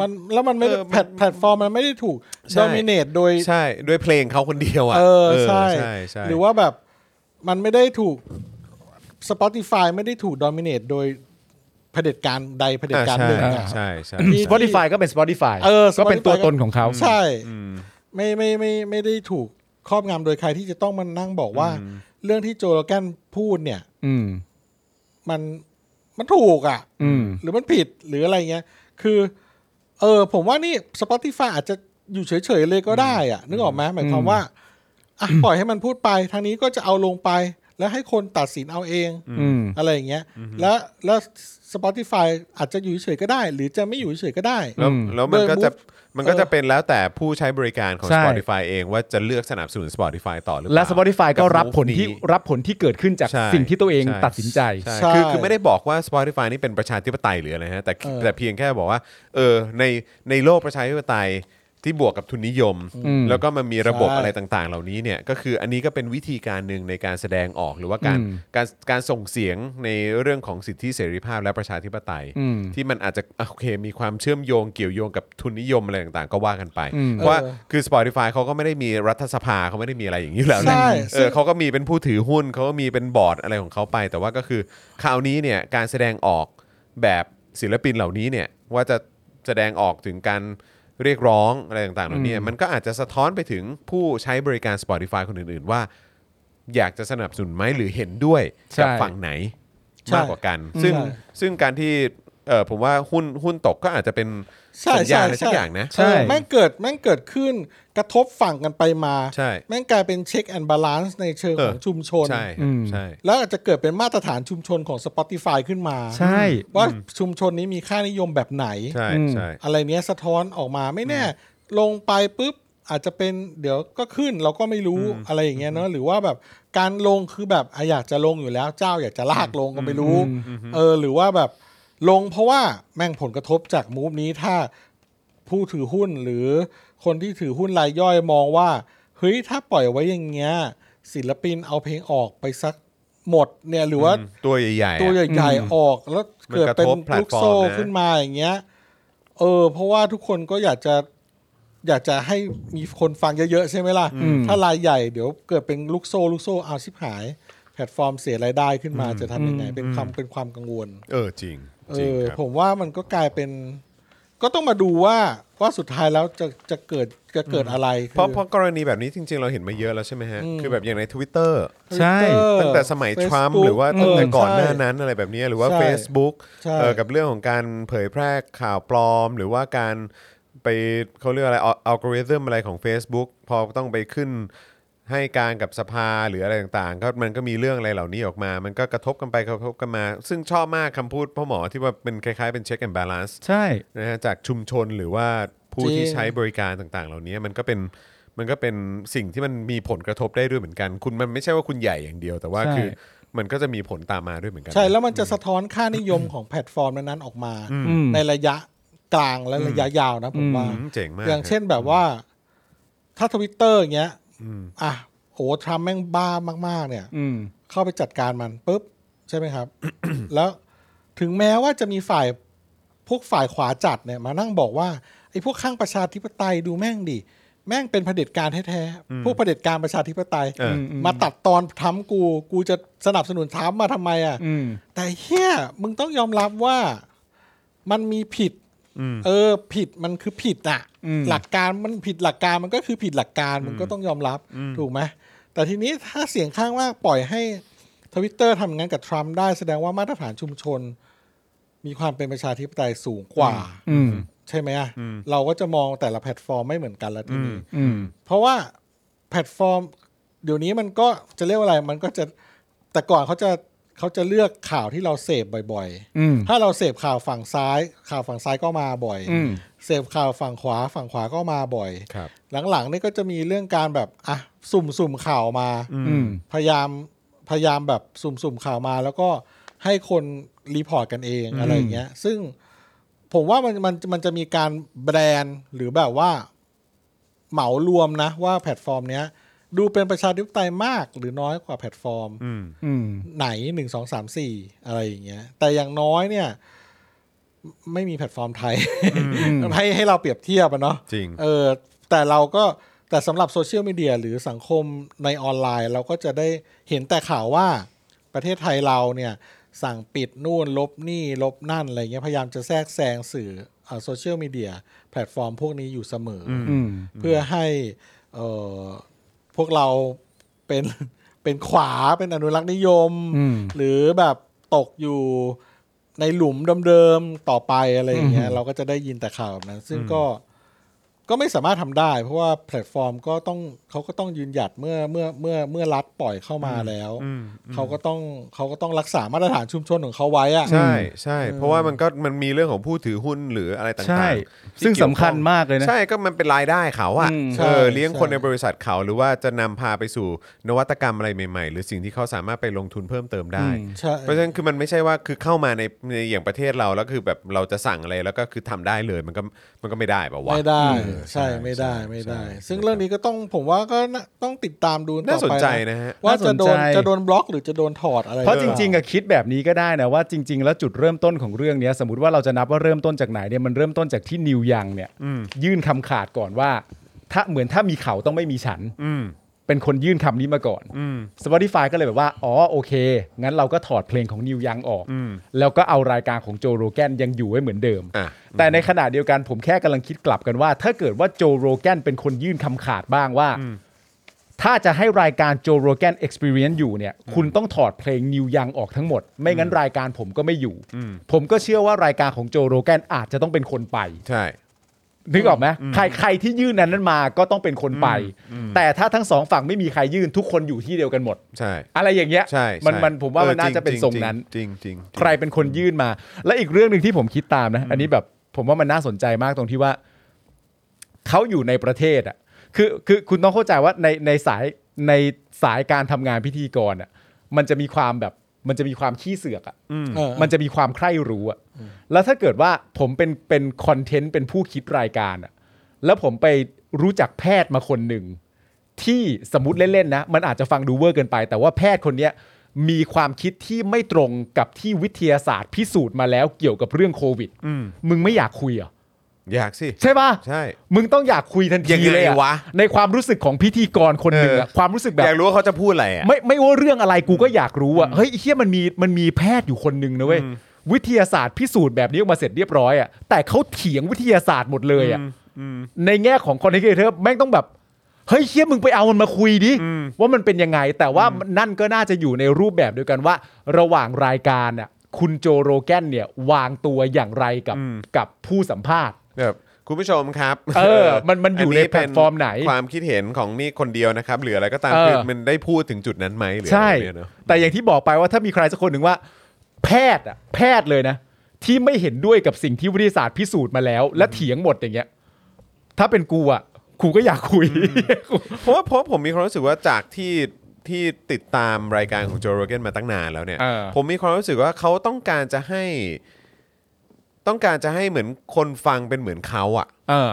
[SPEAKER 3] มันแล้วมันไม่ได้
[SPEAKER 1] เออมัน
[SPEAKER 3] แพลตแพลตฟอร์มมันไม่ได้ถูก
[SPEAKER 1] ใช่
[SPEAKER 3] ด m i เนตโดย
[SPEAKER 1] ใช่ด้วยเพลงเขาคนเดียวอ่ะ
[SPEAKER 3] เออ ใช่
[SPEAKER 1] ใช่ใช่
[SPEAKER 3] หรือว่าแบบมันไม่ได้ถูก Spotify ไม่ได้ถูกด m i เนตโดย เผด็จการใดเผด็จการหนึ่งอะ
[SPEAKER 1] ใช่ใช่
[SPEAKER 3] ที่
[SPEAKER 1] ใช่
[SPEAKER 2] Spotify ก็เป็น Spotify
[SPEAKER 3] เออ
[SPEAKER 2] ก็เป็นตัวตนของเขา
[SPEAKER 3] ใช่
[SPEAKER 1] อืม
[SPEAKER 3] ไม่ไม่ไม่ไม่ได้ถูกครอบงำโดยใครที่จะต้องมานั่งบอกว่า
[SPEAKER 1] อืม
[SPEAKER 3] เรื่องที่โจโรแกนพูดเนี่ย
[SPEAKER 2] อืม
[SPEAKER 3] มันมันถูกอ่ะ
[SPEAKER 2] อืม
[SPEAKER 3] หรือมันผิดหรืออะไรเงี้ย คือ เออ ผมว่านี่ Spotify อาจจะอยู่เฉยๆเลยก็ได้อ่ะ นึกออกไหมหมายความว่าอ่ะปล่อยให้มันพูดไป ทางนี้ก็จะเอาลงไป แล้วให้คนตัดสินเอาเอง
[SPEAKER 2] อืม
[SPEAKER 3] อะไรอย่างเงี้ย แล้วแล้ว Spotify อาจจะอยู่เฉยๆก็ได้ หรือจะไม่อยู่เฉยๆก็ได้
[SPEAKER 1] แล้ว
[SPEAKER 2] อืม
[SPEAKER 1] แล้วมันก็จะมันก็
[SPEAKER 3] เออ
[SPEAKER 1] จะเป็นแล้วแต่ผู้ใช้บริการของ
[SPEAKER 2] ใช่
[SPEAKER 1] Spotify เองว่าจะเลือกสนับสนุน Spotify ต่อหรือเปล่า
[SPEAKER 2] และ Spotify ก็รับผลที่
[SPEAKER 1] กับ move นี้
[SPEAKER 2] รับผลที่เกิดขึ้นจาก
[SPEAKER 1] ใช่
[SPEAKER 2] สิ่งที่ตัวเอง
[SPEAKER 1] ใช่
[SPEAKER 2] ตัดสินใจ
[SPEAKER 1] ใช่
[SPEAKER 3] ใช่
[SPEAKER 1] คือคือไม่ได้บอกว่า Spotify นี่เป็นประชาธิปไตยหรืออะไรฮะแต่
[SPEAKER 3] เออ
[SPEAKER 1] แต่เพียงแค่บอกว่าเออในในโลกประชาธิปไตยที่บวกกับทุนนิยม
[SPEAKER 2] อืม
[SPEAKER 1] แล้วก็มันมีระบบอะไรต่างๆ เหล่านี้เนี่ยก็คืออันนี้ก็เป็นวิธีการหนึ่งในการแสดงออกหรือว่าการ
[SPEAKER 2] อืม
[SPEAKER 1] การการส่งเสียงในเรื่องของสิทธิเสรีภาพและประชาธิปไตย
[SPEAKER 2] อืม
[SPEAKER 1] ที่มันอาจจะอ่ะโอเค มีความเชื่อมโยงเกี่ยวโยงกับทุนนิยมอะไรต่างๆ ก็ว่ากันไป
[SPEAKER 2] อืม
[SPEAKER 1] เพราะว่าคือ Spotify เขาก็ไม่ได้มีรัฐสภาเขาไม่ได้มีอะไรอย่างนี้อยู่แล้วนะ
[SPEAKER 3] ใช่
[SPEAKER 1] เอ
[SPEAKER 3] ซึ่
[SPEAKER 1] อง เขาก็มีเป็นผู้ถือหุ้นเขาก็มีเป็นบอร์ดอะไรของเขาไป แต่ว่าก็คือคราวนี้เนี่ยการแสดงออกแบบศิลปินเหล่านี้เนี่ยว่าจะแสดงออกถึงการเรียกร้องอะไรต่างๆเหล่านี้
[SPEAKER 2] อืม
[SPEAKER 1] มันก็อาจจะสะท้อนไปถึงผู้ใช้บริการ Spotify คนอื่นๆ ว่า อยากจะสนับสนุนไหมหรือเห็นด้วยกับฝั่งไหน
[SPEAKER 3] ใช่
[SPEAKER 1] มากกว่ากัน ซึ่ง
[SPEAKER 3] ใช่
[SPEAKER 1] ซึ่งการที่เออผมว่าหุ้นหุ้นตกก็อาจจะเป็น
[SPEAKER 3] ใช่
[SPEAKER 1] สัญญาณอะ
[SPEAKER 3] ใช่
[SPEAKER 1] ไรสัก
[SPEAKER 3] ใช่
[SPEAKER 1] อย่างนะ
[SPEAKER 2] ใช่
[SPEAKER 3] เออแม่งเกิดแม่งเกิดขึ้นกระทบฝั่งกันไปมา
[SPEAKER 1] ใช่
[SPEAKER 3] แม่งกลายเป็นเช็คแอนด์บาลานซ์ในเชิง
[SPEAKER 1] เออ
[SPEAKER 3] ของชุมชน
[SPEAKER 1] ใช่
[SPEAKER 2] อืม
[SPEAKER 1] ใช่
[SPEAKER 3] แล้วอาจจะเกิดเป็นมาตรฐานชุมชนของ Spotify ขึ้นมา
[SPEAKER 2] ใช่
[SPEAKER 3] ว่าชุมชนนี้มีค่านิยมแบบไหน
[SPEAKER 1] ใช่
[SPEAKER 2] อืม
[SPEAKER 1] ใช่
[SPEAKER 3] อะไรเนี้ยสะท้อนออกมาไม่แน่ ลงไปปุ๊บ อาจจะเป็นเดี๋ยวก็ขึ้นเราก็ไม่รู้อะไรอย่างเงี้ยเนาะหรือว่าแบบการลงคือแบบอ่ะอยากจะลงอยู่แล้วเจ้าอยากจะลากลงก็ไม่รู้ เออ หรือว่าแบบลงเพราะว่าแม่งผลกระทบจากมูฟนี้ถ้าผู้ถือหุ้นหรือคนที่ถือหุ้นรายย่อยมองว่าเฮ้ยถ้าปล่อยไว้อย่างเงี้ยศิลปินเอาเพลงออกไปสักหมดเนี่ยหรือว่า
[SPEAKER 1] อืมตัวใหญ่ๆอะ
[SPEAKER 3] ตัวใหญ่ๆออกแล้วเกิดเป็น
[SPEAKER 1] มันกระทบแพล
[SPEAKER 3] ลู
[SPEAKER 1] ต
[SPEAKER 3] ก
[SPEAKER 1] ฟอร์ม
[SPEAKER 3] โซ่
[SPEAKER 1] นะ
[SPEAKER 3] ขึ้นมาอย่างเงี้ย เออ เพราะว่าทุกคนก็อยากจะอยากจะให้มีคนฟังเยอะๆใช่ไหมล่ะ
[SPEAKER 2] อืม
[SPEAKER 3] ถ้ารายใหญ่เดี๋ยวเกิดเป็นลูกโซ่ลูกโซ่เอาชิบหาย แพลตฟอร์มเสียรายได้ขึ้นมาจะทำยังไงเป็นความเป็นความกังวล
[SPEAKER 1] เออจริง
[SPEAKER 3] เอ
[SPEAKER 1] จริง
[SPEAKER 3] อ
[SPEAKER 1] ครับ
[SPEAKER 3] ผมว่ามันก็กลายเป็น ก็ต้องมาดูว่าว่าสุดท้ายแล้วจะจะเกิดจะเกิดอะไร
[SPEAKER 1] เพราะเพราะกรณีแบบนี้จริง ๆ เราเห็นมาเยอะแล้วใช่ไหมฮะ คือแบบอย่างใน Twitter
[SPEAKER 2] ใช่
[SPEAKER 1] ตั้งแต่สมัยทรัมป์หรือว่าตั้งแต่ก่อนหน้านั้นอะไรแบบนี้หรือว่า
[SPEAKER 3] ใช่
[SPEAKER 1] Facebook
[SPEAKER 3] ใช่
[SPEAKER 1] เอ่อกับเรื่องของการเผยแพร่ข่าวปลอม หรือว่าการไปเขาเรียกอะไรอัลกอริทึมอะไรของ Facebook พอต้องไปขึ้นให้การกับสภาหรืออะไรต่างๆ ก็มันก็มีเรื่องอะไรเหล่านี้ออกมา มันก็กระทบกันไปกระทบกันมา ซึ่งชอบมากคำพูดพ่อหมอที่ว่าเป็นคล้ายๆเป็นเช็คแอนด์บาลานซ์
[SPEAKER 2] ใช่
[SPEAKER 1] นะฮะจากชุมชนหรือว่าผู้
[SPEAKER 3] จริง
[SPEAKER 1] ที่ใช้บริการต่างๆ เหล่านี้มันก็เป็นมันก็เป็นสิ่งที่มันมีผลกระทบได้ด้วยเหมือนกัน คุณมันไม่ใช่ว่าคุณใหญ่อย่างเดียว แต่ว่า
[SPEAKER 2] ใช่
[SPEAKER 1] คือมันก็จะมีผลตามมาด้วยเหมือนกัน
[SPEAKER 3] ใช่แล้วมันจะสะท้อนค่านิยมของแพลตฟอร์มนั้นๆออกมา
[SPEAKER 2] อืม
[SPEAKER 3] ในระยะกลางและระยะยาวนะผมว่า
[SPEAKER 1] อืมเจ๋งมาก
[SPEAKER 3] อย่างเช่นแบบว่า ถ้าทวิตเตอร์อย่างเงี้ยอ่ะโหทรัมป์แม่งบ้ามาก ๆ เนี่ย
[SPEAKER 2] อืม
[SPEAKER 3] เข้าไปจัดการมันปุ๊บ ใช่ไหมครับ แล้วถึงแม้ว่าจะมีฝ่ายพวกฝ่ายขวาจัดเนี่ยมานั่งบอกว่าไอ้พวกข้างประชาธิปไตยดูแม่งดิ แม่งเป็นเผด็จการแท้ๆพวกเผด็จการประชาธิปไตย
[SPEAKER 1] เออ
[SPEAKER 3] มาตัดตอนทรัมป์กู กูจะสนับสนุนทรัมป์มาทำไมอ่ะ
[SPEAKER 2] อืม
[SPEAKER 3] แต่เฮียมึงต้องยอมรับว่ามันมีผิดเออ ผิดมันคือผิดอ่ะ
[SPEAKER 2] อืม
[SPEAKER 3] หลักการมันผิดหลักการมันก็คือผิดหลักการมึงก็ต้องยอมรับถูกไหมแต่ทีนี้ถ้าเสียงข้างมากปล่อยให้ทวิตเตอร์ทำงานกับทรัมป์ได้แสดงว่ามาตรฐานชุมชน มีความเป็นประชาธิปไตยสูงกว่า
[SPEAKER 2] อืม
[SPEAKER 3] ใช่ไหมอ่ะเราก็จะมองแต่ละแพลตฟอร์มไม่เหมือนกันละทีนี้
[SPEAKER 2] อืม
[SPEAKER 3] เพราะว่าแพลตฟอร์ม เดี๋ยวนี้มันก็จะเรียกว่าอะไร มันก็จะแต่ก่อนเขาจะเขาจะเลือกข่าวที่เราเสพบ่อย
[SPEAKER 2] อืม
[SPEAKER 3] ๆ ถ้าเราเสพข่าวฝั่งซ้าย ข่าวฝั่งซ้ายก็มาบ่อย
[SPEAKER 2] อืม
[SPEAKER 3] เสพข่าวฝั่งขวาฝั่งขวาก็มาบ่อย
[SPEAKER 1] ครับ
[SPEAKER 3] หลังๆนี่ก็จะมีเรื่องการแบบอ่ะสุ่มสุ่มข่าวมา
[SPEAKER 2] อืม
[SPEAKER 3] พยายามพยายามแบบสุ่มสุ่มข่าวมา แล้วก็ให้คนรีพอร์ตกันเองอะไรอย่างเงี้ย ซึ่งผมว่ามันมันมันจะมีการแบรนด์หรือแบบว่า เหมารวมนะ ว่าแพลตฟอร์มเนี้ย ดูเป็นประชาธิปไตยมากหรือน้อยกว่าแพลตฟอร์ม
[SPEAKER 1] อืม
[SPEAKER 2] อืม
[SPEAKER 3] ไหนหนึ่งสองสามสี่อะไรอย่างเงี้ย แต่อย่างน้อยเนี่ย ไม่มีแพลตฟอร์มไทย ให้ให้เราเปรียบเทียบอะเนาะ
[SPEAKER 1] จริง
[SPEAKER 3] เออแต่เราก็แต่สำหรับโซเชียลมีเดียหรือสังคมในออนไลน์ เราก็จะได้เห็นแต่ข่าวว่าประเทศไทยเราเนี่ย สั่งปิดนู่นลบนี่ลบนั่นอะไรเงี้ยพยายามจะแทรกแซงสื่อโซเชียลมีเดียแพลตฟอร์มพวกนี้อยู่เสมออ
[SPEAKER 2] อืม
[SPEAKER 3] เพื่อให้เอ่อพวกเราเป็น เป็นขวาเป็นอนุรักษ์นิยม
[SPEAKER 2] อืม
[SPEAKER 3] หรือแบบตกอยู่ในหลุมเดิมๆต่อไปอะไรอย่างเงี้ย
[SPEAKER 2] อืม
[SPEAKER 3] เราก็จะได้ยินแต่ข่าวแบบนั้น ซึ่งก็ก็ไม่สามารถทำได้ เพราะว่าแพลตฟอร์มก็ต้องเขาก็ต้องยืนหยัดเมื่อเมื่อเมื่อเมื่อรัฐปล่อยเข้ามาแล้ว
[SPEAKER 1] อืม
[SPEAKER 3] เขาก็ต้องเขาก็ต้องรักษามาตรฐานชุมชนของเขาไว้อะ
[SPEAKER 1] ใช่ใช่ เพราะว่ามันก็มันมีเรื่องของผู้ถือหุ้นหรืออะไรต่างๆ
[SPEAKER 2] ใช่
[SPEAKER 1] ที่
[SPEAKER 2] ซึ่ง
[SPEAKER 1] เกี่ยว
[SPEAKER 2] สำคัญ
[SPEAKER 1] ข้อ
[SPEAKER 2] มากเลยนะ
[SPEAKER 1] ใช่ก็มันเป็นรายได้เขาอะ
[SPEAKER 2] อืม
[SPEAKER 1] เออ
[SPEAKER 3] ใช่
[SPEAKER 1] เลี้ยง
[SPEAKER 3] ใช่
[SPEAKER 1] คนในบริษัทเขาหรือว่าจะนำพาไปสู่นวัตกรรมอะไรใหม่ ๆ หรือสิ่งที่เขาสามารถไปลงทุนเพิ่มเติมได้
[SPEAKER 3] ใช่
[SPEAKER 1] เพราะฉะนั้นคือมันไม่ใช่ว่าคือเข้ามาในในอย่างประเทศเราแล้วคือแบบเราจะสั่งอะไรแล้วก็คือทำได้เลยมันก็มันก็ไม่ได้ป่าวะ
[SPEAKER 3] ไม่ได้
[SPEAKER 1] เออใช่
[SPEAKER 3] ใช่ไม่ได้
[SPEAKER 1] ใช่
[SPEAKER 3] ไม่ได้
[SPEAKER 1] ใช่
[SPEAKER 3] ซึ่งเรื่องนี้ก็ต้องผมว่าก็น่าต้องติดตามดูต่อไป
[SPEAKER 1] น่าสนใจนะฮะ
[SPEAKER 3] ว่าจะโด
[SPEAKER 2] น่า
[SPEAKER 3] น
[SPEAKER 2] สนใจ
[SPEAKER 3] จะโดนบล็อกหรือจะโดนถอดอะไร
[SPEAKER 2] เพราะจริงๆอะคิดแบบนี้ก็ได้นะว่าจริง ๆ แล้วจุดเริ่มต้นของเรื่องเนี้ยสมมติว่าเราจะนับว่าเริ่มต้นจากไหนเนี่ยมันเริ่มต้นจากที่นิวยังเนี่ยยื่นคำขาดก่อนว่า ถ้าเหมือนถ้ามีเขาต้องไม่มีฉัน
[SPEAKER 1] อืม
[SPEAKER 2] เป็นคนยื่นคำนี้มาก่อน
[SPEAKER 1] อืม
[SPEAKER 2] Spotify ก็เลยแบบว่า อ๋อโอเค งั้นเราก็ถอดเพลงของนิวยังออก
[SPEAKER 1] อืม
[SPEAKER 2] แล้วก็เอารายการของโจโรแกนยังอยู่ไว้เหมือนเดิม
[SPEAKER 1] อ่ะ
[SPEAKER 2] แต่ในขณะเดียวกันผมแค่กำลังคิดกลับกันว่า ถ้าเกิดว่าโจโรแกนเป็นคนยื่นคำขาดบ้างว่า ถ้าจะให้รายการโจโรแกน Experience อยู่เนี่ย คุณต้องถอดเพลงนิวยังออกทั้งหมด ไม่งั้นรายการผมก็ไม่อยู่ ผมก็เชื่อว่ารายการของโจโรแกนอาจจะต้องเป็นคนไป
[SPEAKER 1] ใช่
[SPEAKER 2] นึกออกไหมใครใครที่ยื่นนั้นนั้นมาก็ต้องเป็นคนไป แต่ถ้าทั้งสองฝั่งไม่มีใครยื่นทุกคนอยู่ที่เดียวกันหมด
[SPEAKER 1] ใช่
[SPEAKER 2] อะไรอย่างเงี้ย
[SPEAKER 1] ใช่
[SPEAKER 2] มัน
[SPEAKER 1] ใช่
[SPEAKER 2] มันผมว่า
[SPEAKER 1] ออ
[SPEAKER 2] มันน่าจะเป็นทรงนั้น
[SPEAKER 1] จริงๆจริงๆจริงๆ
[SPEAKER 2] ใครเป็นคนยื่นมา และอีกเรื่องหนึ่งที่ผมคิดตามนะ อันนี้แบบผมว่ามันน่าสนใจมากตรงที่ว่า เขาอยู่ในประเทศอ่ะ คือคือคุณต้องเข้าใจว่าในในสายในสายการทำงานพิธีกรอ่ะ มันจะมีความแบบมันจะมีความขี้เสือกอ่ะ
[SPEAKER 3] เออ
[SPEAKER 2] มันจะมีความใคร่รู้อะแล้วถ้าเกิดว่าผมเป็นเป็นคอนเทนต์เป็นผู้คิดรายการอะแล้วผมไปรู้จักแพทย์มาคนหนึ่ง ที่สมมติเล่น ๆ นะ มันอาจจะฟังดูเวอร์เกินไป แต่ว่าแพทย์คนเนี้ยมีความคิดที่ไม่ตรงกับที่วิทยาศาสตร์พิสูจน์มาแล้วเกี่ยวกับเรื่องโควิด มึงไม่อยากคุยเหรอ
[SPEAKER 1] อยากสิ
[SPEAKER 2] ใช่ปะ
[SPEAKER 1] ใช่
[SPEAKER 2] มึงต้องอยากคุยทัน
[SPEAKER 1] ยั
[SPEAKER 2] ที
[SPEAKER 1] งไง
[SPEAKER 2] เลยอ
[SPEAKER 1] วะ
[SPEAKER 2] ในความรู้สึกของพิธีกรคนหนึ่งอะความรู้สึกแบบ
[SPEAKER 1] อยากรู้ว่าเขาจะพูดอะไรอ่ะ
[SPEAKER 2] ไม่ไม่ว่าเรื่องอะไรกูก็อยากรู้อะเฮ้ยไอ้เฮียมันมีมันมีแพทย์อยู่คนหนึ่งนะเว้ยวิทยาศาสตร์พิสูจน์แบบนี้ออกมาเสร็จเรียบร้อยอะแต่เขาเถียงวิทยาศาสตร์หมดเลยอะในแง่ของคอนเทนเตอร์แม่งต้องแบบเฮ้ยเฮียมึงไปเอามันมาคุยดิว่ามันเป็นยังไง แต่ว่านั่นก็น่าจะอยู่ในรูปแบบเดียวกันว่า ระหว่างรายการอะคุณโจโรแกนเนี่ยวางตัวอย่างไรกับ
[SPEAKER 1] อืม
[SPEAKER 2] กับผู้สัมภาษณ์
[SPEAKER 1] แบบคุณผู้ชมครับ
[SPEAKER 2] เออมันมันอยู่ในแพลตฟอร์มไหน
[SPEAKER 1] ความคิดเห็นของนี่คนเดียวนะครับหรืออะไรก็ตาม
[SPEAKER 2] เออ
[SPEAKER 1] คือมันได้พูดถึงจุดนั้นไหมหรืออะ
[SPEAKER 2] ใช่
[SPEAKER 1] ไรเนี่ยเนอะ
[SPEAKER 2] แต่อย่างที่บอกไปว่าถ้ามีใครสักคนหนึ่งว่า แพทย์อะแพทย์เลยนะ ที่ไม่เห็นด้วยกับสิ่งที่วิทยาศาสตร์พิสูจน์มาแล้ว และเถียงหมดอย่างเงี้ย ถ้าเป็นกูอะกูก็อยากคุย
[SPEAKER 1] เพราะว่าเพราะผมมีความรู้สึกว่าจากที่ที่ติดตามรายการของโจโรเกนมาตั้งนานแล้วเนี่ย
[SPEAKER 2] เออ
[SPEAKER 1] ผมมีความรู้สึกว่าเขาต้องการจะให้ ต้องการจะให้เหมือนคนฟังเป็นเหมือนเขาอะ่ะ
[SPEAKER 2] เออ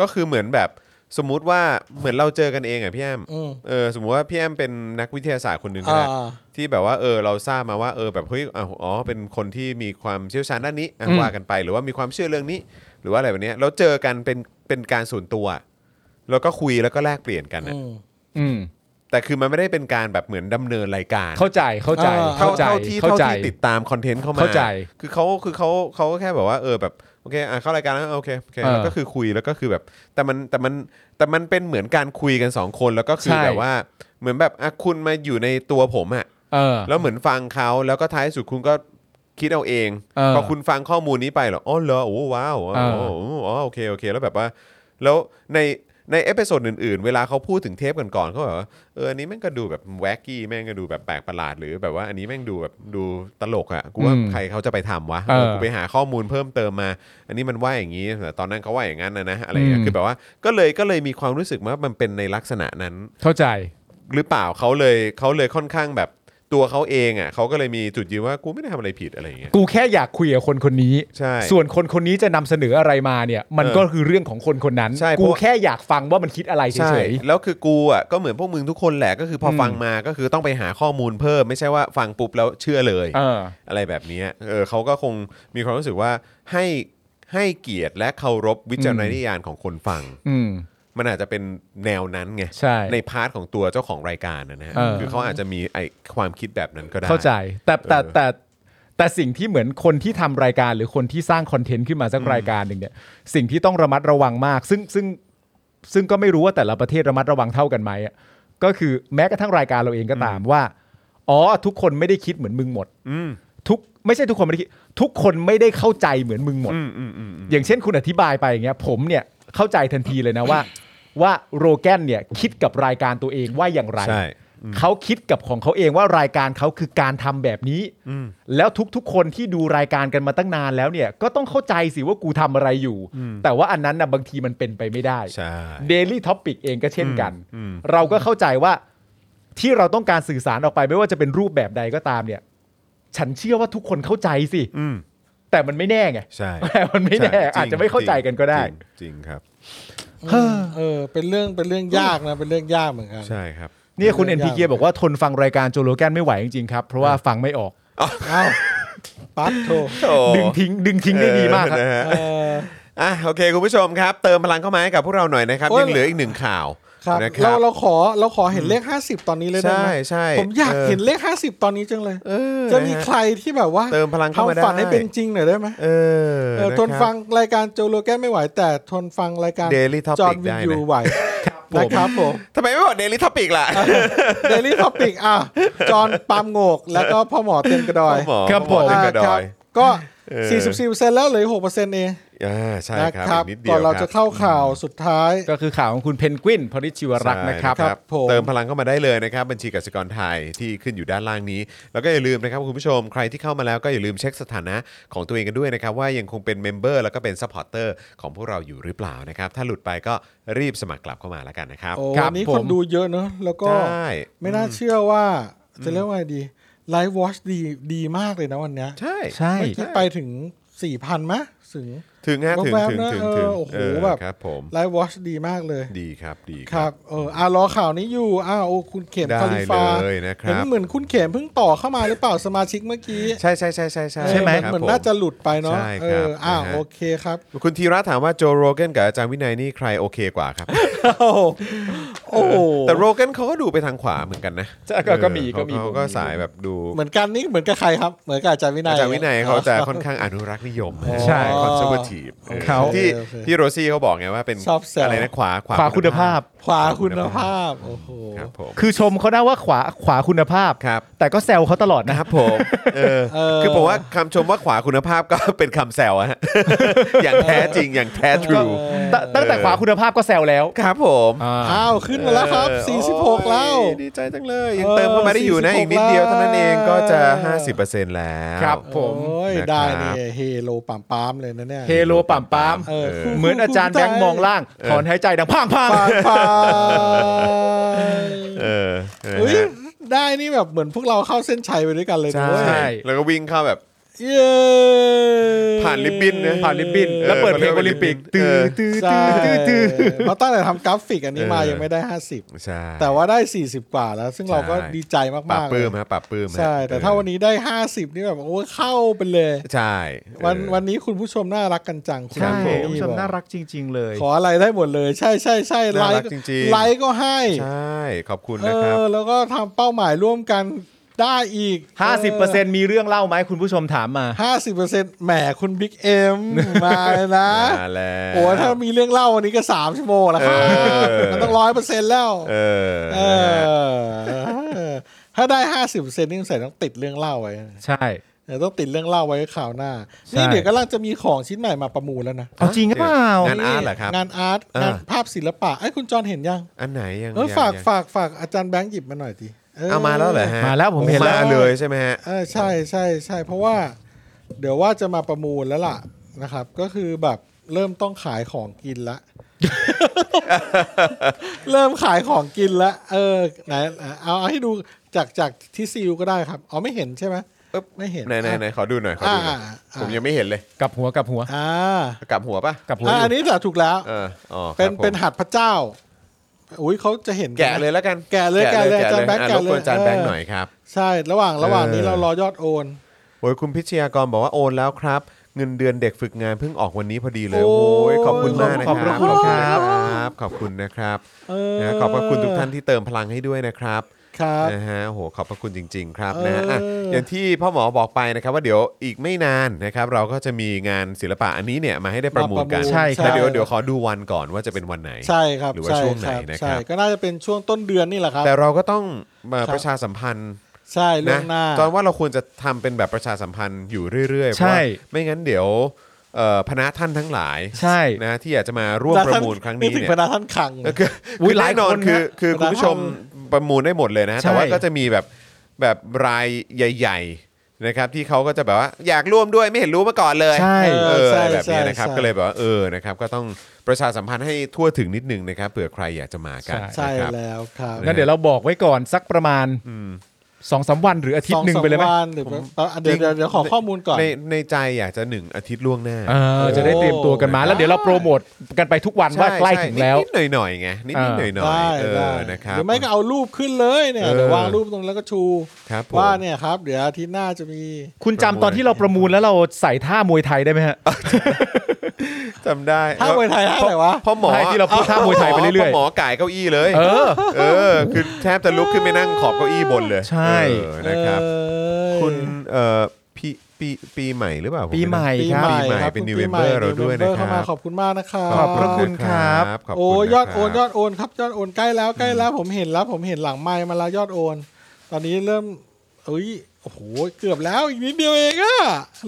[SPEAKER 1] ก็คือเหมือนแบบสมมุติว่าเหมือนเราเจอกันเองอะ่ะพี่แอม
[SPEAKER 3] อืม
[SPEAKER 1] เออสมมุติว่าพี่แอมเป็นนักวิทยาศาสตร์คนหนึ่งก็
[SPEAKER 3] อ่า
[SPEAKER 1] ได้ที่แบบว่าเออเราทราบมาว่าเออแบบเฮ้ยอ้าวอ๋อเป็นคนที่มีความเชี่ยวชาญด้านนี้อ่ะ
[SPEAKER 2] อืม
[SPEAKER 1] ว่ากันไป หรือว่ามีความเชื่อเรื่องนี้ หรือว่าอะไรแบบเนี้ยเราเจอกันเป็นเป็นการส่วนตัวอะแล้วก็คุยแล้วก็แลกเปลี่ยนกันอะ
[SPEAKER 3] อืม
[SPEAKER 2] อืม
[SPEAKER 1] แต่คือมันไม่ได้เป็นการแบบเหมือนดำเนินรายการ
[SPEAKER 2] เข้าใจเข้าใจ
[SPEAKER 3] เออ
[SPEAKER 2] เข้าใจ
[SPEAKER 1] เท่าที่
[SPEAKER 2] เข้า
[SPEAKER 1] เท่า
[SPEAKER 2] ใจ
[SPEAKER 1] ที่ติดตามคอนเทนต์เข้ามา
[SPEAKER 2] เข้าใจ
[SPEAKER 1] คือเขาคือเขาเขาก็แค่แบบว่าเออแบบโอเคอ่ะเข้ารายการแล้วโอเคโอเค
[SPEAKER 2] เออ
[SPEAKER 1] แล้วก็คือคุยแล้วก็คือแบบ แต่มันแต่มันแต่มันเป็นเหมือนการคุยกันสองคนแล้วก็คือ
[SPEAKER 2] ใช่
[SPEAKER 1] แบบว่าเหมือนแบบอ่ะคุณมาอยู่ในตัวผมอะ
[SPEAKER 2] เออ
[SPEAKER 1] แล้วเหมือนฟังเขาแล้วก็ท้ายสุดคุณก็คิดเอาเอง
[SPEAKER 2] เออ
[SPEAKER 1] พอคุณฟังข้อมูลนี้ไปเหรออ๋อเหรอโอ้ว้าว
[SPEAKER 2] เอ
[SPEAKER 1] อ๋อ
[SPEAKER 2] อ
[SPEAKER 1] อ๋อโอเคโอเคแล้วแบบว่า แล้วในในเอพิโซดอื่นๆ เวลาเขาพูดถึงเทปก่อนๆเขาแบบว่าเอออันนี้แม่งก็ดูแบบแวกกี้แม่งก็ดูแบบแปลกประหลาดหรือแบบว่าอันนี้แม่งดูแบบดูตลกอะ่ะกูว่า
[SPEAKER 2] อืม
[SPEAKER 1] ใครเขาจะไปทำวะ
[SPEAKER 2] เออ
[SPEAKER 1] เออกูไปหาข้อมูลเพิ่มเติมมา อันนี้มันว่าอย่างนี้แต่ตอนนั้นเขาว่าอย่างนั้นนะนะอะไรอย่างเงี้ย
[SPEAKER 2] อืม
[SPEAKER 1] คือแบบว่าก็เลยก็เลยมีความรู้สึกว่ามันเป็นในลักษณะนั้น
[SPEAKER 2] เข้าใจ
[SPEAKER 1] หรือเปล่าเขาเลยเขาเลยค่อนข้างแบบตัวเขาเองอะ่ะเขาก็เลยมีจุดยืนว่ากูไม่ได้ทำอะไรผิดอะไรอย่างเงี้ย
[SPEAKER 2] กูแค่อยากคุยกับคนคนนี้
[SPEAKER 1] ใช่
[SPEAKER 2] ส่วนคนคนนี้จะนำเสนออะไรมาเนี่ย มันก็คือเรื่องของคนคนนั้น
[SPEAKER 1] ใช่เพ
[SPEAKER 2] กู
[SPEAKER 1] ราะ
[SPEAKER 2] แค่อยากฟังว่ามันคิดอะไรเฉ
[SPEAKER 1] ใช่
[SPEAKER 2] ย
[SPEAKER 1] แล้วคือกูอ่ะก็เหมือนพวกมึงทุกคนแหละก็คือพออ
[SPEAKER 2] ม
[SPEAKER 1] ฟังมาก็คือต้องไปหาข้อมูลเพิ่มไม่ใช่ว่าฟังปุ๊บแล้วเชื่อเลย
[SPEAKER 2] ๆเออ
[SPEAKER 1] อะไรแบบเนี้ยเออเขาก็คงมีความรู้สึกว่าให้ให้เกียรติและเคารพวิจารณญาณของคนฟัง
[SPEAKER 2] อืม
[SPEAKER 1] มันอาจจะเป็นแนวนั้นไง
[SPEAKER 2] ใช่
[SPEAKER 1] พาร์ทของตัวเจ้าของรายการนะฮะ
[SPEAKER 2] เออ
[SPEAKER 1] คือเขาอาจจะมีไอความคิดแบบนั้นก็ได้
[SPEAKER 2] เข้าใจแต่แต่
[SPEAKER 1] เออ
[SPEAKER 2] แต่ แต่สิ่งที่เหมือนคนที่ทำรายการหรือคนที่สร้างคอนเทนต์ขึ้นมาสักรายการหนึ่งเนี่ยสิ่งที่ต้องระมัดระวังมาก ซึ่งซึ่งซึ่งก็ไม่รู้ว่าแต่ละประเทศระมัดระวังเท่ากันไหมอะก็คือแม้กระทั่งรายการเราเองก็ตามว่าอ๋อทุกคนไม่ได้คิดเหมือนมึงหมด
[SPEAKER 1] อืม
[SPEAKER 2] ทุกไม่ใช่ทุกคนไม่ได้คิดทุกคนไม่ได้เข้าใจเหมือนมึงหมด
[SPEAKER 1] อืมอืมอืมอืม
[SPEAKER 2] อย่างเช่นคุณอธิบายไปอย่างเงี้ยผมเนี่ยเข้าใจทันทีเลยนะว่า ว่าโรแกนเนี่ยคิดกับรายการตัวเองว่าอย่างไร
[SPEAKER 1] ใช่
[SPEAKER 2] เขาคิดกับของเขาเองว่ารายการเขาคือการทำแบบนี้
[SPEAKER 1] อืม
[SPEAKER 2] แล้วทุกๆ คนที่ดูรายการกันมาตั้งนานแล้วเนี่ยก็ต้องเข้าใจสิว่ากูทำอะไรอยู่
[SPEAKER 1] อืม
[SPEAKER 2] แต่ว่าอันนั้นนะบางทีมันเป็นไปไม่ได้
[SPEAKER 1] ใช่
[SPEAKER 2] Daily t o p i c เองก็เช่นกัน
[SPEAKER 1] อืม
[SPEAKER 2] เราก็เข้าใจว่าที่เราต้องการสื่อสารออกไปไม่ว่าจะเป็นรูปแบบใดก็ตามเนี่ย ฉันเชื่อว่าทุกคนเข้าใจสิ
[SPEAKER 1] อืม
[SPEAKER 2] แต่มันไม่แน่ไง
[SPEAKER 1] ใช่
[SPEAKER 2] แต่มันไม่แน่
[SPEAKER 1] ใช่ริง
[SPEAKER 2] อาจจะไม่เข้าใจกันก็ได้
[SPEAKER 1] จริงจริงครับ
[SPEAKER 3] เออ เป็นเรื่องเป็นเรื่องยากนะ เป็นเรื่องยากเหมือนกัน
[SPEAKER 1] ใช่ครับ
[SPEAKER 2] เนี่ยคุณ
[SPEAKER 3] เรื่องยาก
[SPEAKER 2] NPK บอกว่าทนฟังรายการโจโลแกนไม่ไหวจริงๆครับเพราะว่าฟังไม่ออก
[SPEAKER 3] เอ้าปั๊บโท
[SPEAKER 2] ดึงทิ้ง ดึงทิ้งได้ดีมากครับ
[SPEAKER 1] เออนะฮะ
[SPEAKER 3] เออ
[SPEAKER 1] อ่ะโอเค คุณผู้ชมครับ เติมพลังเข้ามาให้กับพวกเราหน่อยนะครับ
[SPEAKER 3] โอ้ย
[SPEAKER 1] ยังเหลืออีกหนึ่งข่าว
[SPEAKER 3] ครับ
[SPEAKER 1] นะค
[SPEAKER 3] เรา
[SPEAKER 1] รับ
[SPEAKER 3] เราขอเราขอเห็นเลข 50 ตอนนี้เลยได้ไหม
[SPEAKER 1] ใช่ใช่
[SPEAKER 3] ผมอยาก
[SPEAKER 1] เออ
[SPEAKER 3] เห็นเลข 50 ตอนนี้จังเลย
[SPEAKER 1] เออ
[SPEAKER 3] จะมี
[SPEAKER 1] นฮ
[SPEAKER 3] ใครที่แบบว่า
[SPEAKER 1] เติมพลังเข้ามาได้
[SPEAKER 3] ทำฝันให้เป็นจริงหน่อยได้ไหม
[SPEAKER 1] เออ
[SPEAKER 3] เออ
[SPEAKER 1] นะค
[SPEAKER 3] ท
[SPEAKER 1] รับ
[SPEAKER 3] นฟังรายการโจโลแกนไม่ไหว แต่ทนฟังรายการ
[SPEAKER 1] Daily Topic
[SPEAKER 3] จอห์นวิ
[SPEAKER 1] ได้
[SPEAKER 3] น
[SPEAKER 1] นะ
[SPEAKER 3] ยูไหวนะครับผม
[SPEAKER 1] ทำไมไม่บอกเดลิทอปิกล่ะ
[SPEAKER 3] เดลี่ท็อปิกอ่ะจอห์นปาล์มโงก แล้วก็พ่อหมอเต็มกระดอย
[SPEAKER 1] พ่อหมอ
[SPEAKER 2] ครับ
[SPEAKER 1] พ่อหมอ
[SPEAKER 2] ผม
[SPEAKER 1] เต็ม
[SPEAKER 3] อ่าก
[SPEAKER 1] ระด
[SPEAKER 3] ค
[SPEAKER 1] อ
[SPEAKER 3] รับ
[SPEAKER 1] ย
[SPEAKER 3] ก็
[SPEAKER 1] เออ
[SPEAKER 3] 44%แล้วเหลือ 6%เอง
[SPEAKER 1] อ่าใช่
[SPEAKER 3] นะครับ ครั
[SPEAKER 1] อีก
[SPEAKER 3] บ
[SPEAKER 1] นิดเดียว
[SPEAKER 3] ก่อนเรา
[SPEAKER 1] คบ
[SPEAKER 3] จะเข้าข่าวสุดท้าย
[SPEAKER 2] ก็คือข่าวของคุณเพนกวินพริชิวรักษ์นะครับ
[SPEAKER 1] ใช่
[SPEAKER 3] ครับผม
[SPEAKER 1] เติมพลังเข้ามาได้เลยนะครับ บัญชีกสิกรไทยที่ขึ้นอยู่ด้านล่างนี้ แล้วก็อย่าลืมนะครับคุณผู้ชมใครที่เข้ามาแล้วก็อย่าลืมเช็คสถานะของตัวเองกันด้วยนะครับ ว่ายังคงเป็นเมมเบอร์แล้วก็เป็นซัพพอร์เตอร์ของพวกเราอยู่หรือเปล่านะครับ ถ้าหลุดไปก็รีบสมัครกลับเข้ามาแล้วกันนะครับ
[SPEAKER 3] โอ้
[SPEAKER 2] ครั
[SPEAKER 3] วั
[SPEAKER 2] บ
[SPEAKER 3] นนี้
[SPEAKER 2] ผม
[SPEAKER 3] คนดูเยอะเนอะแล้วก็
[SPEAKER 1] ใช่
[SPEAKER 3] ไม่น่าเชื่อว่า จะเรียกว่าไงดีไลฟ์วอชดีดีมากเลยนะวันเนี้ย
[SPEAKER 1] ใช่
[SPEAKER 2] ใช่
[SPEAKER 3] เมื่อกี้ไปถึง 4,000มะถึง
[SPEAKER 1] ถึงฮะถึง
[SPEAKER 3] แว๊บ
[SPEAKER 1] ถึง
[SPEAKER 3] ๆนะ
[SPEAKER 1] ถึง
[SPEAKER 3] เออ
[SPEAKER 1] ถึง
[SPEAKER 3] โอ้โห
[SPEAKER 1] เ
[SPEAKER 3] แบบ
[SPEAKER 1] ครับผม
[SPEAKER 3] ไลฟ์วอชดีมากเลย
[SPEAKER 1] ดีครับดี
[SPEAKER 3] ครับเอออ่ารอข่าวนี้อยู่อ้าวโอ้คุณเข็ม
[SPEAKER 1] ได้
[SPEAKER 3] คาลิฟา
[SPEAKER 1] เลยนะค
[SPEAKER 3] เห็น
[SPEAKER 1] รับ
[SPEAKER 3] เหมือนคุณเข็มเพิ่งต่อเข้ามาหรือเปล่าสมาชิกเมื่อกี้
[SPEAKER 1] ใช่ใช่ใช่ใช่ใช่
[SPEAKER 3] ใช่ไหม
[SPEAKER 1] ครับ
[SPEAKER 3] เหมือน
[SPEAKER 1] ผ
[SPEAKER 3] น่าจะหลุดไปเนาะ
[SPEAKER 1] ใช่
[SPEAKER 3] เอ
[SPEAKER 1] ครับ
[SPEAKER 3] ออ่า
[SPEAKER 1] นะฮะ
[SPEAKER 3] โอเคครับ
[SPEAKER 1] คุณธีระถามว่าโจโรเกนกับอาจารย์วินัยนี่ใครโอเคกว่าครับ
[SPEAKER 3] โอ้โห
[SPEAKER 1] แต่โรเกนเขาก็ดูไปทางขวาเหมือนกันนะ
[SPEAKER 2] ใช่ก็ก็มี
[SPEAKER 1] เออ
[SPEAKER 2] ก็มี
[SPEAKER 1] เขาเขาก็สายแบบดู
[SPEAKER 3] เหมือนกันนี่เหมือนกับใครครับ เหมือนกับอาจารย์วินัย
[SPEAKER 1] อาจารย์วินัยเขาจะค่อนข้างอนุรักษ์นิยมนะ
[SPEAKER 2] ใช่
[SPEAKER 1] คอนเซอร์วทีฟ
[SPEAKER 2] เขา
[SPEAKER 1] ที่
[SPEAKER 3] โอเค
[SPEAKER 1] ที่โรซี่เขาบอกไงว่าเป็น
[SPEAKER 3] ชอบแซว
[SPEAKER 1] อะไรนะขวา
[SPEAKER 2] ขวาคุณภาพ
[SPEAKER 3] ขวาคุณภาพโอ้โห
[SPEAKER 1] ครับผม
[SPEAKER 2] คือชมเขาได้ว่าขวาขวาคุณภาพ
[SPEAKER 1] ครับ
[SPEAKER 2] แต่ก็แซวเขาตลอดนะ
[SPEAKER 1] นะครับผมเออ
[SPEAKER 3] เออ
[SPEAKER 1] คือผมว่าคำชมว่าขวาคุณภาพก็ เป็นคำแซวอะฮ ะอย่างแท้จริงอย่างแท้ทรู
[SPEAKER 3] เออ
[SPEAKER 2] ตตั้งแต่ขวาคุณภาพก็แซวแล้ว
[SPEAKER 1] ครับผม
[SPEAKER 2] อ่า
[SPEAKER 3] อ้าวขึ้นมาแล้วครับ
[SPEAKER 1] เออ
[SPEAKER 3] 46 แล้ว
[SPEAKER 1] โอ้ยดีใจจังเลยยัง
[SPEAKER 3] เออ
[SPEAKER 1] เติมเข้ามาได้อยู่นะ
[SPEAKER 3] 46
[SPEAKER 1] อีกนิดเดียวเท่านั้นเองก็จะ
[SPEAKER 3] แล้ว
[SPEAKER 1] 50%แล้ว
[SPEAKER 2] ครับผม
[SPEAKER 3] โอ้ย
[SPEAKER 1] นะครับ
[SPEAKER 3] ได้เนี่ยเฮโลปามปามเลยนะเนี่ย
[SPEAKER 2] เฮโลป่ามปาม
[SPEAKER 3] เออ
[SPEAKER 2] เหมือนอาจารย์แบงค์มองล่าง ถอนหายใจดังพังพัง
[SPEAKER 3] ปามปาม
[SPEAKER 1] เออเออ
[SPEAKER 3] เฮ้ย
[SPEAKER 1] ฮะ
[SPEAKER 3] ได้นี่แบบเหมือนพวกเราเข้าเส้นชัยไปด้วยกันเลยนะเว้ย
[SPEAKER 2] ใช่
[SPEAKER 1] แล้วก็วิ่งเข้าแบบ
[SPEAKER 3] เย้
[SPEAKER 1] ผ่านลิบบิ้นนะ
[SPEAKER 2] ผ่านลิบบิน
[SPEAKER 1] เออ
[SPEAKER 2] แล้วเปิดเพลงโอลิมปิก
[SPEAKER 1] เอ
[SPEAKER 2] ตื้อ
[SPEAKER 1] อ
[SPEAKER 2] ตื้อ
[SPEAKER 3] ใช่
[SPEAKER 2] ตื้อตื้อตื้อ
[SPEAKER 3] เพราะตั้งแต่ทำกราฟิกอันนี้มายังไม่ได้ 50
[SPEAKER 1] ใช่
[SPEAKER 3] แต่ว่าได้ 40 กว่าแล้ว ซึ่งเราก็
[SPEAKER 1] ใช่
[SPEAKER 3] ดีใจ
[SPEAKER 1] ปราบ
[SPEAKER 3] มากๆ
[SPEAKER 1] ปลื้
[SPEAKER 3] เลย
[SPEAKER 1] มฮะปราบปลื้มฮะ
[SPEAKER 3] ใช่ แต่ถ้าวันนี้ได้ 50 นี่แบบโอ้ยเข้าไปเลย
[SPEAKER 1] ใช่
[SPEAKER 3] วัน
[SPEAKER 1] เออ
[SPEAKER 3] วันนี้คุณผู้ชมน่ารักกันจังคุณ
[SPEAKER 2] ใช่
[SPEAKER 1] ผ
[SPEAKER 2] คุณ
[SPEAKER 3] นี่
[SPEAKER 2] ผู้ชม
[SPEAKER 3] บอก
[SPEAKER 2] น่ารักจริง ๆ เลย
[SPEAKER 3] ขออะไรได้หมดเลย ใช่ใช่ใช่ไล
[SPEAKER 1] น่ารัก
[SPEAKER 3] ค์
[SPEAKER 1] จริงๆ
[SPEAKER 3] ไลค์ก็ให้
[SPEAKER 1] ใช่ ขอบคุณ
[SPEAKER 3] เอ
[SPEAKER 1] นะครับ
[SPEAKER 3] อ แล้วก็ทำเป้าหมายร่วมกันได้อีก
[SPEAKER 2] 50%มีเรื่องเล่าไหมคุณผู้ชมถามมา
[SPEAKER 3] ห้าสิบเปอร์เซ็นต์แหมคุณบิ๊กเอ็ม มานะ
[SPEAKER 1] มาแล้ว
[SPEAKER 3] โอ้ถ้ามีเรื่องเล่าวันนี้ก็สามชั่วโมงแล้ว
[SPEAKER 1] เอ
[SPEAKER 3] ครับ
[SPEAKER 1] อ
[SPEAKER 3] มันต้องร้อยเปอร์เซ็นต์แล้ว
[SPEAKER 1] เออ
[SPEAKER 3] เอ
[SPEAKER 1] นะฮะ
[SPEAKER 3] อ ถ้าได้ห้าสิบเซนนี่ใส่ต้องติดเรื่องเล่าไว้
[SPEAKER 2] ใช่
[SPEAKER 3] เดี๋ยวต้องติดเรื่องเล่าไว้ข่าวหน้า
[SPEAKER 2] ใช่
[SPEAKER 3] นี่เดี๋ยวกำลังจะมีของชิ้นใหม่มาประมูลแล้วนะ
[SPEAKER 2] เอาจริงหรือเปล่า
[SPEAKER 1] งานอาร์ตเหรอครับ
[SPEAKER 3] งานอาร์ต
[SPEAKER 1] อ่าง
[SPEAKER 3] งานภาพศิลปะไอ้ยคุณจอนเห็นยัง
[SPEAKER 1] อันไหนยัง
[SPEAKER 3] เออ
[SPEAKER 1] ยัง
[SPEAKER 3] ฝาก
[SPEAKER 1] ยัง
[SPEAKER 3] ฝากฝากอาจารย์แบงค์หยิบมาหน่อยดิ
[SPEAKER 1] เอามาแล้วเหรอฮะ
[SPEAKER 2] มาแล้วผมเห็นแล้ว
[SPEAKER 1] มาเลยใช่ไหมฮะ
[SPEAKER 3] เออใช่ใช่ใช่เพราะว่า เดี๋ยวว่าจะมาประมูลแล้วล่ะนะครับ ก็คือแบบเริ่มต้องขายของกินละ เริ่มขายของกินละเออไหนเอาเอาให้ดูจากจากที่ซีลก็ได้ครับอ๋อไม่เห็นใช่ไหม
[SPEAKER 1] เอ๊บ
[SPEAKER 3] ไม่เห็น
[SPEAKER 1] ไหนไหนไหน
[SPEAKER 3] อ่ะ
[SPEAKER 1] ขอดูหน่อยขอดูหน่อย
[SPEAKER 3] อ่าอ่า
[SPEAKER 1] ผมยังไม่เห็นเลย
[SPEAKER 2] กลับหัวกลับหัว
[SPEAKER 3] อ่าก
[SPEAKER 1] ลับหัวปะ
[SPEAKER 2] กลับหัว
[SPEAKER 3] อ่ะ
[SPEAKER 2] อยู่
[SPEAKER 3] อันนี้แหละถูกแล้ว
[SPEAKER 1] เอออ๋อครับ
[SPEAKER 3] เป็น
[SPEAKER 1] ผม
[SPEAKER 3] เป็นหัดพระเจ้าอุ้ยเขาจะเห็นน
[SPEAKER 1] แกะ
[SPEAKER 3] ไหม
[SPEAKER 1] เลยแล้วกัน
[SPEAKER 3] แกะเลยแกะเลย
[SPEAKER 1] แกะ
[SPEAKER 3] อาจารย์แบงค์
[SPEAKER 1] อ่ะรบกวน
[SPEAKER 3] แกะเลย
[SPEAKER 1] อาจารย์แบงค์
[SPEAKER 3] เออ
[SPEAKER 1] หน่อยครับ
[SPEAKER 3] ใช่ระหว่างระหว่างนี้
[SPEAKER 1] เออ
[SPEAKER 3] เรารอยอดโอน
[SPEAKER 1] โอ้ยคุณพิชยากรบอกว่าโอนแล้วครับ เงินเดือนเด็กฝึกงานเพิ่งออกวันนี้พอดีเลยโอ้ยขอบคุณมากนะค
[SPEAKER 2] ข
[SPEAKER 1] รับ
[SPEAKER 2] อ
[SPEAKER 1] บ
[SPEAKER 2] คุณครับ
[SPEAKER 1] ครับ ขอบคุณนะครับ
[SPEAKER 3] เออ
[SPEAKER 1] นะขอบพระคุณทุกท่านที่เติมพลังให้ด้วยนะครับ
[SPEAKER 3] ครับ
[SPEAKER 1] นะฮะโหขอบพระคุณจริง ๆ ครับ
[SPEAKER 3] เออ
[SPEAKER 1] นะฮะอ่ะอย่างที่พ่อหมอบอกไปนะครับว่าเดี๋ยวอีกไม่นานนะครับเราก็จะมีงานศิลปะอันนี้เนี่ยมาให้ได้ประมูลกัน
[SPEAKER 3] มาประมูล
[SPEAKER 2] ใช่ครับ
[SPEAKER 1] แต่เดี๋ยว
[SPEAKER 3] ใช่
[SPEAKER 1] เดี๋ยวขอดูวันก่อนว่าจะเป็นวันไหน
[SPEAKER 3] ใช่ครับ
[SPEAKER 1] หรือว่า
[SPEAKER 3] ใช่
[SPEAKER 1] ช่วงไหน
[SPEAKER 3] ครับ
[SPEAKER 1] นะครับ
[SPEAKER 3] ใช่ก็น่าจะเป็นช่วงต้นเดือนนี่แหละครับ
[SPEAKER 1] แต่เราก็ต้องมา
[SPEAKER 3] ครั
[SPEAKER 1] ป
[SPEAKER 3] บ
[SPEAKER 1] ระชาสัมพันธ์
[SPEAKER 3] ใช่ล่ว
[SPEAKER 1] นะ
[SPEAKER 3] งหน้า
[SPEAKER 1] ตอนว่าเราควรจะทำเป็นแบบประชาสัมพันธ์อยู่เรื่อยๆเพราะ
[SPEAKER 2] ใช่
[SPEAKER 1] ว่าไม่งั้นเดี๋ยวเอ่อพนะท่านทั้งหลาย
[SPEAKER 2] ใช่
[SPEAKER 1] นะที่อยากจะมาร่วมประมูลครั้งนี้
[SPEAKER 3] ถึง
[SPEAKER 1] เนี่ย
[SPEAKER 3] พนักท่านขัง
[SPEAKER 1] ก็คือ
[SPEAKER 2] อุ๊
[SPEAKER 1] คื
[SPEAKER 2] ย
[SPEAKER 1] อ
[SPEAKER 2] หลา
[SPEAKER 1] แน่
[SPEAKER 2] ย
[SPEAKER 1] นอน
[SPEAKER 2] คนนะ
[SPEAKER 1] คือคือคุณผู้ชมประมูลได้หมดเลยนะ
[SPEAKER 2] ใช่
[SPEAKER 1] แต่ว่าก็จะมีแบบแบบรายใหญ่ ๆนะครับ ที่เขาก็จะแบบว่าอยากร่วมด้วยไม่เห็นรู้มาก่อนเลย
[SPEAKER 2] ใช่
[SPEAKER 1] เออ
[SPEAKER 3] เออใช่
[SPEAKER 1] อะไรแบบนี้นะครับ
[SPEAKER 3] ใช่
[SPEAKER 1] ก็เลยแบบว่าเออนะครับก็ต้องประชาสัมพันธ์ให้ทั่วถึงนิดนึงนะครับเผื่อใครอยากจะมากัน
[SPEAKER 3] ใช่
[SPEAKER 1] นะครับ
[SPEAKER 3] แล้วครับ
[SPEAKER 1] งั้
[SPEAKER 2] งั้นเดี๋ยวเราบอกไว้ก่อนสักประมาณสองสามวันหรืออาทิตย์หนึ่งไปเลยไหม
[SPEAKER 3] สอสาวันหรือเดี๋ยวเดี๋ยวเดี๋ยวขอข้อมูลก่อน
[SPEAKER 1] ในในใจอยากจะหนึ่งอาทิตย์ล่วงหน้า
[SPEAKER 2] เออจะได้เตรียมตัวกันมา แล้วเดี๋ยวเราโปรโมทกันไปทุกวันว่าใกล้ถึงแล้ว
[SPEAKER 1] นิดๆหน่อยๆไงนิดๆหน่อย
[SPEAKER 3] ได้
[SPEAKER 1] ๆเอ
[SPEAKER 3] ได้
[SPEAKER 1] อนะครับ
[SPEAKER 3] หรือไม่ก็เอารูปขึ้นเลยเนี่ย
[SPEAKER 1] เออ
[SPEAKER 3] เดี๋ยววางรูปตรงแล้วก็ชู
[SPEAKER 1] ครับผม
[SPEAKER 3] ว่าเนี่ยครับ เดี๋ยวอาทิตย์หน้าจะมี
[SPEAKER 2] คุณจำตอนที่เราประมูลแล้วเราใส่ท่ามวยไทยได้ไหมฮะ
[SPEAKER 1] จำได้
[SPEAKER 3] ท่ามวยไทยท่าไหนวะ
[SPEAKER 1] พ่อหมอ
[SPEAKER 2] ให้ที่เราพูดท่ามวยไทยไปเรื่อยๆ
[SPEAKER 1] พ่อหมอก่ายเก้าอี้เลย
[SPEAKER 2] เออ
[SPEAKER 1] เออ คือแทบจะลุกขึ้นไปนั่งขอบเก้าอี้บนเลย
[SPEAKER 2] ใช่
[SPEAKER 1] เออนะครับ
[SPEAKER 3] เอ้ย
[SPEAKER 1] คุณ เอ่อปีปีปีใหม่หรือเปล่าผ
[SPEAKER 2] ปีใหม่
[SPEAKER 1] ไรู้
[SPEAKER 3] ปี
[SPEAKER 1] ปีให
[SPEAKER 2] ครับ
[SPEAKER 3] ใหม่
[SPEAKER 1] ม่
[SPEAKER 3] ครับ
[SPEAKER 1] เป็น
[SPEAKER 3] คุณ
[SPEAKER 1] New
[SPEAKER 3] ปีใหม่
[SPEAKER 1] Member เราด้วยนะ
[SPEAKER 3] New
[SPEAKER 1] ค
[SPEAKER 3] Member เข้า
[SPEAKER 1] รั
[SPEAKER 3] มา
[SPEAKER 1] บ
[SPEAKER 3] ขอบคุณมากนะครับ
[SPEAKER 2] ขอบพระคุณ ครับ
[SPEAKER 1] ขบคุณ
[SPEAKER 3] โอ้ยอดโอน
[SPEAKER 1] นะ
[SPEAKER 3] ย
[SPEAKER 1] ค
[SPEAKER 3] อ
[SPEAKER 1] รับ
[SPEAKER 3] ดโอนครับยอดโอนใกล้แล้วใกล้แล้วผมเห็นแล้วผมเห็นหลังไมค์มาแล้วยอดโอน ตอนนี้เริ่มเอ้ยโอ้โหเกือบแล้วอีกนิดเดียวเองอะ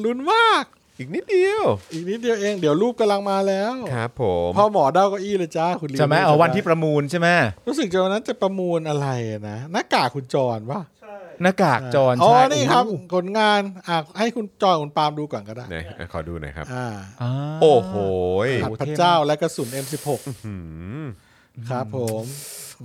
[SPEAKER 3] ลุ้นมาก
[SPEAKER 1] อีกนิดเดียว
[SPEAKER 3] อีกนิดเดียวเองเดี๋ยวรูปกำลังมาแล้ว
[SPEAKER 1] ครับผม
[SPEAKER 3] พ่อหมอเด้าเก้าอี้เลยจ้าคุณลี
[SPEAKER 2] จะไหม
[SPEAKER 3] รู้ก
[SPEAKER 2] เอาวันที่
[SPEAKER 3] ป
[SPEAKER 2] ประ ระมูลใช่ไหม
[SPEAKER 3] รู้สึกจะวันนั้นจะประมูลอะไรนะหน้ากากคุณจรวะ
[SPEAKER 2] หน้ากากจร
[SPEAKER 3] อ๋อ
[SPEAKER 2] ใช่
[SPEAKER 3] นี่ครับผลงานอ่ะให้คุณจรคุณปาล์มดูก่อนก็ได้
[SPEAKER 1] ไหนอ่ะขอดูหน่อยครับ
[SPEAKER 3] อ่า
[SPEAKER 2] อ่า
[SPEAKER 1] โอ้โหย
[SPEAKER 2] โอ้โห
[SPEAKER 3] พระเจ้าและกระสุน
[SPEAKER 1] ห
[SPEAKER 3] M16
[SPEAKER 1] ืม
[SPEAKER 3] ครับผม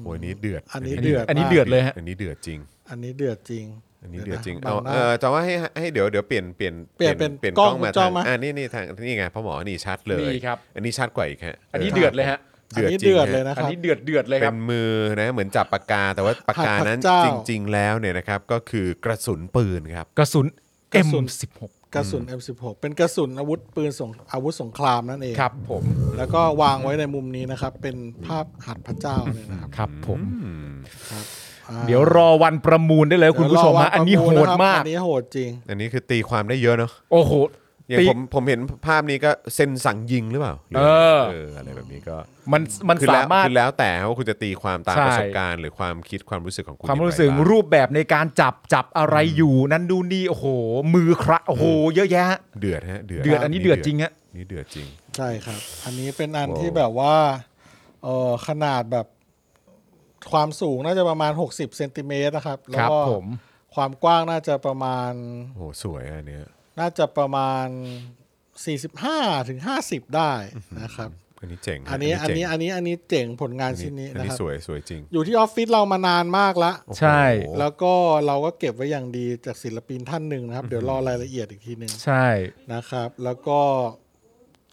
[SPEAKER 1] โอ้ยนี้เดือด
[SPEAKER 3] อันนี้
[SPEAKER 2] อัน
[SPEAKER 3] เดื
[SPEAKER 2] นี้อัน
[SPEAKER 3] อดมาก
[SPEAKER 2] นี้เดือดเลยฮะ
[SPEAKER 1] อันนี้เดือดจริง
[SPEAKER 3] อันนี้เดือดจริง
[SPEAKER 1] อันนี้เดือดจริง
[SPEAKER 3] บ
[SPEAKER 1] เอา
[SPEAKER 3] หน้
[SPEAKER 1] เออจะว่าให้ให้เดี๋ยวเดี๋ยวเปลี่ยนเปลี่ยน
[SPEAKER 3] เปลี่ยนเป็น
[SPEAKER 1] เปลี่ยน
[SPEAKER 3] ก
[SPEAKER 1] กล้
[SPEAKER 3] ล้อ
[SPEAKER 1] อง งมา
[SPEAKER 3] จอ
[SPEAKER 1] ทาง ง
[SPEAKER 3] มา
[SPEAKER 1] อ่านี่นี่ทางนี่ไงพ่อหมอนี่ชัดเลย
[SPEAKER 2] นี่ครับ
[SPEAKER 1] อันนี้ชัดกว่าอีกฮะ
[SPEAKER 2] อันนี้เดือดเลยฮะ
[SPEAKER 3] อันนี้
[SPEAKER 1] จริง
[SPEAKER 3] เดือด
[SPEAKER 1] ฮ
[SPEAKER 3] เลยนะ
[SPEAKER 2] อัน
[SPEAKER 3] ครับ
[SPEAKER 2] นี้เดือดเดือดเลยค
[SPEAKER 1] เป็
[SPEAKER 2] รับ
[SPEAKER 1] นมือนะเหมือนจับปากกาแต่ว่าปากกานั้น
[SPEAKER 3] หัดพระเจ้า
[SPEAKER 1] จริง ๆ แล้วเนี่ยนะครับก็คือกระสุนปืนครับ
[SPEAKER 2] กระสุน
[SPEAKER 3] กระสุน
[SPEAKER 2] M16
[SPEAKER 3] กระสุน M16 เป็นกระสุนอาวุธปืนสงอาวุธสงครามนั่นเอง
[SPEAKER 2] ครับผม
[SPEAKER 3] แล้วก็วางไว้ในมุมนี้นะครับ เป็นภาพหัดพระเจ้าเลยนะครับ
[SPEAKER 2] ครับผม
[SPEAKER 3] อ่า
[SPEAKER 2] เดี๋ยวรอวันประมูลได้เลยคุณผู้ชม
[SPEAKER 3] เดี๋ยวร
[SPEAKER 2] ฮะอันนี้
[SPEAKER 3] ป
[SPEAKER 2] โห
[SPEAKER 3] ระล
[SPEAKER 2] ด
[SPEAKER 3] นะครับ
[SPEAKER 2] มาก
[SPEAKER 3] อันนี้โหดจริง
[SPEAKER 1] อันนี้คือตีความได้เยอะเนาะ
[SPEAKER 2] โอ้โห
[SPEAKER 1] อย่าง
[SPEAKER 2] ตี
[SPEAKER 1] ผมผมเห็นภาพนี้ก็เซ็นสั่งยิงหรือเปล่าหรื
[SPEAKER 2] เออ
[SPEAKER 1] เอออะไรแบบนี้ก็
[SPEAKER 2] มันมัน
[SPEAKER 1] คือแล้
[SPEAKER 2] สาว มารถ
[SPEAKER 1] คือแล้วแต่ว่าคุณจะตีความตาม
[SPEAKER 2] ใช่
[SPEAKER 1] ประสบการณ์ หรือความคิดความรู้สึกของคุณ
[SPEAKER 2] ความรู้สึก
[SPEAKER 1] อย่างไบ้า
[SPEAKER 2] รูปแบบในการจับจับอะไรอยู่นั้นดูนนี่โอ้โห มือครับโอ้โห เยอะแยะ
[SPEAKER 1] เดือดฮะเดือด
[SPEAKER 2] เดือดอันนี้เดือดจริงฮะ
[SPEAKER 1] นี่เดือดจริง
[SPEAKER 3] ใช่ครับ อันนี้เป็นอัน
[SPEAKER 1] โว้ว
[SPEAKER 3] ที่แบบว่าเออขนาดแบบความสูงน่าจะประมาณ 60เซนติเมตรนะครับ แล้ว
[SPEAKER 2] ครับ
[SPEAKER 3] ก็
[SPEAKER 2] ผม
[SPEAKER 3] ความกว้างน่าจะประมาณ
[SPEAKER 1] โอ้โหสวยอะอันเนี้ย
[SPEAKER 3] น่าจะประมาณ 45ถึง50 ได้นะครับ
[SPEAKER 1] อันนี้เจ๋ง
[SPEAKER 3] อันนี้อัน
[SPEAKER 1] เจ๋ง
[SPEAKER 3] นี้อันนี้อันนี้เจ๋งผลงาน
[SPEAKER 1] อันนี้
[SPEAKER 3] ชิ้นนี้
[SPEAKER 1] อัน
[SPEAKER 3] นะ
[SPEAKER 1] นี้
[SPEAKER 3] ครับ
[SPEAKER 1] สวยสวยจริง
[SPEAKER 3] อยู่ที่ออฟฟิศเรามานานมากละ
[SPEAKER 1] โอ้โห
[SPEAKER 2] ใช่
[SPEAKER 3] แล้วก็เราก็เก็บไว้อย่างดีจากศิลปินท่านหนึ่งนะครับ เดี๋ยวรอรายละเอียดอีกทีหนึ่ง
[SPEAKER 2] ใช่
[SPEAKER 3] นะครับ แล้วก็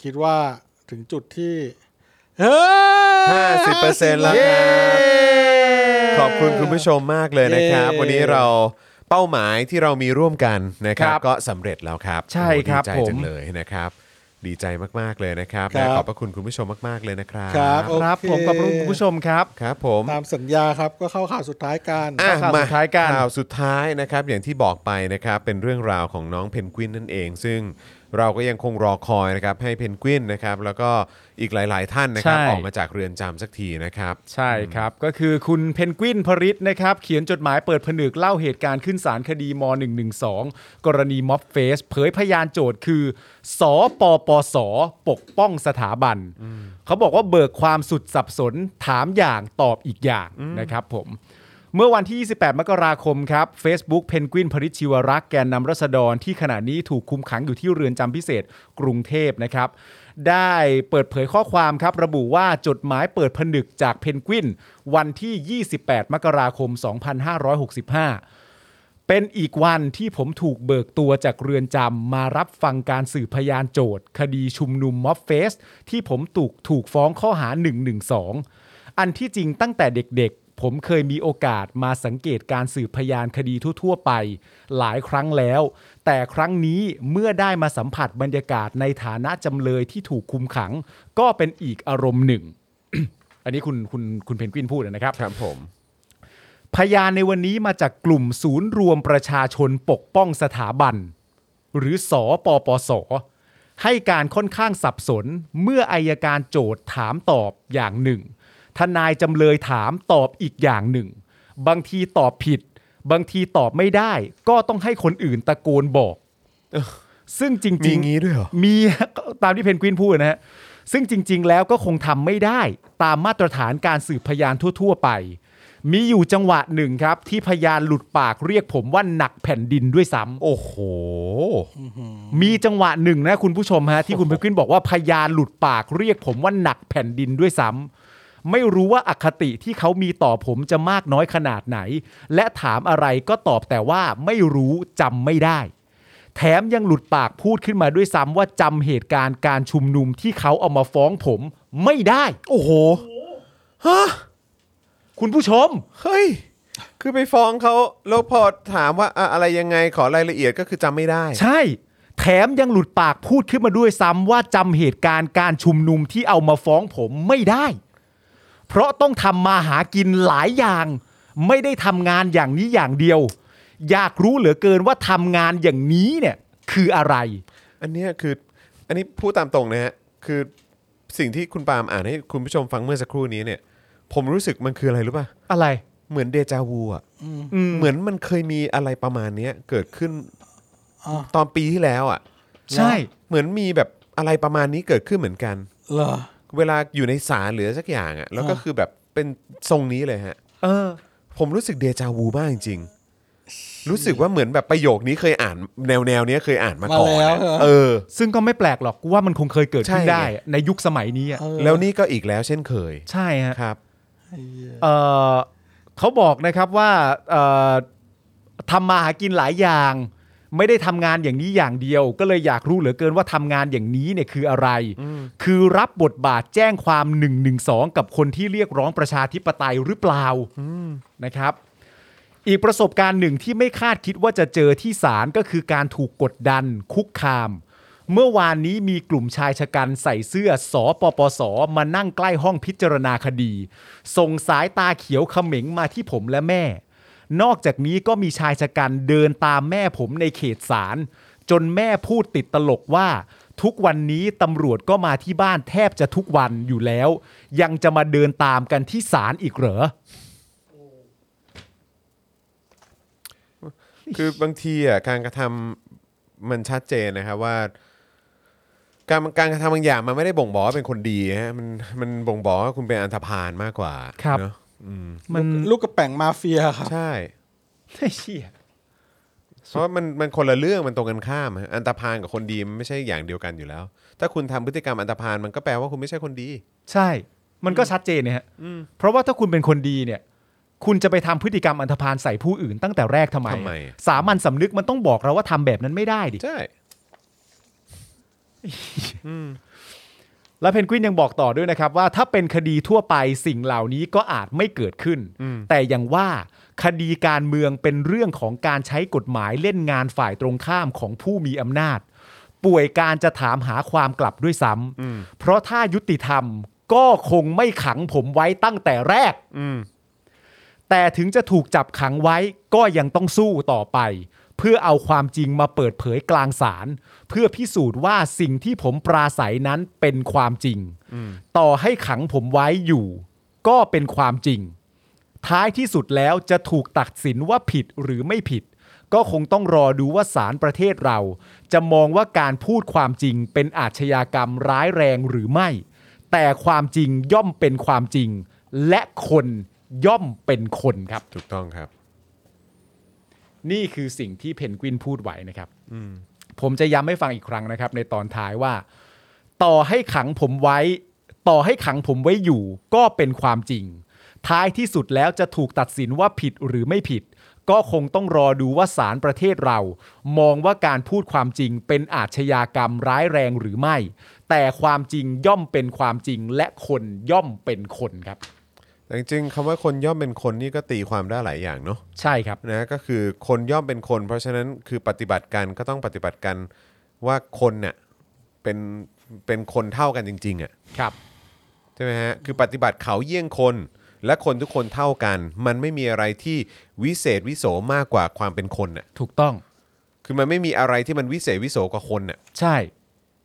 [SPEAKER 3] คิดว่าถึงจุดที่เฮ้
[SPEAKER 1] ห้าสิบเปอร์เซ็นต์แล้วครับ ขอบคุณคุณผู้ชมมากเลยนะครับ
[SPEAKER 3] เย้
[SPEAKER 1] วันนี้เราเป้าหมายที่เรามีร่วมกันนะครับ
[SPEAKER 2] ครับ
[SPEAKER 1] ก็สำเร็จแล้วครับ
[SPEAKER 2] ใช่ครับ
[SPEAKER 1] โอ้โหดีใจจั
[SPEAKER 2] ผม
[SPEAKER 1] งเลยนะครับ ดีใจมากๆเลยนะครับ
[SPEAKER 3] ครับ
[SPEAKER 1] นะขอบพระคุณคุณผู้ชมมากๆเลยนะครับ
[SPEAKER 3] ครับโอ
[SPEAKER 2] ครับผมกับคุณผู้ชมครับ
[SPEAKER 1] ครับผม
[SPEAKER 3] ตามสัญญาครับก็เข้าข่าวสุดท้ายกัน
[SPEAKER 1] อ่ะ
[SPEAKER 2] ข่าวสุดท้ายกัน
[SPEAKER 1] ข่าวสุดท้ายนะครับ อย่างที่บอกไปนะครับ เป็นเรื่องราวของน้องเพนกวินนั่นเอง ซึ่งเราก็ยังคงรอคอยนะครับให้เพนกวินนะครับ แล้วก็อีกหลาย ๆ ท่านนะครับ
[SPEAKER 2] ใช่
[SPEAKER 1] ออกมาจากเรือนจำสักทีนะครับ
[SPEAKER 2] ใช่ครับ ก็คือคุณเพนกวินพริตนะครับ เขียนจดหมายเปิดผนึกเล่าเหตุการณ์ขึ้นศาลคดีม .112 กรณีม็อบเฟสเผยพยานโจทย์คือ สปปส ปกป้องสถาบัน เขาบอกว่าเบิกความสุดสับสนถามอย่างตอบอีกอย่างนะครับผม เมื่อวันที่ 28 มกราคมครับ Facebook เพนกวินพริชชิวรักษ์แกนนำรัษฎรที่ขณะนี้ถูกคุมขังอยู่ที่เรือนจำพิเศษกรุงเทพนะครับ ได้เปิดเผยข้อความครับ ระบุว่าจดหมายเปิดผนึกจากเพนกวิน วันที่ 28 มกราคม 2565 เป็นอีกวันที่ผมถูกเบิกตัวจากเรือนจำมารับฟังการสืบพยานโจทย์ คดีชุมนุมม็อบเฟส ที่ผมถูกถูกฟ้องข้อหา 112 อันที่จริงตั้งแต่เด็กๆ ผมเคยมีโอกาสมาสังเกตการสืบพยานคดีทั่วๆไป หลายครั้งแล้ว แต่ครั้งนี้เมื่อได้มาสัมผัสบรรยากาศในฐานะจำเลยที่ถูกคุมขัง ก็เป็นอีกอารมณ์หนึ่ง อันนี้คุณคุณคุณเพนกวินพูดนะครับ
[SPEAKER 1] ครับผม
[SPEAKER 2] พยานในวันนี้มาจากกลุ่มศูนย์รวมประชาชนปกป้องสถาบัน หรือสอปปส ให้การค่อนข้างสับสนเมื่ออายการโจทย์ถามตอบอย่างหนึ่ง ทนายจำเลยถามตอบอีกอย่างหนึ่ง บางทีตอบผิด บางทีตอบไม่ได้ ก็ต้องให้คนอื่นตะโกนบอก ซึ่งจ
[SPEAKER 1] มี
[SPEAKER 2] ริง ๆ
[SPEAKER 1] งี้ด้วยเหรอ
[SPEAKER 2] มี ตามที่เพนกวินพูดนะฮะ ซึ่งจริง ๆ แล้วก็คงทำไม่ได้ตามมาตรฐานการสืบพยานทั่ว ๆ ไป มีอยู่จังหวะหนึ่งครับ ที่พยานหลุดปากเรียกผมว่าหนักแผ่นดินด้วยซ้ำ
[SPEAKER 1] โอ้โห
[SPEAKER 2] มีจังหวะหนึ่งนะคุณผู้ชมฮ ะที่คุณเพนกวินบอกว่าพยานหลุดปากเรียกผมว่าหนักแผ่นดินด้วยซ้ำไม่รู้ว่าอคติที่เขามีต่อผมจะมากน้อยขนาดไหน และถามอะไรก็ตอบแต่ว่าไม่รู้จำไม่ได้ แถมยังหลุดปากพูดขึ้นมาด้วยซ้ำว่าจำเหตุการณ์การชุมนุมที่เขาเอามาฟ้องผมไม่ได้
[SPEAKER 1] โอ้โห ฮะ
[SPEAKER 2] คุณผู้ชม
[SPEAKER 1] เฮ้ย คือไปฟ้องเขาแล้วพอถามว่าอะอะไรยังไงขอรายละเอียดก็คือจำไม่ได้
[SPEAKER 2] ใช่ แถมยังหลุดปากพูดขึ้นมาด้วยซ้ำว่าจำเหตุการณ์การชุมนุมที่เอามาฟ้องผมไม่ได้ เพราะต้องทำมาหากินหลายอย่าง ไม่ได้ทำงานอย่างนี้อย่างเดียว อยากรู้เหลือเกินว่าทำงานอย่างนี้เนี่ยคืออะไร
[SPEAKER 1] อันเนี้ยคือ อันนี้พูดตามตรงนะฮะ คือสิ่งที่คุณปาล์มอ่านให้คุณผู้ชมฟังเมื่อสักครู่นี้เนี่ย ผมรู้สึกมันคืออะไรรู้ป่ะ
[SPEAKER 2] อะไร
[SPEAKER 1] เหมือนเดจาวูอ่ะ
[SPEAKER 2] อืม
[SPEAKER 1] เหมือนมันเคยมีอะไรประมาณเนี้ยเกิดขึ้น
[SPEAKER 3] อ๋อ
[SPEAKER 1] ตอนปีที่แล้วอ่ะ
[SPEAKER 2] ใช่
[SPEAKER 1] เหมือนมีแบบอะไรประมาณนี้เกิดขึ้นเหมือนกัน
[SPEAKER 3] เหรอ
[SPEAKER 1] เวลาอยู่ในศาลหรือสักอย่างอ่ะ แล้วก็
[SPEAKER 3] อ่า
[SPEAKER 1] คือแบบเป็นทรงนี้เลยฮะ
[SPEAKER 2] เออ
[SPEAKER 1] ผมรู้สึกเดจาวูบ้างจริงๆรู้สึกว่าเหมือนแบบประโยคนี้เคยอ่านแนวแนวๆเนี้ยเคยอ่านมาก่อน
[SPEAKER 3] มาแล้ว
[SPEAKER 1] นะ
[SPEAKER 3] เหรอ
[SPEAKER 1] เออ
[SPEAKER 2] ซึ่งก็ไม่แปลกหรอกว่ามันคงเคยเกิดขึ้น
[SPEAKER 1] ใช่ไง
[SPEAKER 2] ได้อะในยุคสมัยนี้อะ
[SPEAKER 3] เออ
[SPEAKER 1] แล้วนี่ก็อีกแล้วเช่นเคย
[SPEAKER 2] ใช่ฮะ
[SPEAKER 1] ครับ
[SPEAKER 3] ไอ้เหี้ย
[SPEAKER 2] เอ่อเขาบอกนะครับว่าเอ่อทำมาหากินหลายอย่าง ไม่ได้ทำงานอย่างนี้อย่างเดียว ก็เลยอยากรู้เหลือเกินว่าทำงานอย่างนี้เนี่ยคืออะไร คือรับบทบาทแจ้งความ 112 กับคนที่เรียกร้องประชาธิปไตยหรือเปล่านะครับ อีกประสบการณ์หนึ่งที่ไม่คาดคิดว่าจะเจอที่ศาลก็คือการถูกกดดัน คุกคาม เมื่อวานนี้มีกลุ่มชายชะกันใส่เสื้อสอปปส มานั่งใกล้ห้องพิจารณาคดี ส่งสายตาเขียวเขม็งมาที่ผมและแม่ นอกจากนี้ก็มีชายชะกันเดินตามแม่ผมในเขตศาลจนแม่พูดติดตลกว่า ทุกวันนี้ตำรวจก็มาที่บ้านแทบจะทุกวันอยู่แล้ว ยังจะมาเดินตามกันที่ศาลอีกเหรอ
[SPEAKER 1] คือบางทีอ่ะการกระทำมันชัดเจนนะครับว่า การการกระทำบางอย่างมันไม่ได้บ่งบอกว่าเป็นคนดีฮะมันมันบ่งบอกว่าคุณเป็นอันธพาลมากกว่า
[SPEAKER 2] ครับ
[SPEAKER 1] เนอะ
[SPEAKER 2] มัน
[SPEAKER 3] ลูกกระแป่งมาเฟียครับ
[SPEAKER 1] ใช่
[SPEAKER 2] ไอ้เชี่ย
[SPEAKER 1] เพราะมันมันคนละเรื่องมันตรงกันข้ามฮะอันธพาลกับคนดีมันไม่ใช่อย่างเดียวกันอยู่แล้ว ถ้าคุณทำพฤติกรรมอันธพาลมันก็แปลว่าคุณไม่ใช่คนดี
[SPEAKER 2] ใช่ มันก็ชัดเจนเนี่ยฮะเพราะว่าถ้าคุณเป็นคนดีเนี่ย คุณจะไปทำพฤติกรรมอันธพาลใส่ผู้อื่นตั้งแต่แรกทำไม
[SPEAKER 1] ทำไม
[SPEAKER 2] สามัญสำนึกมันต้องบอกเราว่าทำแบบนั้นไม่ได้ดิ
[SPEAKER 1] ใช่
[SPEAKER 2] และเพนกวินยังบอกต่อด้วยนะครับว่าถ้าเป็นคดีทั่วไปสิ่งเหล่านี้ก็อาจไม่เกิดขึ้น แต่อย่างว่าคดีการเมืองเป็นเรื่องของการใช้กฎหมายเล่นงานฝ่ายตรงข้ามของผู้มีอำนาจ ป่วยการจะถามหาความกลับด้วยซ้ำเพราะถ้ายุติธรรมก็คงไม่ขังผมไว้ตั้งแต่แรก แต่ถึงจะถูกจับขังไว้ก็ยังต้องสู้ต่อไป เพื่อเอาความจริงมาเปิดเผยกลางศาลเพื่อพิสูจน์ว่าสิ่งที่ผมปราศัยนั้นเป็นความจริง ต่อให้ขังผมไว้อยู่ ก็เป็นความจริง ท้ายที่สุดแล้วจะถูกตัดสินว่าผิดหรือไม่ผิด ก็คงต้องรอดูว่าศาลประเทศเรา จะมองว่าการพูดความจริงเป็นอาชญากรรมร้ายแรงหรือไม่ แต่ความจริงย่อมเป็นความจริง และคนย่อมเป็นคนครับ
[SPEAKER 1] ถูกต้องครับ
[SPEAKER 2] นี่คือสิ่งที่เพนกวินพูดไว้นะครับ ผมจะย้ำให้ฟังอีกครั้งนะครับ ในตอนท้ายว่า ต่อให้ขังผมไว้ ต่อให้ขังผมไว้อยู่ ก็เป็นความจริง ท้ายที่สุดแล้วจะถูกตัดสินว่าผิดหรือไม่ผิด ก็คงต้องรอดูว่าศาลประเทศเรา มองว่าการพูดความจริงเป็นอาชญากรรมร้ายแรงหรือไม่ แต่ความจริงย่อมเป็นความจริงและคนย่อมเป็นคนครับ
[SPEAKER 1] แต่จริงๆคำว่าคนย่อมเป็นคนนี่ก็ตีความได้หลายอย่างเนาะ
[SPEAKER 2] ใช่ครับ
[SPEAKER 1] นะก็คือคนย่อมเป็นคน เพราะฉะนั้นคือปฏิบัติกันก็ต้องปฏิบัติกันว่าคนเนี่ยเป็นเป็นคนเท่ากันจริงๆอ่ะ
[SPEAKER 2] ครับ
[SPEAKER 1] ใช่ไหมฮะคือปฏิบัติเขาเยี่ยงคน และคนทุกคนเท่ากัน มันไม่มีอะไรที่วิเศษวิโสมากกว่าความเป็นคนน่ะ
[SPEAKER 2] ถูกต้อง
[SPEAKER 1] คือมันไม่มีอะไรที่มันวิเศษวิโสกว่าคนน่ะ
[SPEAKER 2] ใช่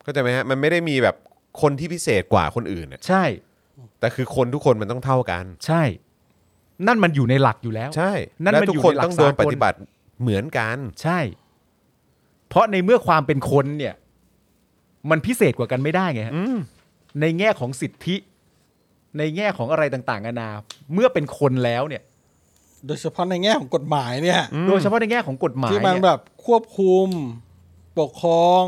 [SPEAKER 1] เข้าใจไหมฮะมันไม่ได้มีแบบคนที่พิเศษกว่าคนอื่นน่ะ
[SPEAKER 2] ใช่
[SPEAKER 1] แต่คือคนทุกคนมันต้องเท่ากัน
[SPEAKER 2] ใช่ นั่นมันอยู่ในหลักอยู่แล้ว
[SPEAKER 1] ใช่
[SPEAKER 2] นั่น
[SPEAKER 1] และ
[SPEAKER 2] มัน
[SPEAKER 1] ทุก
[SPEAKER 2] อยู่
[SPEAKER 1] คน
[SPEAKER 2] ในหลัก
[SPEAKER 1] ต้องโดน
[SPEAKER 2] สากล
[SPEAKER 1] ปฏิบัติเหมือนกัน
[SPEAKER 2] ใช่ เพราะในเมื่อความเป็นคนเนี่ย มันพิเศษกว่ากันไม่ได้ไงฮะ
[SPEAKER 1] อืม
[SPEAKER 2] ในแง่ของสิทธิ ในแง่ของอะไรต่างๆนานาเมื่อเป็นคนแล้วเนี่ย
[SPEAKER 3] โดยเฉพาะในแง่ของกฎหมายเนี่ย
[SPEAKER 2] โดยเฉพาะในแง่ของกฎหมาย
[SPEAKER 3] ที่มัน
[SPEAKER 2] เนี่ย
[SPEAKER 3] แบบควบคุมปกครอง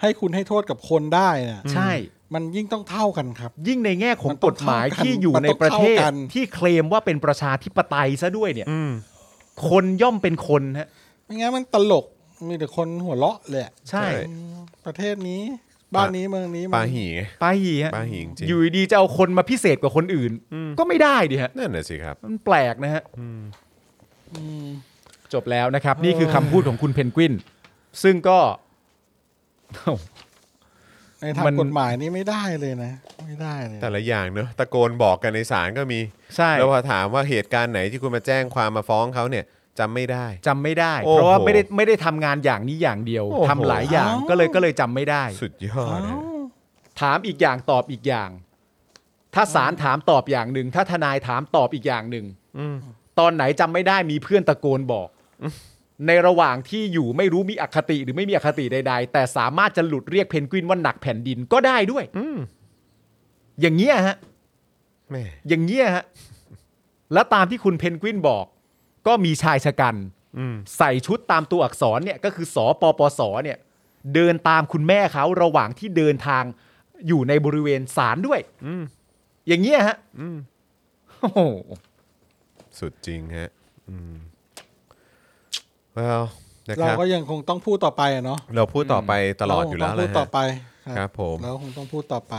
[SPEAKER 3] ให้คุณให้โทษกับคนได้น่ะ
[SPEAKER 2] ใช่
[SPEAKER 3] มันยิ่งต้องเท่ากันครับ
[SPEAKER 2] ยิ่งในแง่ของกฎหมาย
[SPEAKER 3] มันต้องเท่ากัน
[SPEAKER 2] ที่อยู่
[SPEAKER 3] มัน
[SPEAKER 2] ใน
[SPEAKER 3] ต้อง
[SPEAKER 2] ประเทศ
[SPEAKER 3] เท่ากัน
[SPEAKER 2] ที่เคลมว่าเป็นประชาธิปไตยซะด้วยเนี่ย
[SPEAKER 1] อืม
[SPEAKER 2] คนย่อมเป็นคนฮะ
[SPEAKER 3] ไม่งั้นมันตลกมีแต่คนหัวเราะเลยอะ
[SPEAKER 2] ใช่
[SPEAKER 3] อืมประเทศนี้บ้านนี้เมืองนี้มัน
[SPEAKER 1] ปาหีไง
[SPEAKER 2] ไปาหีฮะ
[SPEAKER 1] ปาหีจริง
[SPEAKER 2] อยู่ดีๆจะเอาคนมาพิเศษกว่าคนอื่น
[SPEAKER 1] อืม
[SPEAKER 2] ก็ไม่ได้ดิฮะ
[SPEAKER 1] นั่นน่ะสิครับ
[SPEAKER 2] มันแปลกนะฮะ
[SPEAKER 3] อืม
[SPEAKER 2] จบแล้วนะครับ นี่คือคำพูดของคุณเพนกวิน ซึ่งก็
[SPEAKER 3] ในทาง
[SPEAKER 2] มัน
[SPEAKER 3] กฎหมายนี่ไม่ได้เลยนะ ไม่ได้เลย
[SPEAKER 1] แต่ละอย่างเนอะตะโกนบอกกันในศาลก็มี
[SPEAKER 2] ใช่
[SPEAKER 1] แล้วพอถามว่าเหตุการณ์ไหนที่คุณมาแจ้งความมาฟ้องเขาเนี่ยจำไม่ได้
[SPEAKER 2] จำไม่ได้
[SPEAKER 1] โอ้โห
[SPEAKER 2] เพราะว่าไม่ได้ไม่ได้ทำงานอย่างนี้อย่างเดียว
[SPEAKER 1] โอ้โห
[SPEAKER 2] ทำหลายอย่างก็เลยก็เลยจำไม่ได้
[SPEAKER 1] สุดยอ
[SPEAKER 3] อ้า
[SPEAKER 1] ดนะ
[SPEAKER 3] ว
[SPEAKER 2] ถามอีกอย่างตอบอีกอย่าง ถ้าศาลถามตอบอย่างหนึ่ง ถ้าทนายถามตอบอีกอย่างหนึ่ง
[SPEAKER 1] อืม
[SPEAKER 2] ตอนไหนจำไม่ได้มีเพื่อนตะโกนบอก ในระหว่างที่อยู่ไม่รู้มีอคติหรือไม่มีอคติใด ๆ แต่สามารถจะหลุดเรียกเพนกวินว่าหนักแผ่นดินก็ได้ด้วย
[SPEAKER 1] อืม
[SPEAKER 2] อย่างเงี้ยฮะ
[SPEAKER 1] แม่
[SPEAKER 2] อย่างเงี้ยฮะ และตามที่คุณเพนกวินบอก ก็มีชายชะกัน
[SPEAKER 1] อืม
[SPEAKER 2] ใส่ชุดตามตัวอักษรเนี่ยก็คือสอปปสเนี่ย เดินตามคุณแม่เขาระหว่างที่เดินทางอยู่ในบริเวณศาลด้วย
[SPEAKER 1] อืม
[SPEAKER 2] อย่างเงี้ยฮะ
[SPEAKER 1] อืม
[SPEAKER 2] โอ้โห
[SPEAKER 1] สุดจริงฮะอืม well นะค
[SPEAKER 3] เรา
[SPEAKER 1] รับ
[SPEAKER 3] ก็ยังคงต้องพูดต่อไปอะเนาะ
[SPEAKER 1] เราพูดต่อไปตลอดอยู่แล้ว
[SPEAKER 3] เราคงต้ง
[SPEAKER 1] เลยฮะ
[SPEAKER 3] พูดต่อไป
[SPEAKER 1] ครับผม
[SPEAKER 3] เราคงต้องพูดต่อไป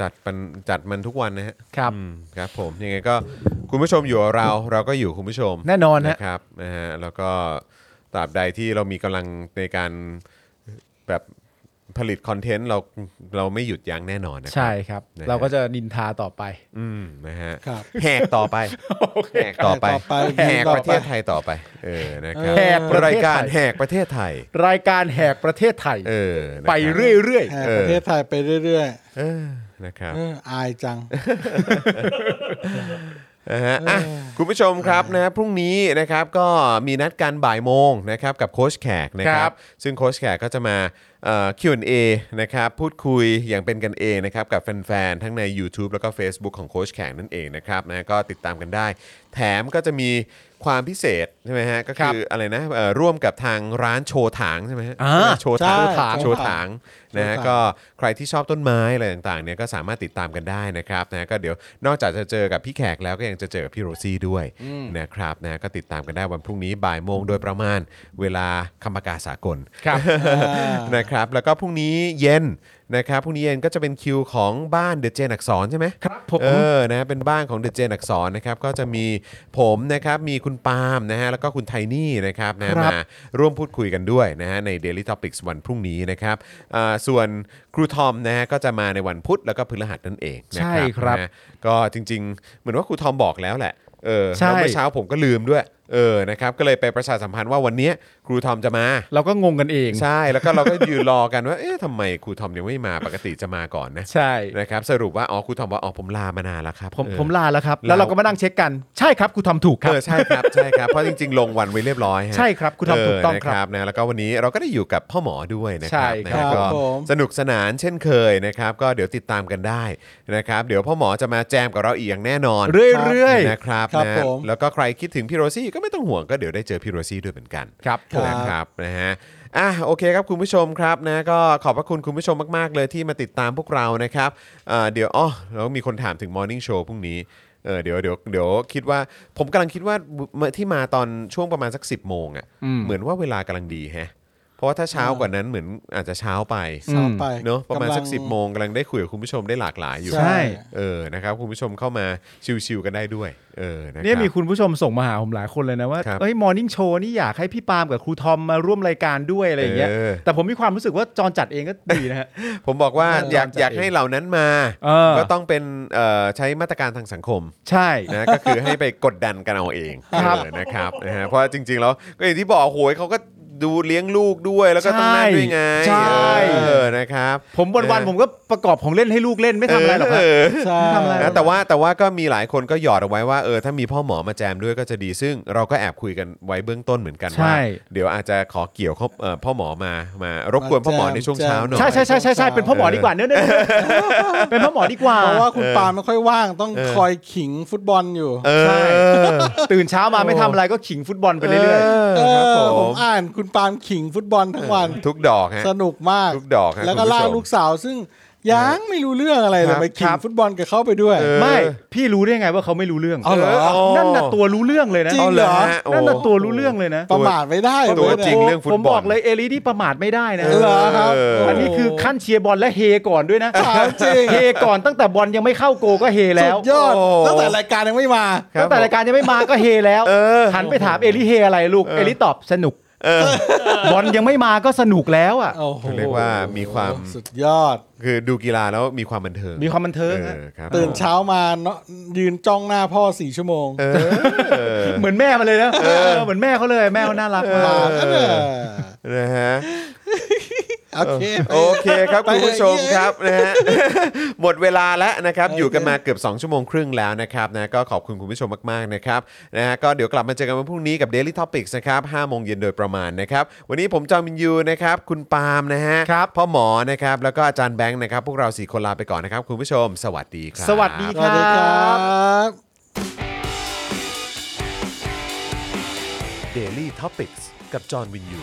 [SPEAKER 1] จัดมันจัดมันทุกวันนะฮะ
[SPEAKER 2] ครับ
[SPEAKER 1] อืมครับผมยังไงก็คุณผู้ชมอยู่กับเราเราก็อยู่คุณผู้ชม
[SPEAKER 2] แน่นอนฮะ
[SPEAKER 1] นะครับนะฮะแล้วก็ตราบใดที่เรามีกำลังในการแบบผลิตคอนเทนต์เราเราไม่หยุดยั้งแน่นอนนะครั
[SPEAKER 2] ใช่ครับ
[SPEAKER 1] นะฮะ
[SPEAKER 2] เราก็จะนินทาต่อไป
[SPEAKER 1] อืมนะฮะ
[SPEAKER 3] ครับ
[SPEAKER 1] แหกต่อไปแหกต่อไป
[SPEAKER 3] แหก
[SPEAKER 1] แหก
[SPEAKER 3] ต่อไปต่อ
[SPEAKER 1] ป
[SPEAKER 3] ไป
[SPEAKER 1] ระเทศไทยต่อไป เออนะครับ
[SPEAKER 2] แหกประเทศไทย
[SPEAKER 1] รายการแหกประเทศไทย
[SPEAKER 2] รายการแหกประเทศไทย
[SPEAKER 1] เออนะครับ
[SPEAKER 2] ไปเรื่อย
[SPEAKER 3] แห่ประเทศไทยไปเรื่อย
[SPEAKER 1] เออนะครับ
[SPEAKER 3] ๆเอออายจัง
[SPEAKER 1] นะฮะอ่ะคุณผู้ชมครับนะพรุ่งนี้นะครับก็มีนัดกันบ่ายโมงนะครับกับโค้ชแขกนะค
[SPEAKER 2] ครั
[SPEAKER 1] รับบ ซึ่งโค้ชแขกก็จะมาเอ่อ Q&A นะครับพูดคุยอย่างเป็นกันเองนะครับกับแฟนๆ ทั้งใน YouTube แล้วก็ Facebook ของโค้ชแขกนั่นเองนะครับนะก็ติดตามกันได้ แถมก็จะมีความพิเศษใช่ไหมฮะก็
[SPEAKER 2] ครั
[SPEAKER 1] คื
[SPEAKER 2] บ
[SPEAKER 1] ออะไรนะเอ่อร่วมกับทางร้านโชว์ถางใช่ไหมฮะ
[SPEAKER 2] อ่า
[SPEAKER 1] ใช่ไหมโชว์ถาง
[SPEAKER 3] ใช่
[SPEAKER 1] โชว์ถางนะฮะ
[SPEAKER 3] โชว์ถาง
[SPEAKER 1] ก็ ก็ใครที่ชอบต้นไม้อะไรต่างๆเนี่ยก็สามารถติดตามกันได้นะครับนะก็เดี๋ยวนอกจากจะเจอกับพี่แขกแล้วก็ยังจะเจอกับพี่โรซี่ด้วยนะครับนะก็ติดตามกันได้วันพรุ่งนี้บ่ายโมงโดยประมาณเวลาคำประกาศสากล
[SPEAKER 2] ครับ
[SPEAKER 1] นะครับแล้วก็พรุ่งนี้เย็นนะครับพรุ่งนี้เย็นก็จะเป็นคิวของบ้านเดอะเจนอักษรใช่ไหม
[SPEAKER 2] ๆ ครับผม
[SPEAKER 1] เออ นะ เป็นบ้านของเดอะเจนอักษรนะครับ ก็จะมีผม นะครับ มีคุณปาล์มนะฮะ แล้วก็คุณไทนี่นะครับ นะ
[SPEAKER 2] ครับ
[SPEAKER 1] มาร่วมพูดคุยกันด้วยนะฮะ ใน Daily Topics วันพรุ่งนี้นะครับอ่าส่วนครูทอมนะฮะ ก็จะมาในวันพุธแล้วก็พฤหัสนั่นเองนะ
[SPEAKER 2] ใช่
[SPEAKER 1] ครับ
[SPEAKER 2] ครับ
[SPEAKER 1] นะก็จริง ๆ เหมือนว่าครูทอมบอกแล้วแหละ เออ
[SPEAKER 2] ใช่
[SPEAKER 1] แล้วเมื่อเช้าผมก็ลืมด้วย เออ นะครับ ก็เลยไปประชาสัมพันธ์ว่าวันเนี้ยครูทอมจะมา
[SPEAKER 2] เราก็งงกันเอง
[SPEAKER 1] ใช่ แล้วก็เราก็ยืนรอกันว่า เอ๊ะทำไมครูทอมยังไม่มา ปกติจะมาก่อนนะ
[SPEAKER 2] ใช่
[SPEAKER 1] นะครับ สรุปว่า อ๋อ ครูทอมว่า อ๋อ ผมลามานานแล้วครับ
[SPEAKER 2] ผม
[SPEAKER 1] เออ
[SPEAKER 2] ผมลาแล้วครับ แล้วเราก็มานั่งเช็คกันใช่ครับครูทำถูกครับ
[SPEAKER 1] เออใช่ครับ ใช่ครับ เพราะจริงๆ ลงวันไว้เรียบร้อยฮะ
[SPEAKER 2] ใช่ครับคุณทำถูกต้อง
[SPEAKER 1] เนะ
[SPEAKER 2] ครับ
[SPEAKER 1] นะแล้วก็วันนี้เราก็ได้อยู่กับพ่อหมอด้วยนะครั
[SPEAKER 2] ใช่
[SPEAKER 1] นะครับ ก็
[SPEAKER 3] ผม
[SPEAKER 1] สนุกสนานเช่นเคยนะครับ ก็เดี๋ยวติดตามกันได้นะครับ เดี๋ยวพ่อหมอจะมาแจมกับเราอีกอย่างแน่นอน
[SPEAKER 2] เรื่อยๆ
[SPEAKER 1] นะครับ
[SPEAKER 3] ครับ
[SPEAKER 1] นะ
[SPEAKER 3] ผม
[SPEAKER 1] แล้วก็ใครคิดถึงพี่โรซี่ก็ไม่ต้องห่วงก็เดี๋ยวได้เจอพี่โรซี่ด้วยเหมือนกัน
[SPEAKER 2] ครับผม
[SPEAKER 1] นะครับนะฮะอ่ะโอเคครับคุณผู้ชมครับนะก็ขอบพระคุณคุณผู้ชมมากๆ เลยที่มาติดตามพวกเรานะครับเอ่อเดี๋ยวอ๋อแล้วมีคนถามถึง Morning Show พรุ่งนี้เออเดี๋ยวเดี๋ยวเดี๋ยวคิดว่าผมกำลังคิดว่าที่มาตอนช่วงประมาณสัก 10 โมงอะ่ะ
[SPEAKER 2] อืม
[SPEAKER 1] เหมือนว่าเวลากำลังดีแฮะ เพราะว่าถ้าเช้ากว่านั้นเหมือนอาจจะเช้าไป
[SPEAKER 2] อืม
[SPEAKER 3] สาวไป
[SPEAKER 1] เนอะประมาณ
[SPEAKER 3] ำลัง
[SPEAKER 1] สักสิบโมงกำลังได้คุยกับคุณผู้ชมได้หลากหลายอยู่
[SPEAKER 2] ใช่
[SPEAKER 1] เออนะครับคุณผู้ชมเข้ามาชิวๆกันได้ด้วย เออนะครับ
[SPEAKER 2] เนี่ยมีคุณผู้ชมส่งมาหาผมหลายคนเลยนะว่า
[SPEAKER 1] ครับ
[SPEAKER 2] เอ้ยมอร์นิ่งโชว์นี่อยากให้พี่ปาล์มกับครูทอมมาร่วมรายการด้วยอะไรอย่างเงี้ย
[SPEAKER 1] เออ
[SPEAKER 2] แต่ผมมีความรู้สึกว่าจอนจัดเองก็ดีนะฮะ
[SPEAKER 1] ผมบอกว่า
[SPEAKER 2] เอออย
[SPEAKER 1] อากอยากให้เหล่านั้นมา
[SPEAKER 2] เออ
[SPEAKER 1] ก็ต้องเป็นเอ่อใช้มาตรการทางสังคม
[SPEAKER 2] ใช่
[SPEAKER 1] นะก็คือให้ไปกดดันกันเอาเอง
[SPEAKER 2] ครับ
[SPEAKER 1] เออนะครับนะฮะเพราะจริงๆแล้วก็อย่างที่บอกโหยเขาก็ดูเลี้ยงลูกด้วยแล้วก็ต้องนั่งด้วยไง
[SPEAKER 2] ใช่
[SPEAKER 1] เออนะครับ
[SPEAKER 2] ผมวันๆผมก็ประกอบของเล่นให้ลูกเล่นไม่ทำอะไรหรอก
[SPEAKER 1] เ
[SPEAKER 2] ฮะ
[SPEAKER 3] ใช่
[SPEAKER 2] ทำอะไร
[SPEAKER 1] นะแต่ว่าแต่ว่าก็มีหลายคนก็หยอดเอาไว้ว่าเออถ้ามีพ่อหมอมาแจมด้วยก็จะดีซึ่งเราก็แอบคุยกันไว้เบื้องต้นเหมือนกัน
[SPEAKER 2] ใช่
[SPEAKER 1] ว่าเดี๋ยวอาจจะขอเกี่ยวเข้าเอ่อพ่อหมอมามารบกวนพ่อหมอในช่วงเช้าหน่อย
[SPEAKER 2] ใช่ใช่ใช่ใช่ใช่เป็นพ่อหมอดีกว่าเนื้อะเนอะเนอะเป็นพ่อหมอดีกว่า
[SPEAKER 3] เพราะว่าคุณปาล์มไม่ค่อยว่างต้องคอยขิงฟุตบอลอยู่
[SPEAKER 1] เออ
[SPEAKER 2] ใช่ ตื่นเช้ามาไม่ทำอะไรก็ขิงฟุตบอลไปเรื่อย
[SPEAKER 1] เอ
[SPEAKER 3] เอ
[SPEAKER 1] อครับ
[SPEAKER 3] อ
[SPEAKER 1] ผ
[SPEAKER 3] ผม
[SPEAKER 1] ม
[SPEAKER 3] อ่านคุณปาล์มขิงฟุตบอลทั้งวัน
[SPEAKER 1] ทุกดอกฮะ
[SPEAKER 3] สนุกมาก
[SPEAKER 1] ทุกดอกฮะ
[SPEAKER 3] แล้วก็
[SPEAKER 1] คุณผู้ชม
[SPEAKER 3] ลากลูกสาวซึ่งยังไม่รู้เรื่องอะไรเล
[SPEAKER 1] ครั
[SPEAKER 3] ย
[SPEAKER 1] บ
[SPEAKER 3] ไปขิ
[SPEAKER 1] ค
[SPEAKER 3] ง
[SPEAKER 1] รับ
[SPEAKER 3] ฟุตบอลกับเข้าไปด้วย
[SPEAKER 1] เออ
[SPEAKER 2] ๆ ไม่ พี่รู้ได้ไงว่าเขาไม่รู้เรื่อง
[SPEAKER 3] เอาเหรอ
[SPEAKER 2] นั่นน่ะตัวรู้เรื่องเลยนะ
[SPEAKER 3] จริงเหรอ
[SPEAKER 1] ฮะโอ้
[SPEAKER 2] นั่นน่ะตัวรู้เรื่องเลยนะ
[SPEAKER 3] ประมาทไม่ได้
[SPEAKER 1] ตัว
[SPEAKER 3] เยเนี่ย
[SPEAKER 1] จริง เอฟุตบอล
[SPEAKER 2] ผมบอกเลยเอลิที่ประมาทไม่ได้นะ
[SPEAKER 3] เหรอครับ
[SPEAKER 1] เ
[SPEAKER 2] อันนี้คือขั้นเชียร์บอลและเฮก่อนด้วยนะ
[SPEAKER 3] ถามจริง
[SPEAKER 2] เฮก่อนตั้งแต่บอลยังไม่เข้าโกก็เฮ
[SPEAKER 3] สุ
[SPEAKER 2] แล้ว
[SPEAKER 3] ดยอด
[SPEAKER 1] โอ้
[SPEAKER 3] ตั้งแต่รายการยังไม่มา
[SPEAKER 1] ครับ
[SPEAKER 2] ตั้งแต่รายการยังไม่มาก็เฮแล้ว
[SPEAKER 1] เออ
[SPEAKER 2] หันไปถามเอลิเฮอะไรลูกเอลิตอบสนุกบอลยังไม่มาก็สนุกแล้วอ่ะ
[SPEAKER 3] โอ้โห
[SPEAKER 1] เรียกว่ามีความ
[SPEAKER 3] สุดยอด
[SPEAKER 1] คือดูกีฬาแล้วมีความบันเทิง
[SPEAKER 2] มีความบันเทิงฮะ
[SPEAKER 1] ออครับ
[SPEAKER 3] ตื่นเช้ามาเนาะยืนจ้องหน้าพ่อสี่ชั่วโมง
[SPEAKER 1] เออ
[SPEAKER 2] เหมือนแม่มาเลยนะเออเหมือนแม่เขาเลยแม่เขาน่ารักมาก
[SPEAKER 3] มาก็เนี่ย
[SPEAKER 1] นะฮะ
[SPEAKER 3] โอเค
[SPEAKER 1] โอเคครับ
[SPEAKER 3] ไป
[SPEAKER 1] คุณ
[SPEAKER 3] เลย
[SPEAKER 1] ผู้ชมครับนะ ฮะ หมดเวลาแล้วนะครับ
[SPEAKER 3] โอเค
[SPEAKER 1] อยู่กันมาเกือบ 2 ชั่วโมงครึ่งแล้วนะครับนะก็ขอบคุณคุณผู้ชมมาก ๆ นะครับนะฮะก็เดี๋ยวกลับมาเจอกันวันพรุ่งนี้กับ Daily Topics นะครับ5โมงเย็นโดยประมาณนะครับ วันนี้ผมจอมินยูนะครับ คุณปาล์มนะฮะครับพ่อหมอนะครับ แล้วก็อาจารย์แบงค์นะครับ พวกเราสี่คนลาไปก่อนนะครับ คุณผู้ชม สวัสดีครับ
[SPEAKER 2] สวัสดี
[SPEAKER 3] ส
[SPEAKER 2] ค
[SPEAKER 3] วัส
[SPEAKER 2] รั
[SPEAKER 3] ดีครับ บ
[SPEAKER 1] Daily Topics กับจอห์นวินยู